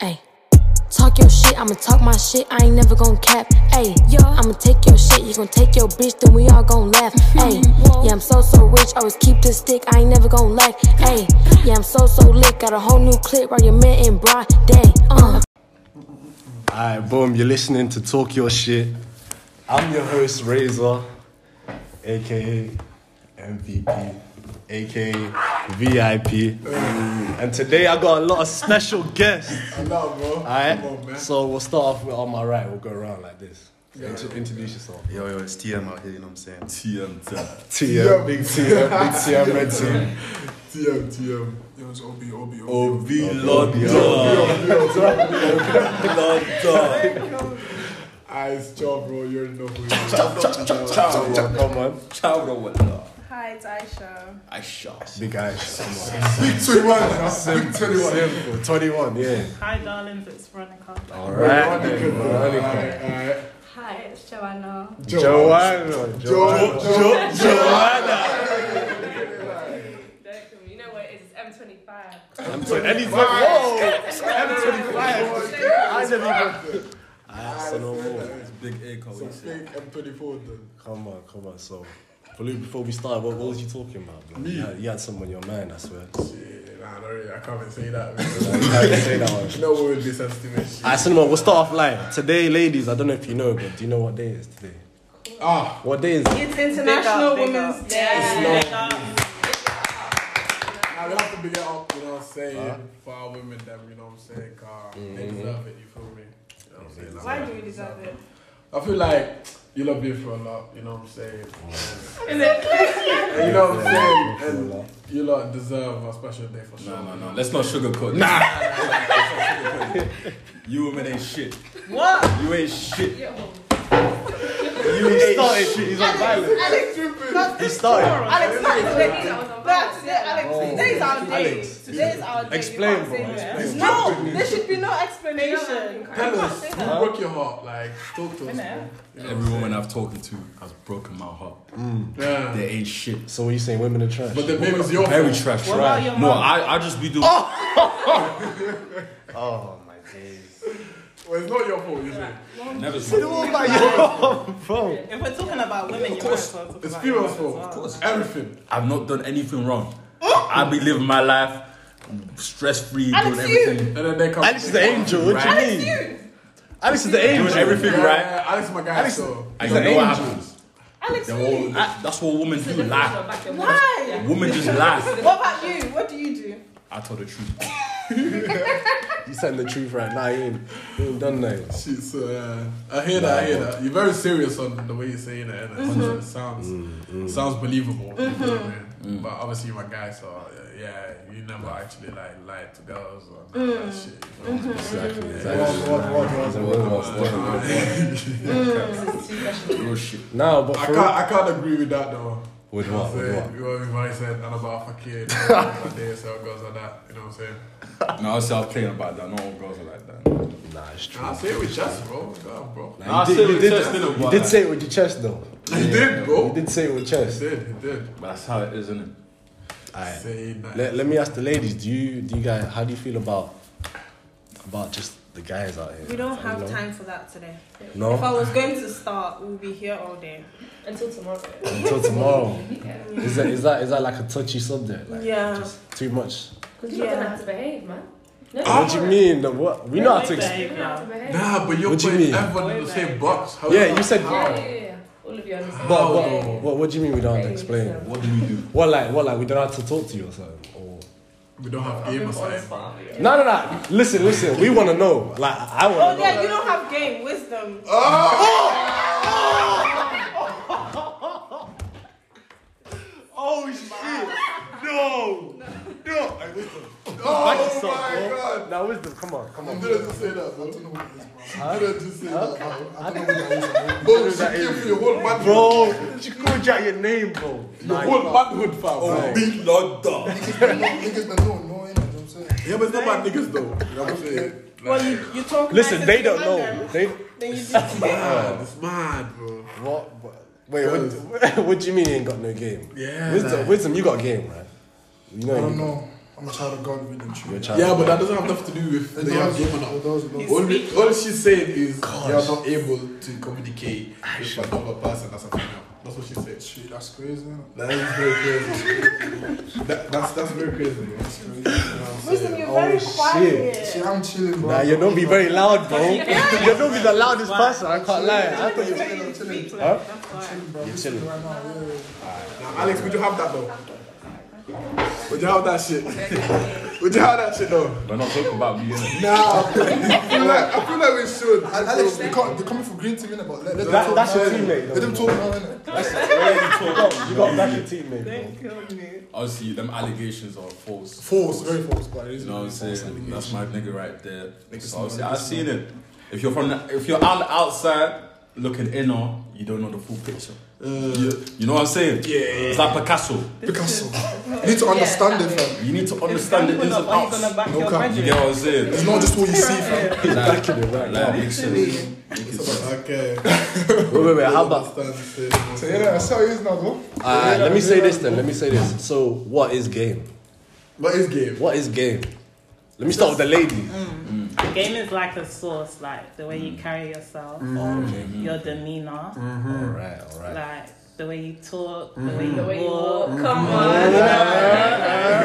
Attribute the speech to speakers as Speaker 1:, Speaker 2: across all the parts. Speaker 1: Ayy. Talk your shit, I'ma talk my shit, I ain't never gon' cap. Ayy, yo, I'ma take your shit, you gon' take your bitch, then we all gon' laugh. Ayy, yeah, I'm so so rich, always keep this stick, I ain't never gon' lack. Ayy, yeah, I'm so so lit, got a whole new clip, right your man and broad day. Uh,
Speaker 2: All right, boom, you're listening to Talk Your Shit. I'm your host, Razor, aka MVP, aka VIP. And today I got a lot of special guests.
Speaker 3: Hello, bro.
Speaker 2: All
Speaker 3: All
Speaker 2: right, so we'll start off with on my right, we'll go around like this. Intro- introduce yourself.
Speaker 4: Yo, yo, it's TM out here, you know what I'm saying?
Speaker 3: TM,
Speaker 2: TM, big TM, big TM, red team.
Speaker 3: TM. Yo, it's OB, OB, OB.
Speaker 4: OB London! London!
Speaker 3: Eyes chop, bro. You already know who you are.
Speaker 4: Ciao,
Speaker 2: Come on,
Speaker 4: ciao,
Speaker 5: Hi, it's Aisha.
Speaker 4: I shot.
Speaker 2: big eyes. Come
Speaker 3: Big 21, bro. Big 21.
Speaker 2: on. Simple, 21, yeah.
Speaker 5: Hi, darlings. It's Veronica.
Speaker 2: All right, then,
Speaker 3: Veronica.
Speaker 2: Veronica.
Speaker 3: Alright, alright.
Speaker 5: Hi, it's Joanna.
Speaker 2: Joanna.
Speaker 3: Joanna. Jo-
Speaker 5: You know what it is? It's M25.
Speaker 2: So anything. Whoa! M25. I never even. I so no more.
Speaker 4: Big echo.
Speaker 3: So fake M24 then.
Speaker 2: Come on, come on. So, Blue, before we start, what, what was you talking about, bro?
Speaker 3: Me?
Speaker 2: You had, you had some on your mind, I swear.
Speaker 3: Shit, nah, don't really. I can't even say that. man.
Speaker 2: I can't say that one.
Speaker 3: No one would be sensitive and shit.
Speaker 2: Alright, Cinema, we'll start off live. Today, ladies, I don't know if you know, but do you know what day it is today?
Speaker 3: Ah,
Speaker 2: What day is it?
Speaker 5: It's International Women's Day.
Speaker 3: now we have to big it up, you know what I'm saying? For our women, them, you know what I'm saying? 'cause They deserve it, you feel me? You know what I'm saying? Like,
Speaker 5: Why do we deserve it?
Speaker 3: I feel like you love me for a lot, you know what I'm saying?
Speaker 5: Is it?
Speaker 3: And you know what I'm
Speaker 2: for a
Speaker 3: saying?
Speaker 2: lot.
Speaker 3: And you lot deserve a special day for sure.
Speaker 4: No, no, no, let's not sugarcoat. Nah! Let's not sugarcoat it. you women ain't shit.
Speaker 5: What?
Speaker 4: You ain't shit.
Speaker 2: You he started shit, he's on violence. He started.
Speaker 6: Alex, Alex, Alex, today's our day.
Speaker 2: Oh, Alex.
Speaker 6: Today's our day. You
Speaker 2: Explain,
Speaker 6: can't say
Speaker 2: bro,
Speaker 6: that.
Speaker 2: explain.
Speaker 6: No, there should be no explanation.
Speaker 5: Tell
Speaker 6: I
Speaker 3: Tell
Speaker 6: can't
Speaker 3: us,
Speaker 6: say
Speaker 3: who
Speaker 6: that.
Speaker 3: broke your heart? Like, talk to us.
Speaker 6: Innit?
Speaker 3: bro. You know
Speaker 4: Every
Speaker 3: what
Speaker 4: woman I've talking to has broken my heart.
Speaker 3: I'm saying?
Speaker 4: They
Speaker 3: Yeah.
Speaker 4: ain't shit.
Speaker 2: So, what you saying? Women are trash.
Speaker 3: But the babe is your
Speaker 4: Very
Speaker 3: fault.
Speaker 4: trash.
Speaker 5: What about your
Speaker 4: No,
Speaker 5: mom?
Speaker 4: I, I just be doing.
Speaker 2: oh, my days.
Speaker 3: Well, it's not your fault, is it?
Speaker 4: Never
Speaker 2: What about you? Bro.
Speaker 6: If we're talking about women, you
Speaker 4: course.
Speaker 6: might as well talk
Speaker 3: It's
Speaker 6: about
Speaker 3: female's
Speaker 6: yours as
Speaker 3: fault.
Speaker 6: well.
Speaker 3: Of course. Everything.
Speaker 4: I've not done anything wrong. I be living my life, stress free, doing
Speaker 6: Alex, you.
Speaker 4: everything.
Speaker 3: And then they come.
Speaker 2: Alex is the angel, what do you
Speaker 6: Alex,
Speaker 2: mean?
Speaker 6: you.
Speaker 2: Alex is the
Speaker 4: Doing
Speaker 2: angel.
Speaker 4: everything
Speaker 3: Yeah,
Speaker 4: right.
Speaker 3: yeah, Alex is my guy,
Speaker 2: Alex-
Speaker 3: so.
Speaker 4: And
Speaker 2: He's
Speaker 4: you know
Speaker 2: an
Speaker 4: what
Speaker 2: angel.
Speaker 4: happens?
Speaker 6: Alex,
Speaker 4: They're all-
Speaker 6: you.
Speaker 4: that- that's what women do, lie.
Speaker 6: Why?
Speaker 4: Women just lie.
Speaker 6: What about you? What do you do?
Speaker 4: I told the truth.
Speaker 2: You saying the truth right now, you ain't, you ain't done nothing.
Speaker 3: Shit, so uh, I hear that, I hear that. You're very serious on the way you're saying it, and it sounds
Speaker 2: Mm,
Speaker 3: sounds believable. you know what I mean? But obviously, you're my guy, so uh, yeah, you never actually like lied to girls or none of that shit. you know?
Speaker 2: Exactly.
Speaker 4: Real shit.
Speaker 2: No, but
Speaker 3: I
Speaker 2: for
Speaker 3: can't, I can't agree with that though.
Speaker 2: With
Speaker 3: you know
Speaker 2: what,
Speaker 3: I'm
Speaker 2: with
Speaker 3: saying?
Speaker 2: what?
Speaker 3: You know what I'm saying? I said, and about fuck you, you know, like this, or girls like that. You know what I'm saying?
Speaker 4: No, I was I was playing about that. No all girls are like that.
Speaker 2: real- nah, it's true.
Speaker 3: And I say it with just, bro. God, bro.
Speaker 4: Nah, I
Speaker 2: you
Speaker 4: said
Speaker 2: did, you
Speaker 4: with
Speaker 2: did,
Speaker 4: chest, didn't I,
Speaker 2: you
Speaker 4: boy?
Speaker 2: did say it with your chest though.
Speaker 3: He did, bro.
Speaker 2: You did say it with
Speaker 3: He
Speaker 2: chest.
Speaker 3: did, he did.
Speaker 4: But that's how it is, isn't it?
Speaker 2: Alright.
Speaker 3: Say that.
Speaker 2: Let, let me ask the ladies. Do you do you guys? How do you feel about about just the guys out here?
Speaker 6: We don't have
Speaker 2: No?
Speaker 6: time for that today.
Speaker 2: No?
Speaker 6: If I was going to start, we'll be here all day.
Speaker 5: Until tomorrow.
Speaker 2: until tomorrow. Is that is that is that like a touchy subject? Like,
Speaker 6: Yeah.
Speaker 2: Just too much.
Speaker 5: Because
Speaker 6: you're not gonna
Speaker 5: have to behave, man.
Speaker 2: Oh, What do you mean? The what? We know how to. Ex-
Speaker 3: Nah, but you're
Speaker 2: What do you
Speaker 3: putting
Speaker 2: mean?
Speaker 3: everyone in the same box. How
Speaker 2: Yeah, you said-
Speaker 3: How?
Speaker 5: All of you
Speaker 2: but
Speaker 5: understand.
Speaker 2: what, what what do you mean we don't have to explain?
Speaker 4: What do we do?
Speaker 2: What like what like we don't have to talk to you or something? Or
Speaker 3: We don't have game or something.
Speaker 2: No, no, no. Listen, listen. We want to know. Like, I
Speaker 6: Oh,
Speaker 2: want to know.
Speaker 6: yeah, you don't have game, wisdom.
Speaker 2: Oh, shit. No. No. Hey, wisdom. Back
Speaker 3: Oh
Speaker 2: yourself,
Speaker 3: my
Speaker 2: bro.
Speaker 3: god!
Speaker 2: Now, wisdom, come on, come on.
Speaker 3: You didn't just say that, bro. I don't know what it is, bro. You didn't just say that, bro. I don't know what
Speaker 2: know
Speaker 3: Bro,
Speaker 2: that
Speaker 3: she
Speaker 2: is.
Speaker 3: gave you your whole manhood.
Speaker 2: Bro, she called you out your name, bro.
Speaker 3: Your whole manhood, fam.
Speaker 2: Right.
Speaker 4: Big London.
Speaker 7: Niggas been knowing, knowing, you know what I'm saying?
Speaker 3: Yeah, but it's not about niggas, though. You know what I'm saying?
Speaker 6: Well, you, you talk.
Speaker 2: Listen,
Speaker 6: nicer
Speaker 2: they
Speaker 6: to
Speaker 2: don't
Speaker 6: your
Speaker 2: know. uh,
Speaker 6: man
Speaker 2: They
Speaker 6: Then you do.
Speaker 3: Mad, it's mad, bro.
Speaker 2: what? what- Wait, what, what do you mean you ain't got no game?
Speaker 3: Yeah,
Speaker 2: Wisdom,
Speaker 3: like-
Speaker 2: wisdom, you got game, right? You know,
Speaker 7: I
Speaker 2: you
Speaker 7: don't
Speaker 2: got-
Speaker 7: know. I'm a child of God within you.
Speaker 2: Your child.
Speaker 3: Yeah, but that doesn't have nothing to do with
Speaker 7: It
Speaker 3: they have
Speaker 7: does,
Speaker 3: game or not.
Speaker 7: it does, it does.
Speaker 3: All, we- all she's saying is you're not able to communicate with another person as a female. That's what she said.
Speaker 7: Shit, that's crazy. innit?
Speaker 3: That is very crazy. that, that's that's very crazy. bro.
Speaker 7: That's crazy. Yeah.
Speaker 6: Wisdom, you're very quiet.
Speaker 7: See, I'm chilling, bro.
Speaker 2: Oh, Nah, you don't be very loud, bro. you don't be the loudest person. I can't lie. I thought you were
Speaker 7: I'm chilling, bro.
Speaker 2: Huh?
Speaker 7: I'm chilling, bro.
Speaker 2: You're chilling.
Speaker 7: Right now, yeah, yeah, yeah.
Speaker 3: Now, Alex, would you have that though? Would you have that shit? would you have that shit though?
Speaker 4: We're not talking about me. innit?
Speaker 3: Nah, I feel like I feel like we should.
Speaker 7: And Alex, they can't, they're coming for green team, innit? But let, let them
Speaker 2: That-
Speaker 7: talk
Speaker 2: that's
Speaker 7: now,
Speaker 2: your
Speaker 7: innit?
Speaker 2: teammate,
Speaker 7: Let them talk now, innit?
Speaker 2: You got back your teammate, bro.
Speaker 4: Obviously, them allegations are false.
Speaker 7: Force, very force, but it is.
Speaker 4: You know what I'm saying? That's my nigga right there. So obviously, I've seen it. If you're from, the, if you're on the outside looking in, or you don't know the full picture. you, you know what I'm saying? Uh, Yeah. It's like Picasso.
Speaker 7: Picasso. You need to understand it, fam.
Speaker 4: You need to understand the ins and outs.
Speaker 2: Oh,
Speaker 8: No cap.
Speaker 4: You get what I'm saying?
Speaker 7: It's not just what you see, fam.
Speaker 4: Like, like, makes sense.
Speaker 3: Okay.
Speaker 2: Wait, wait, wait. How about?
Speaker 7: So, yeah, that's how it is now, bro.
Speaker 2: Uh, let me say this then. Let me say this. So, what is game?
Speaker 3: What is game?
Speaker 2: What is game? Let me start with the lady.
Speaker 8: Game is like a source, like the way you
Speaker 2: Mm.
Speaker 8: carry yourself, or your demeanor,
Speaker 2: Alright, alright.
Speaker 8: like the way you talk, the
Speaker 2: Mm-hmm.
Speaker 8: way you
Speaker 5: The way you
Speaker 8: walk.
Speaker 5: walk. Come on.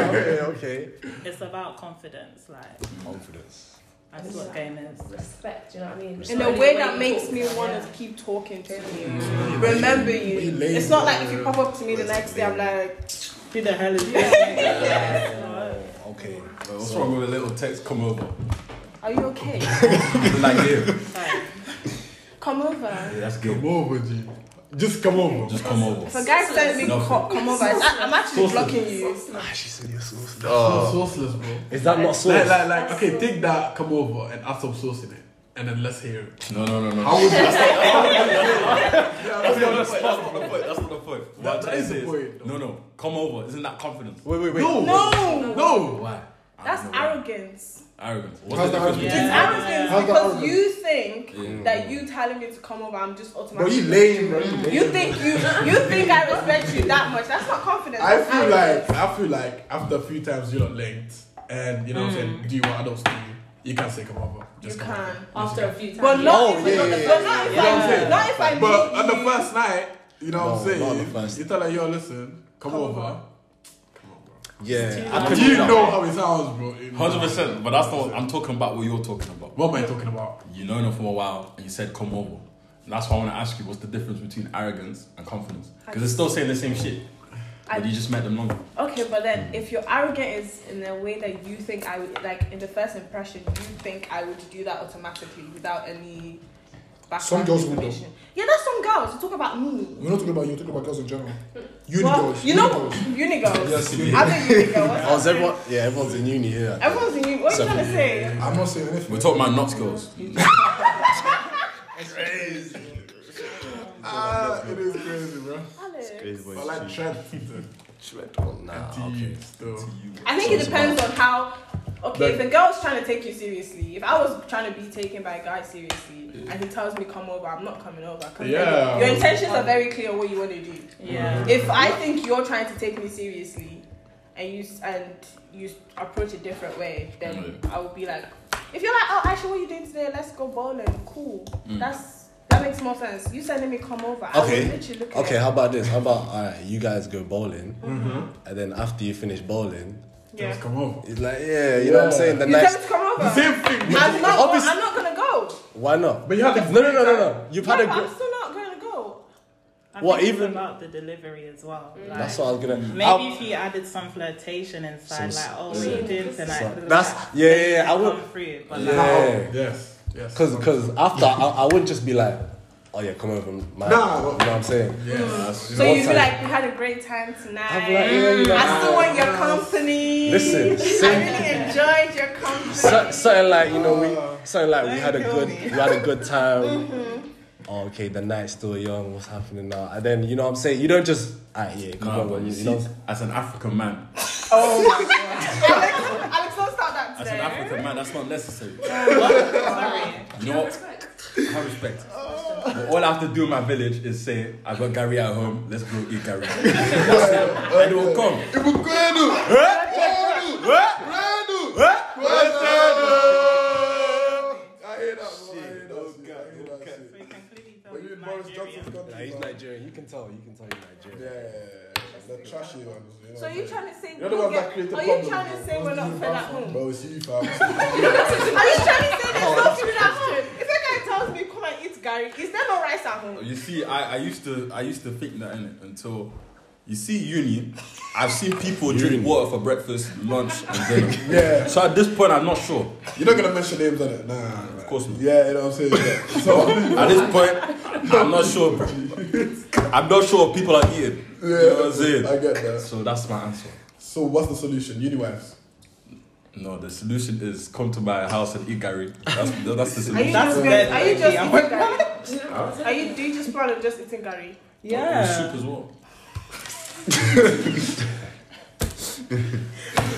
Speaker 2: Okay, okay.
Speaker 8: It's about confidence, like
Speaker 2: Confidence.
Speaker 8: that's what game is.
Speaker 5: Respect, you know what I mean?
Speaker 6: In a way that makes me want to keep talking to you, remember you.
Speaker 3: lazy,
Speaker 6: It's not like if you pop up to me the next day, I'm like,
Speaker 8: Who the hell is this?
Speaker 2: Okay.
Speaker 4: What's wrong with a little text? Come over.
Speaker 6: "Are you okay?
Speaker 4: Like yeah,
Speaker 8: Like,
Speaker 6: Come over."
Speaker 4: that's
Speaker 3: Come
Speaker 4: game.
Speaker 3: over, G. Just come over.
Speaker 4: Just come over.
Speaker 6: If a guy says me,
Speaker 4: Nothing.
Speaker 6: "Co- "Come over," I- I'm actually blocking you.
Speaker 2: she said you're sauce.
Speaker 3: Oh. Sauceless, bro.
Speaker 2: Is that not
Speaker 3: Like,
Speaker 2: sauce?
Speaker 3: like, like, okay, take that, come over, and add some sauce in it. And then let's hear it.
Speaker 4: No, no, no, no.
Speaker 3: How would you
Speaker 4: That's not the point. That's not the point. That's not the point. What I'm
Speaker 3: that
Speaker 4: trying to
Speaker 3: is
Speaker 4: say
Speaker 3: the
Speaker 4: is-
Speaker 3: point.
Speaker 4: No, no. Come over. Isn't that confidence?
Speaker 2: Wait, wait, wait.
Speaker 3: No!
Speaker 6: No,
Speaker 3: No!
Speaker 4: Why? I
Speaker 6: that's
Speaker 4: don't know why.
Speaker 6: arrogance.
Speaker 4: Arrogance.
Speaker 7: How's
Speaker 4: What's the
Speaker 7: that
Speaker 8: arrogance?
Speaker 4: difference between?
Speaker 6: It's
Speaker 7: How's
Speaker 6: arrogance
Speaker 7: that
Speaker 6: because
Speaker 7: arrogant?
Speaker 6: you think that you telling me to come over, I'm just
Speaker 3: Bro,
Speaker 6: automatically.
Speaker 3: you lame, bro. You lame.
Speaker 6: You think you you think I respect you that much? That's not confidence.
Speaker 3: I
Speaker 6: that's
Speaker 3: feel
Speaker 6: arrogance.
Speaker 3: like, I feel like after a few times you're not linked, and you know what I'm saying, do you want adults to do? Mm. You can say come over. Just
Speaker 6: you
Speaker 3: come over.
Speaker 6: can.
Speaker 5: After a few times.
Speaker 6: But not
Speaker 2: Oh,
Speaker 6: if you're
Speaker 2: yeah,
Speaker 6: not
Speaker 2: yeah,
Speaker 6: the- but not if I
Speaker 3: yeah.
Speaker 6: not if I
Speaker 3: But
Speaker 6: meet
Speaker 3: on the
Speaker 6: you.
Speaker 3: first night, you know what I'm
Speaker 2: No, not on the
Speaker 3: saying?
Speaker 2: first.
Speaker 3: You tell her, yo, listen, come, over.
Speaker 2: Yeah. I
Speaker 3: You
Speaker 2: couldn't do
Speaker 3: know how it sounds, bro. You know.
Speaker 4: Hundred percent. But that's not. what I'm talking about. What you're talking about.
Speaker 3: What am I talking about?
Speaker 4: You know them for a while, and you said come over. And that's why I want to ask you: What's the difference between arrogance and confidence? Because they're still saying the same shit, but you just met them longer.
Speaker 6: Okay, but then if you're arrogant is in a way that you think I would like in the first impression, you think I would do that automatically without any background
Speaker 7: Some girls would, though.
Speaker 6: information. Yeah, that's some girls. You talk about me.
Speaker 7: We're not talking about you, we're talking about girls in general. Uni
Speaker 6: Well,
Speaker 7: girls.
Speaker 6: you
Speaker 7: uni
Speaker 6: know,
Speaker 7: girls.
Speaker 6: uni girls.
Speaker 7: Yes,
Speaker 6: I'm a uni girl. What's
Speaker 2: Oh, is
Speaker 6: up?
Speaker 2: everyone? Yeah, everyone's in uni here.
Speaker 6: Everyone's in uni. What are you
Speaker 2: Seven,
Speaker 6: trying to say?
Speaker 7: I'm not saying anything.
Speaker 4: We're talking about not girls.
Speaker 3: Ah, it is crazy, bro.
Speaker 6: Alex.
Speaker 3: I like Trent.
Speaker 2: Oh, Nah,
Speaker 3: To you, still.
Speaker 6: I think it depends on how. Okay, if the girl's trying to take you seriously, if I was trying to be taken by a guy seriously, and he tells me come over, I'm not coming over. 'cause
Speaker 3: Yeah.
Speaker 6: Your intentions are very clear what you want to do.
Speaker 8: yeah.
Speaker 6: If I think you're trying to take me seriously, and you s- and you s- approach a different way, then I would be like, if you're like, oh, actually, what you doing today? Let's go bowling. Cool. That's that makes more sense. You sending me come over. I would
Speaker 2: Mm. Okay.
Speaker 6: literally look
Speaker 2: Okay,
Speaker 6: At,
Speaker 2: how about this? How about alright, you guys go bowling and then after you finish bowling,
Speaker 6: yeah.
Speaker 3: Come over.
Speaker 2: it's like, yeah, you know what I'm saying? The
Speaker 6: You tell me
Speaker 2: nice
Speaker 6: to come over.
Speaker 3: Same thing.
Speaker 6: I'm not.
Speaker 2: Obvious-
Speaker 6: I'm not gonna go.
Speaker 2: why not?
Speaker 3: But you have to-
Speaker 2: No no no no no. You've had
Speaker 6: Yeah,
Speaker 2: a
Speaker 6: but
Speaker 2: good
Speaker 6: I'm still not gonna go. Mm.
Speaker 8: I
Speaker 2: What,
Speaker 8: think
Speaker 2: even-
Speaker 8: it's about the delivery as well. Like,
Speaker 2: That's what I was gonna
Speaker 8: Maybe
Speaker 2: I'll-
Speaker 8: if you added some flirtation inside,
Speaker 2: Some-
Speaker 8: like, oh, what are you doing tonight?
Speaker 2: some- that's- yeah, yeah, yeah, I would-
Speaker 8: Come through, but like,
Speaker 2: Yeah.
Speaker 3: Yes. Yes.
Speaker 2: Cause, cause after I, I wouldn't just be like, oh yeah, come over, man. you know what I'm saying?
Speaker 3: Yes.
Speaker 6: So
Speaker 2: One
Speaker 6: you'd be
Speaker 2: time.
Speaker 6: like, you had a great time
Speaker 2: I'd
Speaker 6: tonight.
Speaker 2: be like, yeah, you know.
Speaker 6: I still want your company.
Speaker 2: Listen,
Speaker 6: I
Speaker 2: same-
Speaker 6: really enjoyed your company.
Speaker 2: So, something like you know we, something like we had a good, we had a good time.
Speaker 8: Mm-hmm.
Speaker 2: Oh, okay, the night's still young. What's happening now? And then you know what I'm saying you don't just, ah yeah, come
Speaker 4: No,
Speaker 2: over,
Speaker 4: but you
Speaker 2: you,
Speaker 4: see,
Speaker 2: know.
Speaker 4: as an African man,
Speaker 6: Alex, don't start that
Speaker 4: as an
Speaker 6: today.
Speaker 4: African man, that's not necessary.
Speaker 8: sorry.
Speaker 4: You know what? I have respect. But all I have to do in my village is say, I got Gary at home, let's go eat Gary. That's it. And it will come.
Speaker 3: It was good.
Speaker 4: Huh? Huh?
Speaker 2: can tell. You can tell you're Nigerian.
Speaker 3: Yeah, the trashy ones. You know,
Speaker 6: So are you trying to say
Speaker 3: You're the ones that create the
Speaker 6: Are you
Speaker 3: problem,
Speaker 6: trying to
Speaker 3: bro.
Speaker 6: say we're not fed at home?
Speaker 3: Bro, it's you, fam. It's
Speaker 6: Are you trying to say there's no food at home? If a guy tells me come and eat Gary, is there no rice at home?
Speaker 4: You see, I, I used to I used to think that in until you see uni. I've seen people drink water for breakfast, lunch, and dinner.
Speaker 3: Yeah.
Speaker 4: So at this point, I'm not sure.
Speaker 3: you. You're not gonna mention names on it, nah.
Speaker 4: Of course not.
Speaker 3: Yeah, you know what I'm saying. Yeah. So
Speaker 4: At this point, I'm not sure. I'm not sure what people are eating. You know what I'm
Speaker 3: I
Speaker 4: saying?
Speaker 3: get that.
Speaker 4: So that's my answer.
Speaker 3: So what's the solution? Uniwives.
Speaker 4: No, the solution is come to my house and eat Gary. That's that's the
Speaker 6: Are you
Speaker 4: solution.
Speaker 9: That's
Speaker 6: just,
Speaker 9: good.
Speaker 6: Are you just
Speaker 9: Yeah.
Speaker 6: eating Gary? Are you do you just plan on just eating Gary?
Speaker 4: And
Speaker 9: Yeah.
Speaker 4: soup as well.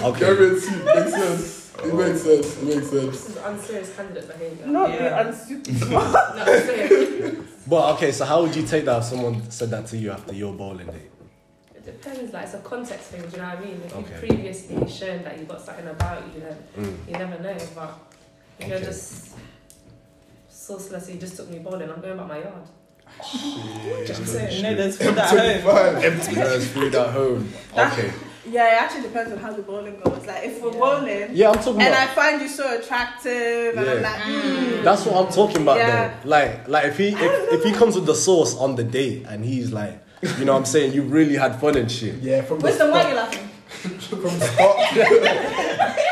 Speaker 3: Okay. makes sense. It makes sense. It makes sense.
Speaker 5: This is unserious candidate behavior.
Speaker 6: Not
Speaker 9: Yeah.
Speaker 6: the unsuited.
Speaker 5: No, serious.
Speaker 2: But okay, so how would you take that if someone said that to you after your bowling day?
Speaker 5: It depends, like it's a context thing, do you know what I mean? If
Speaker 2: Okay. Mm.
Speaker 5: you've previously shown that you've got something about you, then you never know. But if you're
Speaker 2: Okay.
Speaker 5: just sourceless, you just took me bowling, I'm going by my yard. Just
Speaker 9: You
Speaker 5: saying.
Speaker 9: know, there's food at home.
Speaker 2: There's food at home. Okay.
Speaker 6: Yeah, it actually depends on how the bowling goes. Like if we're bowling
Speaker 2: Yeah, I'm talking
Speaker 6: and I
Speaker 2: about.
Speaker 6: find you so attractive and I'm
Speaker 2: Yeah.
Speaker 6: like, mm,
Speaker 2: That's what I'm talking about
Speaker 6: Yeah.
Speaker 2: though. Like, like if he if, if he comes with the sauce on the date and he's like, you know, what I'm saying you really had fun and shit.
Speaker 3: Yeah, from the
Speaker 6: Winston, why are
Speaker 3: spot.
Speaker 6: you laughing?
Speaker 3: From start.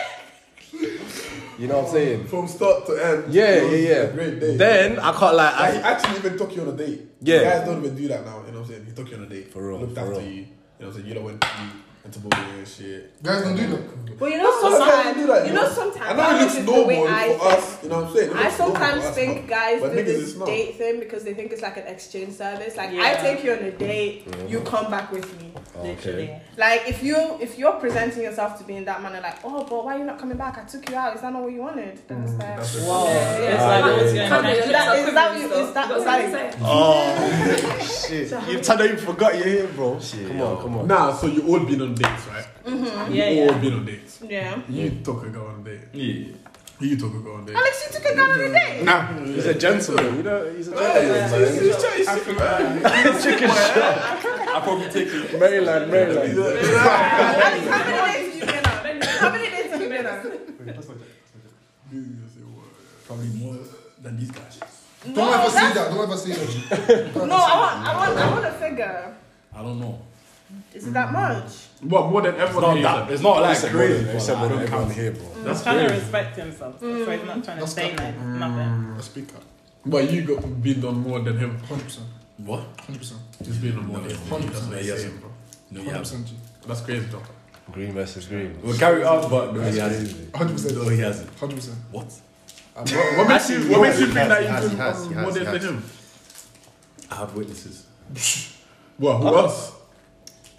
Speaker 2: You know what I'm saying?
Speaker 3: from start to end.
Speaker 2: Yeah,
Speaker 3: it was
Speaker 2: yeah,
Speaker 3: a
Speaker 2: yeah.
Speaker 3: Great day.
Speaker 2: Then I can't like
Speaker 3: Like, he
Speaker 2: I,
Speaker 3: actually even took you on a date.
Speaker 2: Yeah.
Speaker 3: Guys don't even do that now, you know what I'm saying? He took you on a date.
Speaker 2: For real,
Speaker 3: Looked
Speaker 2: for
Speaker 3: after
Speaker 2: real.
Speaker 3: you. You know what I'm saying? You don't went you went to bowling and shit.
Speaker 7: Guys don't do that.
Speaker 6: Well, you know
Speaker 3: Sometimes
Speaker 6: sometimes,
Speaker 3: they do that,
Speaker 6: you
Speaker 3: you
Speaker 6: know
Speaker 3: know.
Speaker 6: sometimes.
Speaker 3: I know
Speaker 6: that
Speaker 3: it looks
Speaker 6: is the way
Speaker 3: normal
Speaker 6: I
Speaker 3: for uh,
Speaker 6: think.
Speaker 3: us, you know what I'm saying? It
Speaker 6: I
Speaker 3: looks normal
Speaker 6: sometimes
Speaker 3: for us,
Speaker 6: think
Speaker 3: but-
Speaker 6: guys
Speaker 3: but
Speaker 6: do
Speaker 3: niggas,
Speaker 6: this
Speaker 3: it's not.
Speaker 6: date thing because they think it's like an exchange service. Like I
Speaker 9: Yeah.
Speaker 6: take you on a date, you come back with me.
Speaker 2: Oh,
Speaker 9: Literally.
Speaker 6: Like if you if you're presenting yourself to be in that manner, like oh, but why are you not coming back? I took you out. Is that not what you wanted? Then it's like,
Speaker 3: Mm, That's it.
Speaker 9: Wow.
Speaker 5: Yeah,
Speaker 2: Ah,
Speaker 5: yeah.
Speaker 9: It's like,
Speaker 5: Like,
Speaker 9: what's
Speaker 5: you
Speaker 9: your
Speaker 5: can't be
Speaker 9: intention?
Speaker 5: your
Speaker 6: That-
Speaker 5: lips are
Speaker 6: is that you-
Speaker 5: quivering still.
Speaker 6: is that-
Speaker 5: You
Speaker 6: is
Speaker 5: got
Speaker 6: that
Speaker 5: something to say?
Speaker 2: oh shit! You tell you forgot you're here, bro. come on, come on.
Speaker 3: Nah, so you all been on dates, right?
Speaker 6: Mm-hmm.
Speaker 9: Yeah,
Speaker 3: You all
Speaker 9: yeah.
Speaker 3: been on dates.
Speaker 6: yeah.
Speaker 3: You took a girl on a date.
Speaker 4: Yeah.
Speaker 3: You took a girl on a date.
Speaker 6: Alex, you took a guy on a date.
Speaker 2: Nah, he's a gentleman. You know, he's a gentleman.
Speaker 4: I probably take it.
Speaker 2: Maryland, Maryland.
Speaker 6: Alex, how many dates have you been on? How many dates have you been on?
Speaker 4: Probably more than these guys.
Speaker 7: Don't ever
Speaker 6: No,
Speaker 7: say
Speaker 6: that's,
Speaker 7: that. Don't ever say that.
Speaker 6: no. I want I want I want a figure.
Speaker 4: I don't know.
Speaker 6: Is it that
Speaker 3: Mm.
Speaker 6: much?
Speaker 10: What more than everyone
Speaker 4: It's
Speaker 10: here?
Speaker 4: not that- it's not like
Speaker 2: It's a
Speaker 4: crazy,
Speaker 2: model,
Speaker 4: but
Speaker 2: it's a
Speaker 4: like,
Speaker 2: model,
Speaker 4: I don't
Speaker 2: everyone
Speaker 4: count.
Speaker 2: here, bro.
Speaker 9: He's trying to respect himself, so he's not trying to
Speaker 7: That's
Speaker 9: say
Speaker 7: good.
Speaker 9: like nothing.
Speaker 7: I speak up.
Speaker 10: But you got been on more than him.
Speaker 7: 100%.
Speaker 4: What?
Speaker 7: 100%.
Speaker 10: Just been on more than him.
Speaker 7: hundred
Speaker 10: That's
Speaker 7: percent.
Speaker 10: what you're saying, bro.
Speaker 4: No, you haven't.
Speaker 7: 100%. G.
Speaker 10: That's crazy, though.
Speaker 2: Green versus green.
Speaker 4: We'll carry on, but no, he
Speaker 2: Yeah,
Speaker 4: hasn't.
Speaker 2: easy.
Speaker 7: 100%.
Speaker 4: No, he hasn't.
Speaker 7: 100%.
Speaker 4: What?
Speaker 7: I'm-
Speaker 10: What makes you, what makes you think
Speaker 3: has,
Speaker 10: that
Speaker 3: he has,
Speaker 10: you've been
Speaker 3: he has, he
Speaker 10: on
Speaker 3: has,
Speaker 10: more
Speaker 3: he
Speaker 10: dates than him?
Speaker 3: has.
Speaker 4: I have witnesses.
Speaker 3: Well, who else?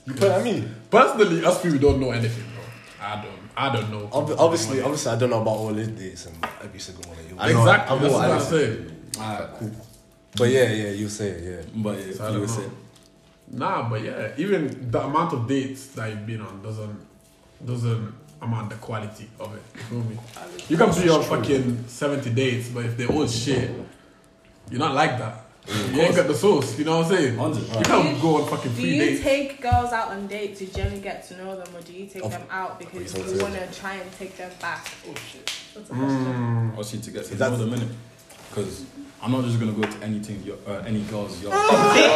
Speaker 2: You put at me.
Speaker 10: Personally, us people don't know anything, bro. I don't. I don't know.
Speaker 2: Ob- Obviously, obviously, I don't know about all his dates and every single one of you.
Speaker 4: I know.
Speaker 10: Exactly.
Speaker 4: I'm
Speaker 10: That's
Speaker 4: all
Speaker 10: what I'm
Speaker 4: honest.
Speaker 10: saying.
Speaker 4: Alright, cool.
Speaker 2: But yeah, yeah, you say it, yeah.
Speaker 4: But yeah,
Speaker 10: I
Speaker 4: you
Speaker 10: don't
Speaker 4: were
Speaker 10: know.
Speaker 4: saying.
Speaker 10: Nah, but yeah, even the amount of dates that you've been on doesn't doesn't amount the quality of it. You feel me? You can be on fucking seventy dates, but if they're all shit, you're not like that. You ain't got the sauce. You know what I'm saying?
Speaker 4: 100.
Speaker 10: You
Speaker 6: Oh,
Speaker 10: can't go on fucking
Speaker 6: Do
Speaker 10: three
Speaker 6: you
Speaker 10: dates.
Speaker 6: take girls out on dates to generally get to know them, or do you take them out because
Speaker 2: course,
Speaker 6: you
Speaker 2: yeah.
Speaker 6: want to try and take them back?
Speaker 5: That's a question.
Speaker 4: I want you to get to
Speaker 2: That's-
Speaker 4: know the minute. Because I'm not just gonna go to anything, your, uh, any girl's yard.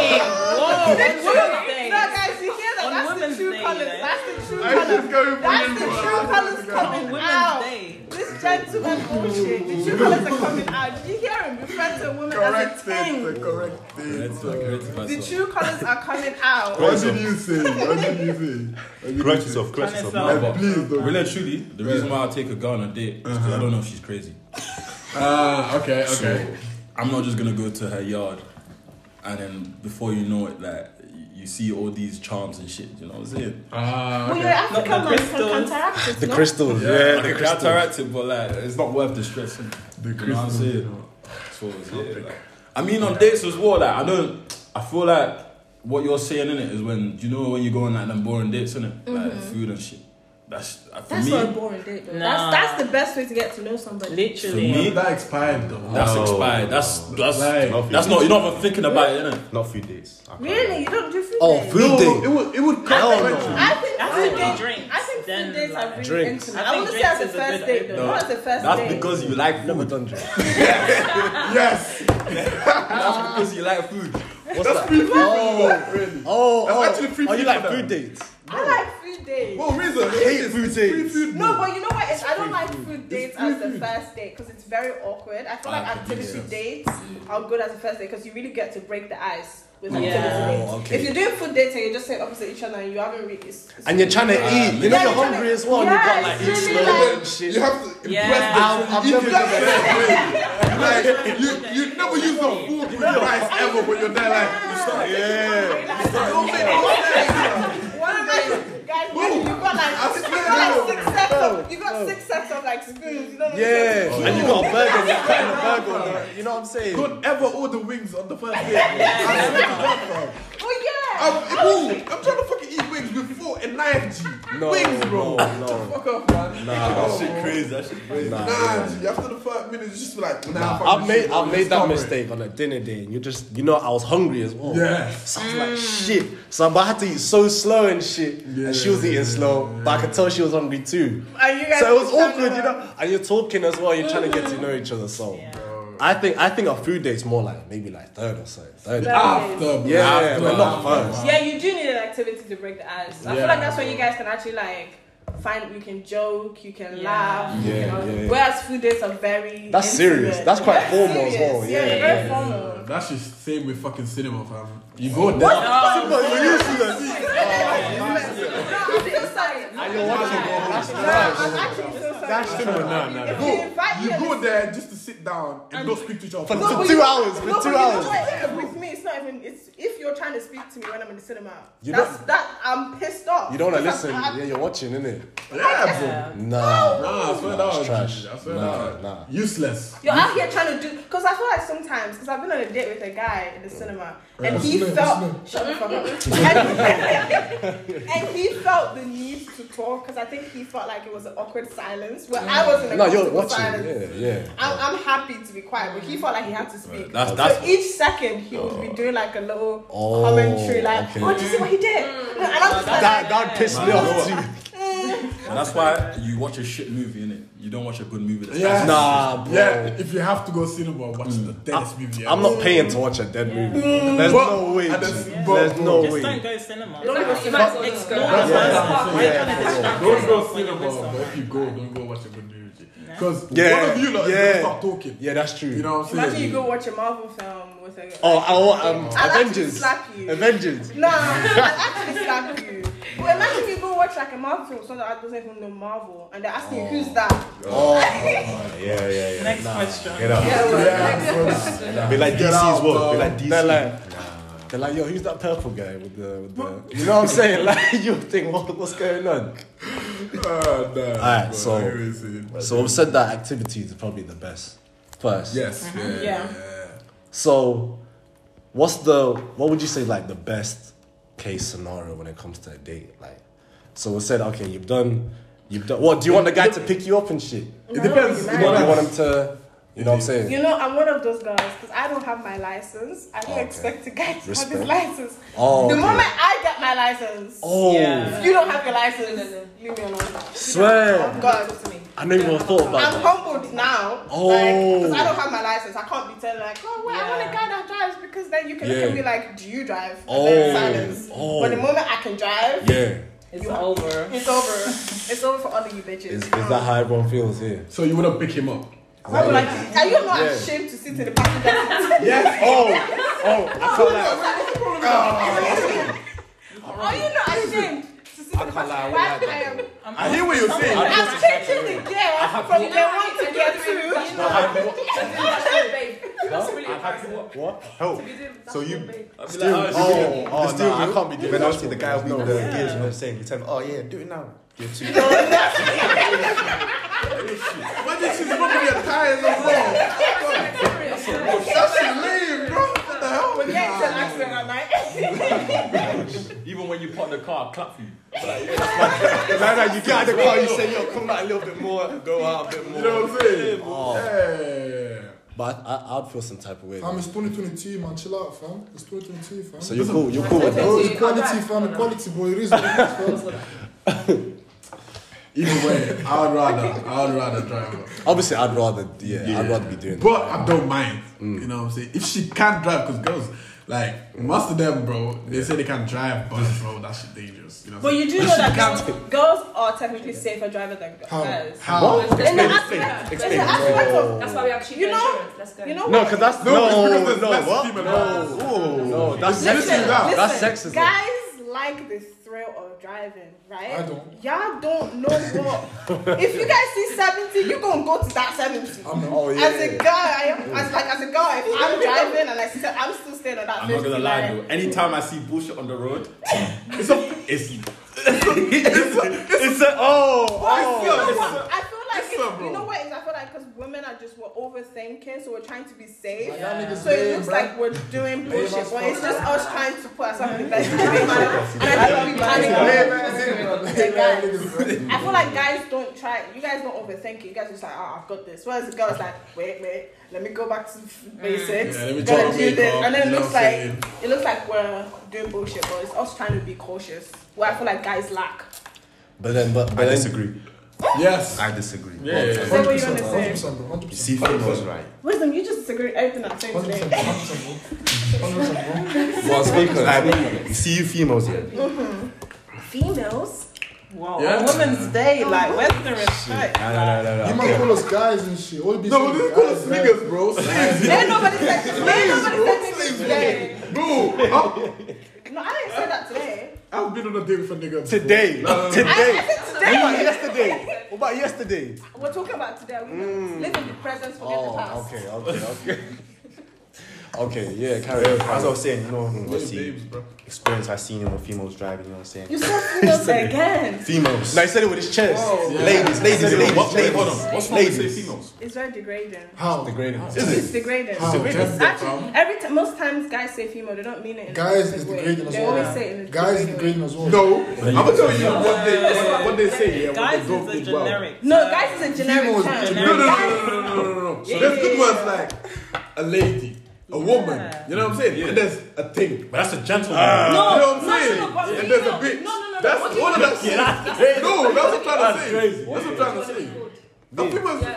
Speaker 6: Oh, That's true.
Speaker 9: Tuesday.
Speaker 6: No, guys, you hear that?
Speaker 9: On
Speaker 6: That's the
Speaker 9: Women's
Speaker 6: true
Speaker 9: Day,
Speaker 6: colours.
Speaker 9: yeah.
Speaker 6: That's the true colours. That's the true colours coming
Speaker 9: Women's
Speaker 6: out.
Speaker 9: Day.
Speaker 6: This gentleman bullshit. The true colours are coming out. Did you hear him refer to women as a
Speaker 3: Corrected,
Speaker 6: thing?
Speaker 3: the corrected.
Speaker 4: That's like great advice.
Speaker 6: The true colours are coming out.
Speaker 3: What did you say? What did you say? What did you
Speaker 11: Correct
Speaker 3: say?
Speaker 11: yourself, correct
Speaker 9: Trying to
Speaker 11: yourself.
Speaker 9: sell-
Speaker 3: And please don't.
Speaker 4: Really and truly, the reason why I take a girl on a date is 'cause I don't know if she's crazy.
Speaker 10: Ah, okay, okay.
Speaker 4: So I'm not just gonna go to her yard and then before you know it, like you see all these charms and shit, you know what I'm saying?
Speaker 10: Ah,
Speaker 6: Well,
Speaker 10: okay.
Speaker 6: you're African
Speaker 9: Not the
Speaker 6: man, you can
Speaker 9: crystals.
Speaker 6: counteract it.
Speaker 2: The
Speaker 6: no?
Speaker 2: crystals, yeah,
Speaker 4: like,
Speaker 2: the
Speaker 4: it's
Speaker 2: crystals.
Speaker 4: interactive, but like it's not worth the stress. The you know what I'm
Speaker 3: crystals, you
Speaker 4: saying? So, yeah, like, I mean, on dates as well, like I don't. I feel like what you're saying in it is when you know when you go on like them boring dates, innit? Like food and shit. That's uh, for
Speaker 6: That's
Speaker 4: me.
Speaker 6: not a boring date though.
Speaker 9: Nah.
Speaker 6: That's that's the best way to get to know somebody.
Speaker 4: For
Speaker 9: Literally.
Speaker 4: me,
Speaker 10: That expired though.
Speaker 4: that's expired. That's that's
Speaker 10: Like-
Speaker 2: Not food
Speaker 4: that's not.
Speaker 2: dates.
Speaker 4: You're not even thinking about it, innit?
Speaker 2: Not food dates. I can't
Speaker 6: Really,
Speaker 2: lie.
Speaker 6: you don't do food
Speaker 2: Oh,
Speaker 6: dates.
Speaker 2: food
Speaker 10: No,
Speaker 2: date.
Speaker 10: it would it would count.
Speaker 2: Hell no.
Speaker 6: I think
Speaker 9: I
Speaker 6: food
Speaker 9: think
Speaker 6: dates.
Speaker 9: drinks,
Speaker 6: I think
Speaker 9: then
Speaker 6: food dates are
Speaker 9: like-
Speaker 6: really
Speaker 2: Drinks.
Speaker 6: intimate.
Speaker 9: I
Speaker 6: I,
Speaker 9: think
Speaker 6: wouldn't say
Speaker 9: drinks
Speaker 6: that's the
Speaker 9: is a
Speaker 6: first
Speaker 9: good
Speaker 6: date though.
Speaker 9: idea.
Speaker 6: Not as the first
Speaker 4: That's
Speaker 6: date.
Speaker 4: because you like
Speaker 2: Never
Speaker 4: food.
Speaker 2: done drink.
Speaker 10: Yes.
Speaker 4: That's because you like food.
Speaker 2: What's that? Oh,
Speaker 10: Really.
Speaker 2: oh,
Speaker 10: That's
Speaker 2: oh.
Speaker 10: actually free
Speaker 2: oh,
Speaker 10: food
Speaker 2: you
Speaker 10: for
Speaker 2: like
Speaker 10: them.
Speaker 2: food dates?
Speaker 6: I like food dates.
Speaker 10: Well, reason.
Speaker 2: Hate food dates.
Speaker 6: No, but you know what? It's, I don't like food dates as the first date because it's very awkward. I feel
Speaker 4: Ah,
Speaker 6: like activity
Speaker 4: yes.
Speaker 6: dates are good as the first date because you really get to break the ice with
Speaker 9: Yeah.
Speaker 6: activity dates.
Speaker 2: Oh, okay.
Speaker 6: If you're doing food dates and you're just sitting opposite each other and you haven't really, it's, it's
Speaker 2: And you're trying to eat.
Speaker 4: Ah,
Speaker 2: You know
Speaker 6: yeah,
Speaker 2: you're
Speaker 6: you're
Speaker 2: hungry
Speaker 6: trying-
Speaker 2: as well.
Speaker 6: Yeah,
Speaker 2: you got like eat
Speaker 6: it's
Speaker 2: slow
Speaker 6: really like-
Speaker 2: and shit.
Speaker 3: You have to
Speaker 9: Yeah.
Speaker 3: impress
Speaker 2: I've, I've never done that.
Speaker 3: Like, you, you never use the fork with your rice ever when you're there, like,
Speaker 2: Yeah.
Speaker 6: One night, guys, you got like, you
Speaker 3: swear,
Speaker 6: got like six sets of, you got six sets of like spoons. You know what I'm saying?
Speaker 2: Yeah. And you got a burger. You're cutting a burger. on the- You know what I'm saying?
Speaker 3: don't ever order wings on the first day. I swear to God, bro.
Speaker 6: Well, Oh, yeah.
Speaker 3: I'm, bro, I'm trying to fucking eat wings with fork and knife, G.
Speaker 2: No,
Speaker 3: wings, bro.
Speaker 2: no, no.
Speaker 3: Fuck off, man.
Speaker 2: Nah.
Speaker 4: That shit crazy. That shit crazy.
Speaker 2: Nah,
Speaker 3: Nah, G, after the first minute, it's just like, nah, fuck
Speaker 2: I've
Speaker 3: this
Speaker 2: made
Speaker 3: shit,
Speaker 2: I've
Speaker 3: bro.
Speaker 2: made
Speaker 3: Stop
Speaker 2: that
Speaker 3: it.
Speaker 2: mistake on a dinner day, and you just you know I was hungry as well.
Speaker 3: Yeah.
Speaker 2: So I was like shit. So I had to eat so slow and shit, and she was eating slow, but I could tell she was hungry too.
Speaker 6: And you guys
Speaker 2: Oh. So it was
Speaker 6: were struggling.
Speaker 2: awkward, you know. And you're talking as well. You're trying to get to know each other. So I think I think a food date's more like maybe like third or so. Third.
Speaker 6: Third.
Speaker 3: After, bro.
Speaker 2: Yeah, but not first.
Speaker 6: Um, Yeah, you do need an activity to break the ice. I feel like that's when you guys can actually like find you can joke, you can
Speaker 9: Yeah.
Speaker 6: laugh. you
Speaker 2: Yeah,
Speaker 6: know?
Speaker 2: yeah, yeah.
Speaker 6: Whereas food dates are very
Speaker 2: That's
Speaker 6: intimate.
Speaker 2: serious. That's quite
Speaker 6: Yeah,
Speaker 2: formal as
Speaker 6: serious.
Speaker 2: well.
Speaker 6: Yeah,
Speaker 2: Yeah,
Speaker 6: they're
Speaker 2: yeah,
Speaker 6: very formal.
Speaker 10: That's just same with fucking cinema, fam. You go there.
Speaker 6: No, I'm so sorry. I'm actually so sorry. If you invite
Speaker 3: You
Speaker 6: me on
Speaker 3: go
Speaker 6: this-
Speaker 3: there just to sit down and don't speak to each other.
Speaker 2: For,
Speaker 3: No,
Speaker 2: for
Speaker 6: but
Speaker 2: two
Speaker 6: you-
Speaker 2: hours. For
Speaker 6: no,
Speaker 2: two
Speaker 6: but
Speaker 2: hours.
Speaker 6: You know what? Even With me, it's not even. It's if you're trying to speak to me when I'm in the cinema.
Speaker 2: You
Speaker 6: that's
Speaker 2: don't-
Speaker 6: that. I'm pissed off.
Speaker 2: You don't wanna
Speaker 6: Because
Speaker 2: listen.
Speaker 6: I'm-
Speaker 2: Yeah, you're watching, innit?
Speaker 3: yeah, bro.
Speaker 2: Nah.
Speaker 10: Nah, I swear
Speaker 2: Nah,
Speaker 10: that was
Speaker 2: it's trash.
Speaker 10: trash. I swear
Speaker 2: Nah,
Speaker 10: that was
Speaker 2: nah.
Speaker 10: useless.
Speaker 6: You're out here trying to do because I feel like sometimes because I've been on a date with a guy in the cinema and he felt shut the fuck up and, and he felt the need to talk because I think he felt like it was an awkward silence where I wasn't a
Speaker 2: No, you're
Speaker 6: comfortable
Speaker 2: watching.
Speaker 6: silence.
Speaker 2: Yeah, yeah.
Speaker 6: I'm, I'm happy to be quiet, but he felt like he had to speak.
Speaker 4: That's-
Speaker 6: so
Speaker 4: that's-
Speaker 6: each second he would be doing like a little
Speaker 2: Oh,
Speaker 6: commentary, like,
Speaker 2: okay.
Speaker 6: "Oh, did you see what he did?" And I'm just like,
Speaker 2: That that pissed me
Speaker 4: Man,
Speaker 2: off
Speaker 4: you know
Speaker 2: too.
Speaker 4: And that's why you watch a shit movie, innit? You don't watch a good movie. That's
Speaker 10: Yeah.
Speaker 2: Nah, bro.
Speaker 10: Yeah, if you have to go cinema, watch the deadest movie.
Speaker 2: I'm
Speaker 10: ever.
Speaker 2: not paying to watch a dead movie. There's
Speaker 10: But-
Speaker 2: no way.
Speaker 10: and
Speaker 2: G.
Speaker 10: it's- but-
Speaker 2: There's no
Speaker 9: Just don't
Speaker 2: way.
Speaker 9: go cinema.
Speaker 5: Don't even see
Speaker 9: Like,
Speaker 5: myself.
Speaker 9: Explore
Speaker 5: Yeah.
Speaker 9: the first part. Why are you
Speaker 2: Yeah.
Speaker 9: trying to
Speaker 10: Don't
Speaker 9: distract
Speaker 10: go
Speaker 9: yourself
Speaker 10: cinema,
Speaker 9: when you're with
Speaker 10: but
Speaker 9: someone?
Speaker 10: if you go, don't go watch a good movie. Because
Speaker 2: Yeah,
Speaker 10: one of you lot is
Speaker 2: yeah.
Speaker 10: gonna start talking.
Speaker 2: Yeah, that's true.
Speaker 10: You know what I'm saying?
Speaker 6: Imagine you go watch a Marvel film with a.
Speaker 2: Oh, I want um,
Speaker 6: I'll actually
Speaker 2: Avengers.
Speaker 6: slap you.
Speaker 2: Avengers.
Speaker 6: No, I actually slap you. But imagine you go watch like a Marvel film, someone that doesn't even know Marvel, and they're
Speaker 2: Oh,
Speaker 6: asking you who's that.
Speaker 2: Yeah, yeah, yeah.
Speaker 9: Next question.
Speaker 2: Be like
Speaker 3: Get
Speaker 2: DC's
Speaker 3: out,
Speaker 2: world. Be
Speaker 3: bro.
Speaker 2: like DC. They're like, they're like, yo, who's that purple guy with the, with the? You know what I'm saying? Like, you think what, what's going on?
Speaker 3: Uh, nah,
Speaker 2: Alright,
Speaker 3: bro,
Speaker 2: so-
Speaker 3: I hear what you're saying.
Speaker 2: So we've said that activities are probably the best. First.
Speaker 3: yes, yeah.
Speaker 6: Yeah.
Speaker 2: So, what's the what would you say like the best case scenario when it comes to a date? Like, so we said, okay, you've done, you've done. What do you want the guy to pick you up and shit?
Speaker 3: It depends.
Speaker 6: No,
Speaker 3: It
Speaker 2: You want, you want
Speaker 3: depends.
Speaker 2: him to, you know what I'm saying?
Speaker 6: You know, I'm one of those girls because I don't have my license. I don't
Speaker 2: Okay.
Speaker 6: expect a guy to have
Speaker 2: Respect.
Speaker 6: his license.
Speaker 2: Oh,
Speaker 6: the
Speaker 2: okay.
Speaker 6: moment I get my license,
Speaker 2: Oh,
Speaker 9: Yeah.
Speaker 6: if you don't have your license, leave me alone. Oh,
Speaker 2: swear!
Speaker 6: God.
Speaker 2: I never even thought about
Speaker 6: I'm
Speaker 2: that.
Speaker 6: humbled now.
Speaker 2: Oh.
Speaker 6: Because I don't have my license. I can't be telling, like, oh, well, I want a
Speaker 9: Yeah.
Speaker 6: guy that drives because then you can look
Speaker 2: Yeah.
Speaker 6: at me like, do you drive? And
Speaker 2: Oh.
Speaker 6: then silence.
Speaker 2: Oh.
Speaker 6: But the moment I can drive,
Speaker 2: Yeah,
Speaker 9: It's over.
Speaker 6: It's over. It's over for all of you bitches.
Speaker 2: is, is that how everyone feels here?
Speaker 10: So you wanna pick him up.
Speaker 6: Why would I- are you not
Speaker 2: Yeah.
Speaker 6: ashamed to sit in the passenger seat?
Speaker 2: Yes. Oh, oh, I felt like
Speaker 6: Oh. Are you not ashamed to sit in the passenger seat? Why I am?
Speaker 3: I hear what you're saying.
Speaker 6: I'm changing the gear from
Speaker 5: You
Speaker 6: gear
Speaker 5: know,
Speaker 6: one to
Speaker 5: you
Speaker 6: gear
Speaker 5: know,
Speaker 6: two.
Speaker 5: you know, that's babe. That's really embarrassing.
Speaker 2: what? Help.
Speaker 5: You did- that's
Speaker 11: So you-
Speaker 5: not babe.
Speaker 4: I'd be
Speaker 2: Oh,
Speaker 4: like, oh, shit.
Speaker 2: oh,
Speaker 11: The
Speaker 2: no,
Speaker 11: steel
Speaker 2: I
Speaker 11: wheel?
Speaker 2: can't be doing
Speaker 11: When I
Speaker 2: that
Speaker 11: see the
Speaker 2: shit.
Speaker 11: guy with
Speaker 2: No.
Speaker 11: the gears, you know what I'm saying? You tell him, oh yeah, do it now. You're too
Speaker 3: Imagine she's rubbing your tires as well.
Speaker 6: But yeah, it's an accident at night.
Speaker 4: Even when you park the car, clap for you.
Speaker 11: No, no, you get out of the car, you say, yo, come out a little bit more, go out a bit more.
Speaker 2: You know what I'm saying?
Speaker 11: Oh.
Speaker 2: But I, I, I'd feel some type of way.
Speaker 7: Fam, it's 2022, man. Chill out, fam. It's 2022, fam.
Speaker 2: So you're cool- you're cool with that?
Speaker 7: Bro, equality, fam. Equality, boy. It is what it is, fam.
Speaker 3: Either way, I'd rather, I'd rather drive her.
Speaker 2: Obviously, I'd rather, yeah, I'd
Speaker 3: Yeah.
Speaker 2: rather be doing
Speaker 3: But I don't mind. You know what I'm saying? If she can't drive, because girls, like, most of them, bro, they say they can't drive, but, bro, that shit dangerous. You know what
Speaker 6: But
Speaker 3: I'm
Speaker 6: you do
Speaker 3: saying?
Speaker 6: know
Speaker 3: If she
Speaker 6: that
Speaker 3: can't-
Speaker 6: girls, girls are technically safer drivers than
Speaker 3: How?
Speaker 6: guys.
Speaker 3: How? What?
Speaker 6: In the
Speaker 3: Explain,
Speaker 6: aspect,
Speaker 3: explain,
Speaker 6: in the
Speaker 3: explain.
Speaker 6: aspect of
Speaker 5: That's why we have cheaper
Speaker 6: You know-
Speaker 5: insurance. Let's go.
Speaker 6: you know
Speaker 2: No,
Speaker 6: what?
Speaker 2: because that's
Speaker 3: No, it's
Speaker 2: no,
Speaker 3: because
Speaker 2: no,
Speaker 3: there's less
Speaker 2: what?
Speaker 3: female
Speaker 2: no, no, that's
Speaker 6: Listen,
Speaker 2: sexism. That's
Speaker 6: listen,
Speaker 2: sexism.
Speaker 6: Guys like the thrill of driving, right?
Speaker 7: I don't.
Speaker 6: Y'all don't know what. if you guys see seventy, you gonna go to that seventy.
Speaker 2: oh yeah.
Speaker 6: As a guy, I am, as like as a girl, if I'm driving and I see, I'm still staying on that.
Speaker 4: I'm not
Speaker 6: 50,
Speaker 4: gonna lie though.
Speaker 6: like,
Speaker 4: Anytime I see bullshit on the road, it's a, it's, it's a, oh,
Speaker 6: But you know
Speaker 4: oh.
Speaker 6: what? I feel like
Speaker 3: It's up,
Speaker 6: you know
Speaker 3: bro.
Speaker 6: what it is. I feel like because women are just we're overthinking, so we're trying to be safe.
Speaker 7: Like, y'all niggas
Speaker 6: So it
Speaker 7: lame,
Speaker 6: looks
Speaker 7: bruh.
Speaker 6: like we're doing bullshit,
Speaker 7: as
Speaker 6: but
Speaker 7: fuck.
Speaker 6: it's just us trying to put ourselves in the best way, man. And I think we panic. Like, guys, I feel like guys don't try. You guys don't overthink it. You guys just like, oh, I've got this. Whereas the girls like, wait, wait, let me go back to basics.
Speaker 3: Mm, Yeah, let me
Speaker 6: Gotta
Speaker 3: try to
Speaker 6: do
Speaker 3: make
Speaker 6: this,
Speaker 3: up,
Speaker 6: and then
Speaker 3: you
Speaker 6: it
Speaker 3: know
Speaker 6: looks
Speaker 3: what I'm
Speaker 6: like
Speaker 3: saying?
Speaker 6: it looks like we're doing bullshit, but it's us trying to be cautious. Where I feel like guys lack.
Speaker 2: But then, but, but
Speaker 11: I
Speaker 2: then,
Speaker 11: disagree.
Speaker 3: Yes.
Speaker 11: I disagree.
Speaker 4: Yeah, yeah,
Speaker 6: Say
Speaker 4: yeah.
Speaker 6: what you wanna
Speaker 7: 100%,
Speaker 6: say.
Speaker 7: bro. 100%, bro.
Speaker 11: You
Speaker 7: 100%.
Speaker 11: see, females, right?
Speaker 6: Wisdom, you just disagree with everything I'm saying today.
Speaker 7: 100%, bro. 100%, bro.
Speaker 11: Well, speak on it. You see, you females, yeah.
Speaker 5: Females?
Speaker 12: Whoa,
Speaker 3: Yeah.
Speaker 12: on Women's Day, like, where's the respect?
Speaker 11: No, no, no,
Speaker 7: You
Speaker 11: no,
Speaker 7: might
Speaker 11: no.
Speaker 7: call us guys and shit. All these
Speaker 3: No, but they call us niggas, bro.
Speaker 6: Ain't nobody said ain't nobody said niggas today.
Speaker 3: No,
Speaker 6: No, I didn't say that today.
Speaker 3: I- I've been on a date with a nigga. before.
Speaker 2: today,
Speaker 6: I,
Speaker 2: today.
Speaker 6: I said
Speaker 2: What about
Speaker 6: today.
Speaker 2: yesterday? What about yesterday?
Speaker 6: We're talking about today. We're living the present, forget the
Speaker 2: Oh,
Speaker 6: past.
Speaker 2: okay, okay, okay. okay, yeah, carry on.
Speaker 11: As I was saying, you know, I
Speaker 3: Those
Speaker 11: see
Speaker 3: babes, bro.
Speaker 11: experience I seen in the females driving. You know what I'm saying?
Speaker 6: You said females again.
Speaker 11: Females.
Speaker 2: Now he said it with his chest. Ladies, ladies, ladies,
Speaker 4: What, wait,
Speaker 2: ladies.
Speaker 4: hold on. What's wrong with say females?
Speaker 6: It's very degrading.
Speaker 7: How?
Speaker 2: Degrading. Is
Speaker 6: It's degrading.
Speaker 7: How? Tell me,
Speaker 6: Actually, every t- most times guys say female, they don't mean it. In a
Speaker 7: Guys
Speaker 6: specific
Speaker 7: is
Speaker 6: way.
Speaker 7: degrading as
Speaker 6: They
Speaker 7: well.
Speaker 6: always say it in a
Speaker 7: Guys is
Speaker 6: specific way.
Speaker 7: degrading as well.
Speaker 3: No, I'm gonna tell you what they what, what they say. Yeah, what
Speaker 12: Guys
Speaker 3: they
Speaker 12: is
Speaker 3: don't
Speaker 12: a
Speaker 3: think well.
Speaker 12: generic.
Speaker 6: No, guys is a generic
Speaker 7: Females
Speaker 6: term.
Speaker 7: is
Speaker 3: No, no,
Speaker 6: Guys-
Speaker 3: no, no, no, no, no, no, no. So there's good words like a lady, a woman. You know what I'm saying? And there's a thing.
Speaker 4: But that's a gentleman.
Speaker 3: you know what I'm
Speaker 6: no, no,
Speaker 3: saying?
Speaker 6: no, but
Speaker 3: and there's a
Speaker 6: female-
Speaker 3: bitch.
Speaker 6: no, no, no,
Speaker 3: that's
Speaker 6: no, what
Speaker 3: all of that shit. no, that's what I'm trying to say.
Speaker 4: crazy.
Speaker 3: That's what I'm trying to say. The people,
Speaker 5: Yeah.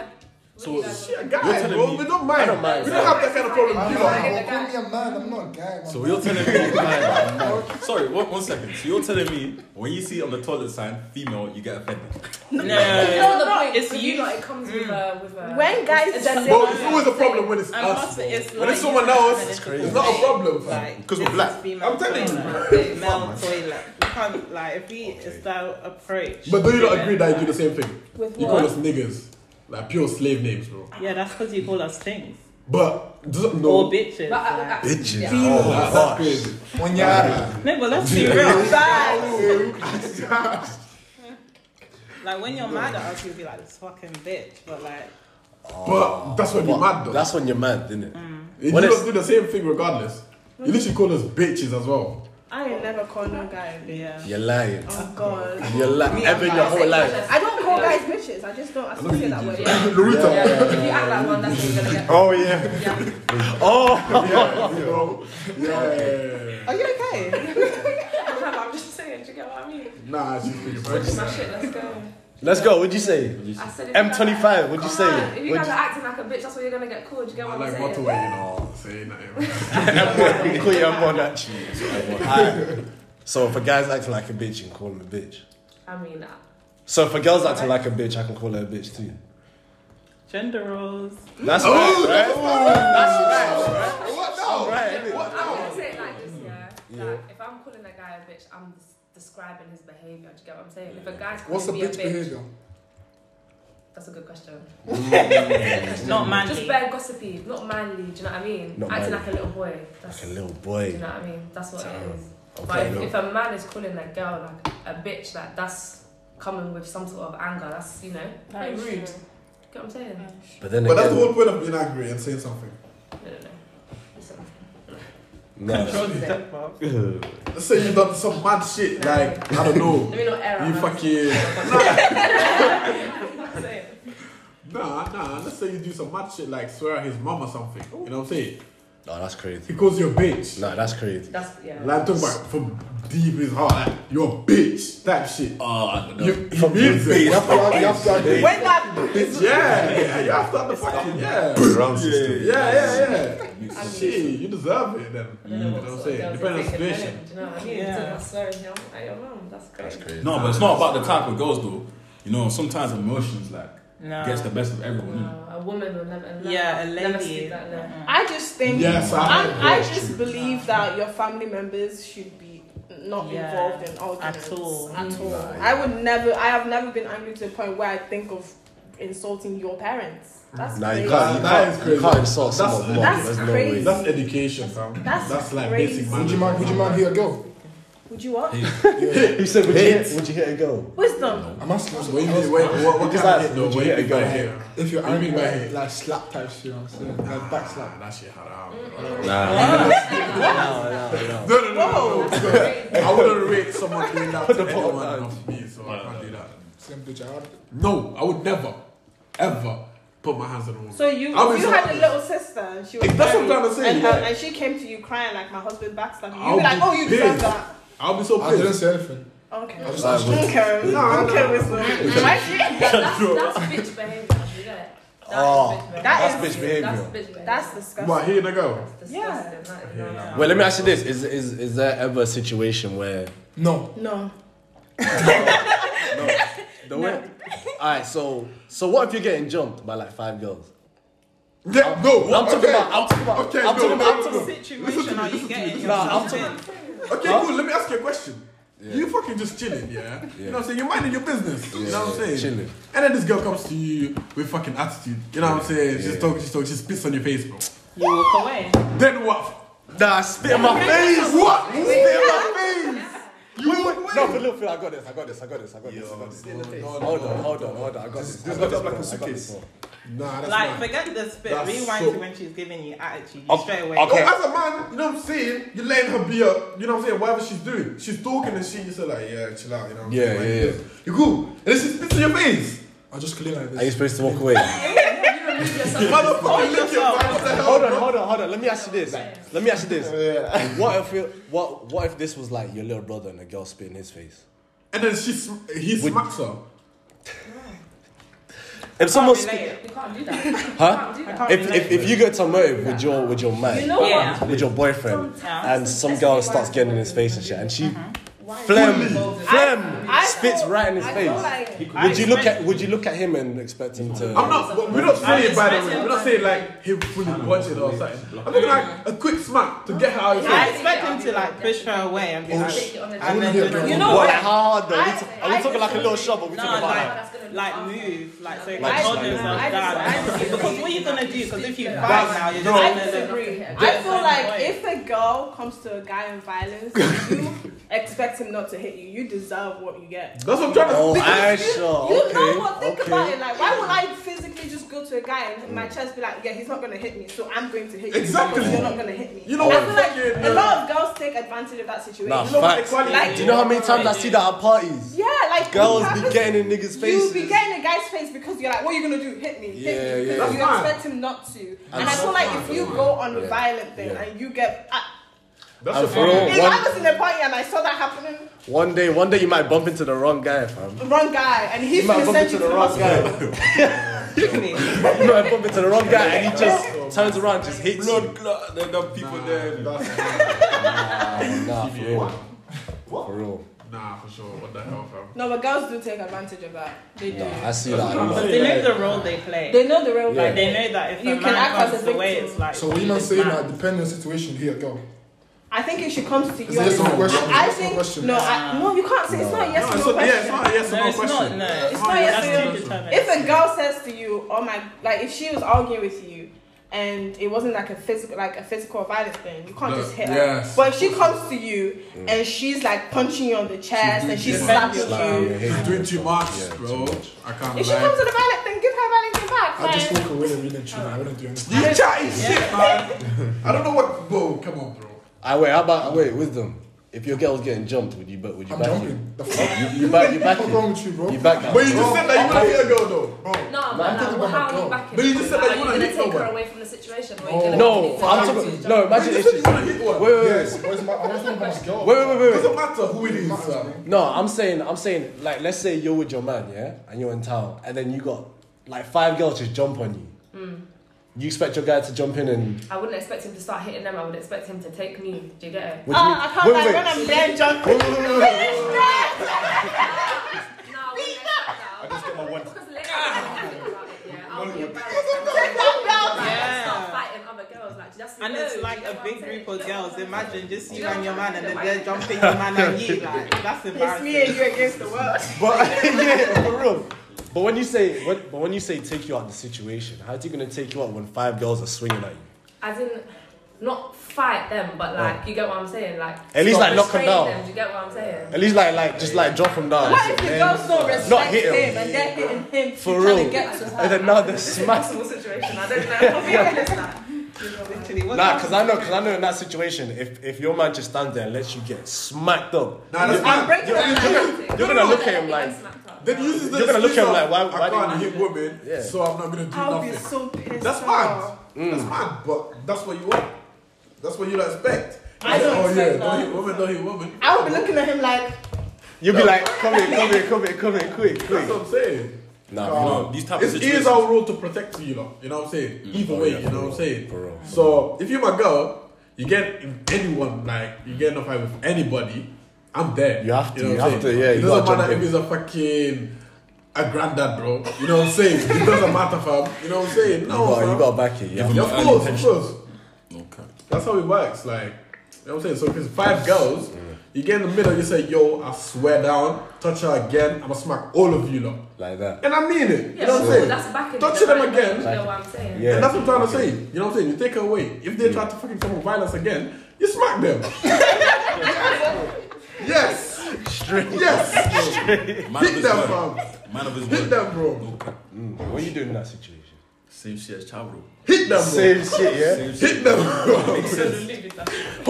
Speaker 4: So-
Speaker 3: yeah, guys,
Speaker 4: telling
Speaker 3: bro,
Speaker 4: me-
Speaker 3: we don't mind. We don't have that kind of problem.
Speaker 7: I'm
Speaker 3: You
Speaker 7: not,
Speaker 3: know,
Speaker 7: bro. call me a man. I'm not a guy, man.
Speaker 4: So you're telling me, man, man. sorry, one, one second. So you're telling me when you see on the toilet sign female, you get offended.
Speaker 12: No, no,
Speaker 5: You know the point.
Speaker 12: It's
Speaker 5: you. know it comes with a. With a
Speaker 6: Mm. When guys
Speaker 5: it's
Speaker 6: say-
Speaker 5: a-
Speaker 3: Bro, it's always a problem when it's
Speaker 12: And
Speaker 3: us.
Speaker 12: also, it's
Speaker 3: When
Speaker 12: like-
Speaker 3: it's someone else, it's,
Speaker 12: crazy.
Speaker 3: not a problem. fam.
Speaker 12: Like,
Speaker 4: Because we're
Speaker 12: this is
Speaker 4: black.
Speaker 12: female
Speaker 3: I'm telling you,
Speaker 12: toilet, Male toilet. You can't, like, if we is that approach.
Speaker 3: But do you not agree that I do the same thing?
Speaker 6: With
Speaker 3: You call
Speaker 6: what?
Speaker 3: us niggas, like pure slave names, bro.
Speaker 12: Yeah, that's because you call us things.
Speaker 3: But does, no,
Speaker 12: Or bitches.
Speaker 5: But I- I-
Speaker 12: like.
Speaker 2: Bitches.
Speaker 5: Yeah.
Speaker 2: Oh, gosh.
Speaker 3: That- that's crazy.
Speaker 7: When you're out
Speaker 12: No, but let's be real.
Speaker 6: Guys.
Speaker 12: Like, when you're mad at us, you'll be like, this fucking bitch. But, like,
Speaker 3: But that's when you're mad, though.
Speaker 2: That's when you're mad, isn't it?
Speaker 3: you
Speaker 2: when
Speaker 3: just
Speaker 2: it's-
Speaker 3: do the same thing regardless. You literally call us bitches as well.
Speaker 6: I ain't never call no guy.
Speaker 12: yeah.
Speaker 2: You're lying.
Speaker 6: Oh God.
Speaker 2: You're lying. Ever in your whole life.
Speaker 6: I don't call guys bitches. I just don't associate that word.
Speaker 5: Yeah.
Speaker 3: Lorita,
Speaker 5: Yeah, yeah, If you act like one, that's what you're gonna get.
Speaker 11: Oh yeah.
Speaker 5: Yeah.
Speaker 2: Oh,
Speaker 3: you know? Yeah.
Speaker 6: Are you okay?
Speaker 5: I'm just saying, do you get what I mean?
Speaker 3: Nah, she's pretty
Speaker 5: Just
Speaker 3: much.
Speaker 5: my shit, let's go.
Speaker 2: let's go. What'd you say?
Speaker 5: I said if you guys-
Speaker 2: M25. What'd you
Speaker 5: Come
Speaker 2: say?
Speaker 5: on, If you
Speaker 2: What'd
Speaker 5: guys are acting like a bitch, that's what you're gonna get called. Do you get
Speaker 3: I
Speaker 5: what
Speaker 3: like
Speaker 5: I'm
Speaker 3: what
Speaker 5: saying?
Speaker 3: way, you know, saying that.
Speaker 2: you call your mom actually? Alright. So if a guy's acting like a bitch, you can call him a bitch.
Speaker 5: I mean, uh,
Speaker 2: So if a girl's acting like a bitch, I can call her a bitch too.
Speaker 12: Gender roles.
Speaker 2: That's right, right? That's right.
Speaker 3: What now?
Speaker 2: Right, innit?
Speaker 5: I'm gonna say Oh, it like this, yeah. Like, if I'm calling a guy a bitch, I'm des- describing his behavior. Do you get what I'm saying? If a guy's calling
Speaker 7: What's a
Speaker 5: me
Speaker 7: bitch
Speaker 5: a bitch,
Speaker 7: behavior?
Speaker 5: that's a good question.
Speaker 12: Not
Speaker 5: Just
Speaker 12: manly.
Speaker 5: bare gossipy, not manly. Do you know what I mean?
Speaker 2: Not
Speaker 5: Acting
Speaker 2: manly.
Speaker 5: like a little boy. That's,
Speaker 2: A little
Speaker 5: do you
Speaker 2: boy.
Speaker 5: know what I mean? That's what it is. But
Speaker 2: Okay,
Speaker 5: if,
Speaker 2: no.
Speaker 5: if a man is calling a girl like a bitch, like that's coming with some sort of anger. That's you know, pretty rude. Do you get what I'm saying?
Speaker 2: But then
Speaker 3: But that's the
Speaker 2: again,
Speaker 3: whole point of being angry and saying something.
Speaker 5: No, no, no. Listen.
Speaker 2: No.
Speaker 3: Let's say you've done some mad shit, like, I don't know.
Speaker 5: Let me not air out
Speaker 3: You
Speaker 5: my-
Speaker 3: fucking. Nah. nah, nah. Let's say you do some mad shit, like swear at his mum or something. You know what I'm saying?
Speaker 2: No, that's crazy.
Speaker 3: He calls you a bitch.
Speaker 2: No, that's crazy.
Speaker 5: That's yeah.
Speaker 3: Like, I'm talking about from deep in his heart, like, you're a bitch. That shit.
Speaker 4: Oh,
Speaker 3: no. You, he means it.
Speaker 2: You have to- you have to-
Speaker 3: Bitch.
Speaker 6: When that
Speaker 3: Bitch, yeah, yeah, you have to have the fucking, yeah.
Speaker 2: Round system.
Speaker 3: Yeah, yeah, yeah. Shit, you deserve it then. You know what I'm saying? Depending on the situation.
Speaker 5: Do you know what I mean? Yeah. Swearing now at your mum. That's great. That's
Speaker 4: No, but it's not about the type of girls though. You know, sometimes emotions like
Speaker 11: No.
Speaker 4: gets the best of everyone. innit?
Speaker 5: A woman will never. never-
Speaker 11: Yeah, a
Speaker 5: Never
Speaker 11: lady.
Speaker 5: speak like that.
Speaker 6: I just think
Speaker 3: Yes, I
Speaker 6: I'm-
Speaker 3: have
Speaker 6: I
Speaker 3: watched
Speaker 6: just believe that your family members should be not
Speaker 11: Yeah.
Speaker 6: involved in arguments
Speaker 11: At all. Mm.
Speaker 6: At all. I would never. I have never been angry to the point where I think of insulting your parents. That's
Speaker 2: Nah, you
Speaker 6: crazy.
Speaker 2: can't. You
Speaker 3: That
Speaker 2: can't,
Speaker 3: is
Speaker 2: you
Speaker 3: crazy.
Speaker 2: can't insult
Speaker 3: That's-
Speaker 2: someone.
Speaker 6: that's
Speaker 2: There's
Speaker 6: crazy.
Speaker 2: no way.
Speaker 3: That's education, fam.
Speaker 6: That's
Speaker 3: like
Speaker 6: crazy.
Speaker 3: basic
Speaker 6: Would
Speaker 3: manners.
Speaker 7: Would you mind? Would you mind be a girl?
Speaker 6: Would you what?
Speaker 2: He said, "Would you hit? Would you hit a girl?"
Speaker 6: Wisdom.
Speaker 7: Am I slapping?
Speaker 3: Wait, wait, wait, what, what
Speaker 2: Just
Speaker 3: kind of
Speaker 2: like,
Speaker 3: hit though?
Speaker 2: would you
Speaker 3: What
Speaker 2: hit
Speaker 3: do you
Speaker 2: a
Speaker 3: mean
Speaker 2: girl?
Speaker 3: by hit?
Speaker 7: If you're
Speaker 3: What do you
Speaker 7: angry,
Speaker 3: mean by
Speaker 7: like,
Speaker 3: hit?
Speaker 7: like slap type shit. I'm saying, like back slap.
Speaker 3: That shit haram.
Speaker 2: no,
Speaker 3: No, no, no, no,
Speaker 6: Whoa.
Speaker 3: no. I wouldn't rate someone doing that to anyone of me, so I can't do that.
Speaker 7: Same bitch. I had.
Speaker 3: No, I would never, ever put my hands on a woman.
Speaker 6: So you
Speaker 3: I would
Speaker 6: you
Speaker 3: say-
Speaker 6: had a little sister and she was
Speaker 3: That's what I'm
Speaker 6: married,
Speaker 3: trying to say,
Speaker 6: and, her-
Speaker 3: yeah.
Speaker 6: and she came to you crying like my husband backstabbed me.
Speaker 3: I'll
Speaker 6: You'd be like,
Speaker 3: be
Speaker 6: oh, you deserve
Speaker 3: pissed.
Speaker 6: that.
Speaker 3: I'll be so
Speaker 7: I didn't
Speaker 3: pissed.
Speaker 7: say anything.
Speaker 6: Okay.
Speaker 7: I just
Speaker 2: Like,
Speaker 7: asked you.
Speaker 6: Okay.
Speaker 3: No,
Speaker 6: okay,
Speaker 3: no.
Speaker 6: Wisdom.
Speaker 5: That's, that's bitch behavior. You get it? That
Speaker 2: Oh,
Speaker 5: is bitch
Speaker 6: that
Speaker 5: behaviour.
Speaker 6: is-
Speaker 5: That's bitch
Speaker 2: behavior.
Speaker 5: behaviour.
Speaker 6: That's disgusting.
Speaker 3: What, hitting a girl?
Speaker 5: disgusting.
Speaker 6: Yeah.
Speaker 5: That is
Speaker 3: Yeah.
Speaker 5: not-
Speaker 2: Well, let me ask you this: Is is is there ever a situation where
Speaker 7: No.
Speaker 6: No.
Speaker 2: the way? All right, so so what if you're getting jumped by like five girls?
Speaker 3: Yeah, no.
Speaker 2: I'm talking
Speaker 3: okay.
Speaker 2: about. I'm talking about.
Speaker 3: Okay,
Speaker 2: I'm
Speaker 3: no,
Speaker 2: talking
Speaker 3: no,
Speaker 2: about.
Speaker 3: no, no.
Speaker 11: situation are you getting?
Speaker 2: Nah, I'm
Speaker 11: yourself in?
Speaker 3: Okay, cool. Let me ask you a question. You fucking just chilling, yeah? You know what I'm saying? You're minding your business. You know what I'm
Speaker 2: Yeah,
Speaker 3: saying?
Speaker 2: chilling.
Speaker 3: And then this girl comes to you with fucking attitude. You know what I'm saying? She's talking, she's talking, she spits on your face, bro.
Speaker 11: You walk away.
Speaker 3: Then what?
Speaker 2: Nah, spit in my face.
Speaker 3: What? Spit in my face!
Speaker 2: Wait, wait, no, for little I got this. I got this. I got this. I got this. I got this. Hold on, hold on, hold on. I got this. I got this. bro, I got this.
Speaker 3: Nah, that's
Speaker 11: Like,
Speaker 3: not.
Speaker 11: forget the spit.
Speaker 3: That's
Speaker 11: Rewind
Speaker 3: so-
Speaker 11: to when she's giving you attitude. You
Speaker 2: Okay,
Speaker 11: straight away.
Speaker 2: okay.
Speaker 3: No, as a man, you know what I'm saying? You're letting her be up, you know what I'm saying? Whatever she's doing. She's talking and shit, you say, like, yeah, chill out, you know what I'm
Speaker 2: Yeah,
Speaker 3: saying? Like,
Speaker 2: yeah, yeah.
Speaker 3: You're cool. And then she spits in your face.
Speaker 7: I just clean like
Speaker 2: Are you
Speaker 7: this.
Speaker 2: supposed to walk away?
Speaker 3: Motherfucker, lick your
Speaker 11: yourself.
Speaker 3: man. What the hell?
Speaker 2: Hold on, hold on, hold on. Let me ask you this. Let me ask you
Speaker 3: Oh,
Speaker 2: this. What if you, what what if this was like your little brother and a girl spit in his face?
Speaker 3: And then she, sm- he smacks her.
Speaker 2: If someone spit,
Speaker 11: Relate.
Speaker 5: You can't do that. You
Speaker 2: huh?
Speaker 5: can't do
Speaker 11: I
Speaker 5: that.
Speaker 11: can't
Speaker 2: If,
Speaker 11: relate.
Speaker 2: if, if you go to a motive with your with your man,
Speaker 5: You know
Speaker 11: Yeah.
Speaker 5: what?
Speaker 2: with your boyfriend,
Speaker 11: Yeah.
Speaker 2: and some girl starts getting in his face and shit, and she
Speaker 5: Why
Speaker 2: phlegm
Speaker 5: Bully.
Speaker 2: phlegm
Speaker 6: I
Speaker 2: spits
Speaker 6: feel-
Speaker 2: right in his
Speaker 6: I
Speaker 2: face.
Speaker 6: feel like
Speaker 11: I
Speaker 2: Would you look
Speaker 11: expect-
Speaker 2: at would you look at him and expect him to?
Speaker 3: I'm not. but We're not saying by the
Speaker 11: expect
Speaker 3: way.
Speaker 11: him
Speaker 3: We're not
Speaker 11: to-
Speaker 3: saying like him fully watching or something. I'm thinking like a quick smack to get her out of
Speaker 11: I
Speaker 3: here.
Speaker 11: expect him to like push her away and be like,
Speaker 5: Take it on the
Speaker 7: I
Speaker 5: chin.
Speaker 7: wouldn't be a girl.
Speaker 6: You know
Speaker 2: What,
Speaker 6: what?
Speaker 2: like, how hard though?
Speaker 6: I-
Speaker 2: We t- are we
Speaker 6: I-
Speaker 2: talking like a little shove? Or we
Speaker 11: no,
Speaker 2: talking about like,
Speaker 11: like, like move, like so he
Speaker 2: Like,
Speaker 11: can hold
Speaker 2: like,
Speaker 11: himself
Speaker 6: I
Speaker 11: down.
Speaker 6: just- I-
Speaker 11: because what are you gonna do? Because if you fight now, you're
Speaker 3: no.
Speaker 11: just
Speaker 6: I
Speaker 11: gonna look-
Speaker 6: disagree. I feel like if a girl comes to a guy in violence, you expect him not to hit you. You deserve what you get.
Speaker 3: That's what I'm trying to.
Speaker 2: oh,
Speaker 3: think.
Speaker 2: I
Speaker 6: You,
Speaker 2: sure,
Speaker 6: you
Speaker 2: okay,
Speaker 6: know what? Think
Speaker 2: okay. Mm.
Speaker 6: about it. Like, why would I physically just go to a guy and my chest be like, yeah, he's not gonna hit me, so I'm going to hit you.
Speaker 3: Exactly.
Speaker 6: You're not gonna hit me.
Speaker 3: You know
Speaker 6: I
Speaker 3: what?
Speaker 6: feel like
Speaker 3: Fucking,
Speaker 6: a
Speaker 3: yeah.
Speaker 6: lot of girls take advantage of that situation.
Speaker 2: uh, Nah,
Speaker 3: You know what
Speaker 2: facts.
Speaker 3: equality
Speaker 6: Like-
Speaker 3: is?
Speaker 2: Do you know how many times I see that at parties?
Speaker 6: yeah, like
Speaker 2: Girls
Speaker 6: you
Speaker 2: be
Speaker 6: have-
Speaker 2: getting in niggas' faces.
Speaker 6: You be getting a guy's face because you're like, what are you gonna do? Hit me.
Speaker 2: Yeah,
Speaker 6: hit me.
Speaker 2: yeah.
Speaker 6: Because you
Speaker 3: That's
Speaker 6: expect him not to. And,
Speaker 2: And
Speaker 6: I feel like if you go on a
Speaker 2: Yeah.
Speaker 6: violent thing
Speaker 2: Yeah.
Speaker 6: and you get. I,
Speaker 3: That's
Speaker 2: And
Speaker 3: what
Speaker 2: for
Speaker 3: I'm-
Speaker 2: real,
Speaker 6: if I
Speaker 2: one,
Speaker 6: was in a party and I saw that happening,
Speaker 2: one day, one day you might bump into the wrong guy, fam.
Speaker 6: the wrong guy, and he's
Speaker 2: You might
Speaker 6: gonna
Speaker 2: bump
Speaker 6: send you
Speaker 2: into the
Speaker 6: to the
Speaker 2: wrong
Speaker 6: hospital.
Speaker 2: guy.
Speaker 11: if
Speaker 2: You might bump into the wrong guy, and he just turns around, and just hits you.
Speaker 4: Blood clot. There are people there.
Speaker 2: Nah, for real. For real.
Speaker 3: Nah, for sure. What the hell, fam?
Speaker 6: No, but girls do take advantage of that. They do.
Speaker 2: Nah, I see that. a lot.
Speaker 11: they know the role they play.
Speaker 6: They know the real
Speaker 2: Yeah.
Speaker 6: yeah.
Speaker 11: Like they know that if
Speaker 6: You
Speaker 11: you
Speaker 6: can
Speaker 11: man
Speaker 6: act as
Speaker 11: comes
Speaker 6: a
Speaker 11: the way
Speaker 6: victim.
Speaker 11: it's like.
Speaker 7: So what you not saying that depending on the situation, here, girl.
Speaker 6: I think if she comes to you,
Speaker 7: a yes or no
Speaker 6: I-
Speaker 7: question.
Speaker 6: I
Speaker 7: It's a
Speaker 6: think
Speaker 7: question.
Speaker 6: no, I, no, you can't say it's not a yes
Speaker 3: No,
Speaker 6: or
Speaker 3: it's
Speaker 6: no
Speaker 3: not,
Speaker 6: question.
Speaker 3: yeah, it's not a yes or
Speaker 11: No,
Speaker 3: no
Speaker 11: it's
Speaker 3: question.
Speaker 11: not. No,
Speaker 6: It's not yes or no
Speaker 11: that's too
Speaker 6: question.
Speaker 11: determined.
Speaker 6: If a girl says to you, "Oh my," like if she was arguing with you, and it wasn't like a physical, like a physical violence thing, you can't
Speaker 3: No,
Speaker 6: just hit her.
Speaker 3: yes.
Speaker 6: But if she comes to you and she's like punching you on the chest and she's
Speaker 11: defend
Speaker 6: slapping
Speaker 2: Like,
Speaker 6: you,
Speaker 2: yeah, hate
Speaker 3: Doing too much,
Speaker 2: Yeah,
Speaker 3: bro. I can't
Speaker 6: if she comes
Speaker 3: lie.
Speaker 6: to the violent thing, give her violent thing back.
Speaker 7: I just
Speaker 6: like-
Speaker 7: walk away and really chill. I wouldn't do anything.
Speaker 3: You chatty shit, man. I don't know what. Bro, come on, bro.
Speaker 2: I wait. How about wait? Wisdom. If your girl's getting jumped, would you? But would you
Speaker 7: I'm
Speaker 2: back
Speaker 7: jumping. The fuck?
Speaker 2: it? You, you back. You back
Speaker 7: What's
Speaker 2: it.
Speaker 7: wrong with you, bro?
Speaker 2: You back that.
Speaker 3: But you just said that you want to hit a girl though.
Speaker 5: No, but like, well, how are you backing?
Speaker 3: But you just said
Speaker 5: Like,
Speaker 3: that you
Speaker 5: are
Speaker 3: wanna
Speaker 5: gonna
Speaker 3: hit
Speaker 5: take her
Speaker 3: someone.
Speaker 5: away from the situation. Or are you gonna
Speaker 2: No, I'm talking. No, imagine if she. Wait, wait, wait,
Speaker 7: Yes, but it's my, I want to my girl.
Speaker 2: wait, wait, wait, wait.
Speaker 3: Doesn't matter who it is. uh,
Speaker 2: No, I'm saying, I'm saying, like, let's say you're with your man, yeah, and you're in town, and then you got like five girls just jump on you.
Speaker 6: Hmm.
Speaker 2: You expect your guy to jump in and
Speaker 5: I wouldn't expect him to start hitting them. I would expect him to take me. Do you get it?
Speaker 2: what do you mean?
Speaker 6: Ah, I can't like when I'm there jumping.
Speaker 2: wait, wait, wait, wait, wait.
Speaker 5: No, I wouldn't expect that. I just get my one. Because later I'll be thinking about it, yeah. I'll be embarrassed.
Speaker 9: Yeah.
Speaker 5: I'll start fighting other girls. Like, that's
Speaker 9: And
Speaker 5: no,
Speaker 9: it's
Speaker 5: you
Speaker 9: like
Speaker 5: know
Speaker 9: a
Speaker 5: what I'm
Speaker 9: big
Speaker 5: saying?
Speaker 9: group of girls. Imagine just you
Speaker 5: Yeah.
Speaker 9: and your man, and then they're jumping your man and you. Like that's
Speaker 6: It's me and
Speaker 9: embarrassing.
Speaker 6: you against the world.
Speaker 2: But yeah, for real. But when you say, when, but when you say take you out of the situation, how is he gonna take you out when five girls are swinging at you?
Speaker 5: As in, not fight them, but like, you get what I'm saying? Like,
Speaker 2: At least, like, knock 'em
Speaker 5: restrain
Speaker 2: down.
Speaker 5: Them, do you get what I'm saying?
Speaker 2: At least like, like, just like drop them down.
Speaker 6: What if the girls don't
Speaker 2: Not
Speaker 6: respect
Speaker 2: hit
Speaker 6: him.
Speaker 2: him.
Speaker 6: and they're hitting him
Speaker 2: For
Speaker 6: trying
Speaker 2: real.
Speaker 6: to get to her?
Speaker 2: And then now they're smashing.
Speaker 5: Possible situation. I don't know. I'll be honest. Like,
Speaker 9: Literally, what
Speaker 2: Nah, cause I know, cause I know in that situation, if if your man just stands there and lets you get smacked up,
Speaker 3: Nah, that's
Speaker 6: I'm
Speaker 3: not.
Speaker 6: breaking her back.
Speaker 2: you're gonna look at him like,
Speaker 3: Then uses the
Speaker 2: You're gonna look at him
Speaker 3: excuse
Speaker 2: like,
Speaker 3: of,
Speaker 2: why- why
Speaker 3: I
Speaker 2: didn't
Speaker 3: can't
Speaker 2: you
Speaker 3: hit women,
Speaker 2: Yeah.
Speaker 3: so I'm not gonna do
Speaker 6: I'll be
Speaker 3: nothing.
Speaker 6: so pissed.
Speaker 3: That's
Speaker 6: off.
Speaker 3: mad.
Speaker 2: Mm.
Speaker 3: That's mad, but that's what you want. That's what you don't expect.
Speaker 6: I don't
Speaker 3: oh yeah, don't
Speaker 6: expect that.
Speaker 3: hit women, don't hit women.
Speaker 6: I would be looking at him like,
Speaker 2: you'll be like, come here, come here, come here, come here, quick,
Speaker 3: That's
Speaker 2: quick.
Speaker 3: what I'm saying. Uh,
Speaker 2: Nah,
Speaker 4: no, these type of
Speaker 3: It's, it is
Speaker 4: situations.
Speaker 3: our role to protect you, lot. You know what I'm saying?
Speaker 2: Mm, oh,
Speaker 3: Either way, you know what I'm saying? So, if you're my girl, you get in anyone, like, you get in a fight with anybody, I'm there.
Speaker 2: You have to,
Speaker 3: know
Speaker 2: you
Speaker 3: what I'm
Speaker 2: have
Speaker 3: saying?
Speaker 2: to, yeah,
Speaker 3: It
Speaker 2: you
Speaker 3: doesn't
Speaker 2: gotta
Speaker 3: matter if
Speaker 2: jump
Speaker 3: it's a fucking. A granddad, bro. You know what I'm saying? It doesn't matter, fam. You know what I'm saying?
Speaker 2: you
Speaker 3: No,
Speaker 2: got,
Speaker 3: fam.
Speaker 2: you got back it. Yeah.
Speaker 3: Yeah, of
Speaker 4: early
Speaker 3: course, of
Speaker 4: pension.
Speaker 3: course.
Speaker 4: Okay.
Speaker 3: That's how it works. Like, you know what I'm saying? So if it's five girls, you get in the middle, you say, yo, I swear down, touch her again, I'ma smack all of you lot.
Speaker 2: Like that.
Speaker 3: And I mean it.
Speaker 5: yeah,
Speaker 3: you know what I'm
Speaker 5: well,
Speaker 3: saying?
Speaker 5: that's back in
Speaker 3: touch
Speaker 5: the
Speaker 3: them
Speaker 5: right way,
Speaker 3: again.
Speaker 5: You know what I'm saying?
Speaker 2: Yeah.
Speaker 3: And that's what I'm trying to say. You know what I'm saying? You take her away. If they try to fucking come with violence again, you smack them. yes. Straight. Yes.
Speaker 4: Man of
Speaker 3: Hit
Speaker 4: his
Speaker 3: them,
Speaker 4: word.
Speaker 3: fam.
Speaker 4: Man of his
Speaker 3: Hit
Speaker 4: word.
Speaker 3: them, bro.
Speaker 2: What are you doing in that situation?
Speaker 4: Same shit as Chavro.
Speaker 3: Hit them, bro.
Speaker 2: Same shit, yeah.
Speaker 3: Hit them, bro.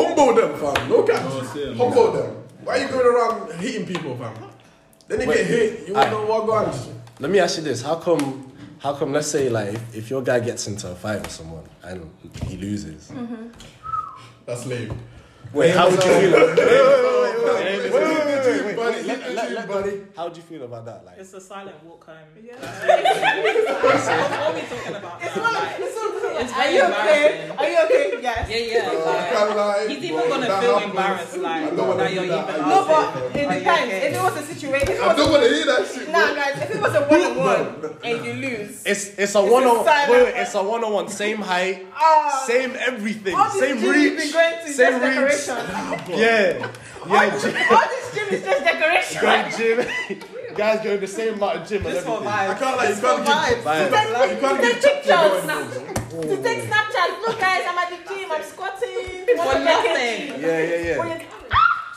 Speaker 3: Humble them, fam. No cap.
Speaker 4: No, seriously.
Speaker 3: Humble them. Why you going around hitting people, fam? Then they
Speaker 2: Wait.
Speaker 3: get hit. You
Speaker 2: Aye.
Speaker 3: won't know what go on.
Speaker 2: Let me ask you this: How come? How come? Let's say like if, if your guy gets into a fight with someone and he loses,
Speaker 3: That's lame.
Speaker 2: wait, how would you feel?
Speaker 3: Wait, wait, wait, wait, buddy. Hit
Speaker 2: let-
Speaker 3: you, buddy.
Speaker 2: How would you feel about that? Like,
Speaker 9: It's a silent walk home. what are we talking about? It's It's
Speaker 6: are
Speaker 9: very
Speaker 6: you okay?
Speaker 9: embarrassing.
Speaker 6: Are you okay? Yes.
Speaker 9: Yeah, yeah.
Speaker 3: I
Speaker 9: like-
Speaker 3: can't lie,
Speaker 9: He's
Speaker 3: bro.
Speaker 9: even gonna
Speaker 3: That
Speaker 9: feel
Speaker 3: happens.
Speaker 9: embarrassed, like
Speaker 3: don't wanna
Speaker 9: that
Speaker 3: do
Speaker 9: you're even
Speaker 3: that. I
Speaker 6: No,
Speaker 3: don't
Speaker 9: asking.
Speaker 6: but it
Speaker 9: Are you
Speaker 6: depends.
Speaker 9: okay?
Speaker 6: If it was a situation, if it
Speaker 3: I
Speaker 6: was
Speaker 3: don't want to hear that shit,
Speaker 6: a,
Speaker 3: bro.
Speaker 6: nah, guys, if it was a one on one and you lose,
Speaker 2: it's it's a one on
Speaker 6: silent
Speaker 2: wait, wait,
Speaker 6: fight.
Speaker 2: it's a one on one, same height,
Speaker 6: ah,
Speaker 2: same everything,
Speaker 6: all this
Speaker 2: same
Speaker 6: gym
Speaker 2: reach,
Speaker 6: you've been going to is
Speaker 2: same
Speaker 6: just
Speaker 2: reach.
Speaker 6: decoration.
Speaker 2: Yeah, yeah, gym,
Speaker 6: all this gym is just decoration.
Speaker 2: going gym. Guys going the same amount of gym and
Speaker 9: This whole
Speaker 2: everything.
Speaker 3: I
Speaker 9: vibe.
Speaker 3: can't lie. You can't give.
Speaker 2: Vibe.
Speaker 3: You can't give
Speaker 6: Take
Speaker 3: chocolate
Speaker 6: pictures.
Speaker 3: going on, bro.
Speaker 6: To take Snapchat, look guys, I'm at the gym, I'm squatting.
Speaker 9: For nothing.
Speaker 2: Yeah, yeah, yeah.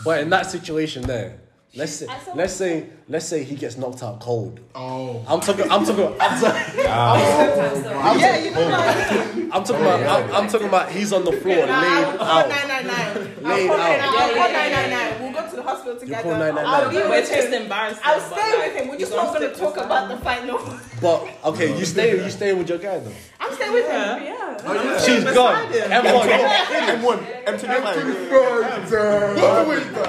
Speaker 2: But in that situation there, let's say,
Speaker 6: I saw-
Speaker 2: let's say, let's say he gets knocked out cold.
Speaker 3: Oh.
Speaker 2: I'm talking, I'm talking, I'm talking,
Speaker 6: Yeah, you know that.
Speaker 2: I'm talking about, I'm, I'm talking about. He's on the floor, laid
Speaker 6: I'll call
Speaker 2: out.
Speaker 6: 999.
Speaker 2: Laid
Speaker 6: I'll call
Speaker 2: out.
Speaker 6: 999.
Speaker 9: Yeah,
Speaker 6: I'll call
Speaker 9: yeah, yeah,
Speaker 6: 999. We'll go to the hospital together.
Speaker 2: call 999.
Speaker 6: I'll be
Speaker 9: We're
Speaker 6: with
Speaker 9: just
Speaker 6: him.
Speaker 9: embarrassed.
Speaker 6: I'll
Speaker 9: but,
Speaker 6: stay
Speaker 9: like,
Speaker 6: with him. We're
Speaker 9: you gotta
Speaker 6: just not going
Speaker 9: stick
Speaker 6: to talk
Speaker 9: us.
Speaker 6: about the fight, no.
Speaker 2: But okay, you stay, you stay with your guy though.
Speaker 6: I'm staying with him. Yeah.
Speaker 3: Oh, yeah.
Speaker 2: She's gone.
Speaker 9: him.
Speaker 2: M1,
Speaker 11: M1, M25.
Speaker 3: What the wait, bro?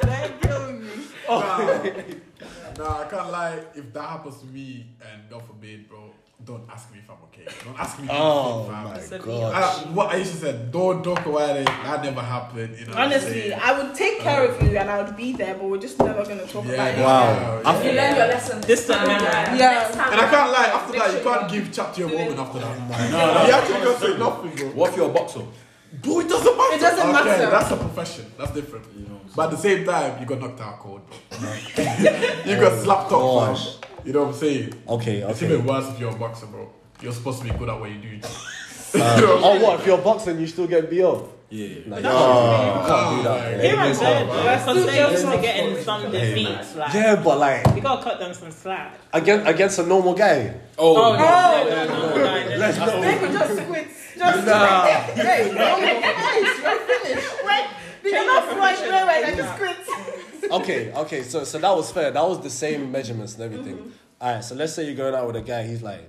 Speaker 9: Don't kill me.
Speaker 3: Nah, I can't lie. If that happens to me, and God forbid, bro, don't ask me if I'm okay. Don't ask me. If
Speaker 2: Oh
Speaker 3: I'm
Speaker 2: my
Speaker 3: okay,
Speaker 2: god.
Speaker 3: I, what Aisha said, don't talk about it. That never happened. You know what I'm
Speaker 6: Honestly,
Speaker 3: saying?
Speaker 6: I would take care of you and I would be there, but we're just never going to talk about it.
Speaker 3: yeah,
Speaker 2: Wow.
Speaker 3: yeah,
Speaker 2: I
Speaker 5: You
Speaker 2: feel-
Speaker 3: yeah.
Speaker 5: learn your lesson.
Speaker 9: This time
Speaker 5: yeah.
Speaker 9: around.
Speaker 5: Next time
Speaker 3: And I can't
Speaker 5: around,
Speaker 3: lie. After
Speaker 5: make
Speaker 3: that,
Speaker 5: sure
Speaker 3: you can't give chat to your woman after
Speaker 2: Oh
Speaker 3: that.
Speaker 4: No, no.
Speaker 3: You actually can't say nothing, bro.
Speaker 4: What if you're a boxer?
Speaker 3: Bro, it doesn't matter.
Speaker 6: It doesn't
Speaker 3: okay,
Speaker 6: matter.
Speaker 3: That's a profession. That's different. but at the same time, you got knocked out cold, bro. you got slapped up,
Speaker 2: gosh.
Speaker 3: fam. You know what I'm saying?
Speaker 2: Oh Okay,
Speaker 3: It's
Speaker 2: okay.
Speaker 3: even worse if you're a boxer, bro. You're supposed to be good at what you do.
Speaker 2: Oh what? If you're boxing, you still get BO.
Speaker 4: Yeah.
Speaker 2: Like, oh,
Speaker 3: Oh,
Speaker 9: Here
Speaker 3: my
Speaker 9: and
Speaker 3: God.
Speaker 9: there, because they're used to getting some defeats. Like,
Speaker 2: yeah, but like
Speaker 9: you gotta cut them some slack.
Speaker 2: against against a normal guy.
Speaker 4: Oh,
Speaker 9: no, no, no, no, no, no, no.
Speaker 6: They could just squid Just
Speaker 4: Nah.
Speaker 6: wait, wait, no, no, guys, you're finished. Wait, did you not flush wait, wait, I just quit.
Speaker 2: okay, okay. So, so that was fair. That was the same measurements and everything.
Speaker 6: Mm-hmm.
Speaker 2: All right. So let's say you're going out with a guy. He's like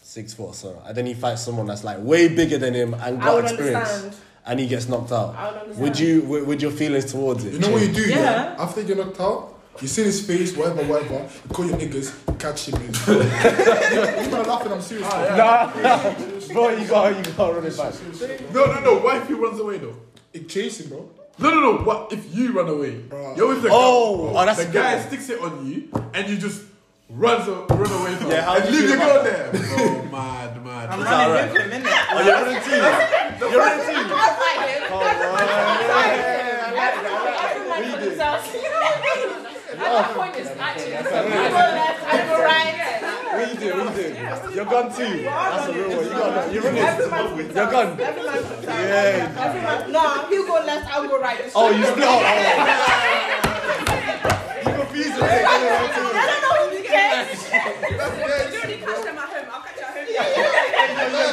Speaker 2: six foot, so and then he fights someone that's like way bigger than him and
Speaker 6: I
Speaker 2: got
Speaker 6: would
Speaker 2: experience,
Speaker 6: understand.
Speaker 2: and he gets knocked out.
Speaker 6: I would understand.
Speaker 2: Would you? Would, would your feelings towards it?
Speaker 7: You know what you
Speaker 2: change?
Speaker 7: do, yeah?
Speaker 9: Yeah.
Speaker 7: After you get knocked out, you see his face, whatever, whatever. You call your niggas, catch him. man. You're not laughing, I'm serious.
Speaker 3: Ah,
Speaker 2: Nah, bro, you got you got run it back.
Speaker 3: No, no, no. What if he runs away though?
Speaker 7: It chase him, bro.
Speaker 3: No, no, no. What if you run away?
Speaker 7: Bruh.
Speaker 3: You're with the
Speaker 2: Oh, oh, that's a
Speaker 3: the
Speaker 2: good
Speaker 3: guy
Speaker 2: one.
Speaker 3: sticks it on you, and you just runs a- run away from
Speaker 4: Yeah, how
Speaker 3: him
Speaker 4: do
Speaker 3: and
Speaker 4: you
Speaker 3: leave your girl
Speaker 4: feel
Speaker 3: there. Oh, mad, mad.
Speaker 4: Is that alright?
Speaker 2: Oh, you're running team. You're running team.
Speaker 5: point is actually it's a man.
Speaker 2: What you do? What you do? You're gone too. That's a real one. You got you're running. You're gone. Yeah.
Speaker 6: No, he'll go left, I'll go right.
Speaker 2: Oh, you split up. Oh. You confused it.
Speaker 6: I don't know who you get.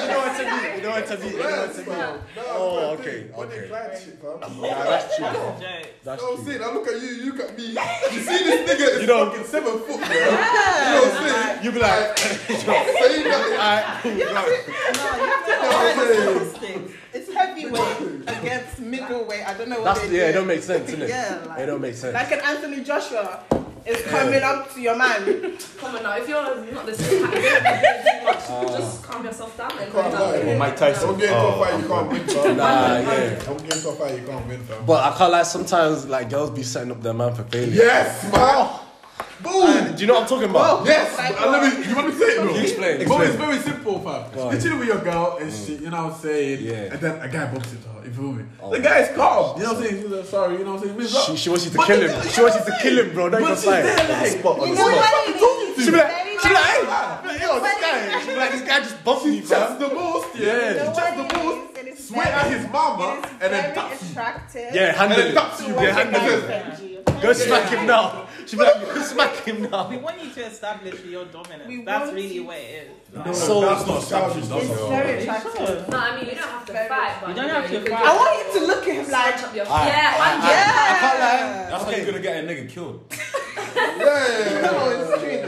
Speaker 2: You know what to do. You know what to do. You know what to do. Oh, okay,
Speaker 7: When they
Speaker 2: okay.
Speaker 7: client shit, fam.
Speaker 2: Nah, that's true.
Speaker 9: Joke.
Speaker 2: That's
Speaker 7: You know what I'm
Speaker 2: true.
Speaker 7: saying? I look at you, you look at me. You see this nigga is
Speaker 2: You know-
Speaker 7: fucking seven foot, bro. You know what I'm saying?
Speaker 2: You be like,
Speaker 7: Say nothing.
Speaker 2: alright, cool, right.
Speaker 6: It's heavyweight against middleweight. I don't know what
Speaker 2: That's
Speaker 6: they
Speaker 2: yeah. It
Speaker 6: do.
Speaker 2: don't make sense, innit?
Speaker 6: Yeah, like-
Speaker 2: It don't make sense.
Speaker 6: Like an Anthony Joshua is coming up to your man.
Speaker 5: Come on now, if you're not the same height, just calm yourself down and
Speaker 7: Calm down.
Speaker 5: go
Speaker 7: Well,
Speaker 4: Mike Tyson.
Speaker 7: Don't get into a fight, you can't win, fam.
Speaker 2: Oh, Nah, yeah.
Speaker 7: Don't get into a fight, you can't win, fam.
Speaker 2: But I can't lie. Sometimes like girls be setting up their man for failure.
Speaker 7: Yes, man. Boom.
Speaker 2: Do you know what I'm talking about?
Speaker 3: Yes, I love it. You want Uh, me to say it though?
Speaker 2: You explain, explain.
Speaker 3: Bro, it's very simple, fam.
Speaker 2: Go on. Mm.
Speaker 3: You're chilling with your girl and shit, you know what I'm saying?
Speaker 2: Yeah.
Speaker 3: And then a guy bumps into her, you feel me?
Speaker 2: Oh.
Speaker 3: The guy is calm, you know what I'm saying? He's like, sorry, you know what I'm saying? He's
Speaker 2: She,
Speaker 3: like,
Speaker 2: she wants you to
Speaker 3: But
Speaker 2: kill
Speaker 3: you
Speaker 2: him.
Speaker 3: know-
Speaker 2: She wants you to kill him, bro. Don't
Speaker 3: But
Speaker 2: even
Speaker 3: she's
Speaker 2: lie.
Speaker 3: there,
Speaker 2: On the
Speaker 3: like-
Speaker 2: spot, on the
Speaker 6: know
Speaker 2: spot.
Speaker 6: what it is?
Speaker 2: She be like,
Speaker 6: Very
Speaker 2: she be like,
Speaker 6: nice.
Speaker 2: hey, yo, this guy. She be like, this guy just bumped me,
Speaker 3: that's
Speaker 2: bro.
Speaker 3: the most, yeah.
Speaker 2: Yeah.
Speaker 3: Just
Speaker 6: Nobody
Speaker 3: the most.
Speaker 6: is, and it's
Speaker 3: Swear
Speaker 6: very-
Speaker 3: at his mama
Speaker 6: it is
Speaker 3: and then
Speaker 6: very
Speaker 3: taps you.
Speaker 6: attractive.
Speaker 2: Yeah, handle
Speaker 3: And then
Speaker 2: it.
Speaker 3: taps
Speaker 6: to
Speaker 3: you.
Speaker 6: watch
Speaker 3: Yeah,
Speaker 6: a
Speaker 3: handle
Speaker 6: guy
Speaker 3: it.
Speaker 6: offend you.
Speaker 2: Go smack him now. She be like, go smack him
Speaker 9: We
Speaker 2: now.
Speaker 9: want you to establish your dominance.
Speaker 6: We
Speaker 9: That's
Speaker 6: want
Speaker 9: really
Speaker 6: you-
Speaker 9: what it is. Like,
Speaker 2: So
Speaker 4: That's not established. That's
Speaker 6: It's
Speaker 4: not.
Speaker 6: very
Speaker 9: sure.
Speaker 6: attractive.
Speaker 5: No, I mean, you don't have to
Speaker 6: Very-
Speaker 5: fight, but
Speaker 9: You don't have to
Speaker 5: could
Speaker 9: fight.
Speaker 6: I
Speaker 5: just
Speaker 6: want you to look at him like,
Speaker 5: punch up your
Speaker 2: I-
Speaker 5: Yeah, one
Speaker 2: I can't lie.
Speaker 6: yeah.
Speaker 4: That's how you're gonna get a nigga killed.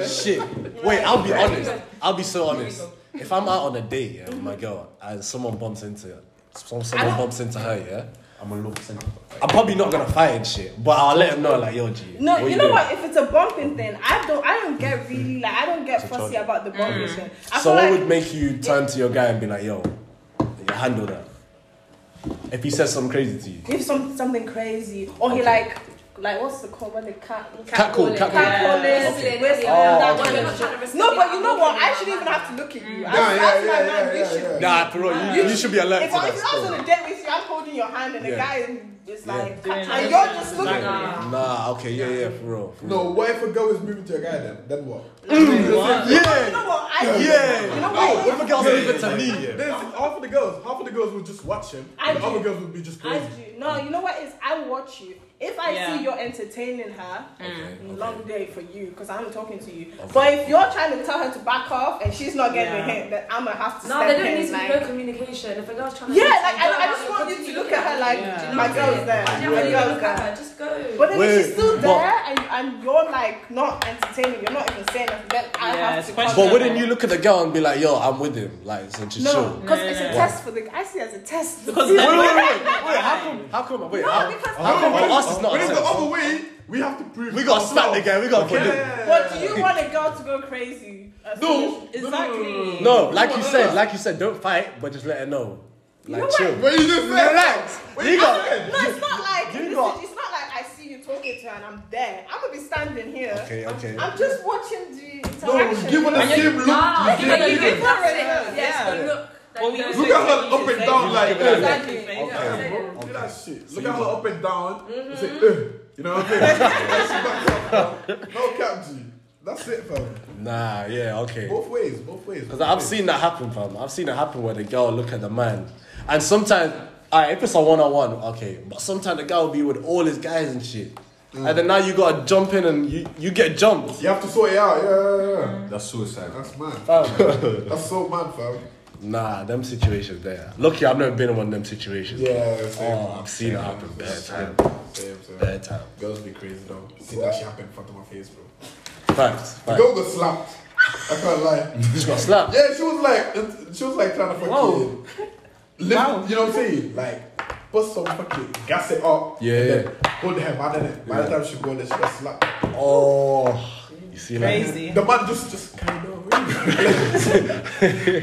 Speaker 2: Shit. Wait, I'll be honest. I'll be so honest. If I'm out on a date yeah, with my girl and someone bumps into her, some, someone bumps into her, yeah, I'm a little percent. I'm probably not gonna fight and shit, but I'll let him know like, yo, G.
Speaker 6: No, you, know
Speaker 2: doing?
Speaker 6: what? If it's a bumping thing, I don't, I don't get really like, I don't get fussy
Speaker 2: charge.
Speaker 6: about
Speaker 9: Mm.
Speaker 6: the bumping thing. I
Speaker 2: So
Speaker 6: feel
Speaker 2: what
Speaker 6: like
Speaker 2: would make you turn to your guy and be like, yo, you handle that? If he says something crazy to you.
Speaker 6: if some something crazy or he like, like what's the call when the cat,
Speaker 2: Catcall,
Speaker 5: Catcalling.
Speaker 2: catcall.
Speaker 6: cat
Speaker 5: Yeah.
Speaker 6: calling,
Speaker 5: Okay.
Speaker 6: whistling,
Speaker 2: Oh,
Speaker 6: that
Speaker 2: okay.
Speaker 6: kind of shit. No, but you know what? I shouldn't even have to look at you. I
Speaker 7: Yeah,
Speaker 6: should
Speaker 7: yeah,
Speaker 6: ask my
Speaker 7: yeah,
Speaker 6: man,
Speaker 7: yeah,
Speaker 6: you
Speaker 7: yeah,
Speaker 6: should-
Speaker 7: yeah.
Speaker 2: Nah, for real, you, you should be alert
Speaker 6: If
Speaker 2: to
Speaker 6: I,
Speaker 2: that
Speaker 6: if I was on
Speaker 2: stuff.
Speaker 6: a date with you, I'm holding your hand and the
Speaker 2: Yeah.
Speaker 6: guy is just like,
Speaker 9: Doing
Speaker 6: and
Speaker 9: that.
Speaker 6: you're just looking.
Speaker 9: Exactly.
Speaker 2: Nah, okay, yeah, yeah, for real. For real.
Speaker 7: No, what if a girl is moving to a guy then? Then what?
Speaker 6: You
Speaker 2: Yeah,
Speaker 6: know what? I,
Speaker 2: yeah.
Speaker 6: You
Speaker 2: No,
Speaker 6: know what?
Speaker 2: if a girl's leaving to me, yeah.
Speaker 3: There's half of the girls, half of the girls would just watch him.
Speaker 6: I
Speaker 3: the other
Speaker 6: do.
Speaker 3: girls would be just
Speaker 6: I
Speaker 3: crazy.
Speaker 6: do. No, you know what is? I watch you. If I
Speaker 9: Yeah.
Speaker 6: see you're entertaining her, mm,
Speaker 2: Okay,
Speaker 6: long day for you because I'm talking to you. But if you're trying to tell her to back off and she's not getting
Speaker 9: Yeah.
Speaker 6: the hint, then I'm gonna have to
Speaker 5: No,
Speaker 6: step
Speaker 5: there don't
Speaker 6: in.
Speaker 5: needs to be
Speaker 6: like-
Speaker 5: no communication. If a girl's trying to.
Speaker 6: yeah,
Speaker 5: do
Speaker 6: like
Speaker 5: something,
Speaker 6: I, I
Speaker 5: don't
Speaker 6: just
Speaker 5: have
Speaker 6: want
Speaker 5: to
Speaker 6: you to
Speaker 5: continue
Speaker 6: look at her like
Speaker 9: Yeah.
Speaker 5: Do you
Speaker 6: my
Speaker 5: know what I'm
Speaker 6: girl's
Speaker 5: saying?
Speaker 6: there,
Speaker 5: Why do you
Speaker 6: my
Speaker 5: have to even
Speaker 6: girl's
Speaker 5: look at her?
Speaker 6: there.
Speaker 5: Just go.
Speaker 6: But then if she's
Speaker 2: Wait,
Speaker 6: still
Speaker 2: but-
Speaker 6: there and, and you're like not entertaining, you're not even saying nothing, then I
Speaker 9: Yeah,
Speaker 6: have
Speaker 9: it's
Speaker 6: to.
Speaker 9: questionable.
Speaker 6: contact
Speaker 2: But wouldn't you look at the girl and be like, yo, I'm with him? Like, so just
Speaker 6: No,
Speaker 2: chill.
Speaker 6: because
Speaker 9: No,
Speaker 6: it's
Speaker 9: no,
Speaker 6: a
Speaker 9: no.
Speaker 6: test for the. I see it as a test.
Speaker 9: Because
Speaker 2: Wait, wait,
Speaker 9: then,
Speaker 2: wait, wait, wait, how come, how come, wait, how,
Speaker 6: because-
Speaker 2: how come for us it's not
Speaker 3: But
Speaker 2: a
Speaker 3: it's the
Speaker 2: test?
Speaker 3: other way, we have to prove.
Speaker 2: We gotta smack the guy, we gotta put him.
Speaker 6: But do you want a girl to go crazy? As soon as-
Speaker 9: exactly.
Speaker 2: No, like you said, like you said, don't fight, but just let her know. Like, chill.
Speaker 7: What you just said?
Speaker 2: Relax. You got.
Speaker 6: No, it's not like
Speaker 2: You
Speaker 6: listen,
Speaker 2: got-
Speaker 6: it's not like I see you talking to her and I'm there. I'm gonna be standing here.
Speaker 2: Okay, okay.
Speaker 6: I'm just watching the
Speaker 7: No,
Speaker 6: interaction.
Speaker 7: give her the
Speaker 9: you-
Speaker 7: same look.
Speaker 5: Nah,
Speaker 9: Yeah,
Speaker 5: you
Speaker 9: you
Speaker 5: give
Speaker 9: do.
Speaker 5: her a
Speaker 6: Yeah.
Speaker 5: Yes, you look.
Speaker 9: Well, we
Speaker 5: Like,
Speaker 9: was
Speaker 3: Look
Speaker 9: saying
Speaker 3: at her
Speaker 9: you
Speaker 3: up
Speaker 9: should
Speaker 3: and
Speaker 9: say
Speaker 3: down
Speaker 9: you
Speaker 3: like
Speaker 9: should
Speaker 3: that.
Speaker 9: exactly. say
Speaker 2: Okay.
Speaker 9: that.
Speaker 2: Okay.
Speaker 3: Look at that shit. Look at her up and down. Say, "Eh," you know what I'm saying?
Speaker 7: No cap, G. That's it, fam.
Speaker 2: Nah, yeah, okay.
Speaker 7: Both ways, both ways.
Speaker 2: Because I've seen that happen, fam. I've seen it happen where the girl look at the man, and sometimes, alright, if it's a one on one, okay. But sometimes the guy will be with all his guys and shit, and then now you gotta jump in and you you get jumped.
Speaker 7: You have to sort it out. Yeah, yeah, yeah.
Speaker 4: That's suicide.
Speaker 7: That's mad.
Speaker 2: Fam.
Speaker 7: That's so mad, fam.
Speaker 2: Nah, them situations there. Lucky I've never been in one of them situations.
Speaker 3: Yeah, same.
Speaker 2: Oh, I've seen it happen bad time.
Speaker 3: Same, same.
Speaker 2: Bad time.
Speaker 3: Girls be crazy though. See that shit happen in front of my face, bro.
Speaker 2: Facts.
Speaker 3: The
Speaker 2: facts.
Speaker 3: girl got slapped. I can't lie.
Speaker 2: Just got slapped.
Speaker 3: Yeah, she was like, it- she was like trying to fucking,
Speaker 2: Whoa.
Speaker 3: lift, you know what I'm saying? Like, bust some fucking gas it up.
Speaker 2: Yeah,
Speaker 3: and
Speaker 2: yeah.
Speaker 3: Then hold her by the neck. By the time she go, there, she got slapped.
Speaker 2: Oh, you see that?
Speaker 9: Crazy.
Speaker 3: The man just just kind of. That's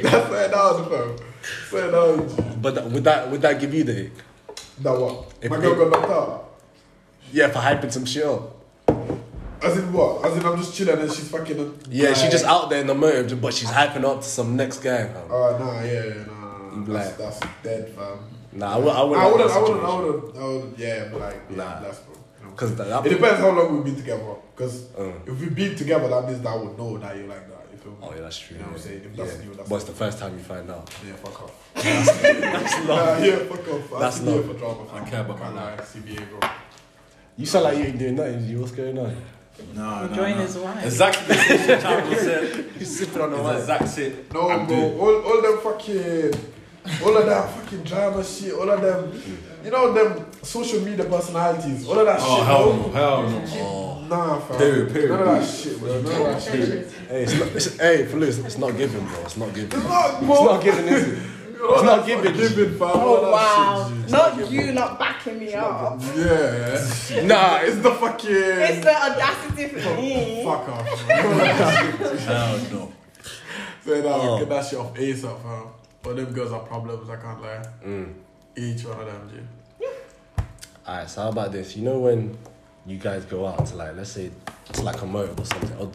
Speaker 3: where that was from. Where that was.
Speaker 2: But that, would that would that give you the? ick?
Speaker 3: That what?
Speaker 2: If
Speaker 3: My
Speaker 2: it-
Speaker 3: girl got knocked out.
Speaker 2: Yeah, for hyping some shit up.
Speaker 3: As in what? As in I'm just chilling and she's fucking.
Speaker 2: Yeah, she just out there in the motive, but she's hyping up to some next guy. Fam.
Speaker 3: Oh nah, yeah, yeah, nah. nah,
Speaker 2: You
Speaker 3: nah.
Speaker 2: black.
Speaker 3: That's, that's dead, fam.
Speaker 2: Nah, I would. I would.
Speaker 3: I wouldn't, I wouldn't, I wouldn't, I wouldn't, yeah, but like, yeah,
Speaker 2: Nah.
Speaker 3: that's bro. You know.
Speaker 2: Because that.
Speaker 3: It
Speaker 2: that
Speaker 3: depends how long we've been together. Because
Speaker 2: Uh.
Speaker 3: if we've been together, that means that I would know that you're like that. You feel me?
Speaker 2: oh yeah, that's true.
Speaker 3: You know what I'm saying? If
Speaker 2: Yeah.
Speaker 3: that's you, that's
Speaker 2: But it's the first time you find out.
Speaker 3: Yeah, fuck off.
Speaker 2: That's
Speaker 3: Nah,
Speaker 2: love.
Speaker 3: yeah, fuck off.
Speaker 2: That's
Speaker 3: I'm here
Speaker 2: love.
Speaker 3: for drama. fam.
Speaker 4: I care about
Speaker 3: Can't
Speaker 4: my
Speaker 3: lie, CBA, bro.
Speaker 2: You sound like you ain't doing nothing. You what's going on?
Speaker 4: No, no,
Speaker 9: Enjoying
Speaker 4: no.
Speaker 9: his wine.
Speaker 4: Exactly the same shit Chadwick said.
Speaker 2: You sipping on the
Speaker 4: It's
Speaker 2: wine.
Speaker 4: the exact shit.
Speaker 3: No,
Speaker 4: I'm
Speaker 3: bro.
Speaker 4: doing.
Speaker 3: All, all them fucking, all of that fucking drama shit. All of them, you know, them social media personalities. All of that
Speaker 4: Oh
Speaker 3: shit.
Speaker 4: hell
Speaker 3: bro.
Speaker 4: no, hell no.
Speaker 3: Nah, fam.
Speaker 4: Period, period.
Speaker 3: None of that shit, bro. None of that shit.
Speaker 2: Hey, it's not, it's, hey, for Lewis, it's not giving, bro. It's not giving. It's
Speaker 3: It's not, bro.
Speaker 2: not giving, is it? It's not giving.
Speaker 3: Giving, fam. All
Speaker 6: Oh,
Speaker 3: of
Speaker 6: wow.
Speaker 3: that shit,
Speaker 6: Not you not backing me up.
Speaker 3: G. Yeah.
Speaker 2: Nah,
Speaker 3: It's the fucking.
Speaker 6: It's the audacity for me.
Speaker 3: Fuck off. bro.
Speaker 4: Hell no.
Speaker 3: Say that.
Speaker 4: Oh.
Speaker 3: Get that shit off ASAP, fam. But them girls are problems. I can't lie.
Speaker 4: Mm.
Speaker 3: Each one of them, G.
Speaker 2: Alright, so how about this? You know when you guys go out to like, let's say, it's like a motive or something. Or,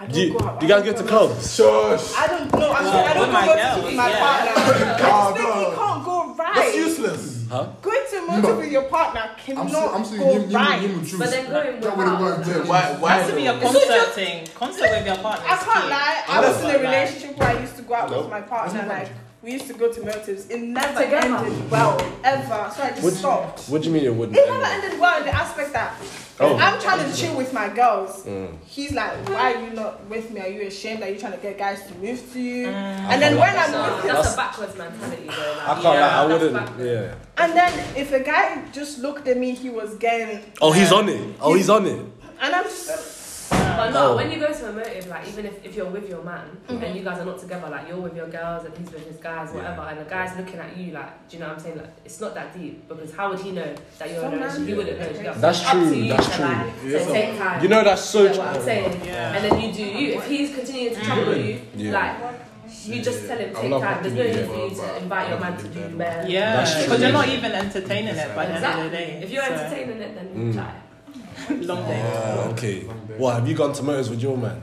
Speaker 6: I don't
Speaker 2: do, you,
Speaker 6: go out.
Speaker 2: do you guys go to clubs?
Speaker 3: Shush.
Speaker 6: I don't know. I'm sorry. I don't
Speaker 9: Oh my
Speaker 6: go
Speaker 9: God,
Speaker 6: to my
Speaker 9: yeah.
Speaker 6: partner. I
Speaker 3: Ah,
Speaker 6: just think you
Speaker 3: no.
Speaker 6: can't go right.
Speaker 3: That's useless.
Speaker 4: Mm.
Speaker 6: Going to motor with your partner cannot
Speaker 7: I'm saying, I'm saying,
Speaker 6: go
Speaker 7: you, you,
Speaker 6: right.
Speaker 7: you, you, choose.
Speaker 5: But then going
Speaker 7: That wouldn't work.
Speaker 5: without.
Speaker 7: there.
Speaker 3: Why? Why?
Speaker 9: has to be a
Speaker 6: It's not
Speaker 9: concert
Speaker 6: just-
Speaker 9: thing. Concert with your partner.
Speaker 6: I
Speaker 9: is
Speaker 6: can't
Speaker 9: key.
Speaker 6: lie. I was in a
Speaker 9: Like,
Speaker 6: relationship where I used to go out with my partner. Like we used to go to motives. It never ended well ever. So I just
Speaker 2: Would-
Speaker 6: stopped.
Speaker 2: What do you mean it wouldn't?
Speaker 6: It never
Speaker 2: end?
Speaker 6: ended well in the aspect that
Speaker 2: Oh. Mm.
Speaker 6: I'm trying to chill with my girls. He's like, why are you not with me? Are you ashamed? Are you trying to get guys to move to you?
Speaker 9: Mm.
Speaker 6: And
Speaker 2: Oh,
Speaker 6: then when I'm with him,
Speaker 5: That's a backwards mentality, though.
Speaker 2: I can't.
Speaker 5: Like,
Speaker 9: Yeah,
Speaker 2: lie, I
Speaker 5: that's
Speaker 2: wouldn't.
Speaker 5: backwards.
Speaker 2: Yeah.
Speaker 6: and then if a guy just looked at me, he was getting.
Speaker 2: Oh, he's on it. Oh, he's on it.
Speaker 6: And I'm just.
Speaker 5: But no,
Speaker 2: Oh. Mm-hmm.
Speaker 5: when you go to a motive, like even if, if you're with your man and you guys are not together, like you're with your girls and he's with his guys, whatever, and the guy's looking at you, like, do you know what I'm saying? Like, it's not that deep because how would he know that you're in a
Speaker 6: Some
Speaker 5: relationship? He
Speaker 6: man-
Speaker 5: wouldn't know. do you know what I'm
Speaker 2: That's
Speaker 5: saying? Up
Speaker 2: true,
Speaker 5: to you
Speaker 2: that's
Speaker 5: to,
Speaker 2: true.
Speaker 5: Like, so take time.
Speaker 2: You know that's so.
Speaker 5: That's what I'm
Speaker 2: true.
Speaker 5: saying. And then you do you. If he's continuing to trouble you,
Speaker 2: Yeah.
Speaker 5: like you just tell him
Speaker 3: I
Speaker 5: take
Speaker 3: love
Speaker 5: time. There's no
Speaker 3: fucking
Speaker 5: need for
Speaker 3: you,
Speaker 5: you
Speaker 3: but
Speaker 5: to invite your man to do man.
Speaker 9: Yeah,
Speaker 2: That's true.
Speaker 9: because you're not even entertaining it by the end of the
Speaker 5: Exactly.
Speaker 9: day.
Speaker 5: If you're
Speaker 9: so,
Speaker 5: entertaining
Speaker 2: Mm.
Speaker 5: it, then try.
Speaker 9: long day.
Speaker 2: Ah, okay. What have you gone to motors with your man?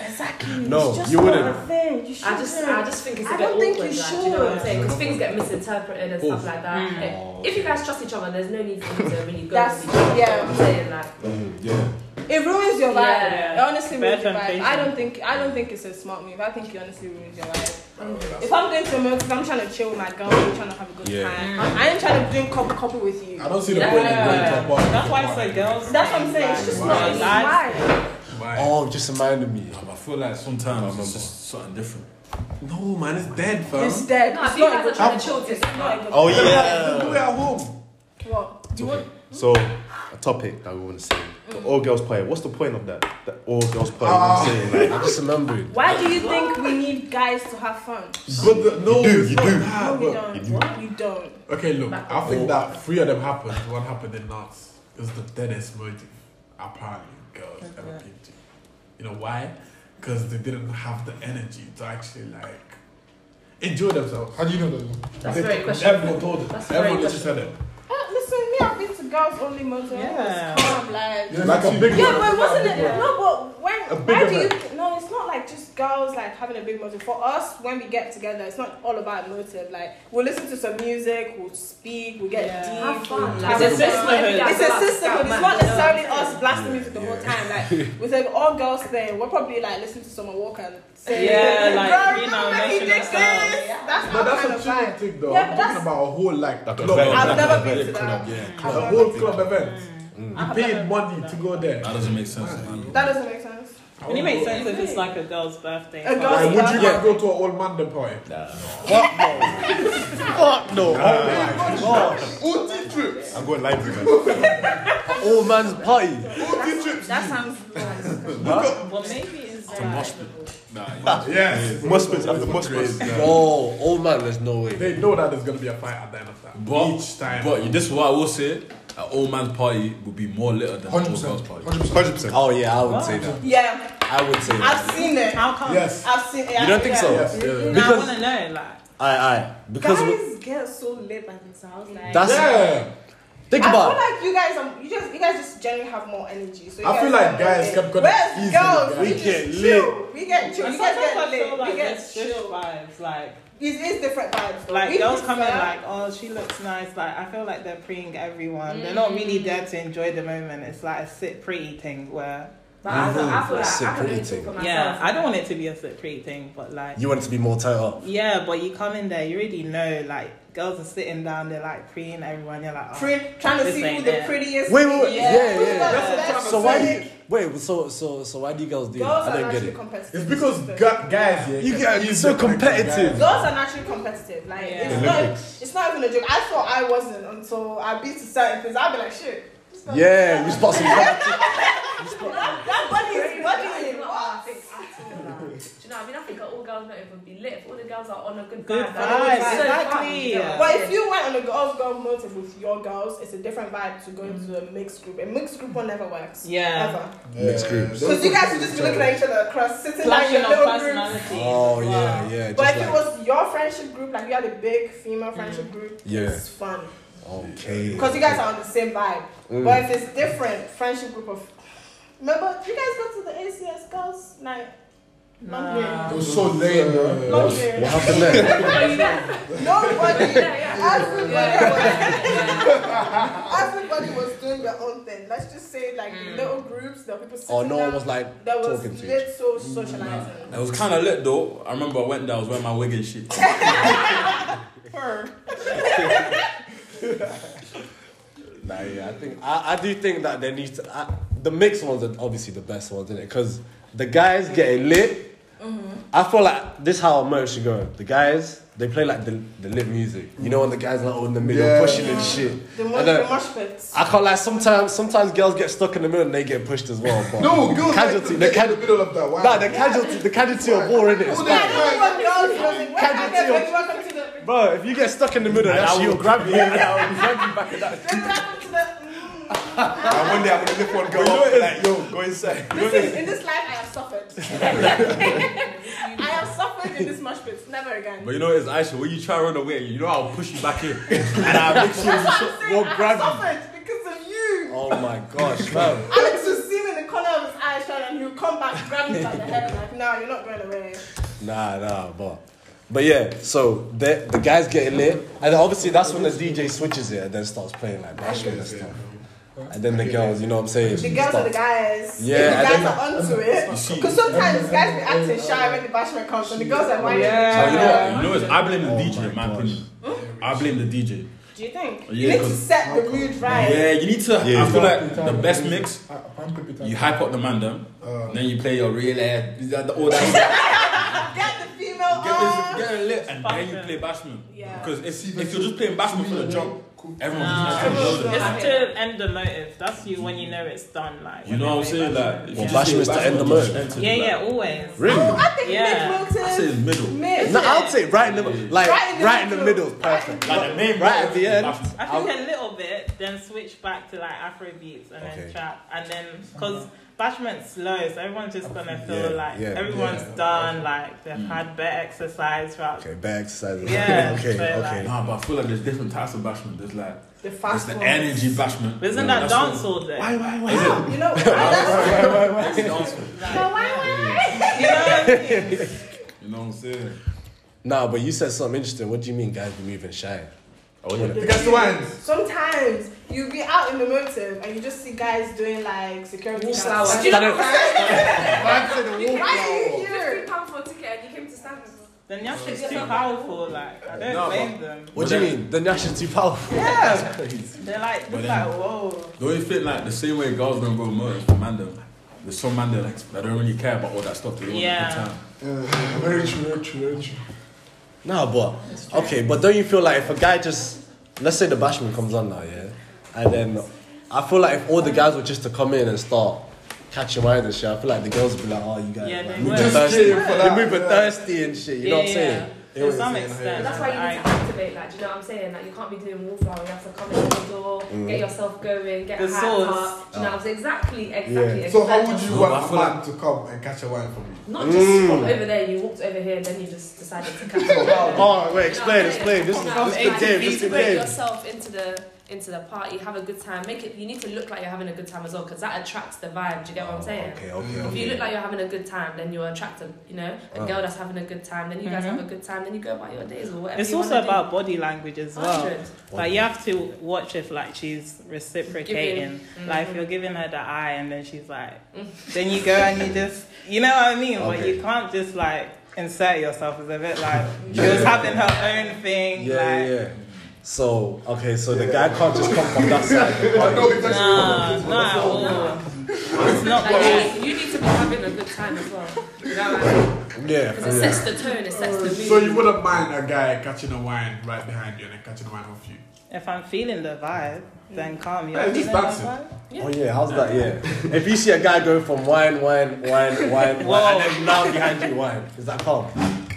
Speaker 6: Exactly.
Speaker 2: No,
Speaker 6: it's just
Speaker 2: you
Speaker 6: not
Speaker 2: wouldn't.
Speaker 6: a thing. You
Speaker 5: I just, I
Speaker 6: shouldn't.
Speaker 5: just think it's a
Speaker 6: I
Speaker 5: bit
Speaker 6: don't think you
Speaker 5: awkward, like, do you know what I'm
Speaker 6: should.
Speaker 5: saying? Because things get misinterpreted and
Speaker 2: Oof.
Speaker 5: stuff like that. If- If you guys trust each other, there's no need for you to really go.
Speaker 6: That's-
Speaker 5: with each
Speaker 6: yeah.
Speaker 5: other, you know what I'm saying like,
Speaker 2: Yeah.
Speaker 6: It ruins your vibe.
Speaker 9: Yeah.
Speaker 6: It honestly
Speaker 9: Bad
Speaker 6: ruins your vibe.
Speaker 9: temptation.
Speaker 6: I don't think I don't think it's a smart move. I think it honestly ruins your vibe. If I'm going to America, I'm trying to chill with my girl. I'm trying to have a good
Speaker 2: Yeah.
Speaker 6: time. I ain't trying to drink couple couple with you.
Speaker 3: I don't see the point in going to a bar.
Speaker 9: That's why it's a girls.
Speaker 6: That's what I'm saying. It's just not
Speaker 9: Wow.
Speaker 6: in vibe.
Speaker 3: Why?
Speaker 2: Oh, just reminded me.
Speaker 4: I feel like sometimes it's just something different.
Speaker 3: No, man, it's dead, fam.
Speaker 6: It's dead.
Speaker 5: no, I
Speaker 6: it's
Speaker 5: think
Speaker 6: not
Speaker 5: you
Speaker 6: a
Speaker 5: guys are
Speaker 6: good
Speaker 5: trying
Speaker 6: time.
Speaker 5: to chill together.
Speaker 6: It's not a good
Speaker 2: Oh
Speaker 6: time.
Speaker 2: yeah.
Speaker 3: We're at home.
Speaker 6: What?
Speaker 11: You want? So, a topic that we want to say. The all girls party. What's the point of that? The all girls party.
Speaker 3: Ah.
Speaker 11: you know what I'm saying
Speaker 2: I
Speaker 11: like,
Speaker 2: just remembered.
Speaker 6: Why do you think we need guys to have fun?
Speaker 3: But the, no,
Speaker 11: You do,
Speaker 3: it's
Speaker 11: you
Speaker 3: not
Speaker 11: do.
Speaker 3: that,
Speaker 6: No, we
Speaker 3: but-
Speaker 6: don't. You don't.
Speaker 3: Okay, look, I think that three of them happened. One happened in Nuts. It was the deadest motive, apparently, girls ever been to. You know why? Because they didn't have the energy to actually, like, enjoy themselves.
Speaker 7: How do you know that?
Speaker 5: That's
Speaker 3: They-
Speaker 5: very questionable.
Speaker 3: Everyone told them.
Speaker 5: That's very
Speaker 3: Everyone literally said it.
Speaker 6: Uh, listen, me, I've been to girls only motor.
Speaker 9: Yeah.
Speaker 6: It's calm, like.
Speaker 3: Like a big
Speaker 6: Yeah,
Speaker 3: one.
Speaker 6: but wasn't it?
Speaker 3: Yeah.
Speaker 6: No, but when?
Speaker 3: A big
Speaker 6: Why do you?
Speaker 3: event.
Speaker 6: No, it's not like just girls like having a big motive. For us, when we get together, it's not all about motive. Like we'll listen to some music, we'll speak, we'll get
Speaker 9: Yeah.
Speaker 6: deep.
Speaker 5: Have fun.
Speaker 6: we'll-
Speaker 5: Like,
Speaker 9: It's a
Speaker 5: that's
Speaker 9: sisterhood.
Speaker 5: what every guy
Speaker 6: It's a
Speaker 5: loves,
Speaker 6: system, but
Speaker 5: man,
Speaker 6: it's not
Speaker 5: you know what I'm
Speaker 6: necessarily us blasting music the whole time. Like with an all girls thing, we'll probably like listen to someone walk and say,
Speaker 9: Yeah, like,
Speaker 6: "Girl,
Speaker 9: you know,
Speaker 6: remember he
Speaker 9: mention
Speaker 6: did
Speaker 9: ourselves.
Speaker 6: this." That's
Speaker 3: But
Speaker 6: our
Speaker 3: that's
Speaker 6: kind
Speaker 3: a
Speaker 6: of
Speaker 3: chilling
Speaker 6: vibe.
Speaker 3: thing, though.
Speaker 6: Yeah,
Speaker 3: I'm
Speaker 6: but
Speaker 3: talking
Speaker 6: that's-
Speaker 3: about a whole, like,
Speaker 11: Like a
Speaker 3: club.
Speaker 11: event.
Speaker 6: I've
Speaker 11: That's
Speaker 6: never
Speaker 11: a
Speaker 6: been to that.
Speaker 3: A whole club event. You
Speaker 9: I've
Speaker 4: Mm.
Speaker 3: paid
Speaker 9: never-
Speaker 3: money to go there.
Speaker 4: That doesn't make sense. man.
Speaker 6: That doesn't make sense.
Speaker 9: It only makes sense if it's like a girl's birthday.
Speaker 6: A
Speaker 9: party.
Speaker 6: girl's-
Speaker 3: Like, would you
Speaker 6: Yeah.
Speaker 3: not go to an old man the party?
Speaker 11: Fuck no.
Speaker 3: OT trips.
Speaker 2: I'm going library, man. Old man's party.
Speaker 3: OT trips.
Speaker 6: That sounds nice.
Speaker 9: Well, maybe it's like,
Speaker 3: Yes.
Speaker 11: Must be after must be.
Speaker 2: No, old man, there's no way.
Speaker 3: They know that there's gonna be a fight at the end of that.
Speaker 4: But,
Speaker 3: Each time.
Speaker 4: but this is what I will say: an old man's party would be more litter than an old girl's party.
Speaker 11: Hundred percent.
Speaker 2: Oh yeah, I would say that.
Speaker 6: Yeah,
Speaker 2: I would say that.
Speaker 6: I've seen it.
Speaker 9: how come?
Speaker 3: yes.
Speaker 6: I've seen it.
Speaker 2: You don't think so?
Speaker 3: Yes. yes.
Speaker 9: Now I
Speaker 2: Because-
Speaker 9: want to know, like,
Speaker 2: Aye, aye. Because we-
Speaker 6: Guys get so lit by themselves. Like,
Speaker 2: that's
Speaker 3: Yeah.
Speaker 2: think
Speaker 6: I feel
Speaker 2: about. it.
Speaker 6: like you guys, um, you just, you guys just generally have more energy. So you
Speaker 3: I feel
Speaker 6: guys
Speaker 3: like guys
Speaker 6: get
Speaker 3: kept going
Speaker 6: Whereas
Speaker 3: easy,
Speaker 6: girls,
Speaker 3: guys.
Speaker 6: we,
Speaker 3: We
Speaker 6: just
Speaker 3: get
Speaker 6: chill. We get chill.
Speaker 9: and
Speaker 6: You guys
Speaker 9: sometimes I
Speaker 6: get lit.
Speaker 9: feel like
Speaker 6: we get
Speaker 9: there's just
Speaker 6: chill.
Speaker 9: vibes, like.
Speaker 6: It's, it's different vibes. though.
Speaker 9: Like
Speaker 6: we
Speaker 9: girls come in
Speaker 6: prefer-
Speaker 9: like, oh, she looks nice. Like I feel like they're preying everyone. They're not really there to enjoy the moment. It's like a sit pretty thing where
Speaker 5: But I feel, I feel like
Speaker 2: That's a
Speaker 5: I can only
Speaker 2: pretty
Speaker 5: talk
Speaker 2: thing.
Speaker 5: for myself.
Speaker 9: yeah, I don't want it to be a sit pretty thing, but like
Speaker 2: You want it to be more tight up.
Speaker 9: yeah, but you come in there, you already know like girls are sitting down, they're like preying everyone. You're like, oh,
Speaker 6: Pre- trying to
Speaker 9: This
Speaker 6: see who
Speaker 9: ain't
Speaker 6: the
Speaker 9: it.
Speaker 6: prettiest.
Speaker 2: Wait, wait, wait.
Speaker 6: Yeah,
Speaker 2: Yeah,
Speaker 6: who's
Speaker 2: yeah.
Speaker 6: got the
Speaker 3: That's what I'm
Speaker 6: best
Speaker 3: trying to
Speaker 2: So why do you,
Speaker 6: physique.
Speaker 2: wait? So so so why do you girls do that?
Speaker 6: Girls
Speaker 2: I
Speaker 6: are
Speaker 2: don't get
Speaker 6: naturally
Speaker 2: it.
Speaker 6: competitive.
Speaker 3: It's because
Speaker 6: Sister.
Speaker 3: gu- guys, yeah,
Speaker 2: You
Speaker 3: kept
Speaker 2: guys are
Speaker 3: easy
Speaker 2: so
Speaker 3: with the guys.
Speaker 2: competitive.
Speaker 6: Girls are naturally competitive. Like
Speaker 9: Yeah.
Speaker 6: it's not, it's not even a joke. I thought I wasn't until I beat to certain things. I'd be like, shit. this girl-
Speaker 2: Yeah, you spot some.
Speaker 6: That, that body is body is
Speaker 5: Not
Speaker 6: what?
Speaker 5: what I think at all, like. Do you know what I mean? I think that all girls might even be lit. If all the girls are on a good,
Speaker 9: Good
Speaker 5: vibe, like, it's
Speaker 6: vibes,
Speaker 5: so fun,
Speaker 9: exactly.
Speaker 5: you know what
Speaker 6: But
Speaker 5: I'm
Speaker 6: if
Speaker 5: saying?
Speaker 6: you went on a girls' girl motive with your girls, it's a different vibe to
Speaker 2: Mm.
Speaker 6: going to a mixed group. A mixed group one never works.
Speaker 9: Yeah.
Speaker 6: Ever.
Speaker 2: Mixed groups.
Speaker 6: Because you guys would just be looking at each other across, sitting like
Speaker 9: clashing
Speaker 6: in
Speaker 9: of
Speaker 6: little groups.
Speaker 9: personalities.
Speaker 2: Oh
Speaker 9: as
Speaker 2: yeah,
Speaker 9: well.
Speaker 2: yeah. Just
Speaker 6: But if
Speaker 2: like,
Speaker 6: it was your friendship group, like you had a big female
Speaker 9: Mm.
Speaker 6: friendship group,
Speaker 2: Yeah.
Speaker 6: it's fun.
Speaker 2: okay.
Speaker 6: Because you guys are on the same vibe.
Speaker 2: Mm.
Speaker 6: But if it's different, friendship group of. Remember, you guys go to the ACS girls' night.
Speaker 3: It
Speaker 9: Nah.
Speaker 3: was so lame, bro.
Speaker 6: Long
Speaker 2: What,
Speaker 6: day.
Speaker 2: what happened there?
Speaker 6: Nobody,
Speaker 5: Yeah, yeah.
Speaker 6: everybody, Was, everybody was doing their own thing. Let's just say, like the little groups, the people sitting
Speaker 2: Oh, no one
Speaker 6: down,
Speaker 2: was like
Speaker 6: there was
Speaker 2: talking to Mm, each.
Speaker 6: lit so socializing.
Speaker 4: It was kind of lit though. I remember I went there, I was wearing my wig and shit. It
Speaker 6: Her.
Speaker 2: Nah, yeah, I think I, I do think that there needs to, I, the mixed ones are obviously the best ones, isn't it? Because the guys getting lit. I feel like this how merch should go. The guys they play like the, the lit music. You know when the guys are like, all in the middle
Speaker 3: Yeah.
Speaker 2: pushing and shit.
Speaker 6: The
Speaker 2: And
Speaker 6: mosh,
Speaker 2: then-
Speaker 6: the mosh pits.
Speaker 2: I can't lie. Sometimes sometimes girls get stuck in the middle and they get pushed as well. But
Speaker 3: No, girls.
Speaker 2: casualty.
Speaker 3: like,
Speaker 2: The,
Speaker 3: they're in the
Speaker 2: ca-
Speaker 3: middle of that. Why?
Speaker 2: nah, the casualty. The casualty of war in it.
Speaker 3: Who
Speaker 6: I
Speaker 3: that
Speaker 6: don't know
Speaker 3: guy?
Speaker 6: what girls was in. When I
Speaker 2: Casualty
Speaker 6: get
Speaker 2: of-
Speaker 6: when you welcome to the
Speaker 2: Bro, if you get stuck in the middle, that's you.
Speaker 4: grab me and I will grab you back at that.
Speaker 6: when you welcome to the. Mm,
Speaker 11: And one day I'm gonna lift one girl up and like, yo, go inside.
Speaker 6: this is, in this life, I have suffered. I have suffered in this mosh pits. Never again.
Speaker 4: But you know what it is, Aisha, when you try to run away, you know I'll push you back in. And I'll make sure you
Speaker 6: I'm saying
Speaker 2: Well,
Speaker 6: I
Speaker 2: grab
Speaker 6: have suffered because of you.
Speaker 2: Oh my gosh, man.
Speaker 6: Alex would see me in the corner of his eye shine and he would come back, grab me by the head and like, no, you're not going away.
Speaker 2: Nah, nah, but but yeah. So the the guys getting lit, and obviously that's when the DJ switches it and then starts playing like bashing and stuff. And then the girls, you know what I'm saying?
Speaker 6: The girls
Speaker 2: start-
Speaker 6: are the guys.
Speaker 2: Yeah,
Speaker 6: If the
Speaker 2: and
Speaker 6: guys
Speaker 2: then-
Speaker 6: are onto it. Because sometimes guys be acting shy when the bachelor comes and the girls are whining.
Speaker 4: But Oh, you know,
Speaker 9: Yeah.
Speaker 4: what- you know what it is, I blame the DJ, in
Speaker 2: my
Speaker 4: my opinion. I blame the DJ.
Speaker 6: Do you think?
Speaker 4: Yeah,
Speaker 6: you need to
Speaker 4: 'cause-
Speaker 6: set the mood right.
Speaker 4: Yeah, you need to.
Speaker 2: Yeah.
Speaker 4: I feel like the best mix,
Speaker 3: Uh, pump it up.
Speaker 4: you hype up the man, them,
Speaker 3: Uh,
Speaker 4: then you play your real ass, all that stuff.
Speaker 6: Get the female
Speaker 4: Get
Speaker 6: on.
Speaker 4: this, get it lit, and then you
Speaker 9: Bashment.
Speaker 4: play bashment.
Speaker 6: Yeah.
Speaker 4: Because if, if you're just playing bashment for the jump, everyone's
Speaker 9: Nah.
Speaker 4: just exploding.
Speaker 9: It's to end the motive. That's you when you know it's done. Like
Speaker 4: You know what I'm saying? Like, if
Speaker 2: Well,
Speaker 4: you just
Speaker 2: bashment
Speaker 4: play
Speaker 2: is to end the
Speaker 4: bashment,
Speaker 2: murder.
Speaker 4: just enter,
Speaker 9: Yeah,
Speaker 4: like-
Speaker 9: yeah, always.
Speaker 2: Really?
Speaker 6: I think
Speaker 9: Yeah.
Speaker 4: I say it's
Speaker 6: mid-motive.
Speaker 4: middle.
Speaker 6: Mid.
Speaker 2: No, I'll say right in the like
Speaker 6: Right in the
Speaker 2: right in the
Speaker 6: middle.
Speaker 2: middle is perfect.
Speaker 4: Like the main
Speaker 2: Right at the end.
Speaker 9: I think a little bit, then switch back to like Afro beats and
Speaker 2: Okay.
Speaker 9: then trap, and then because Bashment's slow, so everyone's just gonna feel
Speaker 2: Yeah,
Speaker 9: like
Speaker 2: yeah,
Speaker 9: everyone's
Speaker 3: yeah.
Speaker 9: done, like they've had better exercise throughout.
Speaker 2: Okay, bad exercises.
Speaker 9: Yeah,
Speaker 2: okay,
Speaker 9: so
Speaker 2: okay.
Speaker 4: Nah, but I feel like there's different types of bashment. There's like
Speaker 6: The
Speaker 4: there's
Speaker 6: fast
Speaker 4: the
Speaker 6: one.
Speaker 4: energy bashment.
Speaker 9: But Isn't
Speaker 4: Yeah,
Speaker 9: that
Speaker 4: that's what-
Speaker 9: dance all day?
Speaker 2: Why, why, why?
Speaker 6: Wow, You know, that's,
Speaker 4: that's dancehall.
Speaker 6: no, why, why?
Speaker 9: You know what I mean?
Speaker 4: You know what I'm saying?
Speaker 2: Nah, but you said something interesting. What do you mean, guys be moving shy? I wanna-
Speaker 3: the guys wines.
Speaker 6: Sometimes you be out in the motive and you just see guys doing like security
Speaker 5: Wallflower.
Speaker 6: Do you know what I'm saying?
Speaker 5: You came-
Speaker 6: Why are you
Speaker 5: Fifty
Speaker 6: here?
Speaker 5: pounds for a ticket and you came to stand.
Speaker 9: Then your shit's too powerful. Like I don't
Speaker 4: No,
Speaker 9: blame them.
Speaker 2: What do you mean? The nation's too powerful.
Speaker 9: Yeah, they're like,
Speaker 4: But
Speaker 9: look
Speaker 4: then-
Speaker 9: like whoa.
Speaker 4: The only thing like the same way girls don't go murder for man them. There's some man there that don't really care about all that stuff. They want
Speaker 6: Yeah.
Speaker 4: to time.
Speaker 7: Uh, very true, very true, very true.
Speaker 2: Nah, but okay, but don't you feel like if a guy just let's say the bashment comes on now, yeah, and then I feel like if all the guys were just to come in and start catching wine and shit, I feel like the girls would be like, oh, you guys,
Speaker 6: Yeah,
Speaker 2: like,
Speaker 6: they
Speaker 2: moving
Speaker 6: would.
Speaker 2: thirsty,
Speaker 7: Just came for that,
Speaker 2: you're moving
Speaker 7: yeah.
Speaker 2: thirsty and shit. You know what I'm
Speaker 6: Yeah,
Speaker 2: saying?
Speaker 6: yeah. To some extent.
Speaker 5: That's why you need to activate, like, do you know what I'm saying? Like, you can't be doing wallflower. You have to come in the door,
Speaker 2: Mm.
Speaker 5: get yourself going, get
Speaker 6: The
Speaker 5: hyped
Speaker 6: sauce.
Speaker 5: up. Do you know what I'm saying? Exactly, exactly.
Speaker 2: Yeah.
Speaker 7: So how
Speaker 5: exactly.
Speaker 7: would you
Speaker 4: No, but I
Speaker 7: want a
Speaker 4: feel
Speaker 7: man to come and catch a wine for me?
Speaker 5: Not just
Speaker 2: Mm.
Speaker 5: from over there, you walked over here and then you just decided to catch up.
Speaker 2: Oh wait, explain, explain. This is this is the game. This is the
Speaker 5: Integrate
Speaker 2: game.
Speaker 5: yourself into the into the party, have a good time. Make it. You need to look like you're having a good time as well, because that attracts the vibe. Do you get what I'm saying?
Speaker 2: Oh, Okay, okay,
Speaker 5: If you
Speaker 2: okay.
Speaker 5: look like you're having a good time, then you're attractive. You know, a girl that's having a good time, then you guys have a good time, then you go about your days or whatever.
Speaker 6: Mm-hmm. It's
Speaker 5: you
Speaker 6: also
Speaker 5: wanna do.
Speaker 6: about body language as well.
Speaker 5: 100.
Speaker 6: Like you have to watch if like she's reciprocating.
Speaker 5: Mm-hmm.
Speaker 6: Like if you're giving her the eye and then she's like,
Speaker 5: Mm.
Speaker 6: then you go and you just, you know what I mean. But
Speaker 2: Okay.
Speaker 6: you can't just like insert yourself. It's a bit like she was having her own thing.
Speaker 2: Yeah,
Speaker 6: like,
Speaker 2: yeah, yeah. So okay, so the guy can't just come from that side. of the
Speaker 7: I know
Speaker 2: party.
Speaker 7: it's
Speaker 6: Nah,
Speaker 7: actually
Speaker 6: not at all. It's not
Speaker 5: Like,
Speaker 6: good.
Speaker 5: you, you need to be having a good time as well. You know what I mean?
Speaker 2: Yeah,
Speaker 5: 'Cause it
Speaker 2: Oh, yeah. Oh,
Speaker 5: sets the tone, it sets the mood.
Speaker 3: So you wouldn't mind a guy catching a wine right behind you and then catching a wine off you?
Speaker 6: If I'm feeling the vibe, then calm. You're
Speaker 3: Yeah, it's just
Speaker 6: feeling the
Speaker 3: dancing.
Speaker 6: vibe?
Speaker 2: Oh yeah, how's that? Yeah. If you see a guy going from wine, wine, wine, wine, wine, and then now behind you wine, is that calm?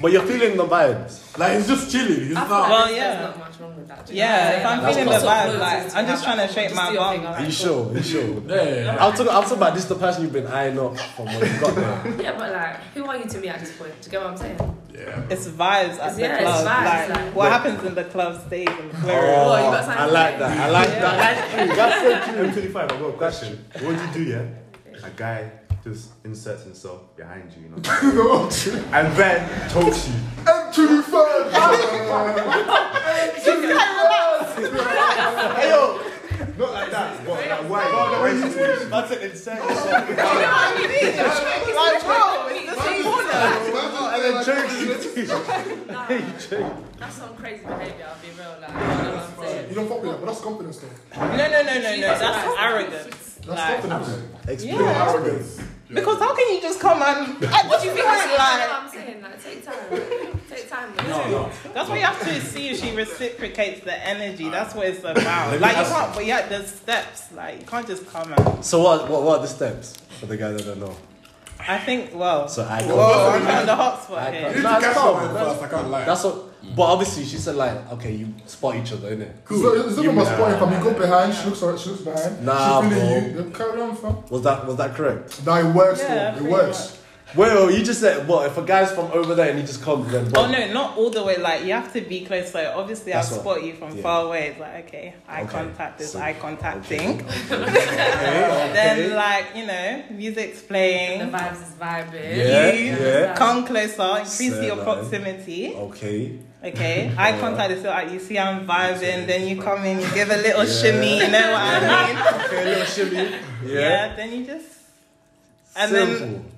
Speaker 2: But you're feeling the vibes.
Speaker 3: Like he's just chilling. He's
Speaker 5: I feel
Speaker 3: not.
Speaker 5: like
Speaker 6: Well,
Speaker 5: there's
Speaker 6: yeah.
Speaker 5: not much wrong with that. do you know
Speaker 6: Yeah,
Speaker 5: what
Speaker 6: if I'm
Speaker 5: Like,
Speaker 6: feeling the
Speaker 5: lots of
Speaker 6: vibe,
Speaker 5: clothes
Speaker 6: like,
Speaker 5: to
Speaker 6: I'm
Speaker 5: have
Speaker 6: just trying to
Speaker 5: that
Speaker 6: shake
Speaker 5: for,
Speaker 6: my
Speaker 5: just do your
Speaker 6: bum.
Speaker 5: thing,
Speaker 2: Are
Speaker 5: alright,
Speaker 2: you
Speaker 5: cool.
Speaker 2: sure? Are you sure?
Speaker 3: Yeah, yeah, yeah.
Speaker 2: I'm talking, I'm talking about this the person you've been eyeing up from when you got there.
Speaker 5: Yeah, but like, who are you to me at this point? Do you get what I'm saying?
Speaker 3: yeah.
Speaker 6: It's vibes at the
Speaker 5: Yeah, it's
Speaker 6: club.
Speaker 5: vibes,
Speaker 6: like,
Speaker 5: like-
Speaker 6: what happens in the club stays in the club.
Speaker 2: Oh,
Speaker 5: Well, you got something
Speaker 2: I
Speaker 5: to
Speaker 2: like
Speaker 5: say.
Speaker 2: that. I like that.
Speaker 13: That's so true. I'm 25. I've got a question. What would you do, yeah? A guy just inserts himself behind you, you know,
Speaker 7: No,
Speaker 13: and then talks you.
Speaker 7: M25.
Speaker 13: Hey yo, not like that. What? Like why? No, no, wait, wait. That's an insert yourself.
Speaker 2: Oh.
Speaker 7: And then drinks.
Speaker 5: Nah, that's some crazy behavior. I'll be real. Like, you know what I'm saying?
Speaker 7: You don't fuck with that, but that's confidence though.
Speaker 6: No, no, no, no, no. That's arrogance.
Speaker 7: That's
Speaker 6: Like,
Speaker 7: confidence.
Speaker 2: Explain.
Speaker 7: Arrogance.
Speaker 6: Because how can you just come and what do you think
Speaker 5: You know what
Speaker 6: like?
Speaker 5: I'm saying? Like, take time. Take time. man.
Speaker 6: That's why you have to see if she reciprocates the energy. That's what it's about. Like you can't, but yeah, there's steps. Like you can't just come and.
Speaker 2: So what, what? What are the steps for the guy that don't know?
Speaker 6: I think. Well,
Speaker 2: So I
Speaker 6: oh,
Speaker 2: go.
Speaker 6: I'm on the hot
Speaker 2: I
Speaker 6: spot
Speaker 2: go.
Speaker 6: here.
Speaker 2: Nah, it's
Speaker 7: Catch the
Speaker 2: calm.
Speaker 7: wine first, I can't lie.
Speaker 2: That's what. But obviously, she said like, okay, you spot each other, innit?
Speaker 7: So it's not about spoiling fam. You go behind, she looks alright, she looks behind.
Speaker 2: Nah,
Speaker 7: she feeling
Speaker 2: bro.
Speaker 7: you. Then carry on, fam.
Speaker 2: Was that was that correct?
Speaker 7: That it works
Speaker 6: Yeah,
Speaker 7: though. It
Speaker 6: pretty
Speaker 7: works.
Speaker 2: Well, you just said what if a guy's from over there and he just comes then?
Speaker 6: Oh
Speaker 2: what?
Speaker 6: no, not all the way. Like you have to be close. Like obviously, I'll
Speaker 2: That's what-
Speaker 6: spot you from
Speaker 2: yeah.
Speaker 6: far away. It's like okay, eye
Speaker 2: Okay,
Speaker 6: contact is
Speaker 2: so-
Speaker 6: eye contact
Speaker 2: okay,
Speaker 6: thing.
Speaker 2: Okay, okay.
Speaker 6: Then like you know, music's playing.
Speaker 5: The vibes is vibing.
Speaker 2: Yeah,
Speaker 6: You
Speaker 2: yeah.
Speaker 6: Come closer, increase
Speaker 2: Say
Speaker 6: your
Speaker 2: that.
Speaker 6: proximity.
Speaker 2: Okay.
Speaker 6: Okay, eye contact is still like you see I'm vibing, then you come in, you give a little shimmy, you know what I mean?
Speaker 2: Okay, a little shimmy. Yeah.
Speaker 6: Yeah. then you just and then
Speaker 2: Simple.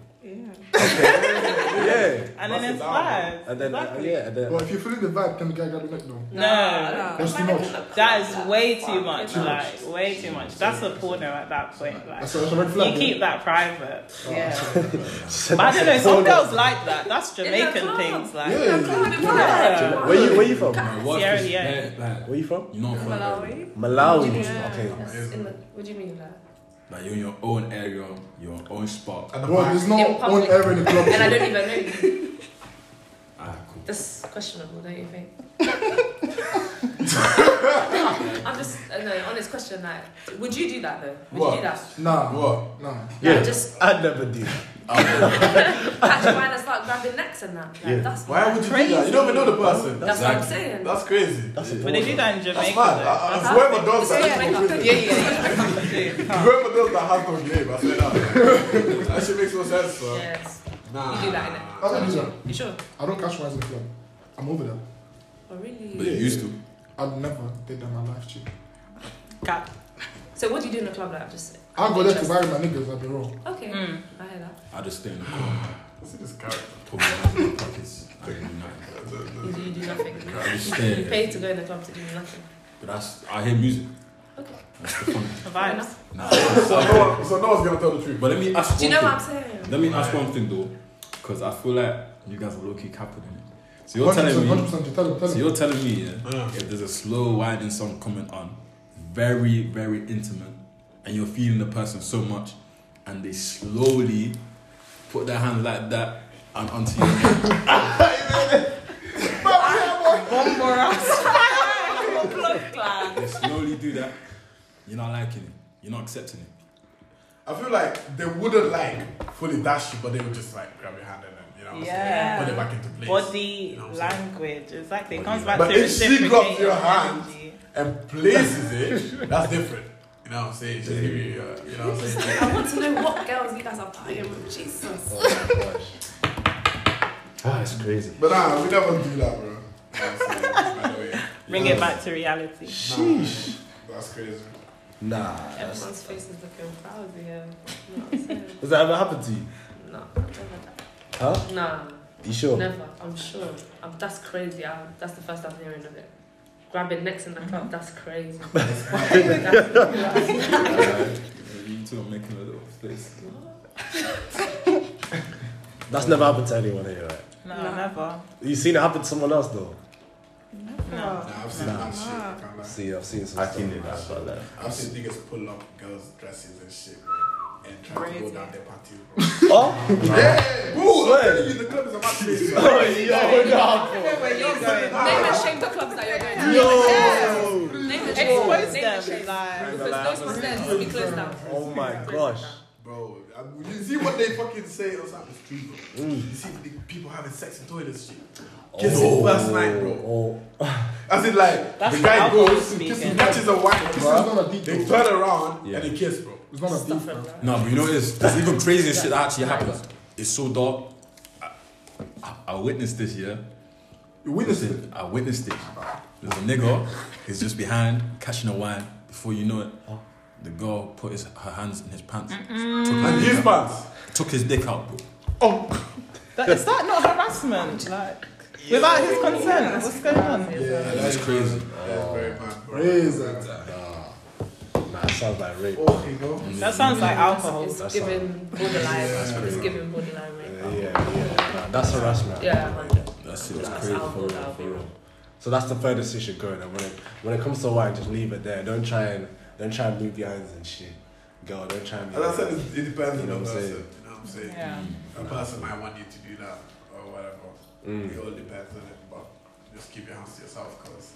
Speaker 2: Okay.
Speaker 6: and then it's vibes.
Speaker 2: yeah. And then uh,
Speaker 6: exactly.
Speaker 2: yeah, and
Speaker 7: But
Speaker 2: then
Speaker 7: if you're feeling the vibe, can the guy grab your neck though?
Speaker 6: No,
Speaker 7: That's too much. That's,
Speaker 6: that is way too much. Like way too much. That's a porno at that point. Like
Speaker 7: a, that's a red
Speaker 6: you
Speaker 7: flag.
Speaker 6: keep that private. Yeah,
Speaker 2: Said
Speaker 6: but I
Speaker 2: that's
Speaker 6: don't know.
Speaker 2: a
Speaker 6: Some
Speaker 2: porno.
Speaker 6: girls like that. That's Jamaican
Speaker 5: club.
Speaker 6: things. Like
Speaker 7: yeah.
Speaker 5: I'm
Speaker 7: Yeah.
Speaker 5: glad it worked.
Speaker 6: yeah.
Speaker 2: Where you where you from?
Speaker 4: Like, what
Speaker 6: Sierra
Speaker 4: if it's-
Speaker 6: Leone.
Speaker 4: like, like,
Speaker 2: Where you from?
Speaker 4: you're not from
Speaker 5: Malawi.
Speaker 2: Malawi.
Speaker 5: Yeah.
Speaker 2: Okay.
Speaker 5: That's in the- What do you mean? Like?
Speaker 4: Like you're in your own area, your own spot.
Speaker 7: Bro, there's no
Speaker 5: In
Speaker 7: one
Speaker 5: public.
Speaker 7: ever in the club.
Speaker 5: And I don't even know you.
Speaker 4: Ah, cool.
Speaker 5: That's questionable, don't you think? I'm just uh, no honest question. Like, would you do that though? Would you do that?
Speaker 7: Nah,
Speaker 3: What?
Speaker 7: nah.
Speaker 5: Yeah. Just
Speaker 2: I never do.
Speaker 5: catch a wine and start grabbing necks and that. Like, That's
Speaker 3: Why would you do that? You don't even know the person.
Speaker 5: That's what I'm saying.
Speaker 3: That's crazy. That's
Speaker 6: when they do that in Jamaica.
Speaker 3: mad. I, I, whoever does that,
Speaker 6: though. Yeah, yeah, yeah.
Speaker 3: whoever does that has no game. I say that. that shit makes no sense, bro.
Speaker 5: Yes.
Speaker 3: Nah.
Speaker 5: You do that innit?
Speaker 7: I don't do that.
Speaker 5: You sure?
Speaker 7: I don't catch wines in the club. I'm over that.
Speaker 5: Oh
Speaker 4: But
Speaker 5: really?
Speaker 4: you used to.
Speaker 7: I've never did that in my life, chick.
Speaker 6: Cap.
Speaker 5: So what do you do in the club? Like, just
Speaker 7: I go there to bury my niggas, I'll be wrong.
Speaker 5: Okay, I hear that.
Speaker 4: I just stay in the corner,
Speaker 3: See this character.
Speaker 4: put my hands in my pockets. I didn't do nothing.
Speaker 5: You do, you do nothing.
Speaker 4: I just
Speaker 5: You
Speaker 4: stay.
Speaker 5: pay to go in the club to do nothing.
Speaker 4: But that's I hear music.
Speaker 9: Vibes.
Speaker 3: So no, one, so no one's gonna tell the truth.
Speaker 4: But let me ask.
Speaker 5: Do you
Speaker 4: one
Speaker 5: know what I'm
Speaker 4: thing.
Speaker 5: saying?
Speaker 4: Let me ask one thing though, because I feel like you guys are low key capping it. So you're
Speaker 7: 100%,
Speaker 4: telling me.
Speaker 7: 100%, you tell him, tell
Speaker 4: So
Speaker 7: him.
Speaker 4: you're telling me yeah, if there's a slow winding song coming on, very very intimate, and you're feeling the person so much, and they slowly put their hand like that and onto your neck. They slowly do that. You're not liking it. You're not accepting it.
Speaker 3: I feel like they wouldn't like fully dash you, but they would just like grab your hand and then you know, what I'm
Speaker 9: Yeah.
Speaker 3: saying, put it back into place.
Speaker 9: Body
Speaker 3: You know what I'm saying?
Speaker 9: language. Exactly. It comes back
Speaker 3: But
Speaker 9: to
Speaker 3: if she grabs
Speaker 9: reciprocating
Speaker 3: your hand
Speaker 9: energy.
Speaker 3: and places it, that's different. You know what I'm saying? Just give you, uh, you know what I'm saying?
Speaker 5: I want to know what girls you guys are partying with. Jesus.
Speaker 2: Oh my gosh.
Speaker 11: Ah, it's crazy.
Speaker 3: But nah, we never do that, bro. You know what I'm saying? By the way,
Speaker 9: Bring it back to reality.
Speaker 3: that's crazy.
Speaker 2: Nah. that's-
Speaker 5: Everyone's face is looking frowsy here. You know what I'm saying?
Speaker 2: Has that ever happened to you?
Speaker 5: No, I've never done
Speaker 2: Huh?
Speaker 5: that. Nah,
Speaker 2: You sure?
Speaker 5: never. I'm sure. i that's crazy. I, that's the first I'm hearing of it. Grabbing necks in the club, Mm-hmm. that's crazy. That's-
Speaker 4: You two are making a little face.
Speaker 2: That's never happened to anyone here, right?
Speaker 9: No, never.
Speaker 2: You seen it happen to someone else though?
Speaker 3: Nah, I've seen that shit. I can't lie.
Speaker 2: See, I've seen some
Speaker 11: I
Speaker 2: stuff.
Speaker 11: can do that, but like,
Speaker 3: I've seen niggas pull up girls' dresses and shit, bro, and try to go
Speaker 6: Crazy.
Speaker 3: down their patio, bro.
Speaker 2: Oh,
Speaker 3: yeah! Boo!
Speaker 2: Swear.
Speaker 3: I'm telling you, the club is a mad place, bro.
Speaker 2: yo, nah,
Speaker 6: I know where you're going.
Speaker 5: Name and shame the clubs that you're going to.
Speaker 2: yo!
Speaker 5: Name and shame.
Speaker 6: Expose
Speaker 5: Name and shame.
Speaker 6: them. Like,
Speaker 5: Because those ones there will be closed down.
Speaker 2: Oh my gosh!
Speaker 3: Bro, I, you see what they fucking say outside the street, bro. You see the people having sex in toilets, shit. Kissing first night, bro.
Speaker 2: Oh,
Speaker 3: As in, like,
Speaker 9: That's
Speaker 3: the
Speaker 9: what
Speaker 3: guy
Speaker 9: alcohol
Speaker 3: goes,
Speaker 9: speaking.
Speaker 3: kisses, catches a wife,
Speaker 7: It's
Speaker 3: bro.
Speaker 7: not a deep
Speaker 3: They
Speaker 7: though.
Speaker 3: turn around
Speaker 2: Yeah.
Speaker 3: and they kiss, bro.
Speaker 7: It's not a deep though.
Speaker 4: No, but you know what it is? There's even crazier shit that actually happens. It's so dark. I, I, I witnessed this, yeah?
Speaker 3: You witness it.
Speaker 4: Listen, I witnessed it. There's a nigga, he's just behind, catching a wine. Before you know it, the girl put his, her hands in his pants.
Speaker 9: Mm.
Speaker 4: Took,
Speaker 3: And
Speaker 4: his
Speaker 3: his
Speaker 4: dick out,
Speaker 3: pants.
Speaker 4: took his dick out, bro.
Speaker 3: Oh.
Speaker 9: That, is that not harassment? Like, without his consent? What's going on?
Speaker 4: That's crazy.
Speaker 3: That's very bad, bro.
Speaker 7: Crazy.
Speaker 2: nah, it sounds like rape.
Speaker 3: Okay, go.
Speaker 9: That sounds like
Speaker 6: Oh,
Speaker 9: alcohol.
Speaker 5: It's giving borderline. It's giving borderline rate.
Speaker 2: Yeah, yeah, nah, that's harassment.
Speaker 5: Yeah.
Speaker 4: That's it. It's
Speaker 5: That's
Speaker 4: crazy for
Speaker 5: alcohol,
Speaker 4: real, for
Speaker 5: alcohol.
Speaker 4: real.
Speaker 2: So that's the furthest you should go. And when it when it comes to wine, just leave it there. Don't try and don't try and move your hands and shit. Girl, don't try and.
Speaker 3: As I said, it, it depends
Speaker 2: You know
Speaker 3: on the
Speaker 2: what I'm
Speaker 3: person.
Speaker 2: saying?
Speaker 3: You know what I'm saying?
Speaker 9: Yeah.
Speaker 3: A person might want you to do that or whatever. It all depends on it, but just keep your hands to yourself because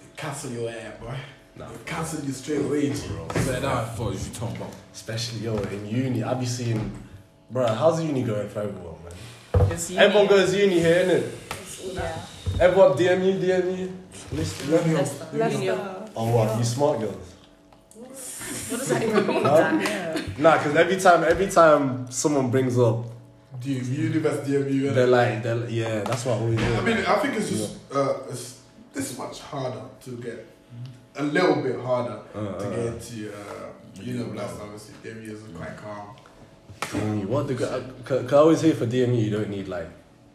Speaker 3: they cancel your air, boy. They cancel you straight away, bro. Set
Speaker 4: That I
Speaker 3: up.
Speaker 4: thought you were talking about.
Speaker 2: especially yo in uni. I be seeing, bro. How's uni going for everyone, man?
Speaker 9: It's
Speaker 2: Everyone
Speaker 9: union.
Speaker 2: goes uni here, innit?
Speaker 9: Yeah.
Speaker 2: Everyone DM you, DM you. Listen.
Speaker 7: Let me know.
Speaker 2: Oh what? You smart girls?
Speaker 5: What does that even mean?
Speaker 2: Huh?
Speaker 9: Yeah.
Speaker 2: Nah, cause every time, every time someone brings up,
Speaker 3: Do you universe DM you?
Speaker 2: they're like, they're like yeah, that's what I always do.
Speaker 3: I mean, I think it's just uh, it's this much harder to get, a little bit harder
Speaker 2: Uh,
Speaker 3: to get into uh, universe. Obviously, DM you is quite calm.
Speaker 2: DMU, E, what the? uh, Cause I always hear for DMU, you don't need like.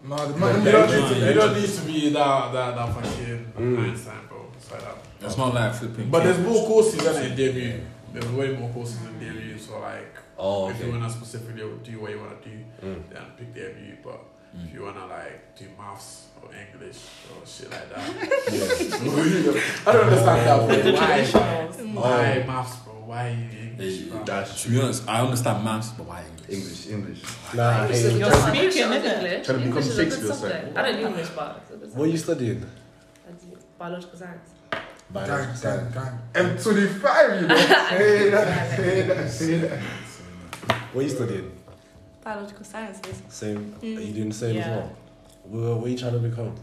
Speaker 3: No, the
Speaker 2: man-
Speaker 3: you, don't need to, you don't need to be that that that fucking
Speaker 2: Mm.
Speaker 3: Einstein, bro. It's like that.
Speaker 4: That's not like flipping.
Speaker 3: But there's more courses than in DMU. There's way more courses in DMU. So like,
Speaker 2: Oh,
Speaker 3: if you
Speaker 2: okay.
Speaker 3: wanna specifically do what you wanna do,
Speaker 2: Mm.
Speaker 3: then pick DMU. But if you wanna like do maths or English or shit like that,
Speaker 2: Yeah.
Speaker 3: I don't understand that. Bro. Why? Why maths, bro? Why English?
Speaker 4: Oh. Hey,
Speaker 3: bro?
Speaker 4: that's to be honest, I understand maths, but why English?
Speaker 11: English, English.
Speaker 2: Nah, hey,
Speaker 9: You're
Speaker 5: I'm
Speaker 9: speaking,
Speaker 5: shit on
Speaker 9: isn't it?
Speaker 5: English.
Speaker 11: Trying to become
Speaker 5: English is a
Speaker 11: Shakespeare,
Speaker 5: good
Speaker 11: sorry.
Speaker 5: subject. I don't do English, but it's a good
Speaker 2: what are you
Speaker 5: subject.
Speaker 2: studying?
Speaker 5: I do biological science.
Speaker 7: Gang,
Speaker 2: Biology.
Speaker 7: gang, gang.
Speaker 3: M25, you know. Say that, say that, say that.
Speaker 2: What are you studying?
Speaker 5: Biological science, basically.
Speaker 2: Same. Are you doing the same as
Speaker 9: Yeah.
Speaker 2: well? What, what are you trying to become?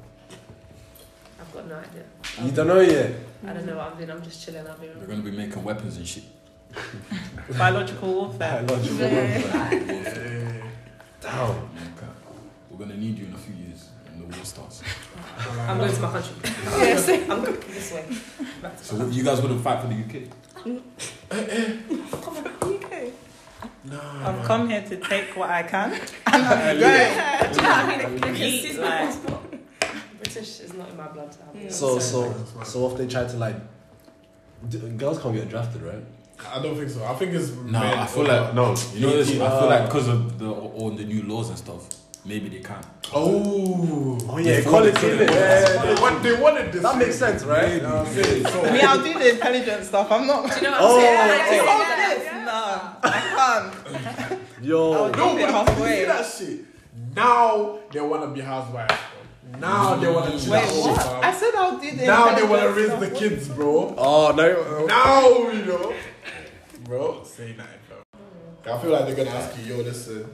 Speaker 5: I've got no idea.
Speaker 2: You don't know yet.
Speaker 5: I don't know what I'm doing. I'm just chilling. I'll be.
Speaker 4: We're gonna be making weapons and shit.
Speaker 9: Biological warfare.
Speaker 2: Biological warfare. Damn.
Speaker 4: We're gonna need you in a few years when the war starts.
Speaker 5: I'm going to my country.
Speaker 6: Yes.
Speaker 5: I'm going this way. Back to
Speaker 4: So what- you guys wouldn't fight for the UK?
Speaker 6: Okay.
Speaker 9: I've come here to take what I can.
Speaker 5: Do you know what I mean? They can
Speaker 9: Eat,
Speaker 5: see
Speaker 9: like-
Speaker 5: my passport. British is not in my blood. to have it.
Speaker 2: So
Speaker 5: Sorry.
Speaker 2: so so often try to like D- girls can't get drafted, right?
Speaker 3: I don't think so. I think it's
Speaker 4: No,
Speaker 3: men
Speaker 4: I feel
Speaker 3: or-
Speaker 4: like
Speaker 11: No.
Speaker 4: You know, this, I feel like because of the all the new laws and stuff, maybe they can.
Speaker 3: oh,
Speaker 2: Oh yeah,
Speaker 4: Before they
Speaker 2: equality.
Speaker 4: couldn't.
Speaker 2: innit? Yeah, yeah,
Speaker 3: they
Speaker 2: yeah.
Speaker 3: want- they wanted this.
Speaker 2: That makes sense, right?
Speaker 3: Yeah, I'm saying, so-
Speaker 9: I mean, I'll do the intelligent stuff. I'm not.
Speaker 5: Do you know what I'm saying?
Speaker 2: Oh,
Speaker 5: Like,
Speaker 9: Like,
Speaker 5: it's
Speaker 9: all
Speaker 5: all that-
Speaker 9: this? No, I can't.
Speaker 2: Yo,
Speaker 9: I'll
Speaker 3: No,
Speaker 9: give it
Speaker 3: but you see
Speaker 9: halfway.
Speaker 3: that shit. Now they want to be housewives. bro. Now they want to chill
Speaker 9: Wait,
Speaker 3: out,
Speaker 9: what?
Speaker 3: fam.
Speaker 9: I said I'll do the.
Speaker 3: Now they
Speaker 9: intelligent
Speaker 3: want to raise
Speaker 9: stuff.
Speaker 3: the kids, bro.
Speaker 2: oh no.
Speaker 3: Now you know, bro. Say nothing, bro. I feel like they're gonna ask you, yo, listen.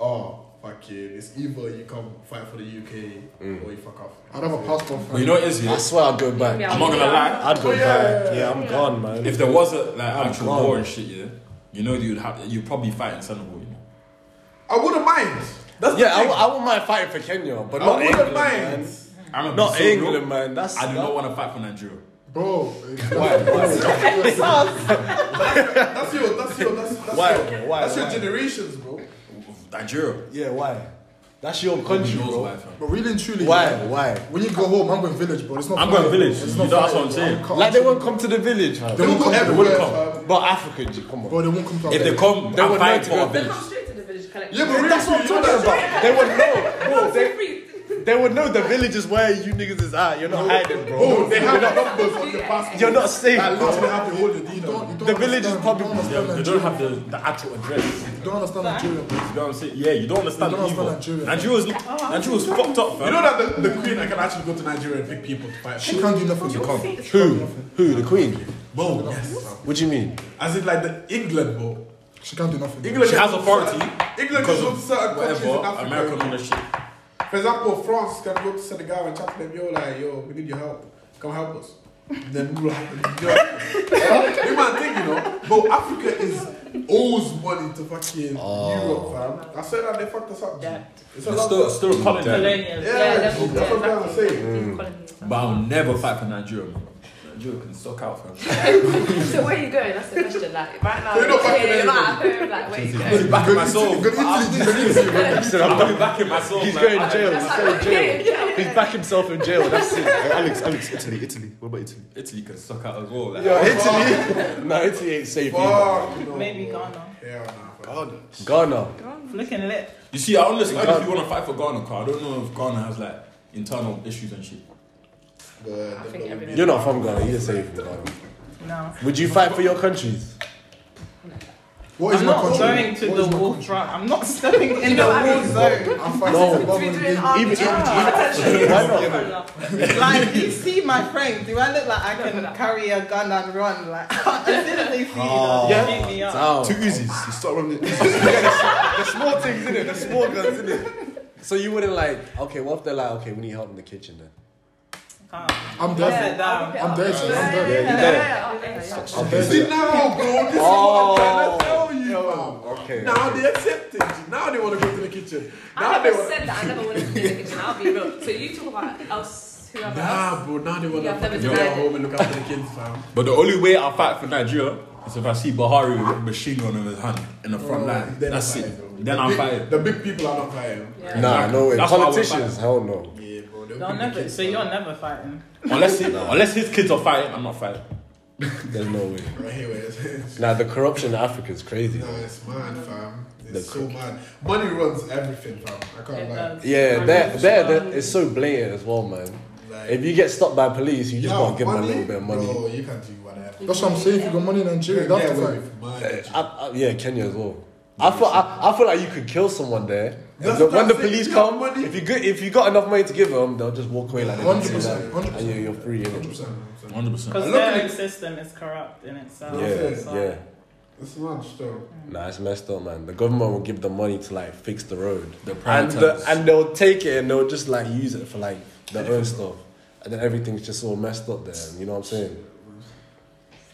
Speaker 3: Oh, fuck you. It's either you come fight for the UK
Speaker 4: Mm.
Speaker 3: or you fuck off.
Speaker 7: I don't have a passport.
Speaker 4: But you know what it is, yeah?
Speaker 2: I swear I'd go back.
Speaker 5: Yeah.
Speaker 4: I'm not gonna lie.
Speaker 2: I'd go back. Yeah, I'm gone, man.
Speaker 4: Oh, If there was a like
Speaker 2: I'm
Speaker 4: actual
Speaker 2: gone.
Speaker 4: war and shit, yeah, you know you'd have you'd probably fight in Senegal. You know?
Speaker 3: I wouldn't mind. That's
Speaker 2: yeah,
Speaker 3: the
Speaker 2: I,
Speaker 3: thing.
Speaker 2: w- I wouldn't mind fighting for Kenya, but
Speaker 3: I
Speaker 2: not
Speaker 3: wouldn't
Speaker 2: England,
Speaker 3: mind.
Speaker 2: man.
Speaker 4: I remember
Speaker 2: Not
Speaker 4: so
Speaker 2: England,
Speaker 4: broke,
Speaker 2: man. That's
Speaker 4: I do
Speaker 2: that-
Speaker 4: not want to fight for Nigeria.
Speaker 7: Bro,
Speaker 3: That's your, that's your, that's, that's
Speaker 2: Why,
Speaker 3: your,
Speaker 2: bro? Why,
Speaker 3: that's
Speaker 2: why?
Speaker 3: your generations, bro.
Speaker 4: Nigeria.
Speaker 2: Yeah, why? That's your country,
Speaker 4: Who knows
Speaker 2: bro.
Speaker 4: why, fam?
Speaker 7: but really and truly,
Speaker 2: Why?
Speaker 7: yeah,
Speaker 2: Why?
Speaker 7: When you go home, I'm going village, bro. It's not.
Speaker 4: I'm going
Speaker 7: fair,
Speaker 4: village.
Speaker 7: bro. It's
Speaker 4: You
Speaker 7: not
Speaker 4: know, that's
Speaker 7: fair,
Speaker 4: what I'm
Speaker 7: bro.
Speaker 4: saying.
Speaker 7: can't-
Speaker 2: Like they won't come to the village, huh?
Speaker 7: They won't
Speaker 3: Go
Speaker 7: come.
Speaker 3: everywhere,
Speaker 7: Everywhere,
Speaker 3: fam.
Speaker 2: But Africa, G, come
Speaker 7: bro.
Speaker 2: on.
Speaker 7: They won't come. to
Speaker 4: If they
Speaker 7: Africa.
Speaker 4: come,
Speaker 2: They
Speaker 4: I'm
Speaker 2: would
Speaker 4: fighting
Speaker 2: know to
Speaker 4: for a
Speaker 2: go-
Speaker 5: They
Speaker 4: village.
Speaker 5: come straight to the village collectively.
Speaker 3: Yeah, but really,
Speaker 2: That's what I'm talking about. They would know. Bro, they, they would know the village is where you niggas is at. You're not hiding, bro.
Speaker 3: Oh, they have numbers on the passport.
Speaker 2: You're not safe.
Speaker 3: I literally have to hold the deed
Speaker 7: You
Speaker 3: on.
Speaker 7: don't
Speaker 2: The village is
Speaker 7: understand-
Speaker 2: probably-
Speaker 7: You don't
Speaker 4: Yeah,
Speaker 7: understand
Speaker 4: they
Speaker 7: Nigeria.
Speaker 4: don't have the, the actual address. You
Speaker 7: You don't understand Nigeria, bro.
Speaker 4: know what I'm saying? Yeah, you don't understand
Speaker 7: You don't
Speaker 4: either.
Speaker 7: understand Nigeria.
Speaker 4: Nigeria's, Nigeria's fucked up,
Speaker 3: You
Speaker 4: fam.
Speaker 3: know that the, the queen, I can actually go to Nigeria and pick people to fight.
Speaker 7: She can't do nothing. She can't.
Speaker 2: Who? Who? The Queen?
Speaker 3: Bro, yes. fam.
Speaker 2: What do you mean?
Speaker 3: As in like the England, bro.
Speaker 7: She can't do nothing.
Speaker 3: England
Speaker 4: She
Speaker 3: can
Speaker 4: has
Speaker 3: go to
Speaker 4: authority
Speaker 3: certain- England
Speaker 4: because
Speaker 3: can go to
Speaker 4: of
Speaker 3: certain countries in
Speaker 4: Whatever,
Speaker 3: Africa.
Speaker 4: America and all that shit.
Speaker 3: For example, France can go to Senegal and chat to them, yo, like, yo, we need your help. Come help us. Then we will help them. You might think, you know, but Africa is owes money to fucking
Speaker 4: Oh.
Speaker 3: Europe, fam. I said that they fucked us up. G.
Speaker 5: Yeah.
Speaker 3: It's a
Speaker 4: It's
Speaker 3: lot.
Speaker 4: still, it's still a colony.
Speaker 9: Colonial.
Speaker 3: Yeah,
Speaker 5: Yeah,
Speaker 3: that's,
Speaker 5: definitely,
Speaker 3: that's what I'm trying to say.
Speaker 4: But I'll never fight for Nigeria, man. Nigeria can suck out, fam.
Speaker 5: So where are you going? That's the question. Like right now,
Speaker 3: So you're not back in
Speaker 5: you're not
Speaker 3: England?
Speaker 5: at home. Like where you going?
Speaker 4: Back in my soul.
Speaker 7: Good Italy, good Italy.
Speaker 4: I'm going back in my soul,
Speaker 2: He's
Speaker 4: man.
Speaker 2: going to
Speaker 4: I-
Speaker 2: jail. He's going to jail.
Speaker 5: Yeah.
Speaker 2: He's back himself in jail. That's it.
Speaker 11: Alex, Alex, Italy, Italy. What about Italy?
Speaker 4: Italy can suck out as well. Like,
Speaker 2: Yo, Italy. no, Italy ain't safe either.
Speaker 3: Fuck, no.
Speaker 9: Maybe Ghana.
Speaker 3: Hell nah, fam.
Speaker 2: Ghana.
Speaker 9: Looking lit.
Speaker 4: You see, I honestly, I don't know if you want to fight for Ghana, car. I don't know if Ghana has like internal issues and shit.
Speaker 3: But
Speaker 5: I think everyone-
Speaker 2: You're not from Ghana. You're safe from Ghana.
Speaker 9: No.
Speaker 2: Would you fight for your countries?
Speaker 7: What is
Speaker 9: I'm
Speaker 7: my
Speaker 9: not
Speaker 7: country?
Speaker 9: going to
Speaker 7: What
Speaker 9: the
Speaker 7: is my
Speaker 9: war front. I'm not stepping in the war zone.
Speaker 7: I'm fighting for
Speaker 5: We're
Speaker 7: the
Speaker 5: doing army
Speaker 2: Even-
Speaker 5: trials.
Speaker 2: Why not?
Speaker 9: Like, you see my friend. Do I look like I can carry a gun and run? Like, as soon as they see
Speaker 3: Oh.
Speaker 9: you, they'll beat me up.
Speaker 2: Down.
Speaker 11: Two Uzis. You start running.
Speaker 2: The small things in it, the small guns in it. So you wouldn't like, okay, what if they're like, okay, we need help in the kitchen then?
Speaker 9: Can't.
Speaker 7: I'm
Speaker 9: Sit
Speaker 7: dead.
Speaker 9: down.
Speaker 7: I'm dead. Shit. I'm dead. I'm dead.
Speaker 3: See now, bro, this is what
Speaker 5: Oh.
Speaker 3: I'm trying to tell you, fam.
Speaker 2: Okay.
Speaker 3: Now they accept it. G. Now they want to go to the kitchen. Now
Speaker 5: I
Speaker 3: they
Speaker 5: never
Speaker 3: want.
Speaker 5: said that. I never wanted to be in the kitchen. I'll be real. So you talk about else, whoever else.
Speaker 3: Nah, bro, now they want
Speaker 5: Yeah, I've never
Speaker 3: to
Speaker 5: denied
Speaker 3: go
Speaker 5: it.
Speaker 3: home and look after the kids, fam.
Speaker 4: But the only way I fight for Nigeria is if I see Buhari with a machine gun in his hand in the front line.
Speaker 3: Oh, Then
Speaker 4: That's
Speaker 3: I'm fired,
Speaker 4: it. Then
Speaker 3: bro.
Speaker 4: I'm
Speaker 3: Big-
Speaker 4: fired.
Speaker 3: The big people are not fighting.
Speaker 5: Yeah.
Speaker 2: Nah, no way.
Speaker 4: That's why I would
Speaker 2: Politicians, hell no.
Speaker 3: Yeah, bro. They'll
Speaker 9: They'll
Speaker 3: pick the
Speaker 9: never,
Speaker 3: kids,
Speaker 9: so
Speaker 3: fam.
Speaker 9: you're never fighting.
Speaker 4: Unless, he, unless his kids are fighting, I'm not fighting.
Speaker 2: There's no way.
Speaker 3: Right here, where it's-
Speaker 2: Nah, the corruption in Africa is crazy.
Speaker 3: No, it's mad, fam.
Speaker 2: The
Speaker 3: It's so mad. Money runs everything, fam. I can't lie.
Speaker 2: Yeah, there, there, there, it's so blatant as well, man.
Speaker 3: Like,
Speaker 2: If you get stopped by police, you just
Speaker 3: yeah,
Speaker 2: gotta give them a
Speaker 3: money,
Speaker 2: little bit of money.
Speaker 3: Bro, you can do whatever.
Speaker 7: That's what I'm saying. If you got money in Nigeria, you don't
Speaker 3: Get
Speaker 7: have to
Speaker 3: away
Speaker 7: fight.
Speaker 3: with murder, G.
Speaker 2: I, I, yeah, Kenya as well. I feel, I, I feel like you could kill someone there.
Speaker 3: That's
Speaker 2: The-
Speaker 3: what
Speaker 2: when
Speaker 3: I'm
Speaker 2: the
Speaker 3: saying,
Speaker 2: police
Speaker 3: you got
Speaker 2: come,
Speaker 3: money.
Speaker 2: if you good, if you got enough money to give them, they'll just walk away like that.
Speaker 7: 100%,
Speaker 2: and you're, you're free. innit?
Speaker 3: 100%, 100%.
Speaker 9: Because
Speaker 4: 100%.
Speaker 3: Look at
Speaker 9: their own
Speaker 3: it.
Speaker 9: system is corrupt in itself.
Speaker 2: Yeah,
Speaker 9: so-
Speaker 2: yeah.
Speaker 3: It's mad still.
Speaker 2: Nah, it's messed up, man. The government will give the money to like fix the road,
Speaker 4: The
Speaker 2: and
Speaker 4: privatize.
Speaker 2: the, and they'll take it and they'll just like use it for like their own stuff, and then everything's just all messed up there. You know what I'm saying?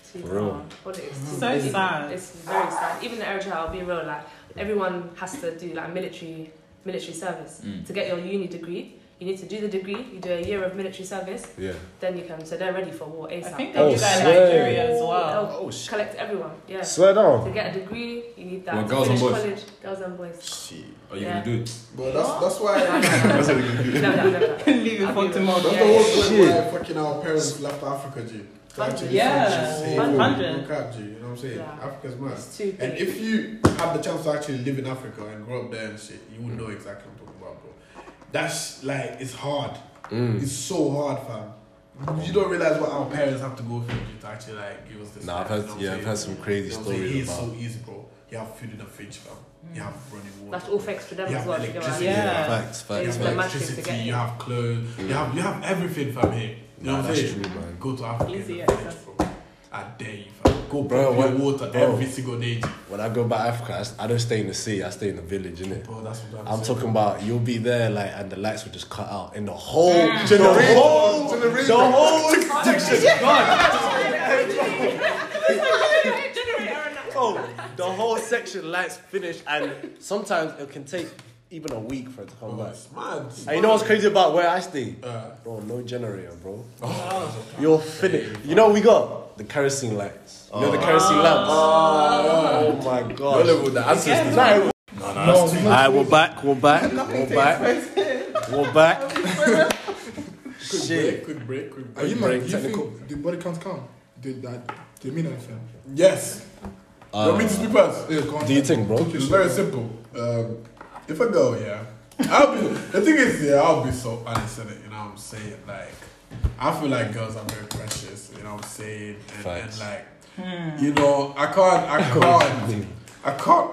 Speaker 2: For real.
Speaker 5: Politics.
Speaker 9: So sad.
Speaker 5: It's very sad. Even in Eritrea, I'll be real. Like everyone has to do like military military service
Speaker 2: Mm.
Speaker 5: to get your uni degree. You need to do the degree. You do a year of military service,
Speaker 2: Yeah.
Speaker 5: then you can. So they're ready for war
Speaker 9: I
Speaker 5: ASAP.
Speaker 9: think they
Speaker 5: They'll
Speaker 2: Oh,
Speaker 9: do that in
Speaker 2: swear.
Speaker 9: Nigeria as well.
Speaker 5: They'll collect everyone. Yeah.
Speaker 2: Swear
Speaker 5: to
Speaker 2: down.
Speaker 5: get a degree, you need that.
Speaker 4: Well,
Speaker 5: To
Speaker 4: girls and
Speaker 5: finish
Speaker 4: boys.
Speaker 5: College, girls and boys.
Speaker 4: Shit. Are you
Speaker 5: Yeah.
Speaker 4: going to do it?
Speaker 3: But that's that's why
Speaker 5: No, no, no, no, no.
Speaker 9: Leave it for tomorrow.
Speaker 3: that's the whole point why fucking our parents left Africa, G.
Speaker 5: Hundreds.
Speaker 9: Yeah. One hundred.
Speaker 3: Look up, G, you know what I'm saying?
Speaker 5: Yeah.
Speaker 3: Africa's mad.
Speaker 6: too
Speaker 3: And
Speaker 6: big.
Speaker 3: if you had the chance to actually live in Africa and grow up there and shit, you would know exactly what I'm talking about, bro. That's like, it's hard.
Speaker 2: Mm.
Speaker 3: It's so hard, fam. You don't realize what our parents have to go through to actually like give us this.
Speaker 2: Nah, I've
Speaker 3: life,
Speaker 2: had
Speaker 3: you know what I'm
Speaker 2: yeah, I've
Speaker 3: saying?
Speaker 2: had some crazy
Speaker 3: You know what I'm saying?
Speaker 2: stories
Speaker 3: It's
Speaker 2: about.
Speaker 3: so easy, bro. You have food in the fridge, fam. You have running water.
Speaker 5: That's all thanks to them
Speaker 3: You
Speaker 5: as
Speaker 3: have
Speaker 5: well. do you get what I mean?
Speaker 3: electricity.
Speaker 9: Yeah.
Speaker 2: Facts,
Speaker 5: Yeah,
Speaker 2: facts,
Speaker 5: but
Speaker 2: facts.
Speaker 5: my- Imagine to
Speaker 3: electricity,
Speaker 5: get
Speaker 3: you
Speaker 5: it.
Speaker 3: have clothes, you have you have everything from here. You
Speaker 2: Mm. Nah,
Speaker 3: know what I'm
Speaker 2: that's
Speaker 3: saying?
Speaker 2: true, man.
Speaker 3: Go to Africa,
Speaker 9: Easy
Speaker 3: and
Speaker 9: access.
Speaker 3: bro. I dare you, fam. Go
Speaker 2: Bro,
Speaker 3: bro,
Speaker 2: what-
Speaker 3: water
Speaker 2: bro.
Speaker 3: every single day. G.
Speaker 2: When I go back Africa, I s- I don't stay in the city. I stay in the village, innit?
Speaker 3: Bro, that's what I'm,
Speaker 2: I'm
Speaker 3: saying.
Speaker 2: talking about you'll be there like and the lights will just cut out in the whole the whole the whole section's gone. Oh, the whole section lights finished and sometimes it can take even a week for it to come
Speaker 3: Bro,
Speaker 2: back.
Speaker 3: it's mad.
Speaker 2: Oh. And you know what's crazy about where I stay?
Speaker 3: Uh,
Speaker 2: Bro, no generator, bro.
Speaker 3: oh,
Speaker 2: You're finished. You know what we got? The kerosene lights. You know the kerosene lamps? Oh, my god.
Speaker 4: the ancestors.
Speaker 2: Nah,
Speaker 7: No, no,
Speaker 2: Alright, we're back, we're back, we're back, we're back. Shit.
Speaker 3: quick break, quick break.
Speaker 7: Are you
Speaker 2: Break
Speaker 7: mad? You
Speaker 2: technical.
Speaker 7: think the body counts count? Did that? They mean anything?
Speaker 3: Yes. you want me to speak first?
Speaker 7: Yeah, go on.
Speaker 2: Do you think, bro?
Speaker 3: It's very simple. Um, if I go, yeah, I'll be. The thing is, yeah, I'll be so honest in it. You know what I'm saying? Like, I feel like girls are very precious. You know what I'm saying? And, and
Speaker 2: Facts.
Speaker 3: like, you know, I can't, I can't, I can't.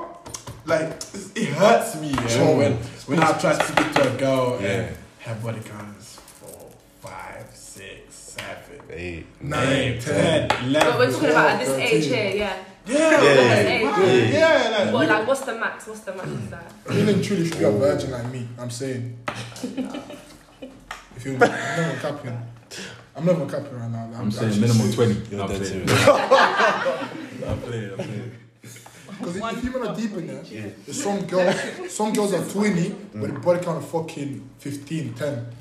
Speaker 3: Like, it's- it hurts me yeah, when when I try to speak to a girl and her body count is four, five, six, seven,
Speaker 2: Hey.
Speaker 3: nine, ten, eleven.
Speaker 5: But we're talking about at this
Speaker 3: 12,
Speaker 5: age here, yeah.
Speaker 3: Yeah,
Speaker 5: At
Speaker 3: yeah,
Speaker 5: this age.
Speaker 3: yeah. Like,
Speaker 5: What, like, what's the max? What's the max is that?
Speaker 7: Really and truly, if you're a virgin like me, I'm saying. if you're I'm never capping, I'm never capping right now.
Speaker 4: I'm saying minimum 20.
Speaker 2: You're
Speaker 4: I'm
Speaker 2: dead
Speaker 4: playing.
Speaker 2: serious.
Speaker 4: I'm playing, I'm playing.
Speaker 7: Because if women are deep in there, there's some girls, some girls are 20, but the body count of fucking 15, 10.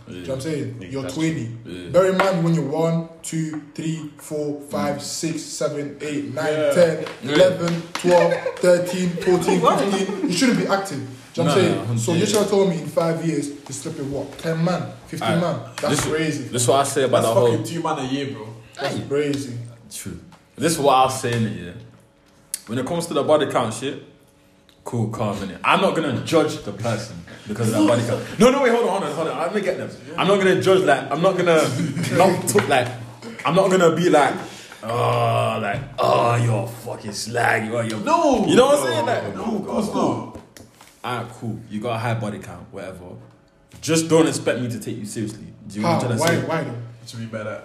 Speaker 7: Do you know what I'm saying? You're 20. Bear in mind when you're 1, 2, 3, 4,
Speaker 4: Mm.
Speaker 7: 5, 6, 7, 8, 9, 10, 11, 12, 13, 14, 15. You shouldn't be active. Do you know what
Speaker 4: Nah,
Speaker 7: I'm saying? So you
Speaker 4: yeah.
Speaker 7: should have told me in five years to slip in what? 10 man, 15
Speaker 4: Aight.
Speaker 7: man. That's
Speaker 4: this,
Speaker 7: crazy.
Speaker 4: This is what I say about
Speaker 3: That's
Speaker 4: the whole.
Speaker 3: fucking two man a year, bro.
Speaker 7: That's crazy.
Speaker 4: True. This is what I was saying, yeah. When it comes to the body count shit, cool, calm, innit? I'm not gonna judge the person because of that body count. No, no, wait, hold on, hold on, hold on. Let me get them. I'm not gonna judge, like, I'm not gonna, not to, like, I'm not gonna be like, oh, like, oh, you're fucking slag, you are, you're.
Speaker 3: No.
Speaker 4: You know what I'm saying? Like,
Speaker 3: No, of course not.
Speaker 4: Alright, Ah, cool. You got a high body count, whatever. Just don't expect me to take you seriously. Do you know
Speaker 7: How?
Speaker 4: what I'm
Speaker 7: Ah, Why,
Speaker 4: trying to say?
Speaker 7: why though?
Speaker 3: It should be better.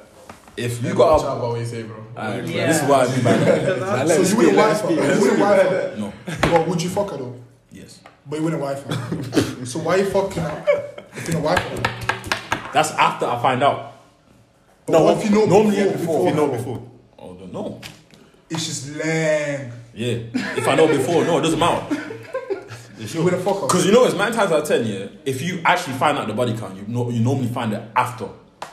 Speaker 4: If
Speaker 3: You
Speaker 4: you
Speaker 3: got
Speaker 4: got
Speaker 3: to
Speaker 4: a.
Speaker 3: chat about what you say, bro.
Speaker 4: Alright,
Speaker 9: Yeah.
Speaker 4: This is what I mean by that.
Speaker 7: So you wouldn't wife her. You wouldn't wife her.
Speaker 4: No.
Speaker 7: But would you fuck her though?
Speaker 4: Yes.
Speaker 7: But you wouldn't wife her. so why you fucking her? If you don't wife her.
Speaker 4: That's after I find out.
Speaker 7: No, what if you know
Speaker 2: normally before,
Speaker 7: before, before,
Speaker 2: before.
Speaker 4: Oh, don't know.
Speaker 7: It's just lang.
Speaker 4: Yeah. If I know before, no, it doesn't matter.
Speaker 7: You wouldn't fuck her.
Speaker 4: Because you know, it's nine times out of ten, yeah. If you actually find out the body count, you know, you normally find it after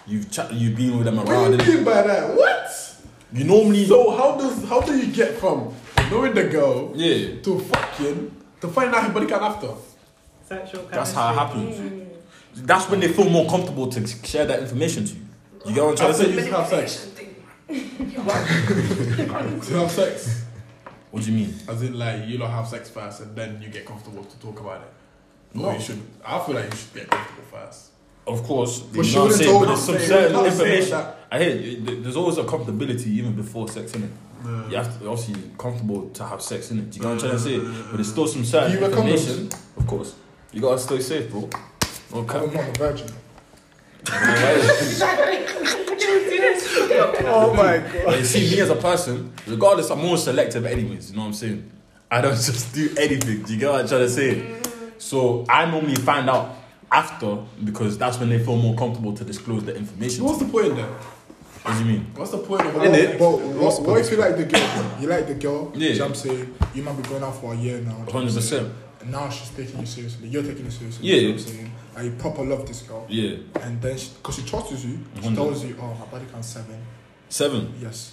Speaker 4: you've ch- you've been with them
Speaker 3: What do
Speaker 4: around.
Speaker 3: you
Speaker 4: innit?
Speaker 3: mean by that? What?
Speaker 4: You normally
Speaker 3: So how does how do you get from knowing the girl
Speaker 4: Yeah.
Speaker 3: to fucking to find out her body count after?
Speaker 9: Sexual
Speaker 4: that's how it happens. That's when they feel more comfortable to share that information to you. You get what I'm trying to
Speaker 3: After you
Speaker 4: say?
Speaker 3: used to have sex. to have sex,
Speaker 4: What do you mean?
Speaker 3: as in like you don't have sex first, and then you get comfortable to talk about it. No, you should. I feel like you should get comfortable first.
Speaker 4: Of course,
Speaker 7: she
Speaker 4: you know what I'm
Speaker 7: wouldn't
Speaker 4: saying. But
Speaker 7: told
Speaker 4: there's
Speaker 7: you.
Speaker 4: some
Speaker 3: She
Speaker 4: certain
Speaker 3: wouldn't told you
Speaker 4: information.
Speaker 3: that.
Speaker 4: I hear you. Th- there's always a comfortability even before sex in it. You have to obviously you're comfortable to have sex in it. You know what I'm trying to say? But there's still some certain
Speaker 7: Do you wear condoms?
Speaker 4: information. Of course, you gotta stay safe, bro. Okay.
Speaker 7: I'm not a virgin.
Speaker 2: Oh my god.
Speaker 4: But you see, me as a person, regardless, I'm more selective, anyways. You know what I'm saying? I don't just do anything. Do you get what I'm trying to say? So I normally find out after because that's when they feel more comfortable to disclose the information.
Speaker 3: What's
Speaker 4: What
Speaker 3: the point then?
Speaker 4: do you mean?
Speaker 3: What's the point of
Speaker 7: But,
Speaker 3: having
Speaker 7: but
Speaker 3: sex?
Speaker 7: what, what if you like the girl? You like the girl?
Speaker 4: Yeah.
Speaker 7: do you know what I'm saying you might be going out for a year now. do you know what I'm
Speaker 4: 100%.
Speaker 7: saying? And now she's taking you seriously. You're taking it seriously.
Speaker 4: Yeah.
Speaker 7: You know what I'm saying? Like, you proper love this girl.
Speaker 4: Yeah,
Speaker 7: And then, because she, trusts you, she tells you, oh, my body count's seven.
Speaker 4: seven.
Speaker 7: Yes.